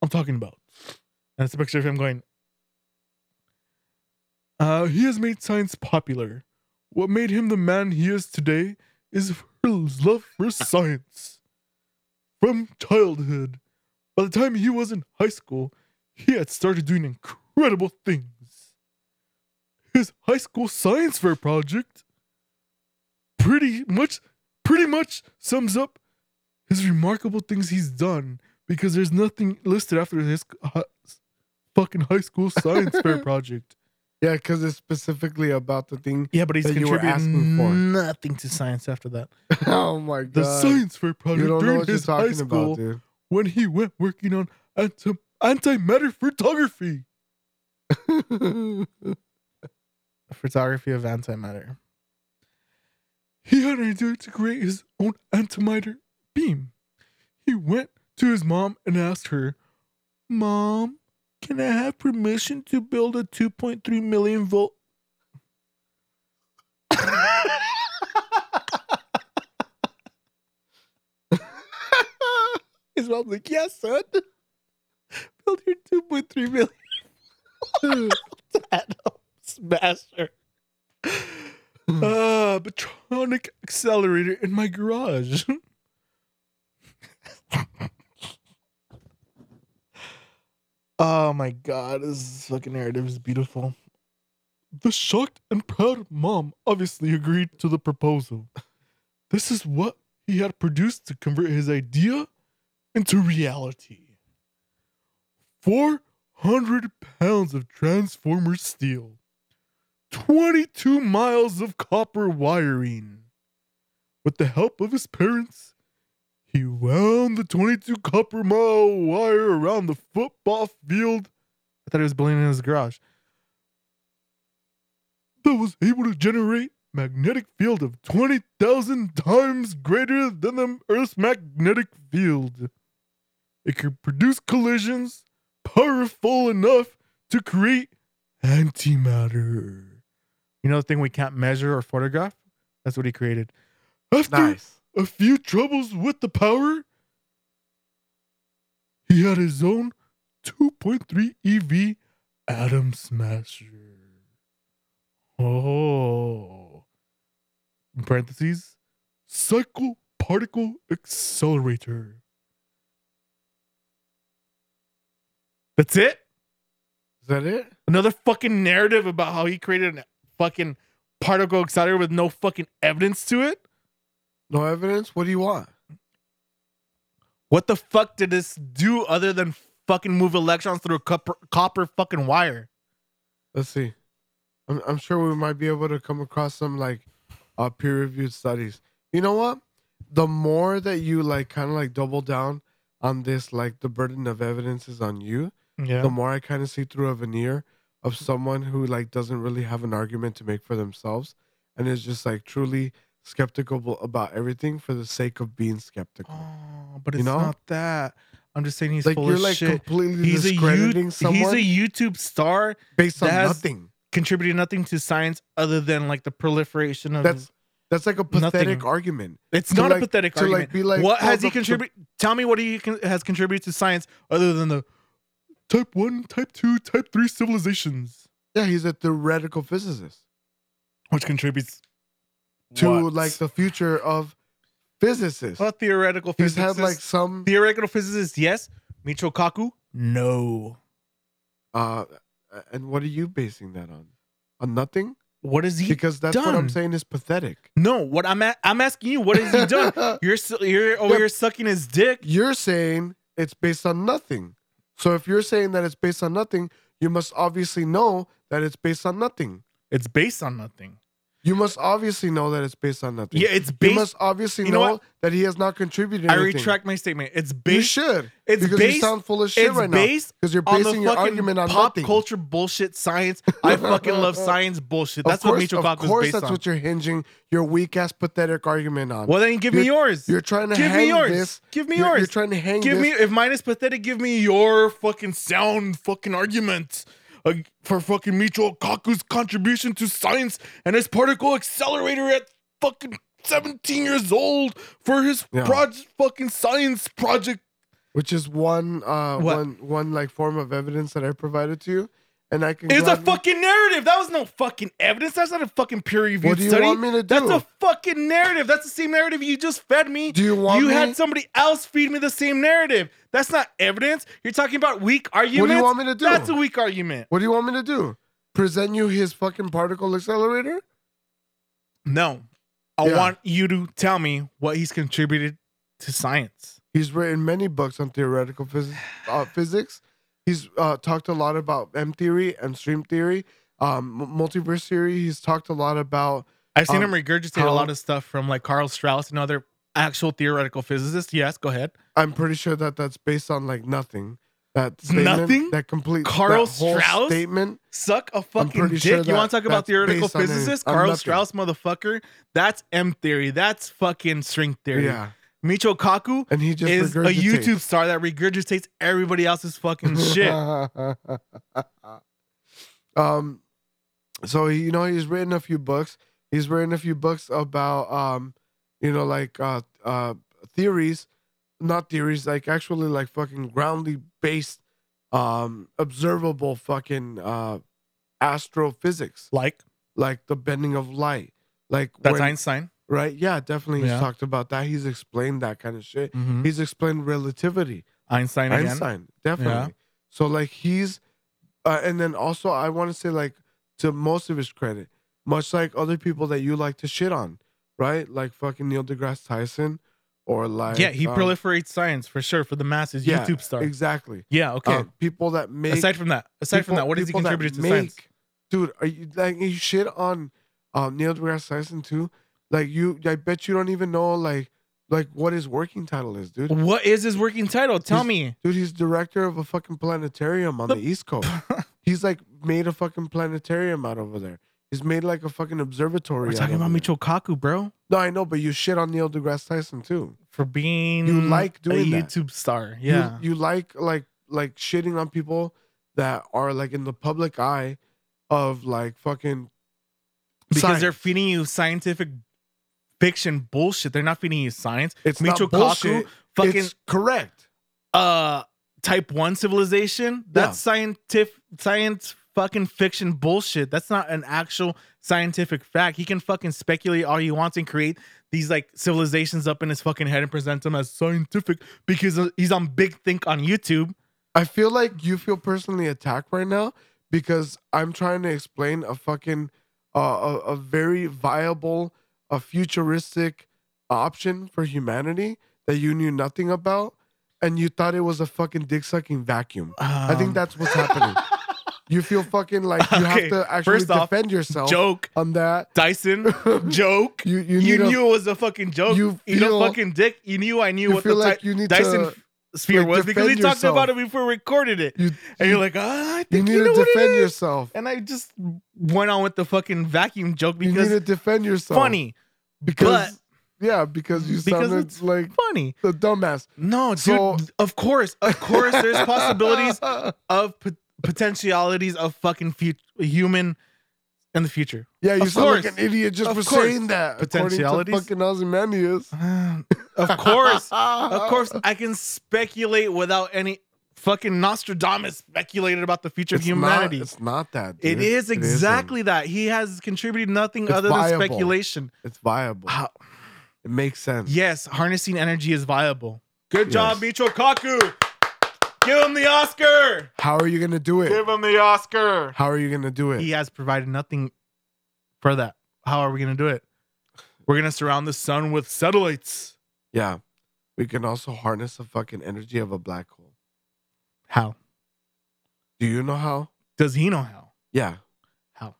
Speaker 2: I'm talking about. And it's a picture of him going, uh, He has made science popular. What made him the man he is today is his love for science. From childhood, by the time he was in high school, he had started doing incredible things. His high school science fair project pretty much pretty much sums up his remarkable things he's done because there's nothing listed after his uh, fucking high school science fair project.
Speaker 1: Yeah, because it's specifically about the thing.
Speaker 2: Yeah, but he's
Speaker 1: That you were asking
Speaker 2: contributed
Speaker 1: for.
Speaker 2: nothing to science after that.
Speaker 1: oh my god.
Speaker 2: The science fair
Speaker 1: you
Speaker 2: project
Speaker 1: don't know
Speaker 2: during
Speaker 1: what you're
Speaker 2: his high
Speaker 1: talking
Speaker 2: school
Speaker 1: about, dude.
Speaker 2: when he went working on anti- antimatter photography. Photography of antimatter. He had an idea to create his own antimatter beam. He went to his mom and asked her, Mom, can I have permission to build a 2.3 million volt? his mom's like, Yes, son. Build your 2.3 million atom smasher. Uh, Petronic accelerator in my garage. oh my god, this fucking narrative is beautiful. The shocked and proud mom obviously agreed to the proposal. This is what he had produced to convert his idea into reality. 400 pounds of transformer steel, 22 miles of copper wiring. With the help of his parents, he wound the 22 copper mile wire around the football field. I thought he was building in his garage. That was able to generate magnetic field of 20,000 times greater than the Earth's magnetic field. It could produce collisions powerful enough to create antimatter. You know the thing we can't measure or photograph? That's what he created. After
Speaker 1: Nice.
Speaker 2: a few troubles with the power, he had his own 2.3 EV E Atom Smasher. Oh. In parentheses, Cycle Particle Accelerator. That's it?
Speaker 1: Is that it?
Speaker 2: Another fucking narrative about how he created a fucking particle accelerator with no fucking evidence to it?
Speaker 1: No evidence? What do you want?
Speaker 2: What the fuck did this do other than fucking move electrons through a copper, copper fucking wire?
Speaker 1: Let's see. I'm, I'm sure we might be able to come across some like uh, peer reviewed studies. You know what? The more that you like kind of like double down on this, like the burden of evidence is on you,
Speaker 2: Yeah.
Speaker 1: the more I kind of see through a veneer of someone who like doesn't really have an argument to make for themselves and is just like truly skeptical about everything for the sake of being skeptical.
Speaker 2: Oh, but
Speaker 1: You
Speaker 2: it's
Speaker 1: know?
Speaker 2: not that. I'm just saying he's
Speaker 1: like
Speaker 2: full
Speaker 1: you're
Speaker 2: of
Speaker 1: like
Speaker 2: shit.
Speaker 1: completely
Speaker 2: He's a, you-
Speaker 1: discrediting
Speaker 2: he's a
Speaker 1: someone
Speaker 2: YouTube star,
Speaker 1: based on
Speaker 2: that has-
Speaker 1: nothing.
Speaker 2: contributing nothing to science other than like the proliferation of.
Speaker 1: That's that's like a pathetic
Speaker 2: Nothing.
Speaker 1: argument.
Speaker 2: it's
Speaker 1: to
Speaker 2: not
Speaker 1: like-
Speaker 2: a pathetic
Speaker 1: to like
Speaker 2: argument.
Speaker 1: be like,
Speaker 2: what
Speaker 1: oh,
Speaker 2: has
Speaker 1: the-
Speaker 2: he contributed? Tell me what he con- has contributed to science other than the type one, type two, type three civilizations,
Speaker 1: Yeah, he's a theoretical physicist.
Speaker 2: which contributes
Speaker 1: to
Speaker 2: what?
Speaker 1: like the future of physicists.
Speaker 2: a theoretical
Speaker 1: He's
Speaker 2: physicist.
Speaker 1: had like some.
Speaker 2: theoretical physicist, yes. Michio Kaku, no.
Speaker 1: Uh, and what are you basing that on? On nothing?
Speaker 2: What is he?
Speaker 1: Because that's what I'm
Speaker 2: done.
Speaker 1: saying is pathetic.
Speaker 2: no, what I'm a- I'm asking you, what has he done? You're su- you're over
Speaker 1: Yeah.
Speaker 2: here sucking his dick.
Speaker 1: You're saying it's based on nothing. So if you're saying that it's based on nothing, you must obviously know that it's based on nothing.
Speaker 2: It's based on nothing.
Speaker 1: You must obviously know that it's based on nothing.
Speaker 2: Yeah, it's
Speaker 1: you
Speaker 2: based.
Speaker 1: must obviously
Speaker 2: You know
Speaker 1: know,
Speaker 2: what?
Speaker 1: that he has not contributed.
Speaker 2: I
Speaker 1: anything.
Speaker 2: retract my statement. It's
Speaker 1: You
Speaker 2: based.
Speaker 1: should
Speaker 2: It's
Speaker 1: because you
Speaker 2: based.
Speaker 1: sound full of shit
Speaker 2: It's
Speaker 1: right now.
Speaker 2: based
Speaker 1: Because you're
Speaker 2: on the
Speaker 1: basing your
Speaker 2: fucking
Speaker 1: argument on
Speaker 2: pop
Speaker 1: nothing.
Speaker 2: culture bullshit science. I fucking love science bullshit. That's
Speaker 1: of course,
Speaker 2: what Michio
Speaker 1: of
Speaker 2: Kaku is
Speaker 1: course
Speaker 2: based
Speaker 1: that's
Speaker 2: on.
Speaker 1: what you're hinging your weak ass pathetic argument on.
Speaker 2: well, then give me yours.
Speaker 1: You're trying to
Speaker 2: Give
Speaker 1: hang
Speaker 2: me yours.
Speaker 1: this.
Speaker 2: Give me
Speaker 1: you're,
Speaker 2: yours.
Speaker 1: you're trying to hang
Speaker 2: give
Speaker 1: this.
Speaker 2: me if mine is pathetic. Give me your fucking sound fucking argument uh, for fucking Michio Kaku's contribution to science and his particle accelerator at fucking seventeen years old for his
Speaker 1: Yeah.
Speaker 2: proj- fucking science project.
Speaker 1: which is one uh
Speaker 2: What?
Speaker 1: one one like form of evidence that I provided to you. And I can
Speaker 2: It's a
Speaker 1: gladly-
Speaker 2: fucking narrative. That was no fucking evidence. That's not a fucking peer reviewed
Speaker 1: What do you
Speaker 2: study.
Speaker 1: want me to
Speaker 2: That's
Speaker 1: do?
Speaker 2: a fucking narrative. That's the same narrative you just fed me.
Speaker 1: Do you want
Speaker 2: you
Speaker 1: me
Speaker 2: had somebody else feed me the same narrative. That's not evidence. You're talking about weak arguments.
Speaker 1: What do you want me to do?
Speaker 2: That's a weak argument.
Speaker 1: what do you want me to do? Present you his fucking particle accelerator?
Speaker 2: No. I
Speaker 1: Yeah.
Speaker 2: want you to tell me what he's contributed to science.
Speaker 1: He's written many books on theoretical phys- uh, physics. He's uh, talked a lot about M theory and stream theory, um, m- multiverse theory. He's talked a lot about
Speaker 2: I've seen
Speaker 1: Um,
Speaker 2: him regurgitate a
Speaker 1: Carl-
Speaker 2: lot of stuff from like Carl Strauss and other actual theoretical physicists. Yes, go ahead.
Speaker 1: I'm pretty sure that that's based on like nothing. That statement,
Speaker 2: Nothing?
Speaker 1: That complete
Speaker 2: Carl
Speaker 1: that whole
Speaker 2: Strauss?
Speaker 1: statement.
Speaker 2: Suck a fucking
Speaker 1: pretty
Speaker 2: dick.
Speaker 1: sure
Speaker 2: you
Speaker 1: that-
Speaker 2: want to talk about
Speaker 1: that's
Speaker 2: theoretical
Speaker 1: based on a-
Speaker 2: physicists?
Speaker 1: on
Speaker 2: Carl
Speaker 1: nothing.
Speaker 2: Strauss, motherfucker. That's M theory. That's fucking string theory.
Speaker 1: Yeah,
Speaker 2: Michio Kaku
Speaker 1: and he just
Speaker 2: is a YouTube star that regurgitates everybody else's fucking shit.
Speaker 1: shit. um, so he- you know he's written a few books. He's written a few books about um, you know like uh uh theories, not theories like actually like fucking groundly based, um observable fucking uh astrophysics
Speaker 2: Like,
Speaker 1: like the bending of light. Like
Speaker 2: that's
Speaker 1: when-
Speaker 2: Einstein.
Speaker 1: right? Yeah, definitely. He's
Speaker 2: Yeah.
Speaker 1: talked about that. He's explained that kind of shit.
Speaker 2: Mhm.
Speaker 1: He's explained relativity.
Speaker 2: Einstein again.
Speaker 1: Einstein, definitely. So like he's, uh, and then also I want to say like to most of his credit, much like other people that you like to shit on, right? Like fucking Neil deGrasse Tyson, or like
Speaker 2: Yeah, he
Speaker 1: um,
Speaker 2: proliferates science for sure for the masses.
Speaker 1: yeah,
Speaker 2: YouTube star.
Speaker 1: exactly.
Speaker 2: Yeah, okay.
Speaker 1: Um, people that make
Speaker 2: aside from that, aside
Speaker 1: people-
Speaker 2: from that, what has he
Speaker 1: people that
Speaker 2: contributed to
Speaker 1: make-
Speaker 2: science?
Speaker 1: Dude, are you like you shit on um, Neil deGrasse Tyson too? Like you, I bet you don't even know like like what his working title is, dude.
Speaker 2: What is his working title? Tell me.
Speaker 1: Dude, he's director of a fucking planetarium on the, East Coast. he's like made a fucking planetarium out over there. He's made like a fucking observatory.
Speaker 2: We're
Speaker 1: out
Speaker 2: talking about
Speaker 1: over there.
Speaker 2: Michio Kaku, bro,
Speaker 1: No, I know, but you shit on Neil deGrasse Tyson too.
Speaker 2: for being
Speaker 1: You like doing
Speaker 2: a
Speaker 1: that.
Speaker 2: YouTube star.
Speaker 1: You-
Speaker 2: Yeah.
Speaker 1: You, like like like shitting on people that are like in the public eye of like fucking
Speaker 2: because
Speaker 1: science.
Speaker 2: they're feeding you scientific fiction bullshit. They're not feeding you science.
Speaker 1: it's not
Speaker 2: Michio
Speaker 1: bullshit.
Speaker 2: Kaku, fucking
Speaker 1: It's correct.
Speaker 2: uh type 1 civilization. That's scientific science fucking fiction bullshit. That's not an actual scientific fact. He can fucking speculate all he wants and create these like civilizations up in his fucking head and present them as scientific because uh, he's on Big Think on YouTube.
Speaker 1: I feel like you feel personally attacked right now because I'm trying to explain a fucking uh, a, a very viable, a futuristic option for humanity that you knew nothing about and you thought it was a fucking dick sucking vacuum. I think that's what's happening. You feel fucking like you
Speaker 2: Um. Okay,
Speaker 1: have to actually
Speaker 2: first off,
Speaker 1: defend yourself
Speaker 2: Um, joke,
Speaker 1: on that.
Speaker 2: Dyson, joke.
Speaker 1: You you,
Speaker 2: You,
Speaker 1: need a-
Speaker 2: knew it was a fucking joke. You
Speaker 1: you
Speaker 2: feel,
Speaker 1: feel-
Speaker 2: fucking dick. You knew I knew
Speaker 1: you
Speaker 2: what the
Speaker 1: feel
Speaker 2: like
Speaker 1: like you need
Speaker 2: Dyson
Speaker 1: to
Speaker 2: sphere
Speaker 1: like,
Speaker 2: was because we
Speaker 1: defend
Speaker 2: talked
Speaker 1: yourself.
Speaker 2: about it before we recorded it.
Speaker 1: you,
Speaker 2: And
Speaker 1: you,
Speaker 2: you're like, ah, I
Speaker 1: you
Speaker 2: think
Speaker 1: need
Speaker 2: you know
Speaker 1: to
Speaker 2: what it
Speaker 1: defend
Speaker 2: is."
Speaker 1: yourself.
Speaker 2: And I just went on with the fucking vacuum joke
Speaker 1: You need
Speaker 2: because
Speaker 1: to defend yourself.
Speaker 2: funny,
Speaker 1: because yeah, because you
Speaker 2: Because
Speaker 1: sounded
Speaker 2: it's-
Speaker 1: like
Speaker 2: funny.
Speaker 1: the dumbass.
Speaker 2: No, dude.
Speaker 1: So-
Speaker 2: of course, of course, there's possibilities of pot- potentialities of fucking fut- human in the future.
Speaker 1: Yeah, you
Speaker 2: Of
Speaker 1: sound
Speaker 2: course.
Speaker 1: like an idiot just
Speaker 2: Of
Speaker 1: for
Speaker 2: course.
Speaker 1: saying that. according to
Speaker 2: Potentialities.
Speaker 1: fucking Ozymandias.
Speaker 2: Uh, of course, of course, I can speculate without any fucking Nostradamus speculated about the future
Speaker 1: It's
Speaker 2: of humanity.
Speaker 1: Not, it's not that.
Speaker 2: it
Speaker 1: dude.
Speaker 2: is
Speaker 1: isn't.
Speaker 2: exactly that. He has contributed nothing
Speaker 1: It's
Speaker 2: other
Speaker 1: viable.
Speaker 2: than speculation.
Speaker 1: It's viable.
Speaker 2: Ah,
Speaker 1: It makes sense.
Speaker 2: yes, harnessing energy is viable. Good
Speaker 1: Yes.
Speaker 2: job, Micho Kaku. Give him the Oscar.
Speaker 1: How are you gonna do it?
Speaker 2: Give him the Oscar.
Speaker 1: How are you gonna do it?
Speaker 2: He has provided nothing for that. How are we going to do it? We're going to surround the sun with satellites.
Speaker 1: Yeah. We can also harness the fucking energy of a black hole.
Speaker 2: How?
Speaker 1: Do you know how?
Speaker 2: Does he know how?
Speaker 1: Yeah.
Speaker 2: How?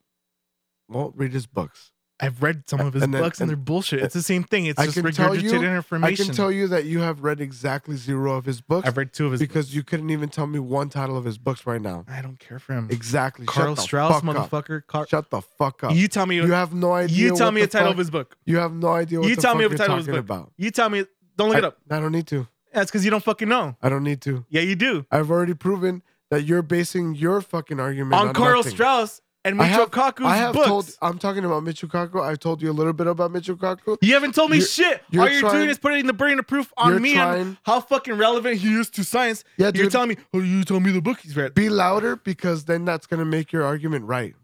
Speaker 1: Well, read his books.
Speaker 2: I've read some of his
Speaker 1: And then-
Speaker 2: books and, they're bullshit. It's the same thing. It's
Speaker 1: I
Speaker 2: just
Speaker 1: can tell
Speaker 2: regurgitated
Speaker 1: you- I
Speaker 2: information.
Speaker 1: can tell you that you have read exactly zero of his books
Speaker 2: I've read two of his
Speaker 1: because you couldn't even tell me one title of his books right now.
Speaker 2: I don't care for him.
Speaker 1: Exactly. Shut
Speaker 2: Carl
Speaker 1: the
Speaker 2: Strauss,
Speaker 1: fuck up.
Speaker 2: motherfucker. Car-
Speaker 1: Shut the fuck up. You,
Speaker 2: you tell me
Speaker 1: have no idea.
Speaker 2: you tell
Speaker 1: what
Speaker 2: me a
Speaker 1: the
Speaker 2: title
Speaker 1: fuck-
Speaker 2: of his book.
Speaker 1: You have no idea what
Speaker 2: You
Speaker 1: the
Speaker 2: tell
Speaker 1: fuck
Speaker 2: me
Speaker 1: you're
Speaker 2: the title of his
Speaker 1: talking
Speaker 2: book.
Speaker 1: about.
Speaker 2: You tell me don't look it
Speaker 1: I-
Speaker 2: up.
Speaker 1: I don't need to.
Speaker 2: That's because you don't fucking know.
Speaker 1: I don't need to.
Speaker 2: Yeah, you do.
Speaker 1: I've already proven that you're basing your fucking argument on,
Speaker 2: On Carl
Speaker 1: nothing.
Speaker 2: Strauss and
Speaker 1: I
Speaker 2: Michio
Speaker 1: have-
Speaker 2: Kaku's
Speaker 1: I have
Speaker 2: books.
Speaker 1: told. I'm talking about Michikaku. I told you a little bit about Michikaku.
Speaker 2: You haven't told me
Speaker 1: You're-
Speaker 2: shit.
Speaker 1: you're
Speaker 2: All you're doing
Speaker 1: trying-
Speaker 2: is putting the burden of proof
Speaker 1: you're
Speaker 2: on me and
Speaker 1: trying-
Speaker 2: how fucking relevant he is to science.
Speaker 1: Yeah,
Speaker 2: You're
Speaker 1: dude.
Speaker 2: telling me, oh, you tell me the book he's read.
Speaker 1: Be louder because then that's gonna make your argument right.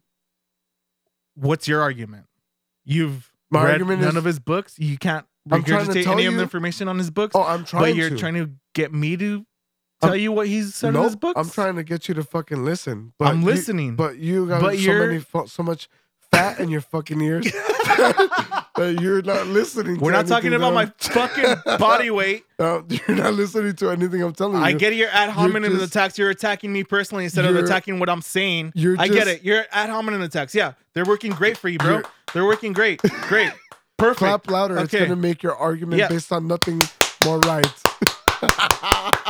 Speaker 2: What's your argument? You've
Speaker 1: My
Speaker 2: read
Speaker 1: argument
Speaker 2: none
Speaker 1: is-
Speaker 2: of his books. You can't
Speaker 1: I'm trying to
Speaker 2: regurgitate
Speaker 1: tell
Speaker 2: any of
Speaker 1: you-
Speaker 2: the information on his books.
Speaker 1: Oh, I'm trying
Speaker 2: but you're
Speaker 1: to.
Speaker 2: trying to get me to
Speaker 1: I'm-
Speaker 2: tell you what he's said in his
Speaker 1: nope,
Speaker 2: books.
Speaker 1: I'm trying to get you to fucking listen. But
Speaker 2: I'm
Speaker 1: you-
Speaker 2: listening.
Speaker 1: but you got
Speaker 2: But
Speaker 1: so
Speaker 2: you're-
Speaker 1: many, fu- so much fat in your fucking ears that you're not listening.
Speaker 2: We're
Speaker 1: to
Speaker 2: not talking
Speaker 1: anything
Speaker 2: about my
Speaker 1: that
Speaker 2: fucking body weight.
Speaker 1: I'm- Uh, you're not listening to anything I'm telling you.
Speaker 2: I get your ad hominem
Speaker 1: just-
Speaker 2: attacks. You're attacking me personally instead of
Speaker 1: You're-
Speaker 2: attacking what I'm saying.
Speaker 1: you're
Speaker 2: I get
Speaker 1: just-
Speaker 2: it. You're ad hominem attacks. Yeah, they're working great for you, bro.
Speaker 1: You're-
Speaker 2: They're working great. Great. Perfect.
Speaker 1: Clap louder. It's
Speaker 2: Okay.
Speaker 1: gonna make your argument
Speaker 2: Yeah.
Speaker 1: based on nothing more right.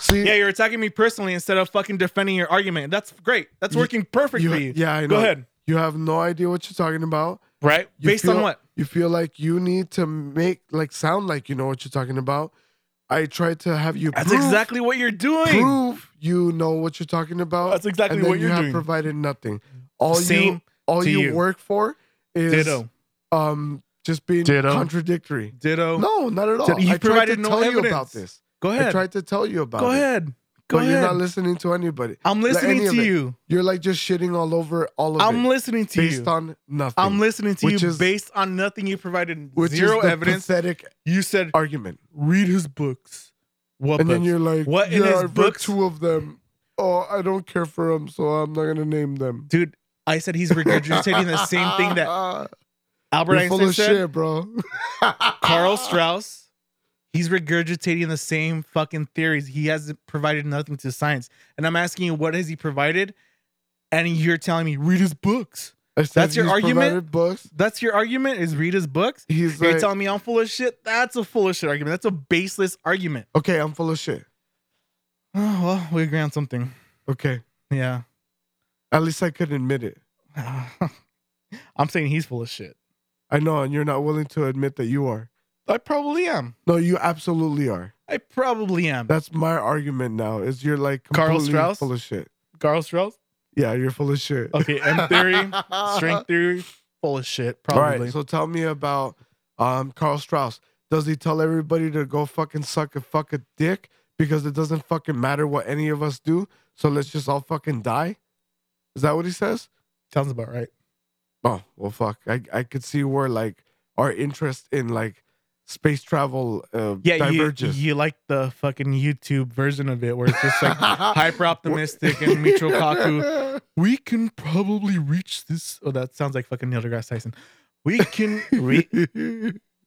Speaker 1: See,
Speaker 2: Yeah, you're attacking me personally instead of fucking defending your argument. That's great. That's
Speaker 1: You-
Speaker 2: working perfect
Speaker 1: you-
Speaker 2: for you.
Speaker 1: yeah, I know.
Speaker 2: Go ahead.
Speaker 1: You have no idea what you're talking about.
Speaker 2: Right?
Speaker 1: You
Speaker 2: Based on
Speaker 1: feel-
Speaker 2: what?
Speaker 1: You feel like you need to make like sound like you know what you're talking about. I tried to have you
Speaker 2: That's
Speaker 1: prove,
Speaker 2: exactly what you're doing.
Speaker 1: prove you know what you're talking about.
Speaker 2: That's exactly
Speaker 1: and then
Speaker 2: what
Speaker 1: you
Speaker 2: you're
Speaker 1: have
Speaker 2: doing.
Speaker 1: provided nothing. All
Speaker 2: Same
Speaker 1: you all
Speaker 2: to
Speaker 1: you,
Speaker 2: you.
Speaker 1: work for is
Speaker 2: Ditto.
Speaker 1: um just being
Speaker 2: Ditto.
Speaker 1: contradictory.
Speaker 2: Ditto.
Speaker 1: No, not at all.
Speaker 2: You've
Speaker 1: I tried to
Speaker 2: provided no
Speaker 1: tell you
Speaker 2: evidence.
Speaker 1: about this.
Speaker 2: Go
Speaker 1: I
Speaker 2: ahead.
Speaker 1: tried to tell you about
Speaker 2: Go
Speaker 1: it.
Speaker 2: ahead. Go
Speaker 1: but
Speaker 2: ahead.
Speaker 1: you're not listening to anybody.
Speaker 2: I'm listening
Speaker 1: any of
Speaker 2: to
Speaker 1: it.
Speaker 2: you.
Speaker 1: You're like just shitting all over all of
Speaker 2: I'm
Speaker 1: it
Speaker 2: listening to
Speaker 1: based
Speaker 2: you.
Speaker 1: on nothing.
Speaker 2: I'm listening to
Speaker 1: which
Speaker 2: you
Speaker 1: is-
Speaker 2: based on nothing you provided.
Speaker 1: which
Speaker 2: Zero
Speaker 1: is the
Speaker 2: evidence.
Speaker 1: pathetic
Speaker 2: You said
Speaker 1: argument.
Speaker 2: read his books. What
Speaker 1: and then
Speaker 2: books?
Speaker 1: you're like,
Speaker 2: What in
Speaker 1: yeah,
Speaker 2: his
Speaker 1: I read
Speaker 2: books-
Speaker 1: two of them. Oh, I don't care for them, so I'm not gonna name them.
Speaker 2: Dude, I said he's regurgitating the same thing that Albert
Speaker 1: You're full
Speaker 2: Einstein
Speaker 1: of
Speaker 2: said.
Speaker 1: shit, bro.
Speaker 2: Carl Strauss, he's regurgitating the same fucking theories. He hasn't provided nothing to science. And I'm asking you, what has he provided? And you're telling me, read his books.
Speaker 1: I said
Speaker 2: That's your
Speaker 1: he's
Speaker 2: argument?
Speaker 1: provided Books.
Speaker 2: That's your argument is read his books?
Speaker 1: He's
Speaker 2: You're
Speaker 1: like,
Speaker 2: telling me I'm full of shit? That's a full of shit argument. That's a baseless argument.
Speaker 1: okay, I'm full of shit.
Speaker 2: Oh, well, we agree on something.
Speaker 1: Okay,
Speaker 2: Yeah.
Speaker 1: at least I could admit it.
Speaker 2: I'm saying he's full of shit.
Speaker 1: I know, and you're not willing to admit that you are.
Speaker 2: I probably am.
Speaker 1: No, you absolutely are.
Speaker 2: I probably am.
Speaker 1: That's my argument now. Is you're like
Speaker 2: Carl
Speaker 1: completely
Speaker 2: Strauss?
Speaker 1: full of shit.
Speaker 2: Carl Strauss?
Speaker 1: Yeah, you're full of shit.
Speaker 2: Okay, M theory,
Speaker 1: Uh-huh.
Speaker 2: string theory, full of shit, probably.
Speaker 1: All right, so tell me about um Carl Strauss. Does he tell everybody to go fucking suck a fuck a dick because it doesn't fucking matter what any of us do? So let's just all fucking die. Is that what he says?
Speaker 2: Sounds about right.
Speaker 1: Oh well, fuck. I I could see where like our interest in like space travel uh,
Speaker 2: Yeah, you,
Speaker 1: diverges.
Speaker 2: you like the fucking YouTube version of it where it's just like hyper optimistic and Michio Kaku. We can probably reach this. Oh, that sounds like fucking Neil deGrasse Tyson. We can re-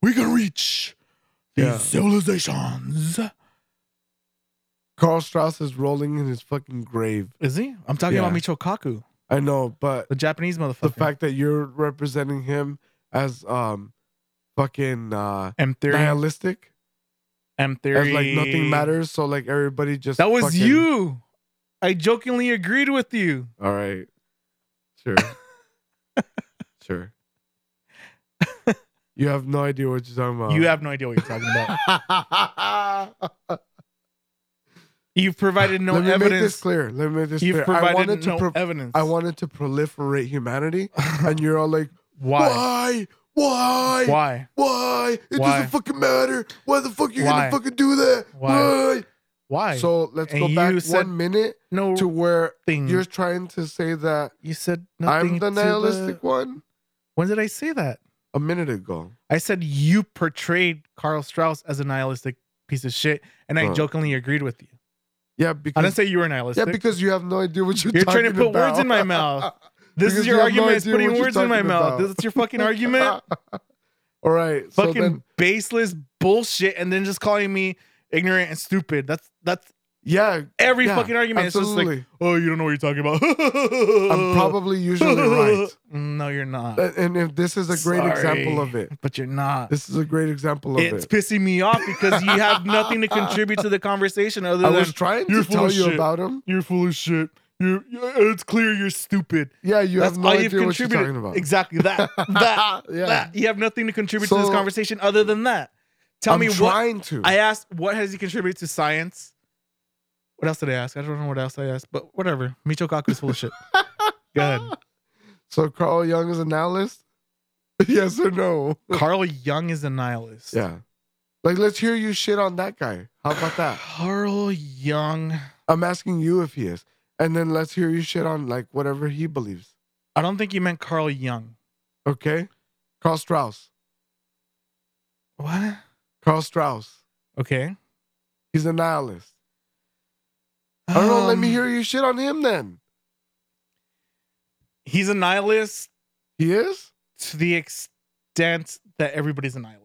Speaker 2: we can reach these
Speaker 1: Yeah.
Speaker 2: civilizations.
Speaker 1: Carl Strauss is rolling in his fucking grave.
Speaker 2: Is he? I'm talking
Speaker 1: Yeah.
Speaker 2: about Michio Kaku,
Speaker 1: I know, but
Speaker 2: the Japanese motherfucker.
Speaker 1: the fact that you're representing him as um fucking uh
Speaker 2: M theory.
Speaker 1: nihilistic
Speaker 2: M
Speaker 1: as
Speaker 2: theory.
Speaker 1: like nothing matters, so like everybody just
Speaker 2: That was
Speaker 1: fucking-
Speaker 2: you. I jokingly agreed with you.
Speaker 1: All right. Sure. sure. You have no idea what you're talking about.
Speaker 2: You have no idea what you're talking about. You've provided no
Speaker 1: Let me make this
Speaker 2: evidence.
Speaker 1: clear. Let me make this
Speaker 2: You've
Speaker 1: clear. I wanted
Speaker 2: provided
Speaker 1: to
Speaker 2: no
Speaker 1: pro-
Speaker 2: evidence.
Speaker 1: I wanted to proliferate humanity, and you're all like,
Speaker 2: why?
Speaker 1: Why? Why?
Speaker 2: Why?
Speaker 1: Why? It
Speaker 2: Why?
Speaker 1: doesn't fucking matter. Why the fuck you
Speaker 2: Why?
Speaker 1: gonna fucking do that?
Speaker 2: Why?
Speaker 1: Why?
Speaker 2: Why?
Speaker 1: So let's
Speaker 2: And
Speaker 1: go back
Speaker 2: you said
Speaker 1: one minute
Speaker 2: no
Speaker 1: to where
Speaker 2: thing.
Speaker 1: you're trying to say that
Speaker 2: you said nothing.
Speaker 1: I'm the
Speaker 2: to
Speaker 1: nihilistic one
Speaker 2: When did I say that?
Speaker 1: a minute ago.
Speaker 2: I said you portrayed Carl Strauss as a nihilistic piece of shit, and I
Speaker 1: Huh.
Speaker 2: jokingly agreed with you.
Speaker 1: Yeah,
Speaker 2: I didn't
Speaker 1: because
Speaker 2: say you were
Speaker 1: yeah,
Speaker 2: nihilistic.
Speaker 1: because you have no idea what you're,
Speaker 2: You're trying to
Speaker 1: talking
Speaker 2: put words
Speaker 1: about.
Speaker 2: in my mouth. this
Speaker 1: because
Speaker 2: is your
Speaker 1: you have no
Speaker 2: argument. is
Speaker 1: idea what
Speaker 2: putting
Speaker 1: you're
Speaker 2: words in my
Speaker 1: talking
Speaker 2: mouth.
Speaker 1: about.
Speaker 2: This is your fucking argument.
Speaker 1: All right. So
Speaker 2: fucking
Speaker 1: then,
Speaker 2: baseless bullshit, and then just calling me ignorant and stupid. That's that's
Speaker 1: yeah,
Speaker 2: every
Speaker 1: yeah,
Speaker 2: fucking argument. It's just like, uh,
Speaker 1: Absolutely.
Speaker 2: oh, you don't know what you're talking about. Mm,
Speaker 1: I'm probably usually right.
Speaker 2: No, you're not.
Speaker 1: A- And if this is a great example
Speaker 2: Sorry.
Speaker 1: of it,
Speaker 2: But you're not.
Speaker 1: this is a great example of
Speaker 2: It's
Speaker 1: it.
Speaker 2: pissing me off because you have nothing to contribute to the conversation other
Speaker 1: I
Speaker 2: than
Speaker 1: was trying to
Speaker 2: you're full
Speaker 1: tell
Speaker 2: of
Speaker 1: you
Speaker 2: shit.
Speaker 1: about him.
Speaker 2: you're full of shit. You're, you're- it's clear you're stupid.
Speaker 1: Yeah, you
Speaker 2: That's
Speaker 1: have no
Speaker 2: all
Speaker 1: idea
Speaker 2: you've
Speaker 1: what you're talking
Speaker 2: contributed.
Speaker 1: about.
Speaker 2: Exactly that. That.
Speaker 1: Yeah.
Speaker 2: That. You have nothing to contribute to this
Speaker 1: So-
Speaker 2: conversation other than that. Tell
Speaker 1: I'm
Speaker 2: me what
Speaker 1: trying to.
Speaker 2: I asked. What has he contributed to science? What else did I ask? I don't know what else I asked, but whatever. Micho Kaku is full of shit. Go ahead.
Speaker 1: so Carl Young is a nihilist? yes or no?
Speaker 2: Carl Young is a nihilist.
Speaker 1: Yeah. Like, let's hear you shit on that guy. How about that?
Speaker 2: Carl Young.
Speaker 1: I'm asking you if he is. And then let's hear you shit on like whatever he believes.
Speaker 2: I don't think you meant Carl Young.
Speaker 1: Okay? Carl Strauss.
Speaker 2: What?
Speaker 1: Carl Strauss.
Speaker 2: Okay.
Speaker 1: He's a nihilist. I don't know. Let me
Speaker 2: Um,
Speaker 1: hear you shit on him then.
Speaker 2: He's a nihilist
Speaker 1: He is?
Speaker 2: to the extent that everybody's a nihilist.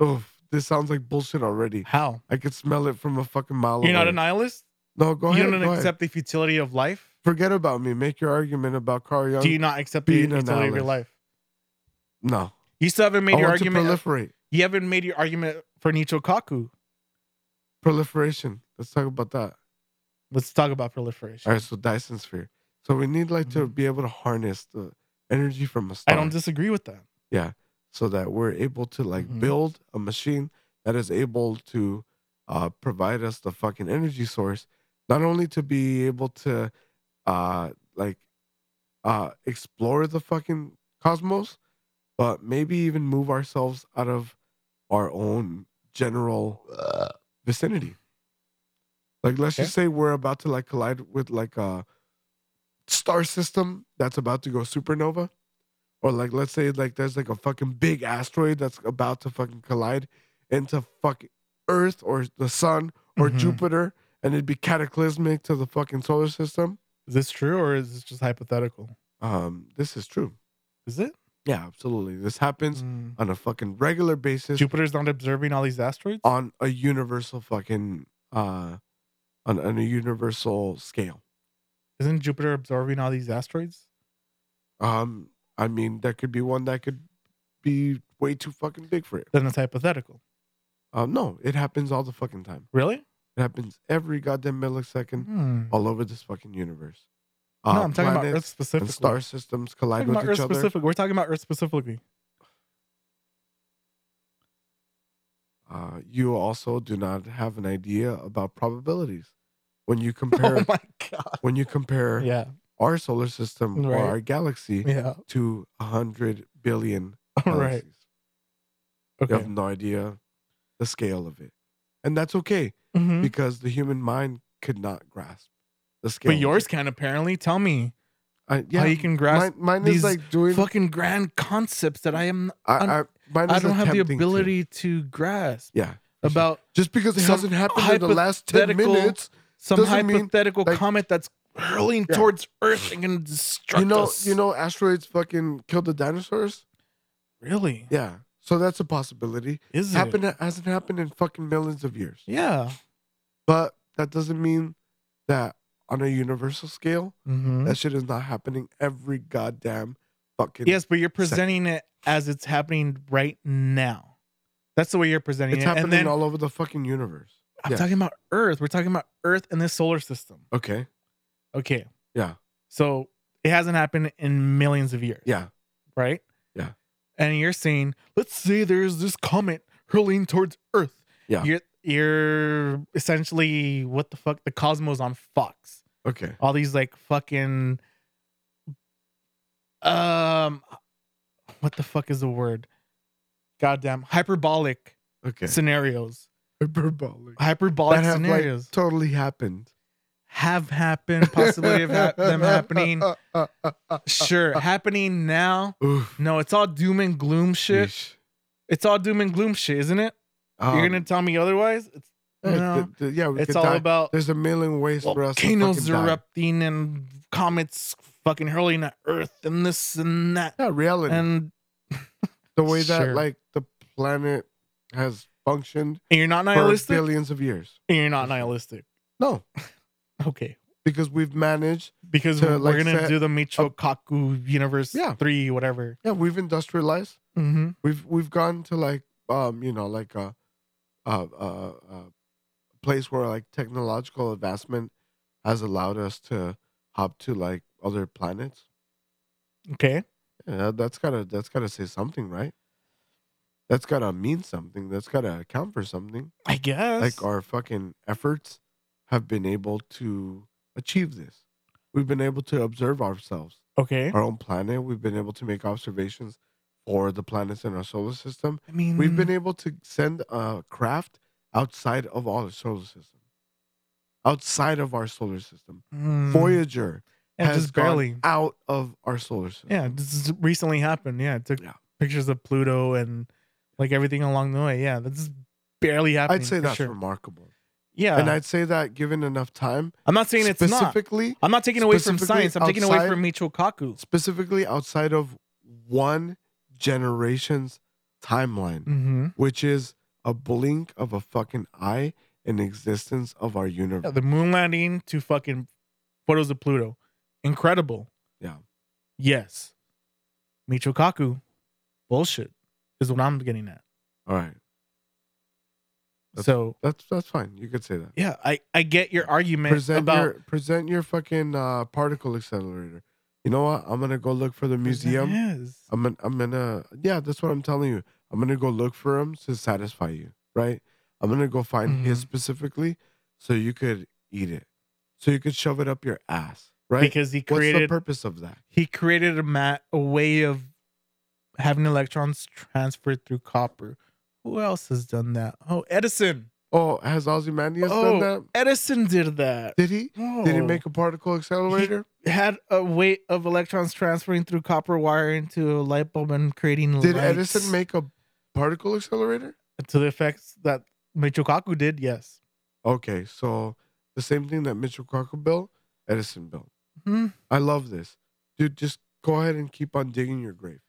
Speaker 1: Oh, this sounds like bullshit already.
Speaker 2: How?
Speaker 1: I could smell it from a fucking mile away.
Speaker 2: You're not a nihilist?
Speaker 1: No, go
Speaker 2: you
Speaker 1: ahead.
Speaker 2: don't
Speaker 1: go ahead.
Speaker 2: accept the futility of life?
Speaker 1: Forget about me. Make your argument about Carl Young.
Speaker 2: Do you not accept the
Speaker 1: being a
Speaker 2: futility of your
Speaker 1: nihilist.
Speaker 2: life?
Speaker 1: no.
Speaker 2: You still haven't made
Speaker 1: I
Speaker 2: your
Speaker 1: want
Speaker 2: argument.
Speaker 1: to proliferate.
Speaker 2: you haven't made your argument for Nicho Kaku.
Speaker 1: Proliferation. Let's talk about that.
Speaker 2: Let's talk about proliferation.
Speaker 1: All right, so Dyson sphere. So we need like to be able to harness the energy from a star.
Speaker 2: Mm-hmm. I don't disagree with that.
Speaker 1: so that we're able to like
Speaker 2: Mhm.
Speaker 1: build a machine that is able to uh, provide us the fucking energy source, not only to be able to uh, like uh, explore the fucking cosmos, but maybe even move ourselves out of our own general vicinity. Like, let's just say we're about to like collide with like a star system that's about to go supernova or like let's say like there's like a fucking big asteroid that's about to fucking collide into fucking Earth or the Sun or
Speaker 2: Mhm.
Speaker 1: Jupiter, and it'd be cataclysmic to the fucking solar system.
Speaker 2: Is this true or is this just hypothetical?
Speaker 1: Um, this is true.
Speaker 2: Is it?
Speaker 1: Yeah, absolutely. This happens
Speaker 2: Mm.
Speaker 1: on a fucking regular basis
Speaker 2: Jupiter's not observing all these asteroids?
Speaker 1: on a universal fucking uh on, on a universal scale.
Speaker 2: Isn't Jupiter absorbing all these asteroids?
Speaker 1: Um, I mean, there could be one that could be way too fucking big for it.
Speaker 2: Then it's hypothetical.
Speaker 1: Um, no, it happens all the fucking time.
Speaker 2: Really?
Speaker 1: It happens every goddamn millisecond.
Speaker 2: Hmm.
Speaker 1: all over this fucking universe.
Speaker 2: No,
Speaker 1: Uh,
Speaker 2: I'm talking about Earth
Speaker 1: planets
Speaker 2: specifically.
Speaker 1: and star systems collide
Speaker 2: Talking
Speaker 1: with
Speaker 2: about Earth
Speaker 1: each other.
Speaker 2: specific. We're talking about Earth specifically.
Speaker 1: Uh, you also do not have an idea about probabilities when you compare
Speaker 2: Oh my god.
Speaker 1: when you compare
Speaker 2: Yeah.
Speaker 1: our solar system or
Speaker 2: Right.
Speaker 1: our galaxy
Speaker 2: Yeah.
Speaker 1: to a hundred billion.
Speaker 2: All
Speaker 1: galaxies.
Speaker 2: right.
Speaker 1: You
Speaker 2: Okay.
Speaker 1: have no idea the scale of it, and that's okay
Speaker 2: Mhm.
Speaker 1: because the human mind could not grasp the scale.
Speaker 2: But
Speaker 1: of
Speaker 2: yours
Speaker 1: it.
Speaker 2: can apparently. Tell me
Speaker 1: I, yeah,
Speaker 2: how you can grasp
Speaker 1: mine, mine
Speaker 2: these
Speaker 1: is like doing.
Speaker 2: fucking grand concepts that I am.
Speaker 1: I,
Speaker 2: un-
Speaker 1: I, mine
Speaker 2: I
Speaker 1: is
Speaker 2: don't have the
Speaker 1: attempting to.
Speaker 2: ability to, grasp
Speaker 1: Yeah.
Speaker 2: about
Speaker 1: Just because it
Speaker 2: Some
Speaker 1: hasn't happened in the last 10
Speaker 2: hypothetical-
Speaker 1: minutes,
Speaker 2: some
Speaker 1: Doesn't mean,
Speaker 2: hypothetical
Speaker 1: like-
Speaker 2: comet that's hurling
Speaker 1: Yeah.
Speaker 2: towards Earth and can destruct
Speaker 1: you know,
Speaker 2: us.
Speaker 1: you know, asteroids fucking killed the dinosaurs.
Speaker 2: really?
Speaker 1: Yeah. So that's a possibility.
Speaker 2: Is
Speaker 1: Happened hasn't happened in fucking millions of years.
Speaker 2: Yeah.
Speaker 1: But that doesn't mean that on a universal scale,
Speaker 2: Mm-hmm.
Speaker 1: that shit is not happening every goddamn fucking
Speaker 2: Yes, but you're presenting it as it's happening right now. That's the way you're presenting
Speaker 1: It's
Speaker 2: it.
Speaker 1: happening
Speaker 2: and then
Speaker 1: all over the fucking universe.
Speaker 2: I'm
Speaker 1: yeah.
Speaker 2: talking about Earth. We're talking about Earth and this solar system.
Speaker 1: Okay.
Speaker 2: Okay.
Speaker 1: Yeah.
Speaker 2: So it hasn't happened in millions of years.
Speaker 1: Yeah.
Speaker 2: Right?
Speaker 1: Yeah.
Speaker 2: And you're saying, let's say there's this comet hurling towards Earth.
Speaker 1: Yeah.
Speaker 2: You're you're essentially what the fuck the cosmos on Fox.
Speaker 1: Okay.
Speaker 2: all these like fucking um what the fuck is the word goddamn hyperbolic
Speaker 1: Okay.
Speaker 2: scenarios
Speaker 1: Hyperbolic.
Speaker 2: hyperbolic
Speaker 1: That have, like,
Speaker 2: scenarios
Speaker 1: Totally happened.
Speaker 2: have happened possibility of ha- them happening sure happening now
Speaker 1: Oof.
Speaker 2: no it's all doom and gloom shit
Speaker 1: Yeesh.
Speaker 2: it's all doom and gloom shit isn't it you're
Speaker 1: Um,
Speaker 2: gonna tell me otherwise it's
Speaker 1: th-
Speaker 2: no,
Speaker 1: th- yeah, we
Speaker 2: it's
Speaker 1: could
Speaker 2: all
Speaker 1: die.
Speaker 2: about
Speaker 1: There's a million ways for us. to
Speaker 2: volcanoes
Speaker 1: fucking die.
Speaker 2: erupting and comets fucking hurling at earth and this and that
Speaker 1: Yeah, reality.
Speaker 2: and
Speaker 1: the way that
Speaker 2: Sure.
Speaker 1: like the planet has functioned
Speaker 2: And you're not
Speaker 1: for
Speaker 2: nihilistic.
Speaker 1: billions of years.
Speaker 2: And you're not nihilistic.
Speaker 1: No,
Speaker 2: Okay,
Speaker 1: because we've managed.
Speaker 2: because
Speaker 1: To,
Speaker 2: we're
Speaker 1: like,
Speaker 2: gonna
Speaker 1: set
Speaker 2: do the Micho Kaku Universe
Speaker 1: Yeah.
Speaker 2: Three, whatever.
Speaker 1: Yeah, we've industrialized.
Speaker 2: Mm-hmm.
Speaker 1: We've we've gone to like um you know like a a a, a place where like technological advancement has allowed us to hop to like other planets.
Speaker 2: Okay.
Speaker 1: Yeah, that's gotta that's gotta say something, right? That's gotta mean something. That's gotta account for something.
Speaker 2: I guess.
Speaker 1: like our fucking efforts have been able to achieve this. We've been able to observe ourselves,
Speaker 2: okay.
Speaker 1: our own planet. We've been able to make observations for the planets in our solar system.
Speaker 2: I mean,
Speaker 1: We've been able to send a craft outside of our solar system, outside of our solar system.
Speaker 2: mm,
Speaker 1: Voyager
Speaker 2: yeah,
Speaker 1: has
Speaker 2: just barely.
Speaker 1: gone out of our solar system.
Speaker 2: Yeah, this is recently happened. Yeah, it took
Speaker 1: Yeah.
Speaker 2: pictures of Pluto and like everything along the way. Yeah, that's just barely happening.
Speaker 1: I'd say
Speaker 2: for
Speaker 1: that's
Speaker 2: sure.
Speaker 1: remarkable.
Speaker 2: yeah.
Speaker 1: And I'd say that given enough time,
Speaker 2: I'm not saying it's not.
Speaker 1: specifically
Speaker 2: I'm not taking away from
Speaker 1: specifically
Speaker 2: science. I'm taking away
Speaker 1: outside-
Speaker 2: from Micho Kaku.
Speaker 1: specifically outside of one generation's timeline,
Speaker 2: Mm-hmm.
Speaker 1: which is a blink of a fucking eye in existence of our universe.
Speaker 2: Yeah, the moon landing to fucking photos of Pluto. Incredible.
Speaker 1: Yeah.
Speaker 2: Yes. Micho Kaku. Bullshit is what I'm getting at.
Speaker 1: All right, That's-
Speaker 2: so
Speaker 1: that's that's fine. You could say that.
Speaker 2: yeah, I, I get your argument
Speaker 1: Present
Speaker 2: about
Speaker 1: your present your fucking uh, particle accelerator. You know what? I'm gonna go look for the museum.
Speaker 2: Yes.
Speaker 1: I'm gonna, I'm gonna yeah, that's what I'm telling you. I'm gonna go look for him to satisfy you, right? I'm gonna go find his
Speaker 2: Mhm.
Speaker 1: specifically so you could eat it, so you could shove it up your ass, right?
Speaker 2: Because he
Speaker 1: What's
Speaker 2: created
Speaker 1: the purpose of that?
Speaker 2: he created a mat a way of having electrons transferred through copper. Who else has done that? Oh, Edison.
Speaker 1: Oh, has Ozymandias
Speaker 2: Oh.
Speaker 1: done that?
Speaker 2: Edison did that.
Speaker 1: Did he? Did he
Speaker 2: Oh.
Speaker 1: make a particle accelerator?
Speaker 2: had a weight of electrons transferring through copper wire into a light bulb and creating
Speaker 1: Did
Speaker 2: lights.
Speaker 1: Edison make a particle accelerator?
Speaker 2: to the effects that Michikaku did? Yes.
Speaker 1: Okay, so the same thing that Mitchell Crocker built, Edison built.
Speaker 2: Hmm.
Speaker 1: I love this, dude. Just go ahead and keep on digging your grave.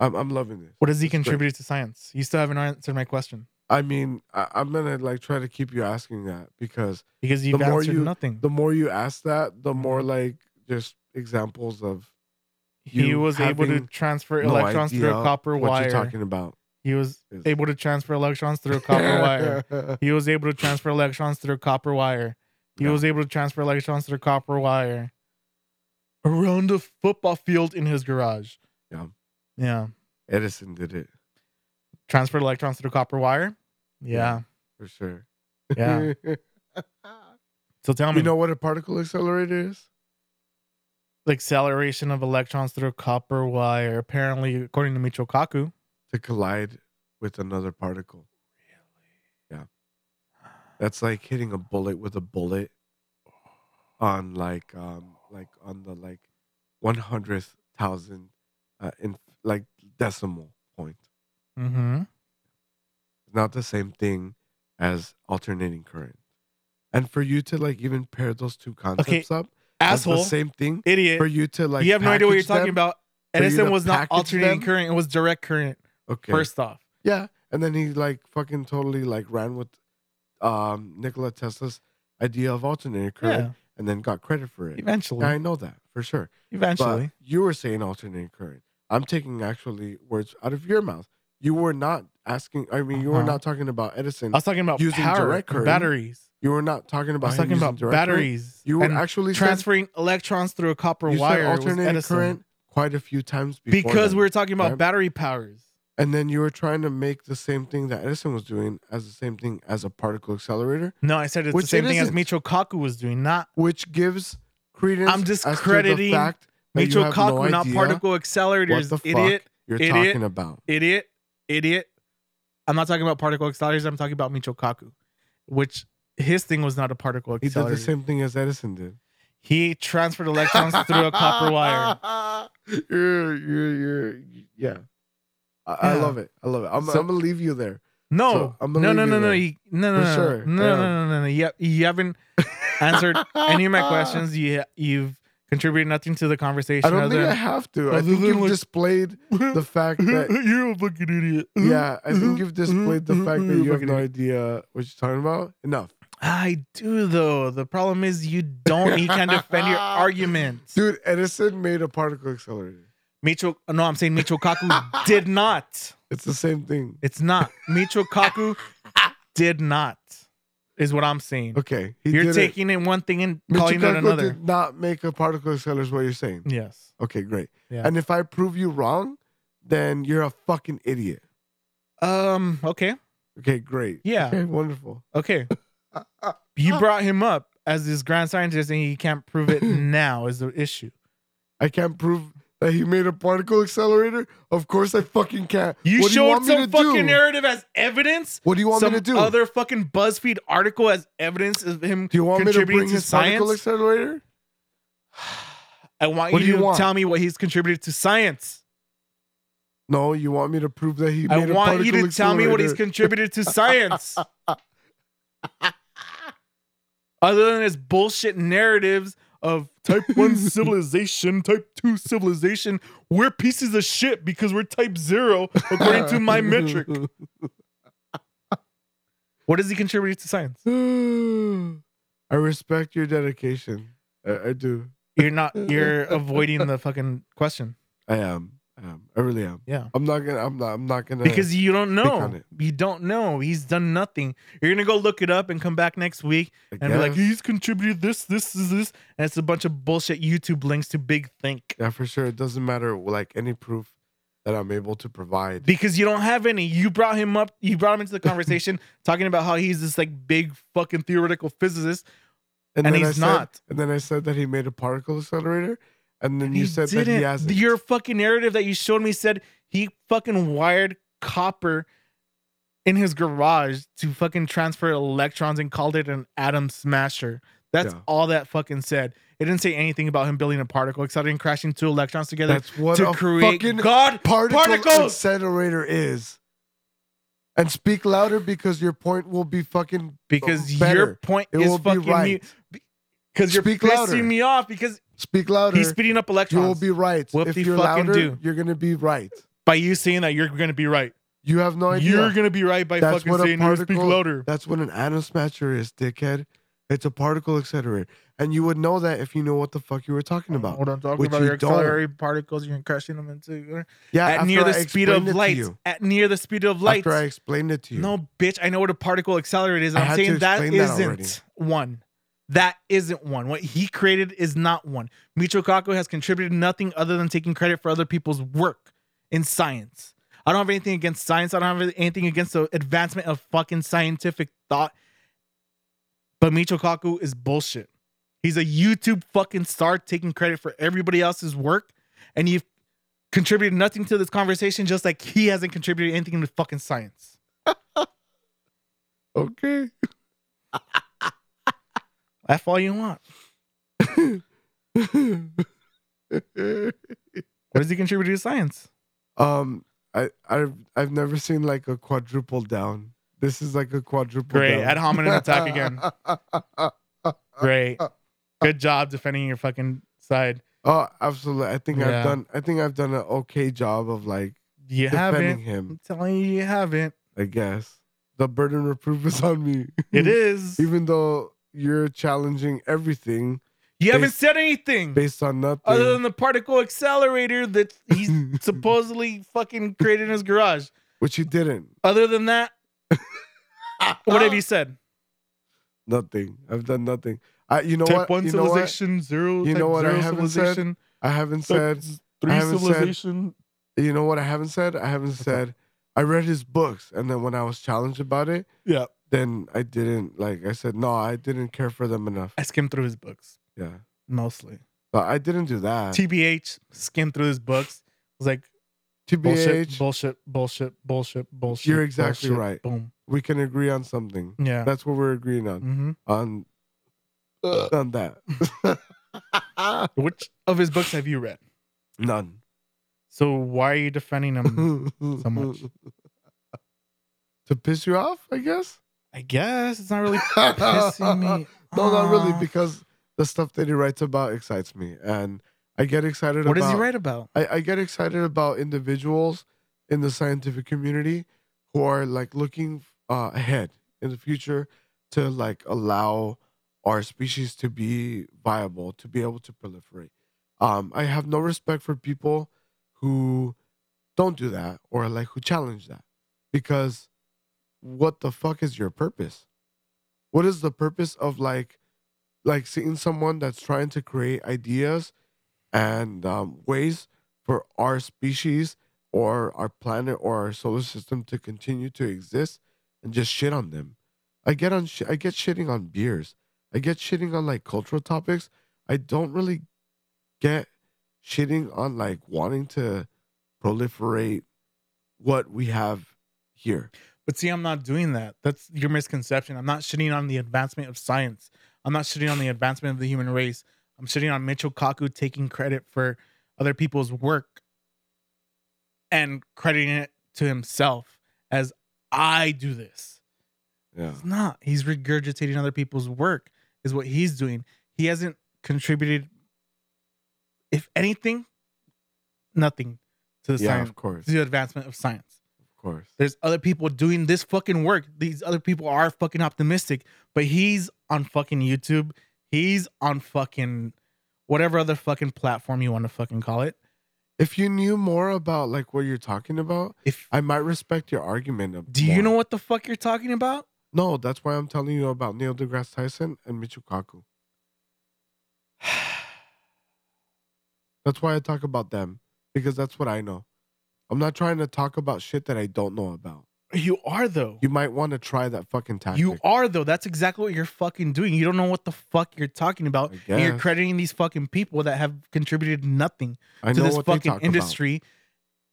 Speaker 1: I'm I'm loving this.
Speaker 2: What does he
Speaker 1: It's great.
Speaker 2: contribute to science? You still haven't answered my question
Speaker 1: I mean, I, I'm gonna like try to keep you asking that because
Speaker 2: because you've
Speaker 1: The more
Speaker 2: answered
Speaker 1: you-
Speaker 2: nothing.
Speaker 1: the more you ask that, the more
Speaker 2: Mhm.
Speaker 1: like just examples of
Speaker 2: he
Speaker 1: you
Speaker 2: was able to
Speaker 1: having
Speaker 2: transfer
Speaker 1: no
Speaker 2: electrons through a
Speaker 1: idea
Speaker 2: copper
Speaker 1: what
Speaker 2: wire.
Speaker 1: you're talking about.
Speaker 2: He was
Speaker 1: is-
Speaker 2: able to transfer electrons through a copper wire. He was able to transfer electrons through copper wire. He
Speaker 1: Yeah.
Speaker 2: was able to transfer electrons through copper wire around a football field in his garage.
Speaker 1: Yeah.
Speaker 2: Yeah.
Speaker 1: Edison did it
Speaker 2: Transferred electrons through copper wire. Yeah.
Speaker 1: for sure.
Speaker 2: Yeah. so tell me
Speaker 1: you know what a particle accelerator is?
Speaker 2: the acceleration of electrons through copper wire, apparently according to Michio Kaku.
Speaker 1: To collide with another particle. Yeah. That's like hitting a bullet with a bullet on like um like on the like one hundredth thousand uh in like decimal point.
Speaker 2: Mm-hmm.
Speaker 1: not the same thing as alternating current. And for you to like even pair those two concepts up, as
Speaker 2: Asshole.
Speaker 1: the same thing.
Speaker 2: idiot.
Speaker 1: For you to like,
Speaker 2: you have no idea what you're talking
Speaker 1: package them-
Speaker 2: about.
Speaker 1: for you
Speaker 2: Edison
Speaker 1: to
Speaker 2: was not
Speaker 1: package
Speaker 2: alternating
Speaker 1: them?
Speaker 2: current, it was direct current.
Speaker 1: Okay.
Speaker 2: First off,
Speaker 1: Yeah, and then he like fucking totally like ran with um Nikola Tesla's idea of alternating current,
Speaker 2: yeah,
Speaker 1: and then got credit for it.
Speaker 2: eventually,
Speaker 1: Yeah, I know that for sure.
Speaker 2: eventually,
Speaker 1: But you were saying alternating current. I'm taking actually words out of your mouth. You were not asking. I mean, you were
Speaker 2: Uh-huh.
Speaker 1: not talking about Edison.
Speaker 2: I was talking about
Speaker 1: using
Speaker 2: power,
Speaker 1: direct current,
Speaker 2: batteries.
Speaker 1: You were not talking
Speaker 2: I
Speaker 1: about.
Speaker 2: was
Speaker 1: him
Speaker 2: talking
Speaker 1: using
Speaker 2: about
Speaker 1: direct current.
Speaker 2: batteries.
Speaker 1: You were
Speaker 2: and
Speaker 1: actually said-
Speaker 2: transferring electrons through a copper
Speaker 1: you said
Speaker 2: wire. was
Speaker 1: alternating
Speaker 2: Edison.
Speaker 1: current quite a few times before
Speaker 2: because
Speaker 1: that.
Speaker 2: we were talking about
Speaker 1: right?
Speaker 2: battery powers.
Speaker 1: And then you were trying to make the same thing that Edison was doing as the same thing as a particle accelerator,
Speaker 2: No, I said it's
Speaker 1: Which
Speaker 2: the same
Speaker 1: it
Speaker 2: thing as
Speaker 1: isn't.
Speaker 2: Michio Kaku was doing, not
Speaker 1: which gives credence.
Speaker 2: I'm
Speaker 1: as to the
Speaker 2: discrediting
Speaker 1: fact that you
Speaker 2: Michio
Speaker 1: have
Speaker 2: Kaku,
Speaker 1: no
Speaker 2: not
Speaker 1: idea
Speaker 2: particle
Speaker 1: What
Speaker 2: accelerators.
Speaker 1: the
Speaker 2: Idiot,
Speaker 1: fuck you're
Speaker 2: idiot.
Speaker 1: talking about?
Speaker 2: idiot, idiot. I'm not talking about particle accelerators. I'm talking about Michio Kaku, which his thing was not a particle
Speaker 1: He did
Speaker 2: accelerator.
Speaker 1: the same thing as Edison did.
Speaker 2: He transferred electrons through a copper wire.
Speaker 1: You're, you're, you're, yeah. I, I
Speaker 2: Yeah.
Speaker 1: love it. I love it. I'm,
Speaker 2: So-
Speaker 1: I'm gonna leave you there.
Speaker 2: No,
Speaker 1: So, I'm gonna
Speaker 2: no, no,
Speaker 1: leave
Speaker 2: no,
Speaker 1: you
Speaker 2: no,
Speaker 1: there.
Speaker 2: you, no, no,
Speaker 1: For
Speaker 2: no,
Speaker 1: sure,
Speaker 2: no,
Speaker 1: yeah.
Speaker 2: no, no, no, no. You, you haven't answered any of my questions. You, you've contributed nothing to the conversation.
Speaker 1: I don't think
Speaker 2: other
Speaker 1: I
Speaker 2: than-
Speaker 1: have to. I
Speaker 2: Other
Speaker 1: think
Speaker 2: than
Speaker 1: you've
Speaker 2: like-
Speaker 1: displayed the fact that.
Speaker 2: You're a fucking idiot.
Speaker 1: Yeah, I think you've displayed the fact that you have
Speaker 2: Mm-hmm. Fucking
Speaker 1: no
Speaker 2: idiot.
Speaker 1: idea what you're talking about. Enough,
Speaker 2: I do though. The problem is you don't. You can't defend your arguments.
Speaker 1: dude. Edison made a particle accelerator.
Speaker 2: Micho, no, I'm saying Micho Kaku did not.
Speaker 1: It's the same thing.
Speaker 2: It's not. Micho Kaku did not. Is what I'm saying.
Speaker 1: Okay, he
Speaker 2: You're
Speaker 1: did
Speaker 2: taking in one thing and
Speaker 1: it.
Speaker 2: calling it
Speaker 1: Michio Kaku
Speaker 2: another.
Speaker 1: did not make a particle accelerator. Is what you're saying?
Speaker 2: Yes.
Speaker 1: Okay, great.
Speaker 2: Yeah.
Speaker 1: And if I prove you wrong, then you're a fucking idiot.
Speaker 2: Um. Okay.
Speaker 1: Okay, great.
Speaker 2: Yeah.
Speaker 1: Okay, wonderful.
Speaker 2: Okay.
Speaker 1: Uh,
Speaker 2: You brought him up as this grand scientist, and you can't prove it now. Is the issue?
Speaker 1: I can't prove that he made a particle accelerator. Of course, I fucking can't.
Speaker 2: You
Speaker 1: what do you
Speaker 2: showed
Speaker 1: want me to
Speaker 2: some fucking
Speaker 1: do?
Speaker 2: narrative as evidence.
Speaker 1: What do you want
Speaker 2: some
Speaker 1: me to do?
Speaker 2: other fucking BuzzFeed article as evidence of him
Speaker 1: do you want me to
Speaker 2: contributing
Speaker 1: bring
Speaker 2: to
Speaker 1: his particle
Speaker 2: science?
Speaker 1: accelerator?
Speaker 2: I want
Speaker 1: What do
Speaker 2: you
Speaker 1: you
Speaker 2: to
Speaker 1: want?
Speaker 2: tell me what he's contributed to science.
Speaker 1: No, you want me to prove that he made
Speaker 2: I
Speaker 1: a
Speaker 2: want you
Speaker 1: particle
Speaker 2: to tell me what he's
Speaker 1: accelerator?
Speaker 2: contributed to science. Other than his bullshit narratives of type 1 civilization, type 2 civilization, we're pieces of shit because we're type 0 according to my metric. What does he contribute to science?
Speaker 1: I respect your dedication. I, I do.
Speaker 2: You're not you're avoiding the fucking question.
Speaker 1: I am. I am. I really am.
Speaker 2: Yeah.
Speaker 1: I'm not gonna. I'm not. I'm not gonna.
Speaker 2: Because you don't
Speaker 1: on
Speaker 2: know.
Speaker 1: it.
Speaker 2: You don't know. He's done nothing. You're going to go look it up and come back next week
Speaker 1: I
Speaker 2: and be like,
Speaker 1: guess.
Speaker 2: he's contributed this, this, is this, and it's a bunch of bullshit YouTube links to Big Think
Speaker 1: yeah, for sure. It doesn't matter. Like any proof that I'm able to provide.
Speaker 2: because you don't have any. You brought him up, you brought him into the conversation talking about how he's this like big fucking theoretical physicist, and
Speaker 1: then I
Speaker 2: he's
Speaker 1: said-
Speaker 2: not.
Speaker 1: And then I said that he made a particle accelerator, and then
Speaker 2: He
Speaker 1: you said that he
Speaker 2: didn't.
Speaker 1: hasn't.
Speaker 2: Your fucking narrative that you showed me said he fucking wired copper in his garage to fucking transfer electrons and called it an atom smasher. That's
Speaker 1: Yeah.
Speaker 2: all that fucking said. It didn't say anything about him building a particle accelerator and crashing two electrons together.
Speaker 1: That's what
Speaker 2: to
Speaker 1: a
Speaker 2: create
Speaker 1: fucking
Speaker 2: God
Speaker 1: particle
Speaker 2: particles.
Speaker 1: accelerator is. And speak louder because your point will be fucking.
Speaker 2: because
Speaker 1: better.
Speaker 2: your point
Speaker 1: It
Speaker 2: is
Speaker 1: will be
Speaker 2: fucking
Speaker 1: right.
Speaker 2: because you're
Speaker 1: Speak
Speaker 2: pissing
Speaker 1: louder.
Speaker 2: me off because
Speaker 1: Speak louder.
Speaker 2: he's speeding up
Speaker 1: you will
Speaker 2: electrons
Speaker 1: be right. if
Speaker 2: Whoop-de-fucking
Speaker 1: you're louder,
Speaker 2: do.
Speaker 1: you're gonna be right.
Speaker 2: by you saying that you're gonna be right.
Speaker 1: You have no idea.
Speaker 2: You're gonna be right by
Speaker 1: That's
Speaker 2: fucking
Speaker 1: what a
Speaker 2: saying you speak
Speaker 1: particle-
Speaker 2: louder.
Speaker 1: That's what an atom smasher is, dickhead. It's a particle accelerator, and you would know that if you knew what the fuck you were talking about.
Speaker 2: What I'm talking
Speaker 1: which
Speaker 2: about,
Speaker 1: you
Speaker 2: your
Speaker 1: don't.
Speaker 2: accelerating particles, you're crushing them into
Speaker 1: Yeah,
Speaker 2: at
Speaker 1: after
Speaker 2: near
Speaker 1: I
Speaker 2: the speed
Speaker 1: explained
Speaker 2: of
Speaker 1: it to
Speaker 2: light.
Speaker 1: you.
Speaker 2: At near the speed of light.
Speaker 1: After I explained it to you.
Speaker 2: No, bitch, I know what a particle accelerator is.
Speaker 1: I
Speaker 2: And I'm
Speaker 1: had to
Speaker 2: saying that
Speaker 1: explain that already.
Speaker 2: isn't one. That isn't one. What he created is not one. Michio Kaku has contributed nothing other than taking credit for other people's work in science. I don't have anything against science. I don't have anything against the advancement of fucking scientific thought. But Michio Kaku is bullshit. He's a YouTube fucking star taking credit for everybody else's work, and you've contributed nothing to this conversation, just like he hasn't contributed anything to fucking science.
Speaker 1: Okay.
Speaker 2: F all you want. What does he contribute to science?
Speaker 1: um, I I've I've never seen like a quadruple down. This is like a quadruple.
Speaker 2: Great.
Speaker 1: down.
Speaker 2: Ad hominem attack again. Great. Good job defending your fucking side.
Speaker 1: oh, absolutely. I think
Speaker 2: Yeah.
Speaker 1: I've done. I think I've done an okay job of like
Speaker 2: You
Speaker 1: defending
Speaker 2: haven't.
Speaker 1: him.
Speaker 2: I'm telling you, you haven't.
Speaker 1: I guess the burden of proof is on me.
Speaker 2: It is.
Speaker 1: even though you're challenging everything
Speaker 2: You haven't
Speaker 1: based-
Speaker 2: said anything
Speaker 1: based on nothing.
Speaker 2: other than the particle accelerator that he's supposedly fucking created in his garage.
Speaker 1: which you didn't.
Speaker 2: Other than that, what have you said?
Speaker 1: Nothing. I've done nothing. I, you know
Speaker 2: type
Speaker 1: what?
Speaker 2: one
Speaker 1: you know what?
Speaker 2: civilization, zero.
Speaker 1: You
Speaker 2: type
Speaker 1: know what I
Speaker 2: zero
Speaker 1: haven't said?
Speaker 2: civilization,
Speaker 1: I haven't
Speaker 2: type
Speaker 1: said.
Speaker 2: three
Speaker 1: haven't said-
Speaker 2: civilization.
Speaker 1: You know what I haven't said? I haven't said. I read his books, and then when I was challenged about it,
Speaker 2: Yeah,
Speaker 1: then I didn't like. I said no, I didn't care for them enough.
Speaker 2: I skimmed through his books
Speaker 1: Yeah,
Speaker 2: mostly.
Speaker 1: but I didn't do that.
Speaker 2: TBH skimmed through his books. was like bullshit,
Speaker 1: TBH,
Speaker 2: bullshit, bullshit, bullshit, bullshit.
Speaker 1: You're exactly
Speaker 2: bullshit,
Speaker 1: right.
Speaker 2: Boom.
Speaker 1: we can agree on something.
Speaker 2: Yeah.
Speaker 1: That's what we're agreeing on.
Speaker 2: hmm
Speaker 1: On on that,
Speaker 2: Which of his books have you read?
Speaker 1: none.
Speaker 2: So why are you defending him?
Speaker 1: so
Speaker 2: much.
Speaker 1: to piss you off, I guess.
Speaker 2: I guess it's not really pissing me.
Speaker 1: No, not really,
Speaker 2: off.
Speaker 1: because the stuff that he writes about excites me, and I get excited.
Speaker 2: what
Speaker 1: about,
Speaker 2: does he write about?
Speaker 1: I, I get excited about individuals in the scientific community who are like looking uh, ahead in the future to like allow our species to be viable, to be able to proliferate. Um, I have no respect for people who don't do that or like who challenge that because what the fuck is your purpose? What is the purpose of like like seeing someone that's trying to create ideas and um, ways for our species or our planet or our solar system to continue to exist and just shit on them. I get on sh- I get shitting on beers. I get shitting on like cultural topics. I don't really get shitting on like wanting to proliferate what we have here.
Speaker 2: But see, I'm not doing that. That's your misconception. I'm not shitting on the advancement of science. I'm not shitting on the advancement of the human race. I'm shitting on Mitchell Kaku taking credit for other people's work and crediting it to himself as I do this.
Speaker 1: Yeah.
Speaker 2: It's not. He's regurgitating other people's work, is what he's doing. He hasn't contributed, if anything, nothing to the
Speaker 1: yeah,
Speaker 2: science,
Speaker 1: of course.
Speaker 2: to the advancement of science.
Speaker 1: Of course.
Speaker 2: There's other people doing this fucking work. These other people are fucking optimistic, but he's on fucking YouTube. He's on fucking whatever other fucking platform you want to fucking call it.
Speaker 1: If you knew more about like what you're talking about,
Speaker 2: If
Speaker 1: I might respect your argument. a-
Speaker 2: do you
Speaker 1: more.
Speaker 2: know what the fuck you're talking about?
Speaker 1: No, that's why I'm telling you about Neil deGrasse Tyson and Michio Kaku. That's why I talk about them because that's what I know. I'm not trying to talk about shit that I don't know about.
Speaker 2: You are though.
Speaker 1: You might want to try that fucking tactic.
Speaker 2: You are though. That's exactly what you're fucking doing. You don't know what the fuck you're talking about.
Speaker 1: I
Speaker 2: And you're
Speaker 1: guess.
Speaker 2: crediting these fucking people that have contributed nothing.
Speaker 1: I
Speaker 2: to
Speaker 1: know
Speaker 2: this
Speaker 1: what they
Speaker 2: fucking
Speaker 1: talk
Speaker 2: industry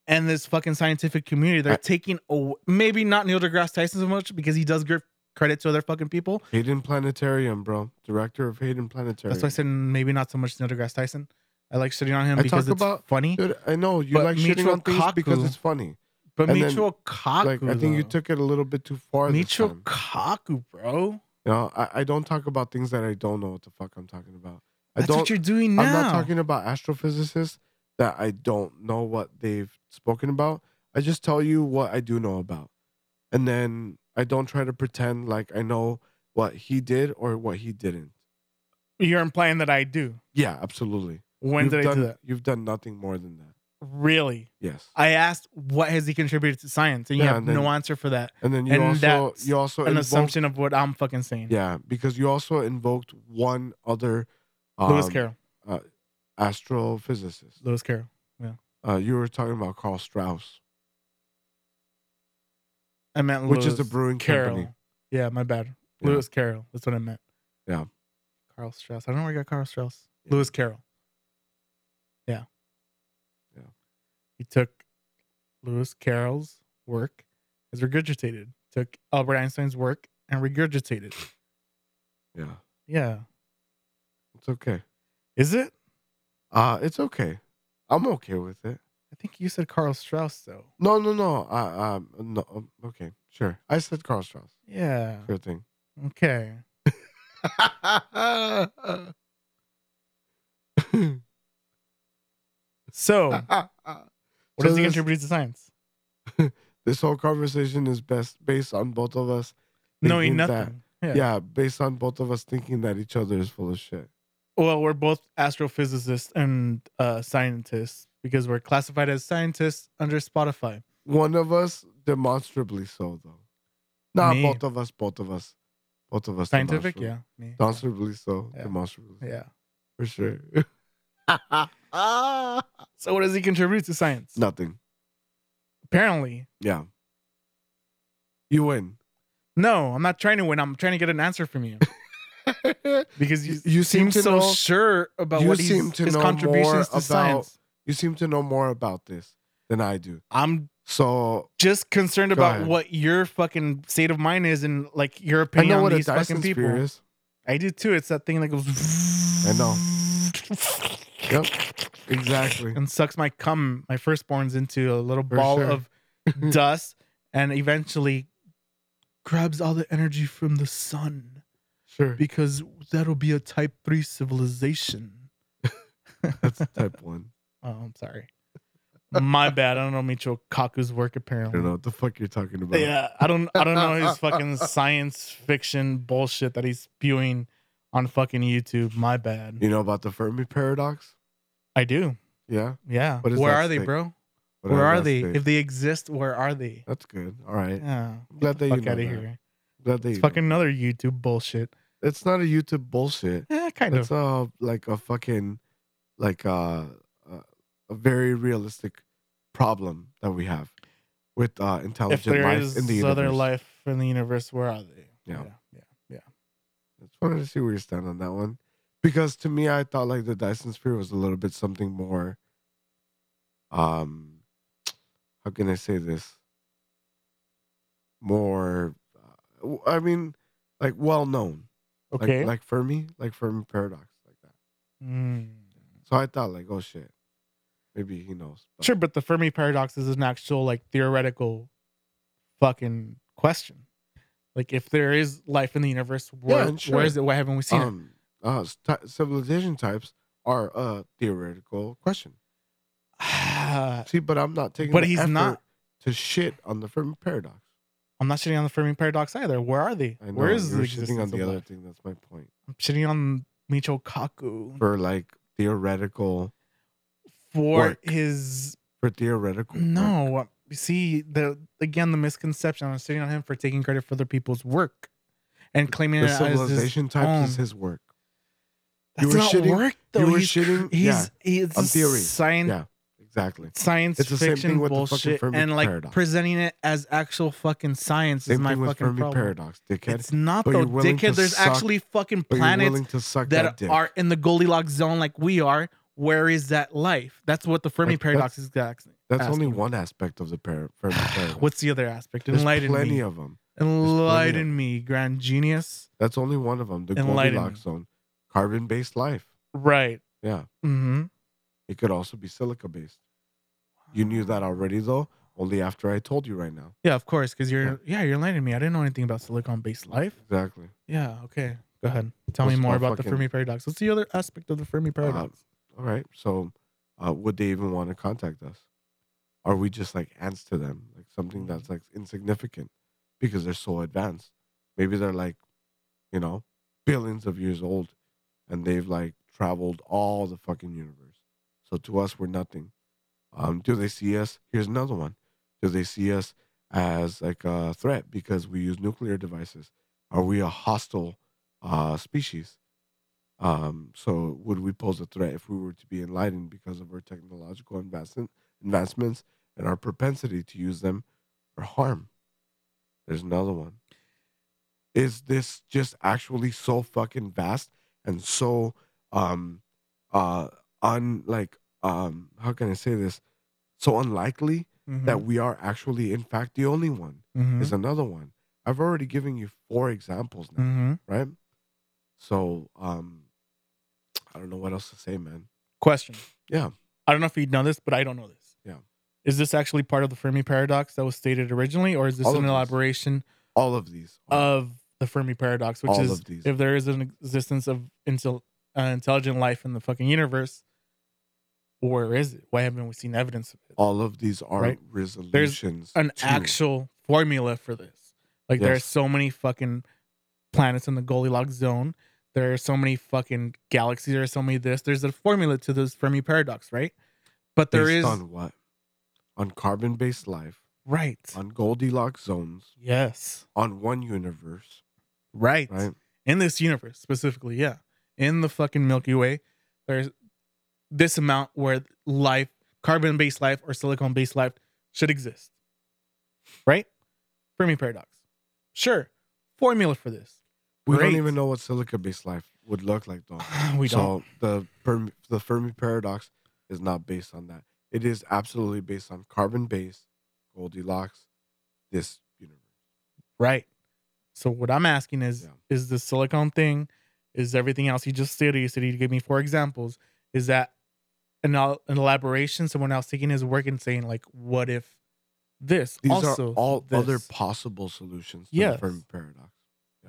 Speaker 2: and this fucking scientific community. They're
Speaker 1: I-
Speaker 2: taking aw- maybe not Neil deGrasse Tyson so much because he does give credit to other fucking people.
Speaker 1: About. Hayden Planetarium, bro, director of Hayden Planetarium.
Speaker 2: That's why I said maybe not so much Neil deGrasse Tyson. I like shitting on him
Speaker 1: I
Speaker 2: because
Speaker 1: talk
Speaker 2: it's
Speaker 1: about-
Speaker 2: funny.
Speaker 1: Dude, I know you
Speaker 2: But
Speaker 1: like shitting
Speaker 2: Michio
Speaker 1: on things because
Speaker 2: Kaku-
Speaker 1: it's funny.
Speaker 2: But
Speaker 1: and then,
Speaker 2: Michio Kaku,
Speaker 1: like I think you
Speaker 2: though.
Speaker 1: took it a little bit too far. this time.
Speaker 2: Michio Kaku, bro.
Speaker 1: You know, I, I don't talk about things that I don't know what the fuck I'm talking about. I
Speaker 2: That's
Speaker 1: don't.
Speaker 2: what you're doing now.
Speaker 1: I'm not talking about astrophysicists that I don't know what they've spoken about. I just tell you what I do know about, and then I don't try to pretend like I know what he did or what he didn't.
Speaker 2: You're implying that I do.
Speaker 1: Yeah, absolutely.
Speaker 2: When
Speaker 1: You've
Speaker 2: did
Speaker 1: done,
Speaker 2: I do that?
Speaker 1: You've done nothing more than that.
Speaker 2: Really?
Speaker 1: Yes.
Speaker 2: I asked what has he contributed to science, and you
Speaker 1: Yeah,
Speaker 2: have
Speaker 1: and then-
Speaker 2: no answer for that.
Speaker 1: And then you
Speaker 2: and
Speaker 1: also
Speaker 2: that's
Speaker 1: you also
Speaker 2: An
Speaker 1: invoked-
Speaker 2: assumption of what I'm fucking saying.
Speaker 1: Yeah, because you also invoked one other
Speaker 2: Lewis
Speaker 1: um,
Speaker 2: Carroll.
Speaker 1: astrophysicist.
Speaker 2: Lewis Carroll.
Speaker 1: Uh, you were talking about Carl Strauss.
Speaker 2: I meant
Speaker 1: Which is the
Speaker 2: Lewis
Speaker 1: brewing
Speaker 2: Carroll.
Speaker 1: company.
Speaker 2: Yeah, my bad.
Speaker 1: Yeah.
Speaker 2: Lewis Carroll. That's what I meant.
Speaker 1: Yeah.
Speaker 2: Carl Strauss. I don't know where I got Carl Strauss.
Speaker 1: Yeah.
Speaker 2: Lewis Carroll. Yeah.
Speaker 1: Yeah.
Speaker 2: He took Lewis Carroll's work as regurgitated. Took Albert Einstein's work and regurgitated.
Speaker 1: Yeah,
Speaker 2: Yeah.
Speaker 1: it's okay.
Speaker 2: Is it?
Speaker 1: Uh, it's okay. I'm okay with it.
Speaker 2: I think you said Carl Strauss though.
Speaker 1: No, no, no. Uh, um, no. um, Okay, sure. I said Carl Strauss.
Speaker 2: Yeah.
Speaker 1: Sure thing.
Speaker 2: Okay. So what
Speaker 1: So
Speaker 2: Oh. does he
Speaker 1: this-
Speaker 2: contribute to science?
Speaker 1: this whole conversation is best based on both of us. thinking
Speaker 2: knowing
Speaker 1: that-
Speaker 2: nothing. Yeah.
Speaker 1: yeah, based on both of us thinking that each other is full of shit.
Speaker 2: Well, we're both astrophysicists and uh, scientists because we're classified as scientists under Spotify.
Speaker 1: One of us demonstrably so though. Not
Speaker 2: Me.
Speaker 1: both of us, both of us. Both of us
Speaker 2: Scientific,
Speaker 1: demonstrably-
Speaker 2: yeah, me.
Speaker 1: Demonstrably so.
Speaker 2: Yeah.
Speaker 1: Demonstrably. so,
Speaker 2: yeah.
Speaker 1: For sure.
Speaker 2: So, what does he contribute to science?
Speaker 1: Nothing.
Speaker 2: Apparently,
Speaker 1: Yeah. You win.
Speaker 2: no. I'm not trying to win. I'm trying to get an answer from you because you,
Speaker 1: You- you seem
Speaker 2: seem,
Speaker 1: to
Speaker 2: so
Speaker 1: know-
Speaker 2: sure about
Speaker 1: you
Speaker 2: what he's-
Speaker 1: seem to
Speaker 2: his
Speaker 1: know more
Speaker 2: contributions to
Speaker 1: about-
Speaker 2: science.
Speaker 1: you seem to know more about this than I do.
Speaker 2: I'm
Speaker 1: So
Speaker 2: just concerned
Speaker 1: Go
Speaker 2: about
Speaker 1: ahead.
Speaker 2: what your fucking state of mind is and like your
Speaker 1: I
Speaker 2: opinion
Speaker 1: know
Speaker 2: on
Speaker 1: what a
Speaker 2: these
Speaker 1: Dyson
Speaker 2: fucking people.
Speaker 1: sphere is.
Speaker 2: I do too. It's that thing that goes.
Speaker 1: I know. Yep. Exactly.
Speaker 2: and sucks my cum, my firstborns, into a little
Speaker 1: For
Speaker 2: ball
Speaker 1: sure.
Speaker 2: of dust, and eventually grabs all the energy from the sun
Speaker 1: Sure.
Speaker 2: because that'll be a type three civilization.
Speaker 1: That's type one.
Speaker 2: Oh, I'm sorry. My bad. I don't know Michio Kaku's work
Speaker 1: I don't
Speaker 2: apparently.
Speaker 1: know what the fuck you're talking about.
Speaker 2: Yeah, I don't. I don't know his fucking science fiction bullshit that he's spewing on fucking YouTube. My bad.
Speaker 1: You know about the Fermi paradox?
Speaker 2: I do.
Speaker 1: Yeah.
Speaker 2: Yeah.
Speaker 1: What is
Speaker 2: Where
Speaker 1: that
Speaker 2: are they,
Speaker 1: thing?
Speaker 2: bro?
Speaker 1: What
Speaker 2: where
Speaker 1: I
Speaker 2: are
Speaker 1: was
Speaker 2: they?
Speaker 1: asking.
Speaker 2: If they exist, where are they?
Speaker 1: That's good. All right.
Speaker 2: Yeah.
Speaker 1: glad that you
Speaker 2: fuck
Speaker 1: know
Speaker 2: out of
Speaker 1: that.
Speaker 2: here.
Speaker 1: Glad that
Speaker 2: It's
Speaker 1: you know.
Speaker 2: fucking another YouTube bullshit.
Speaker 1: It's not a YouTube bullshit.
Speaker 2: Eh, kind
Speaker 1: It's
Speaker 2: of.
Speaker 1: a like a fucking like uh, a a very realistic problem that we have with uh
Speaker 2: If
Speaker 1: intelligent
Speaker 2: there
Speaker 1: life
Speaker 2: is
Speaker 1: in the universe.
Speaker 2: other life in the universe, where are they?
Speaker 1: Yeah.
Speaker 2: Yeah.
Speaker 1: I just wanted to see where you stand on that one. Because to me, I thought like the Dyson Sphere was a little bit something more. Um, how can I say this? More, uh, w- I mean, like well known. Like-
Speaker 2: Okay.
Speaker 1: Like, Fermi, like Fermi paradox, like that.
Speaker 2: Mm.
Speaker 1: So I thought like, oh shit, maybe he knows. But
Speaker 2: Sure, but the Fermi paradox is an actual like theoretical fucking question. Like if there is life in the universe, where,
Speaker 1: and sure.
Speaker 2: where is it? Why haven't we seen it?
Speaker 1: Um, uh, st- civilization types are a theoretical question.
Speaker 2: Ah,
Speaker 1: See, but I'm not taking.
Speaker 2: But
Speaker 1: the
Speaker 2: he's not-
Speaker 1: effort to shit on the Fermi paradox.
Speaker 2: I'm not shitting on the Fermi paradox either. Where are they?
Speaker 1: I know,
Speaker 2: Where is
Speaker 1: you
Speaker 2: the
Speaker 1: were shitting on
Speaker 2: existence
Speaker 1: the
Speaker 2: of
Speaker 1: other
Speaker 2: life?
Speaker 1: thing? That's my point.
Speaker 2: I'm shitting on Michio Kaku
Speaker 1: For like theoretical,
Speaker 2: for
Speaker 1: Work.
Speaker 2: his
Speaker 1: for theoretical. work.
Speaker 2: No, uh, you see the again the misconception. I'm sitting on him for taking credit for other people's work and claiming
Speaker 1: the
Speaker 2: it as his.
Speaker 1: civilization types is
Speaker 2: own.
Speaker 1: his work.
Speaker 2: That's
Speaker 1: were
Speaker 2: not
Speaker 1: shitting-
Speaker 2: work though.
Speaker 1: you were
Speaker 2: he's,
Speaker 1: shitting.
Speaker 2: he's,
Speaker 1: yeah,
Speaker 2: he's
Speaker 1: on
Speaker 2: a
Speaker 1: theory.
Speaker 2: Science,
Speaker 1: yeah, exactly.
Speaker 2: science
Speaker 1: It's the same
Speaker 2: fiction
Speaker 1: thing with the fucking
Speaker 2: bullshit
Speaker 1: Fermi
Speaker 2: and like
Speaker 1: paradox.
Speaker 2: presenting it as actual fucking science is
Speaker 1: Same
Speaker 2: my
Speaker 1: thing with
Speaker 2: fucking
Speaker 1: Fermi
Speaker 2: problem.
Speaker 1: paradox, dickhead.
Speaker 2: It's not
Speaker 1: But
Speaker 2: though,
Speaker 1: you're willing to
Speaker 2: dickhead. There's
Speaker 1: suck-
Speaker 2: actually fucking
Speaker 1: but you're
Speaker 2: planets
Speaker 1: willing to suck that,
Speaker 2: that
Speaker 1: dick.
Speaker 2: are in the Goldilocks zone, like we are. Where is that life? That's what the Fermi
Speaker 1: That's-
Speaker 2: paradox is. asking.
Speaker 1: That's only
Speaker 2: asking.
Speaker 1: one aspect of the par- Fermi paradox.
Speaker 2: What's the other aspect?
Speaker 1: There's
Speaker 2: Enlighten
Speaker 1: plenty
Speaker 2: me.
Speaker 1: of them. of
Speaker 2: Enlighten
Speaker 1: them.
Speaker 2: me, grand genius.
Speaker 1: That's only one of them. The
Speaker 2: Enlighten
Speaker 1: Goldilocks
Speaker 2: me.
Speaker 1: zone, carbon-based life.
Speaker 2: Right.
Speaker 1: Yeah,
Speaker 2: Mm-hmm.
Speaker 1: it could also be silica-based. You knew that already, though. Only after I told you right now.
Speaker 2: Yeah, of course, because you're yeah, you're enlightening me. I didn't know anything about silicon-based life.
Speaker 1: Exactly.
Speaker 2: Yeah. Okay. Go ahead. Tell me
Speaker 1: What's
Speaker 2: more
Speaker 1: my
Speaker 2: about the
Speaker 1: fucking- Uh,
Speaker 2: Fermi paradox. What's the other aspect of the Fermi paradox?
Speaker 1: All right. So, uh, would they even want to contact us? Are we just like ants to them, like something that's like insignificant because they're so advanced? Maybe they're like, you know, billions of years old and they've like traveled all the fucking universe. So to us, we're nothing. Um, do they see us? Here's another one. Do they see us as like a threat because we use nuclear devices? Are we a hostile uh, species? Um, so would we pose a threat if we were to be enlightened because of our technological advancement, advancements and our propensity to use them for harm? There's another one. Is this just actually so fucking vast and so um uh un like um how can I say this? So unlikely
Speaker 2: Mm-hmm.
Speaker 1: that we are actually in fact the only one
Speaker 2: hmm
Speaker 1: is another one. I've already given you four examples now
Speaker 2: Mm-hmm.
Speaker 1: right? So um I don't know what else to say, man.
Speaker 2: Question.
Speaker 1: Yeah.
Speaker 2: I don't know if you know this, but I don't know this.
Speaker 1: Yeah.
Speaker 2: Is this actually part of the Fermi paradox that was stated originally, or is this
Speaker 1: All of
Speaker 2: an
Speaker 1: these.
Speaker 2: elaboration
Speaker 1: All of these. are-
Speaker 2: of the Fermi paradox, which
Speaker 1: All
Speaker 2: is
Speaker 1: of these.
Speaker 2: if there is an existence of intel- uh, intelligent life in the fucking universe, where is it? Why haven't we seen evidence of it?
Speaker 1: All of these are
Speaker 2: Right.
Speaker 1: resolutions.
Speaker 2: An
Speaker 1: to-
Speaker 2: actual formula for this. Like there are
Speaker 1: Yes.
Speaker 2: so many fucking planets in the Goldilocks zone. There are so many fucking galaxies. There are so many this. There's a formula to this Fermi paradox, right? But there
Speaker 1: based
Speaker 2: is
Speaker 1: on what? On carbon based life,
Speaker 2: right.
Speaker 1: on Goldilocks zones,
Speaker 2: Yes.
Speaker 1: on one universe,
Speaker 2: Right.
Speaker 1: right?
Speaker 2: in this universe specifically, yeah, in the fucking Milky Way, there's this amount where life, carbon based life or silicon based life, should exist. Right? Fermi paradox. Sure. Formula for this.
Speaker 1: We
Speaker 2: Great.
Speaker 1: don't even know what silica based life would look like though.
Speaker 2: we don't.
Speaker 1: So the Fermi, the Fermi paradox is not based on that. It is absolutely based on carbon based Goldilocks, this universe.
Speaker 2: Right. So what I'm asking is,
Speaker 1: Yeah.
Speaker 2: is the silicon thing, is everything else you just stated, you said you gave me four examples, is that an, el- an elaboration, someone else taking his work and saying like, what if this
Speaker 1: These
Speaker 2: also
Speaker 1: are all other
Speaker 2: this?
Speaker 1: possible solutions to the
Speaker 2: Yes.
Speaker 1: Fermi paradox.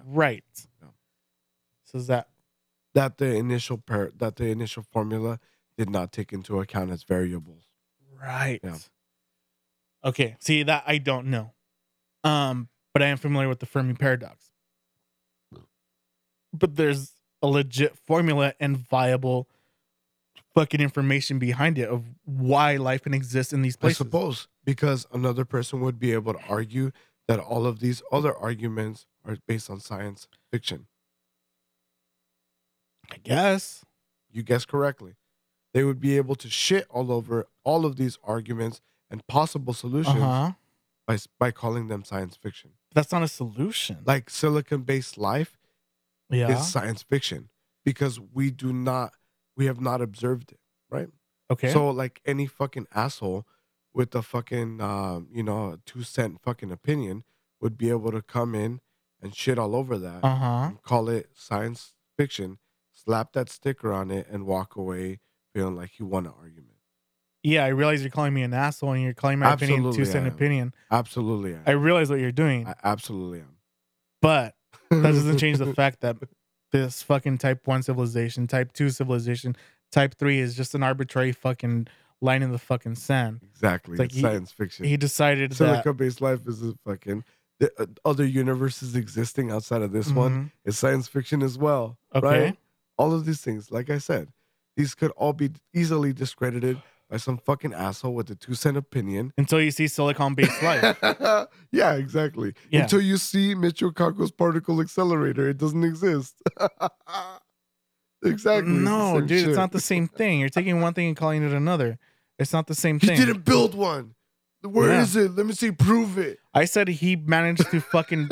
Speaker 2: Right.
Speaker 1: Yeah.
Speaker 2: So is that
Speaker 1: That the initial par- that the initial formula did not take into account as variables.
Speaker 2: right?
Speaker 1: Yeah.
Speaker 2: Okay. See that I don't know. Um, but I am familiar with the Fermi paradox. But there's a legit formula and viable fucking information behind it of why life can exist in these places.
Speaker 1: I suppose because another person would be able to argue that all of these other arguments are based on science fiction.
Speaker 2: I guess.
Speaker 1: You guessed correctly. They would be able to shit all over all of these arguments and possible
Speaker 2: Uh
Speaker 1: solutions
Speaker 2: huh.
Speaker 1: by, s- by calling them science fiction.
Speaker 2: That's not a solution.
Speaker 1: Like silicon based life
Speaker 2: yeah.
Speaker 1: is science fiction because we do not, we have not observed it, right?
Speaker 2: Okay.
Speaker 1: So, like any fucking asshole with a fucking, um, you know, two cent fucking opinion would be able to come in and shit all over that
Speaker 2: uh huh.
Speaker 1: and call it science fiction, slap that sticker on it, and walk away feeling like he won an argument.
Speaker 2: Yeah, I realize you're calling me an asshole and you're calling my opinion
Speaker 1: Absolutely,
Speaker 2: two
Speaker 1: I
Speaker 2: cent
Speaker 1: am.
Speaker 2: opinion.
Speaker 1: Absolutely am.
Speaker 2: I realize what you're doing,
Speaker 1: I, absolutely am.
Speaker 2: but that doesn't change the fact that this fucking type one civilization, type two civilization, type three is just an arbitrary fucking line in the fucking sand.
Speaker 1: exactly.
Speaker 2: It's like
Speaker 1: it's
Speaker 2: he-
Speaker 1: science fiction.
Speaker 2: He decided that
Speaker 1: Silica based life is a fucking. The uh, other universes existing outside of this one
Speaker 2: Mhm.
Speaker 1: is science fiction as well.
Speaker 2: Okay.
Speaker 1: Right? All of these things, like I said, these could all be easily discredited by some fucking asshole with a two cent opinion.
Speaker 2: until you see silicon based life.
Speaker 1: yeah, exactly.
Speaker 2: Yeah.
Speaker 1: Until you see Mitchell Kako's particle accelerator, it doesn't exist. exactly. it's the
Speaker 2: no,
Speaker 1: same
Speaker 2: dude,
Speaker 1: shit.
Speaker 2: it's not the same thing. You're taking one thing and calling it another. It's not the same
Speaker 1: He
Speaker 2: thing.
Speaker 1: didn't build one. Where
Speaker 2: Yeah.
Speaker 1: is it? Let me see. Prove it.
Speaker 2: I said he managed to fucking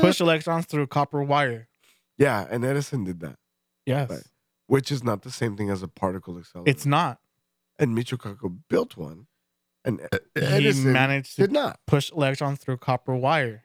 Speaker 2: push electrons through copper wire.
Speaker 1: Yeah, and Edison did that,
Speaker 2: Yes.
Speaker 1: Right. which is not the same thing as a particle accelerator.
Speaker 2: It's not.
Speaker 1: and Mitchell Kako built one, and E-
Speaker 2: Uh, he
Speaker 1: Edison
Speaker 2: managed to
Speaker 1: did not.
Speaker 2: push electrons through copper wire.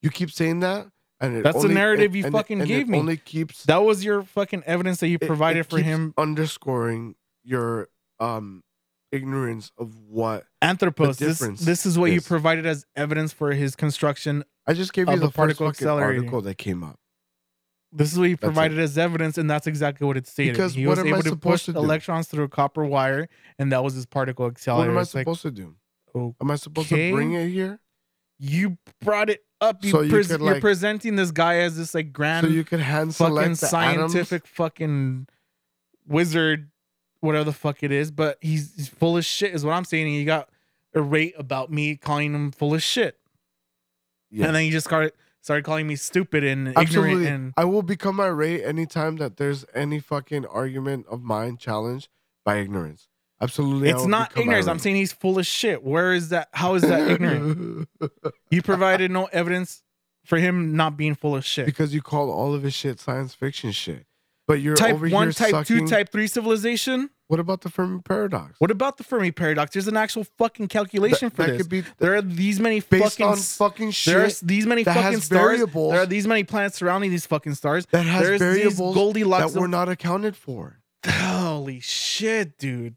Speaker 1: You keep saying that, and it
Speaker 2: That's the
Speaker 1: only-
Speaker 2: narrative you
Speaker 1: and-
Speaker 2: fucking
Speaker 1: and
Speaker 2: gave
Speaker 1: it
Speaker 2: me.
Speaker 1: Only keeps
Speaker 2: That was your fucking evidence that you
Speaker 1: it- it
Speaker 2: provided for
Speaker 1: keeps
Speaker 2: him.
Speaker 1: underscoring your um ignorance of what
Speaker 2: Anthropos.
Speaker 1: the
Speaker 2: This,
Speaker 1: difference
Speaker 2: this is what you
Speaker 1: is-
Speaker 2: provided as evidence for his construction.
Speaker 1: I just gave you
Speaker 2: Of
Speaker 1: the
Speaker 2: the
Speaker 1: first
Speaker 2: particle
Speaker 1: fucking
Speaker 2: accelerator.
Speaker 1: article that came up.
Speaker 2: This is what you
Speaker 1: That's it.
Speaker 2: provided as evidence, and that's exactly what it stated.
Speaker 1: Because
Speaker 2: he
Speaker 1: what
Speaker 2: was
Speaker 1: am I
Speaker 2: able to
Speaker 1: supposed
Speaker 2: push
Speaker 1: to do?
Speaker 2: electrons through a copper wire, and that was his particle
Speaker 1: What
Speaker 2: accelerator.
Speaker 1: am I
Speaker 2: It's like,
Speaker 1: supposed to do?
Speaker 2: oh,
Speaker 1: Am I supposed
Speaker 2: okay.
Speaker 1: to bring it here
Speaker 2: you brought it up. You
Speaker 1: So you
Speaker 2: pres-
Speaker 1: could,
Speaker 2: you're
Speaker 1: like-
Speaker 2: presenting this guy as this like grand
Speaker 1: so you could hand
Speaker 2: fucking
Speaker 1: select the atoms?
Speaker 2: scientific fucking wizard, whatever the fuck it is. But he's, he's full of shit, is what I'm saying. And you got irate about me calling him full of shit.
Speaker 1: Yeah.
Speaker 2: And then you just started started calling me stupid and
Speaker 1: Absolutely.
Speaker 2: ignorant and
Speaker 1: I will become irate anytime that there's any fucking argument of mine challenged by ignorance. Absolutely. I
Speaker 2: it's
Speaker 1: will
Speaker 2: not
Speaker 1: become
Speaker 2: ignorance. I'm
Speaker 1: irate.
Speaker 2: saying he's full of shit. Where is that? How is that ignorant? You provided no evidence for him not being full of shit.
Speaker 1: because you call all of his shit science fiction shit. But you're
Speaker 2: type
Speaker 1: over
Speaker 2: one,
Speaker 1: here
Speaker 2: type two,
Speaker 1: sucking-
Speaker 2: type three civilization.
Speaker 1: What about the Fermi paradox?
Speaker 2: What about the Fermi paradox? There's an actual fucking calculation
Speaker 1: that,
Speaker 2: for
Speaker 1: that
Speaker 2: this.
Speaker 1: could be
Speaker 2: there are these many
Speaker 1: based
Speaker 2: fucking
Speaker 1: on
Speaker 2: s-
Speaker 1: fucking
Speaker 2: there are
Speaker 1: shit
Speaker 2: these many
Speaker 1: that
Speaker 2: fucking
Speaker 1: has
Speaker 2: stars.
Speaker 1: variables
Speaker 2: There are these many planets surrounding these fucking stars.
Speaker 1: that has
Speaker 2: There's these
Speaker 1: variables
Speaker 2: Goldilocks.
Speaker 1: that were not accounted for.
Speaker 2: Holy shit, dude.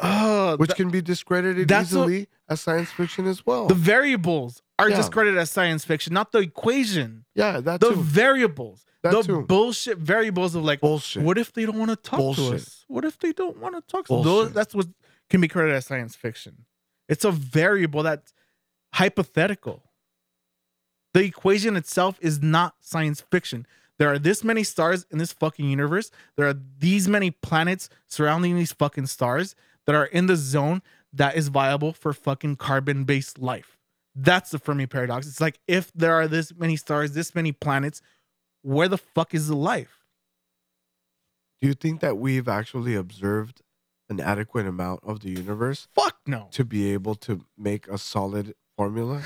Speaker 2: Oh,
Speaker 1: which
Speaker 2: the,
Speaker 1: can be discredited
Speaker 2: that's what-
Speaker 1: easily as science fiction as well.
Speaker 2: the variables are
Speaker 1: Yeah.
Speaker 2: discredited as science fiction, not the equation.
Speaker 1: yeah, that
Speaker 2: The
Speaker 1: too.
Speaker 2: variables,
Speaker 1: That
Speaker 2: the
Speaker 1: too.
Speaker 2: bullshit variables of like,
Speaker 1: Bullshit.
Speaker 2: what if they don't want to talk
Speaker 1: Bullshit.
Speaker 2: to us? What if they don't want to talk to us? Those,
Speaker 1: Bullshit.
Speaker 2: that's what can be credited as science fiction. It's a variable that's hypothetical. The equation itself is not science fiction. There are this many stars in this fucking universe. There are these many planets surrounding these fucking stars that are in the zone that is viable for fucking carbon based life. That's the Fermi paradox. It's like if there are this many stars, this many planets, where the fuck is the life?
Speaker 1: Do you think that we've actually observed an adequate amount of the universe
Speaker 2: Fuck no.
Speaker 1: to be able to make a solid formula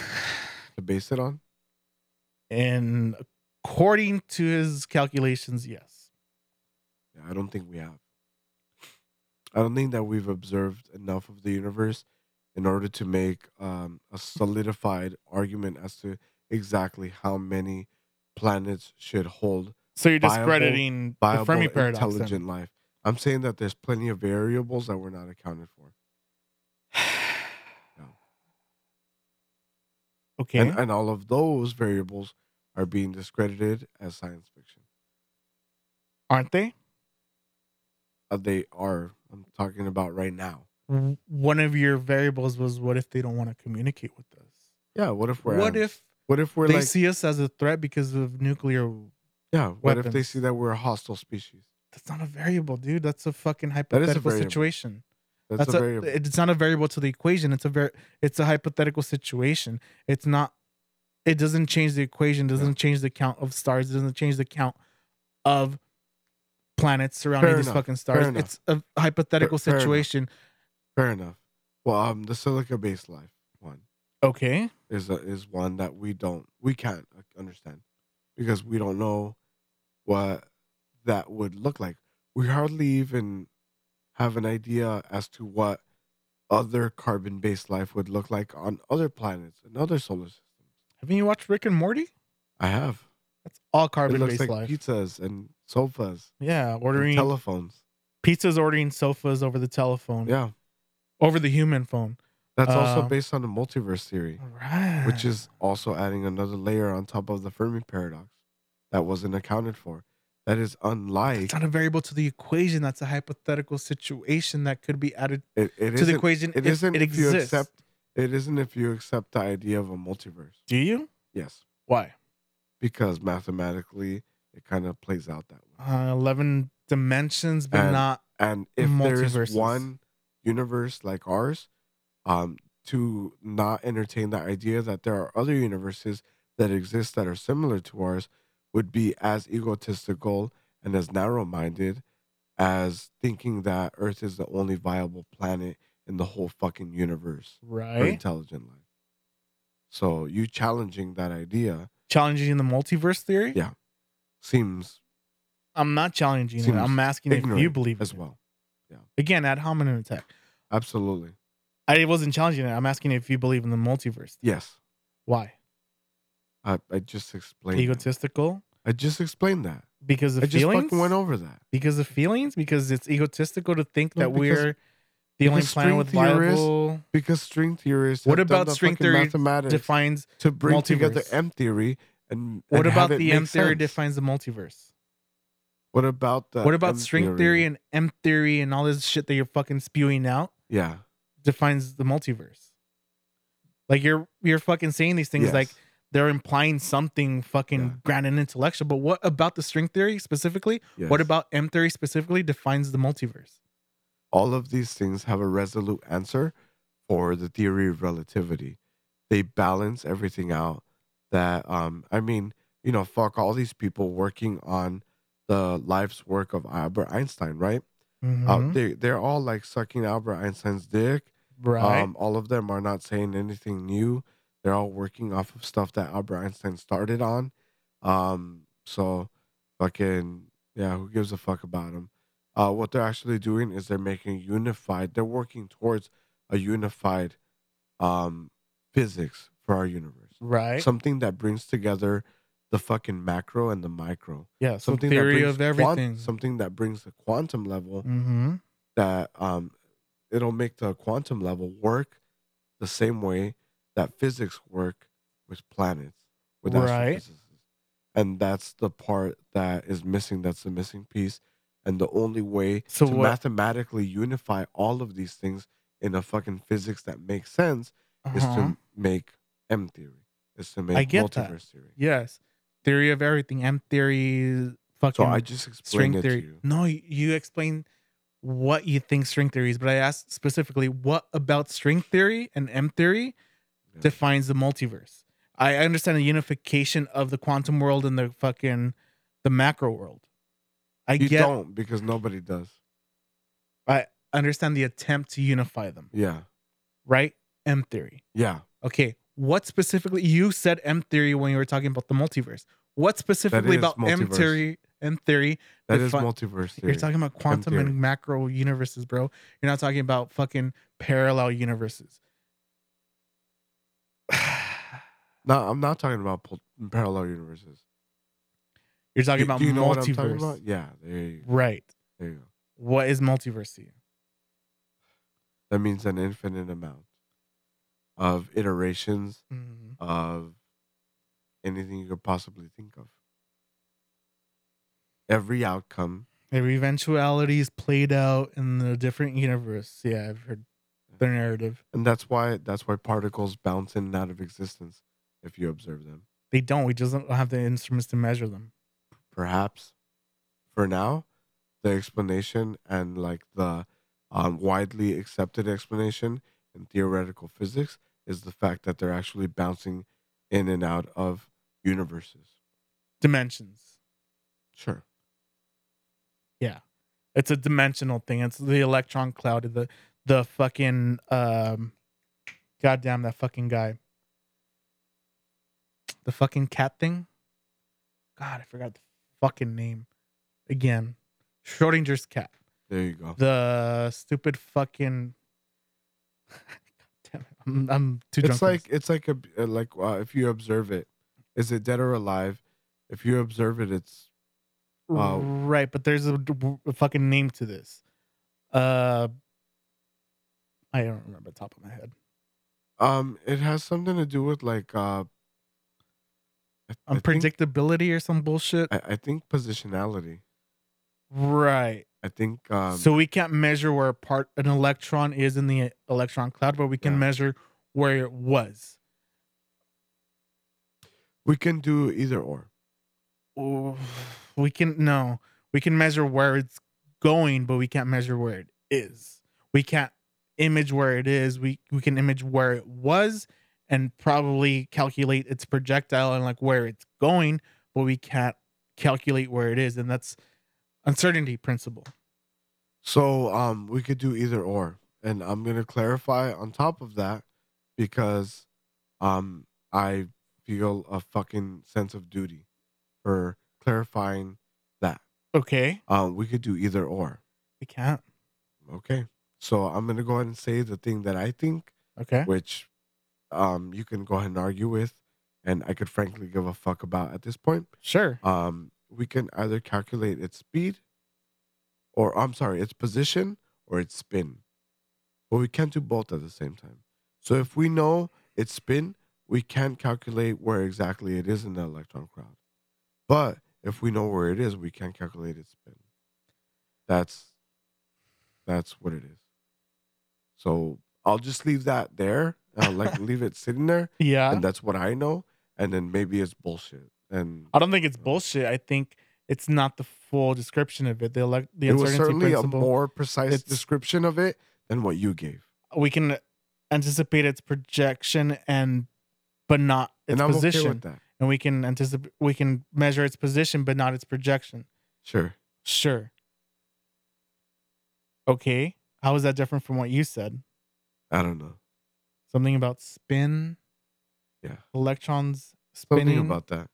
Speaker 1: to base it on?
Speaker 2: And according to his calculations, yes.
Speaker 1: Yeah, I don't think we have. I don't think that we've observed enough of the universe in order to make um, a solidified argument as to exactly how many planets should hold
Speaker 2: So you're
Speaker 1: Viable-
Speaker 2: discrediting the
Speaker 1: viable,
Speaker 2: Fermi paradox. then.
Speaker 1: intelligent life. I'm saying that there's plenty of variables that were not accounted for,
Speaker 2: Okay.
Speaker 1: and, uh, and all of those variables are being discredited as science fiction.
Speaker 2: Aren't they?
Speaker 1: Uh, they are. I'm talking about right now.
Speaker 2: W- One of your variables was what if they don't want to communicate with us?
Speaker 1: Yeah. What if we're
Speaker 2: What
Speaker 1: ants?
Speaker 2: if
Speaker 1: what if we're
Speaker 2: they
Speaker 1: like
Speaker 2: see us as a threat because of nuclear?
Speaker 1: yeah? What if they
Speaker 2: weapons?
Speaker 1: see that we're a hostile species?
Speaker 2: That's not a variable, dude. That's a fucking
Speaker 1: a
Speaker 2: hypothetical
Speaker 1: variable.
Speaker 2: situation.
Speaker 1: That's,
Speaker 2: That's,
Speaker 1: a,
Speaker 2: a,
Speaker 1: variable.
Speaker 2: It's not a variable to the equation. It's a ver- It's a hypothetical situation. It's not. It doesn't change the equation. Doesn't change the count of stars. Doesn't change the count of planets surrounding
Speaker 1: Fair
Speaker 2: these
Speaker 1: enough.
Speaker 2: fucking
Speaker 1: Fair
Speaker 2: stars.
Speaker 1: enough.
Speaker 2: It's a hypothetical
Speaker 1: Fair- fair enough.
Speaker 2: situation.
Speaker 1: Fair enough. Well, um, the silica-based life one
Speaker 2: okay.
Speaker 1: is a, is one that we don't we can't uh, understand because we don't know what that would look like. We hardly even have an idea as to what other carbon-based life would look like on other planets and other solar systems.
Speaker 2: Haven't you watched Rick and Morty?
Speaker 1: I have.
Speaker 2: That's all
Speaker 1: It
Speaker 2: carbon
Speaker 1: looks
Speaker 2: based
Speaker 1: like
Speaker 2: life.
Speaker 1: pizzas and sofas,
Speaker 2: yeah,
Speaker 1: and
Speaker 2: ordering
Speaker 1: telephones.
Speaker 2: pizzas, ordering sofas over the telephone,
Speaker 1: Yeah,
Speaker 2: over the human phone.
Speaker 1: that's also
Speaker 2: Um,
Speaker 1: based on the multiverse theory.
Speaker 2: All right.
Speaker 1: which is also adding another layer on top of the Fermi paradox that wasn't accounted for. That is unlike
Speaker 2: it's not a variable to the equation. That's a hypothetical situation that could be added
Speaker 1: it, it
Speaker 2: to the
Speaker 1: isn't.
Speaker 2: equation.
Speaker 1: It
Speaker 2: if
Speaker 1: isn't
Speaker 2: It
Speaker 1: if you
Speaker 2: exists.
Speaker 1: accept. It isn't if you accept the idea of a multiverse.
Speaker 2: Do you?
Speaker 1: Yes,
Speaker 2: Why?
Speaker 1: because mathematically it kind of plays out that way.
Speaker 2: Uh, Eleven dimensions, but
Speaker 1: And-
Speaker 2: not
Speaker 1: And if there is
Speaker 2: Multiverses.
Speaker 1: one universe like ours, um, to not entertain the idea that there are other universes that exist that are similar to ours would be as egotistical and as narrow minded as thinking that Earth is the only viable planet in the whole fucking universe for
Speaker 2: right.
Speaker 1: intelligent life. So you challenging that idea
Speaker 2: Challenging the multiverse theory.
Speaker 1: Yeah. seems
Speaker 2: I'm not challenging it.
Speaker 1: Seems
Speaker 2: I'm asking if you
Speaker 1: ignorant
Speaker 2: believe
Speaker 1: as
Speaker 2: in it.
Speaker 1: well.
Speaker 2: Again, ad hominem attack.
Speaker 1: Absolutely.
Speaker 2: I wasn't challenging it. I'm asking if you believe in the multiverse.
Speaker 1: Yes.
Speaker 2: Why?
Speaker 1: I, I just explained. that.
Speaker 2: Egotistical
Speaker 1: I just explained that.
Speaker 2: because of
Speaker 1: I just
Speaker 2: feelings.
Speaker 1: fucking went over that.
Speaker 2: because of feelings. Because it's egotistical to think
Speaker 1: No,
Speaker 2: that
Speaker 1: because-
Speaker 2: we're the only
Speaker 1: because
Speaker 2: planet with
Speaker 1: string theorists-
Speaker 2: viable
Speaker 1: Because string theorists.
Speaker 2: What
Speaker 1: have done
Speaker 2: about
Speaker 1: the
Speaker 2: string
Speaker 1: fucking
Speaker 2: theory
Speaker 1: Mathematics
Speaker 2: defines.
Speaker 1: to bring together
Speaker 2: multiverse?
Speaker 1: M theory and
Speaker 2: What
Speaker 1: and have
Speaker 2: about
Speaker 1: it
Speaker 2: the
Speaker 1: make
Speaker 2: M theory
Speaker 1: sense?
Speaker 2: defines the multiverse?
Speaker 1: What about the?
Speaker 2: What about
Speaker 1: M
Speaker 2: string theory. and M theory and all this shit that you're fucking spewing out
Speaker 1: Yeah.
Speaker 2: defines the multiverse? Like you're you're fucking saying these things
Speaker 1: yes.
Speaker 2: like they're implying something fucking
Speaker 1: Yeah.
Speaker 2: grand and intellectual, but what about the string theory specifically? What
Speaker 1: yes.
Speaker 2: about M theory specifically defines the multiverse?
Speaker 1: all of these things have a resolute answer for the theory of relativity. They balance everything out. That um, I mean, you know, fuck all these people working on the life's work of Albert Einstein, right? Uh,
Speaker 2: Mhm.
Speaker 1: they they're all like sucking Albert Einstein's dick.
Speaker 2: right.
Speaker 1: Um, all of them are not saying anything new. They're all working off of stuff that Albert Einstein started on. Um, so fucking yeah, who gives a fuck about them? Uh, what they're actually doing is they're making unified. They're working towards a unified um, physics for our universe.
Speaker 2: right.
Speaker 1: Something that brings together the fucking macro and the micro.
Speaker 2: yeah. So
Speaker 1: Something that
Speaker 2: theory
Speaker 1: brings
Speaker 2: of
Speaker 1: quan-
Speaker 2: everything. Mm-hmm.
Speaker 1: something that brings the quantum level
Speaker 2: Mhm.
Speaker 1: that um it'll make the quantum level work the same way that physics work with planets with
Speaker 2: Right.
Speaker 1: astrophysicists. and that's the part that is missing that's the missing piece and the only way
Speaker 2: So
Speaker 1: to
Speaker 2: what-
Speaker 1: mathematically unify all of these things in a fucking physics that makes sense is
Speaker 2: Uh-huh.
Speaker 1: to make M theory is to make
Speaker 2: get that.
Speaker 1: multiverse theory
Speaker 2: Yes. Theory of everything. M theory. Fucking
Speaker 1: so I just
Speaker 2: string
Speaker 1: explained it
Speaker 2: theory.
Speaker 1: to you
Speaker 2: No, y- you explain what you think string theory is, but I asked specifically what about string theory and M theory
Speaker 1: Yeah.
Speaker 2: defines the multiverse. I I understand the unification of the quantum world and the fucking the macro world. I
Speaker 1: you
Speaker 2: get
Speaker 1: don't because nobody does
Speaker 2: understand the attempt to unify them,
Speaker 1: yeah
Speaker 2: right? M theory.
Speaker 1: yeah
Speaker 2: Okay, what specifically you said M theory when you were talking about the multiverse. What
Speaker 1: is
Speaker 2: specifically about M
Speaker 1: multiverse.
Speaker 2: theory M theory
Speaker 1: that is
Speaker 2: Defi-
Speaker 1: multiverse theory
Speaker 2: You're talking about quantum and
Speaker 1: theory.
Speaker 2: macro universes, bro. You're not talking about fucking parallel universes.
Speaker 1: No, I'm not talking about pol- parallel universes.
Speaker 2: You're
Speaker 1: Do-
Speaker 2: talking about
Speaker 1: do you know what I'm
Speaker 2: multiverse.
Speaker 1: talking about? Yeah, there you,
Speaker 2: Right.
Speaker 1: there you go.
Speaker 2: What is multiverse to you?
Speaker 1: That means an infinite amount of iterations Mm-hmm. of anything you could possibly think of. Every outcome.
Speaker 2: Every eventuality is played out in a different universe. Yeah, I've heard the narrative.
Speaker 1: And that's why that's why particles bounce in and out of existence if you observe them.
Speaker 2: They don't. We just don't have the instruments to measure them.
Speaker 1: perhaps for now the explanation and like the um, widely accepted explanation in theoretical physics is the fact that they're actually bouncing in and out of universes
Speaker 2: Dimensions.
Speaker 1: sure
Speaker 2: It's a dimensional thing. It's the electron cloud. The the fucking um, goddamn that fucking guy. The fucking cat thing. God, I forgot the fucking name. Again, Schrodinger's cat.
Speaker 1: there you go
Speaker 2: The stupid fucking. God damn it! I'm, I'm too drunk.
Speaker 1: it's
Speaker 2: for this.
Speaker 1: like it's like a uh, like uh, if you observe it is it dead or alive if you observe it it's uh,
Speaker 2: Oh. right, but there's a, a fucking name to this. Uh, I don't remember the top of my head.
Speaker 1: um it has something to do with like uh I- I think-
Speaker 2: Unpredictability or some bullshit.
Speaker 1: I, I think positionality
Speaker 2: Right.
Speaker 1: i think um
Speaker 2: so we can't measure where a part an electron is in the electron cloud, but we can
Speaker 1: Yeah.
Speaker 2: measure where it was.
Speaker 1: We can do either or.
Speaker 2: Oh, We can no, we can measure where it's going, but we can't measure where it is. We can't image where it is. We we can image where it was and probably calculate its projectile and like where it's going, but we can't calculate where it is, and that's uncertainty principle.
Speaker 1: So um we could do either or. And I'm gonna clarify on top of that because um I feel a fucking sense of duty for clarifying that.
Speaker 2: Okay,
Speaker 1: Um we could do either or.
Speaker 2: we can't.
Speaker 1: Okay. So I'm gonna go ahead and say the thing that I think,
Speaker 2: Okay,
Speaker 1: which um you can go ahead and argue with and I could frankly give a fuck about at this point.
Speaker 2: sure.
Speaker 1: um, we can either calculate its speed or I'm sorry, its position or its spin. But we can't do both at the same time. So if we know its spin, we can calculate where exactly it is in the electron cloud. But if we know where it is, we can calculate its spin. That's that's what it is. So I'll just leave that there. I'll like leave it sitting there,
Speaker 2: Yeah.
Speaker 1: and that's what I know. And then maybe it's bullshit. And
Speaker 2: I don't think it's bullshit. I think it's not the full description of it. The elect the
Speaker 1: it was
Speaker 2: uncertainty
Speaker 1: certainly
Speaker 2: principle.
Speaker 1: a more precise
Speaker 2: It's-
Speaker 1: description of it than what you gave.
Speaker 2: we can anticipate its projection and but not
Speaker 1: and
Speaker 2: its
Speaker 1: I'm
Speaker 2: position.
Speaker 1: okay with that.
Speaker 2: And we can anticipate we can measure its position but not its projection.
Speaker 1: Sure.
Speaker 2: Sure. Okay. How is that different from what you said?
Speaker 1: I don't know.
Speaker 2: Something about spin?
Speaker 1: Yeah.
Speaker 2: Electrons
Speaker 1: Something
Speaker 2: spinning.
Speaker 1: about that.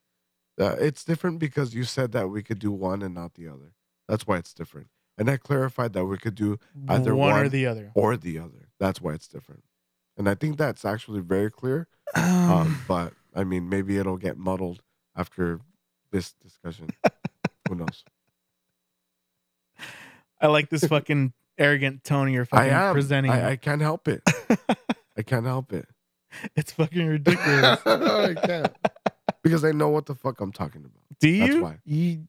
Speaker 1: Uh, it's different because you said that we could do one and not the other. That's why it's different. And I clarified that we could do either
Speaker 2: one, or
Speaker 1: one
Speaker 2: the other.
Speaker 1: or the other. That's why it's different. And I think that's actually very clear. Um,
Speaker 2: Um,
Speaker 1: but I mean, maybe it'll get muddled after this discussion. Who knows?
Speaker 2: I like this fucking arrogant tone you're
Speaker 1: I
Speaker 2: fucking
Speaker 1: am
Speaker 2: presenting.
Speaker 1: I, I can't help it. I can't help it.
Speaker 2: it's fucking ridiculous.
Speaker 1: I can't. Because I know what the fuck I'm talking about.
Speaker 2: Do
Speaker 1: That's
Speaker 2: you?
Speaker 1: why.
Speaker 2: you?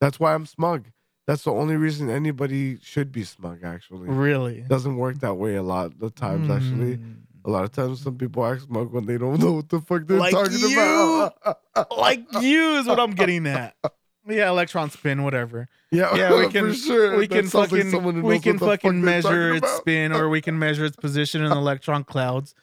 Speaker 1: That's why I'm smug. That's the only reason anybody should be smug, actually.
Speaker 2: Really?
Speaker 1: Doesn't work that way a lot of times, actually.
Speaker 2: Mm.
Speaker 1: A lot of times, some people act smug when they don't know what the fuck they're
Speaker 2: Like
Speaker 1: talking
Speaker 2: you.
Speaker 1: about.
Speaker 2: Uh, Like you is what I'm getting at. Yeah, electron spin, whatever.
Speaker 1: yeah,
Speaker 2: Yeah, we
Speaker 1: for
Speaker 2: can-
Speaker 1: sure.
Speaker 2: we
Speaker 1: That
Speaker 2: can
Speaker 1: sounds like
Speaker 2: fucking
Speaker 1: someone who
Speaker 2: we
Speaker 1: knows
Speaker 2: can
Speaker 1: what the fuck
Speaker 2: fucking
Speaker 1: they're talking
Speaker 2: measure its
Speaker 1: about.
Speaker 2: spin or we can measure its position in electron clouds.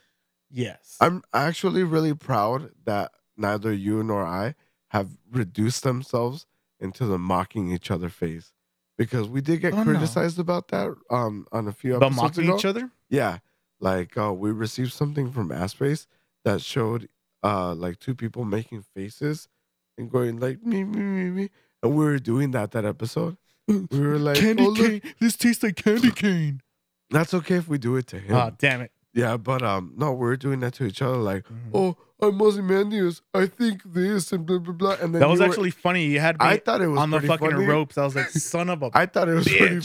Speaker 2: Yes.
Speaker 1: I'm actually really proud that neither you nor I have reduced themselves into the mocking each other phase because we did get
Speaker 2: Oh, no.
Speaker 1: criticized about that um on a few
Speaker 2: but
Speaker 1: episodes
Speaker 2: mocking
Speaker 1: ago.
Speaker 2: each other?
Speaker 1: Yeah, like uh, we received something from Aspace that showed uh like two people making faces and going like me me me me, and we were doing that that episode. We were like, "Oh, look,
Speaker 2: This tastes like candy cane.
Speaker 1: that's okay if we do it to him.
Speaker 2: Oh, damn it.
Speaker 1: yeah, but um, no, we were doing that to each other. Like, oh, I'm Ozymandias. I think this and blah blah blah. And then
Speaker 2: That was
Speaker 1: you were-
Speaker 2: actually funny. You had me
Speaker 1: I thought it was
Speaker 2: on the
Speaker 1: pretty
Speaker 2: fucking
Speaker 1: funny.
Speaker 2: ropes. I was like, son of a.
Speaker 1: I thought it was
Speaker 2: Bitch.
Speaker 1: pretty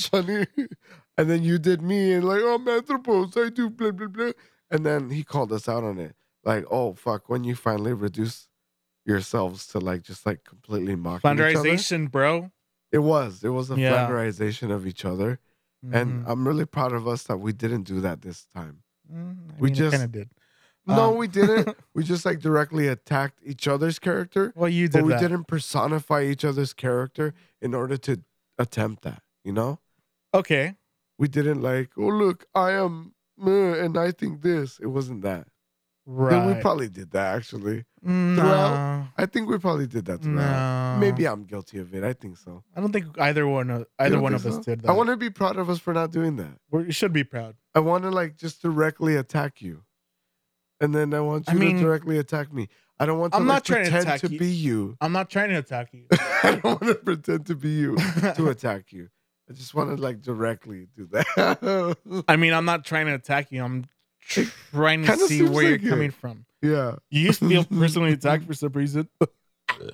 Speaker 1: funny. and then you did me and like, oh, I'm anthropos, I do blah blah blah. And then he called us out on it. Like, oh fuck, when you finally reduce yourselves to like just like completely mocking each other.
Speaker 2: Flanderization, bro.
Speaker 1: It was. It was a
Speaker 2: Yeah. Mm-hmm.
Speaker 1: flanderization of each other. And I'm really proud of us that we didn't do that this time.
Speaker 2: Mm,
Speaker 1: we just-
Speaker 2: kind of did.
Speaker 1: No,
Speaker 2: Um,
Speaker 1: we didn't. we just like directly attacked each other's character,
Speaker 2: Well, you
Speaker 1: but
Speaker 2: did
Speaker 1: we
Speaker 2: that.
Speaker 1: didn't personify each other's character in order to attempt that, you know?
Speaker 2: Okay.
Speaker 1: we didn't like, oh look, I am uh, and I think this. It wasn't that.
Speaker 2: Right.
Speaker 1: Then we probably did that actually.
Speaker 2: Mm, no.
Speaker 1: I think we probably did that throughout.
Speaker 2: no.
Speaker 1: Maybe I'm guilty of it. I think so.
Speaker 2: I don't think either one of
Speaker 1: You
Speaker 2: either
Speaker 1: don't
Speaker 2: one of
Speaker 1: think
Speaker 2: us
Speaker 1: so?
Speaker 2: did that.
Speaker 1: I want to be proud of us for not doing that.
Speaker 2: We're, you should be proud.
Speaker 1: I want to like just directly attack you, and then I want
Speaker 2: I
Speaker 1: you
Speaker 2: mean-
Speaker 1: to directly attack me. I don't want to
Speaker 2: I'm
Speaker 1: like,
Speaker 2: not trying to
Speaker 1: pretend
Speaker 2: attack
Speaker 1: to
Speaker 2: you.
Speaker 1: be you.
Speaker 2: I'm not trying to attack you.
Speaker 1: I don't want to pretend to be you to attack you. I just want to like directly do that.
Speaker 2: I mean, I'm not trying to attack you. I'm trying to
Speaker 1: kinda
Speaker 2: see
Speaker 1: seems
Speaker 2: where you're
Speaker 1: like it.
Speaker 2: coming from.
Speaker 1: yeah.
Speaker 2: You just feel personally attacked for some reason.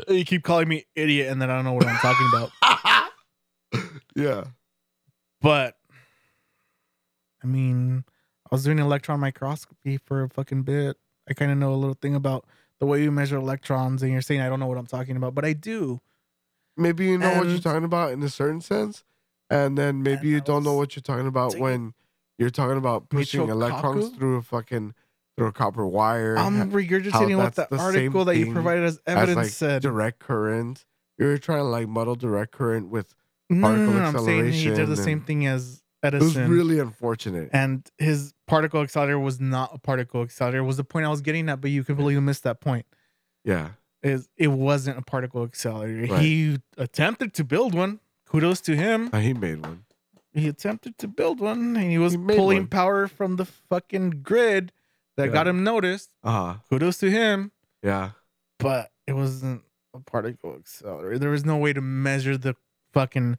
Speaker 2: You keep calling me idiot, and then I don't know what I'm talking about.
Speaker 1: Yeah.
Speaker 2: But I mean, I was doing electron microscopy for a fucking bit. I kind of know a little thing about the way you measure electrons, and you're saying I don't know what I'm talking about, but I do.
Speaker 1: maybe you know what you're
Speaker 2: And-
Speaker 1: talking about in a certain sense, and then maybe
Speaker 2: And
Speaker 1: you
Speaker 2: I
Speaker 1: don't know
Speaker 2: was
Speaker 1: what you're talking about
Speaker 2: taking
Speaker 1: when you're talking about pushing
Speaker 2: Michio
Speaker 1: electrons
Speaker 2: Kaku?
Speaker 1: through a fucking through a copper wire.
Speaker 2: I'm
Speaker 1: and
Speaker 2: regurgitating what the,
Speaker 1: that's the same
Speaker 2: article that you
Speaker 1: thing
Speaker 2: provided as
Speaker 1: ha-
Speaker 2: evidence
Speaker 1: like,
Speaker 2: said.
Speaker 1: direct current. You're trying to like muddle direct current with.
Speaker 2: No, no, no, no,
Speaker 1: particle
Speaker 2: I'm saying he did
Speaker 1: acceleration
Speaker 2: the same
Speaker 1: and-
Speaker 2: thing as
Speaker 1: It was
Speaker 2: Edison.
Speaker 1: really unfortunate.
Speaker 2: and his particle accelerator was not a particle accelerator was the point i was getting at but you completely missed that point
Speaker 1: Yeah,
Speaker 2: is it wasn't a particle accelerator
Speaker 1: Right.
Speaker 2: he attempted to build one kudos to him
Speaker 1: Uh, he made one.
Speaker 2: he attempted to build one and he was
Speaker 1: He made
Speaker 2: pulling
Speaker 1: one.
Speaker 2: power from the fucking grid that
Speaker 1: Yeah.
Speaker 2: got him noticed
Speaker 1: Uh huh.
Speaker 2: kudos to him
Speaker 1: Yeah.
Speaker 2: but it wasn't a particle accelerator there was no way to measure the fucking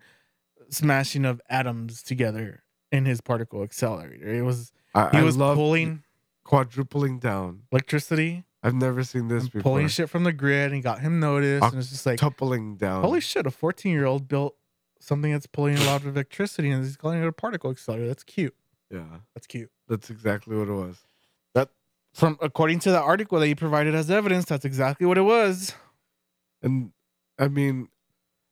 Speaker 2: smashing of atoms together in his particle accelerator it was
Speaker 1: I,
Speaker 2: he
Speaker 1: I
Speaker 2: was
Speaker 1: love
Speaker 2: pulling
Speaker 1: quadrupling down.
Speaker 2: electricity
Speaker 1: I've never seen this
Speaker 2: and
Speaker 1: before.
Speaker 2: pulling shit from the grid and got him noticed. and it's just like,
Speaker 1: Tupling down.
Speaker 2: holy shit, a 14 year old built something that's pulling a lot of electricity and he's calling it a particle accelerator. That's cute.
Speaker 1: yeah,
Speaker 2: That's cute.
Speaker 1: that's exactly what it was.
Speaker 2: From according to the article that you provided as evidence, that's exactly what it was.
Speaker 1: And I mean,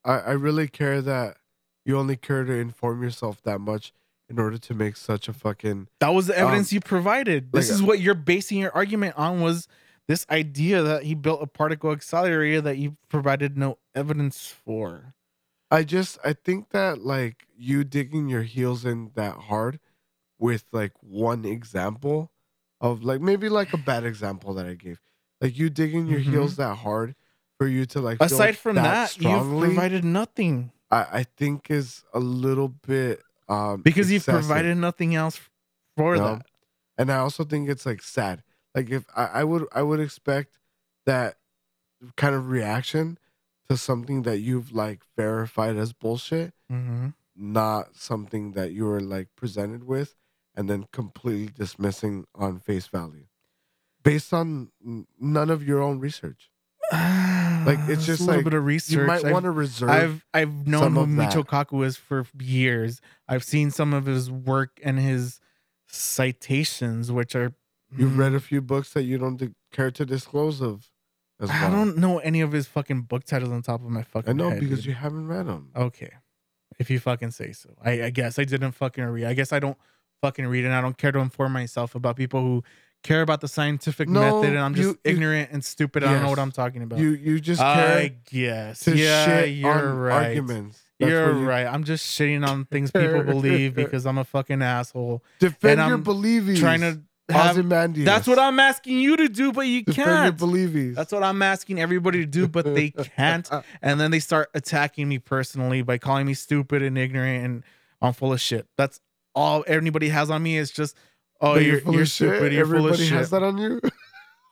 Speaker 1: I, I really care that you only care to inform yourself that much in order to make such a fucking
Speaker 2: That was the evidence
Speaker 1: Um,
Speaker 2: you provided. This
Speaker 1: like-
Speaker 2: is what you're basing your argument on was this idea that he built a particle accelerator that you provided no evidence for.
Speaker 1: I just I think that like you digging your heels in that hard with like one example of like maybe like a bad example that I gave. Like you digging your
Speaker 2: Mhm.
Speaker 1: heels that hard for you to like feel
Speaker 2: Aside from that,
Speaker 1: strongly,
Speaker 2: you've provided nothing
Speaker 1: I, I think is a little bit um
Speaker 2: because you've
Speaker 1: excessive.
Speaker 2: provided nothing else for
Speaker 1: No.
Speaker 2: that.
Speaker 1: and I also think it's like sad. Like if I, I would I would expect that kind of reaction to something that you've like verified as bullshit,
Speaker 2: Mhm.
Speaker 1: not something that you were like presented with and then completely dismissing on face value based on n- none of your own research. Like, it's just
Speaker 2: a little
Speaker 1: like,
Speaker 2: bit of research.
Speaker 1: You might
Speaker 2: I've-
Speaker 1: want to reserve.
Speaker 2: I've I've known
Speaker 1: some
Speaker 2: who
Speaker 1: of
Speaker 2: Michio
Speaker 1: that.
Speaker 2: Kaku is for years. I've seen some of his work and his citations, which are
Speaker 1: You've
Speaker 2: Mm-hmm.
Speaker 1: read a few books that you don't di- care to disclose of. As
Speaker 2: I
Speaker 1: well.
Speaker 2: don't know any of his fucking book titles on top of my fucking.
Speaker 1: I know
Speaker 2: head,
Speaker 1: because
Speaker 2: dude.
Speaker 1: you haven't read them.
Speaker 2: Okay, if you fucking say so. I, I guess I didn't fucking read. I guess I don't fucking read, and I don't care to inform myself about people who care about the scientific
Speaker 1: No,
Speaker 2: method, and I'm just
Speaker 1: you- you-
Speaker 2: ignorant and stupid. I don't know what
Speaker 1: Yes.
Speaker 2: I'm talking about.
Speaker 1: You you just care
Speaker 2: I guess.
Speaker 1: to
Speaker 2: yeah,
Speaker 1: shit
Speaker 2: you're
Speaker 1: on
Speaker 2: right.
Speaker 1: arguments.
Speaker 2: You're
Speaker 1: what you-
Speaker 2: right. I'm just shitting on things people believe because I'm a fucking asshole.
Speaker 1: Defend your
Speaker 2: I'm
Speaker 1: believies.
Speaker 2: Trying to have
Speaker 1: Ozymandias.
Speaker 2: that's what I'm asking you to do, but you
Speaker 1: Defend
Speaker 2: can't.
Speaker 1: your believies.
Speaker 2: That's what I'm asking everybody to do, but they can't. And then they start attacking me personally by calling me stupid and ignorant and I'm full of shit. That's all anybody has on me is just, oh,
Speaker 1: That
Speaker 2: you're,
Speaker 1: full
Speaker 2: you're
Speaker 1: of shit.
Speaker 2: stupid, you're full
Speaker 1: Everybody
Speaker 2: of
Speaker 1: has
Speaker 2: shit.
Speaker 1: that on you.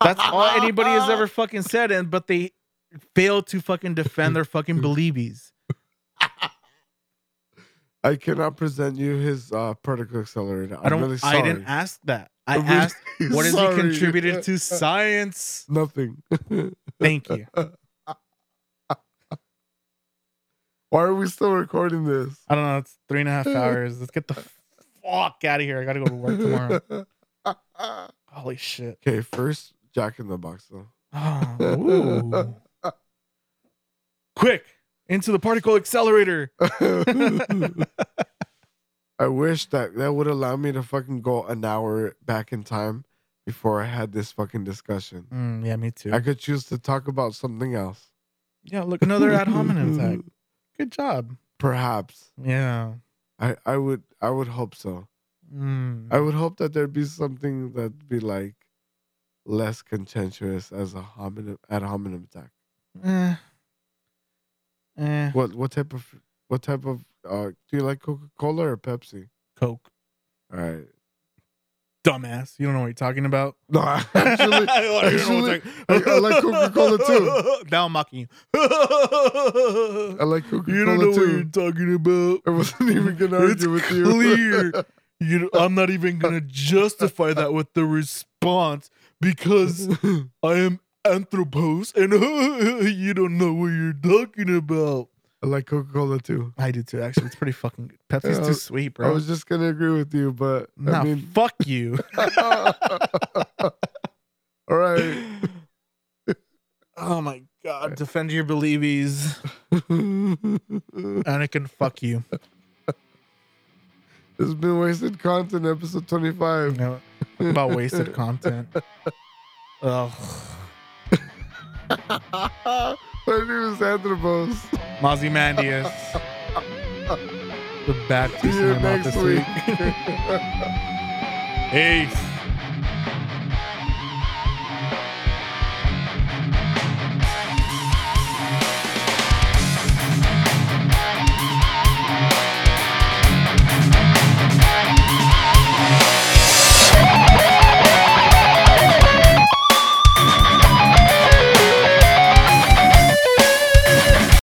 Speaker 2: That's all anybody has ever fucking said, and but they fail to fucking defend their fucking beliebies.
Speaker 1: I cannot present you his uh, particle accelerator. I'm
Speaker 2: I don't.
Speaker 1: really sorry.
Speaker 2: I didn't ask that. I
Speaker 1: I'm really
Speaker 2: asked, what has
Speaker 1: sorry.
Speaker 2: he contributed to science?
Speaker 1: Nothing.
Speaker 2: Thank you.
Speaker 1: Why are we still recording this?
Speaker 2: I don't know. It's three and a half hours. Let's get the fuck out of here. I gotta go to work tomorrow. Holy shit.
Speaker 1: okay, first Jack in the Box though.
Speaker 2: Oh, ooh. Quick into the particle accelerator.
Speaker 1: I wish that that would allow me to fucking go an hour back in time before I had this fucking discussion.
Speaker 2: Mm, yeah, me too.
Speaker 1: I could choose to talk about something else.
Speaker 2: Yeah, look, another ad hominem tag. Good job.
Speaker 1: Perhaps.
Speaker 2: Yeah.
Speaker 1: I, I would I would hope so.
Speaker 2: Mm.
Speaker 1: I would hope that there'd be something that'd be like less contentious as a hominem ad hominem attack.
Speaker 2: Eh. Eh.
Speaker 1: What what type of what type of uh do you like Coca Cola or Pepsi?
Speaker 2: Coke.
Speaker 1: All right.
Speaker 2: Dumbass. You don't know what you're talking about.
Speaker 1: No, I actually
Speaker 2: I don't know what
Speaker 1: actually,
Speaker 2: you're
Speaker 1: I- I like Coca-Cola too.
Speaker 2: Now I'm mocking you.
Speaker 1: I like Coca
Speaker 2: you don't
Speaker 1: Cola
Speaker 2: know what you're
Speaker 1: too.
Speaker 2: talking about.
Speaker 1: I wasn't even gonna argue
Speaker 2: It's
Speaker 1: with you.
Speaker 2: clear. You, know, I'm not even gonna justify that with the response because I am anthropos and you don't know what you're talking about.
Speaker 1: I like Coca Cola too.
Speaker 2: I do too. Actually, it's pretty fucking good. Pepsi's
Speaker 1: Yeah, I
Speaker 2: too
Speaker 1: was-
Speaker 2: sweet,
Speaker 1: I
Speaker 2: bro.
Speaker 1: was just gonna agree with you, but
Speaker 2: nah,
Speaker 1: I mean,
Speaker 2: fuck you.
Speaker 1: all right.
Speaker 2: oh my god, defend your beliebies. Anakin, fuck you.
Speaker 1: This has been wasted content, episode
Speaker 2: You
Speaker 1: twenty-five.
Speaker 2: know, about wasted content. Oh, Uh.
Speaker 1: My name is Anthropos.
Speaker 2: Mandius. The bad
Speaker 1: See
Speaker 2: taste in
Speaker 1: you
Speaker 2: your mouth
Speaker 1: next
Speaker 2: this
Speaker 1: week.
Speaker 2: week. Peace.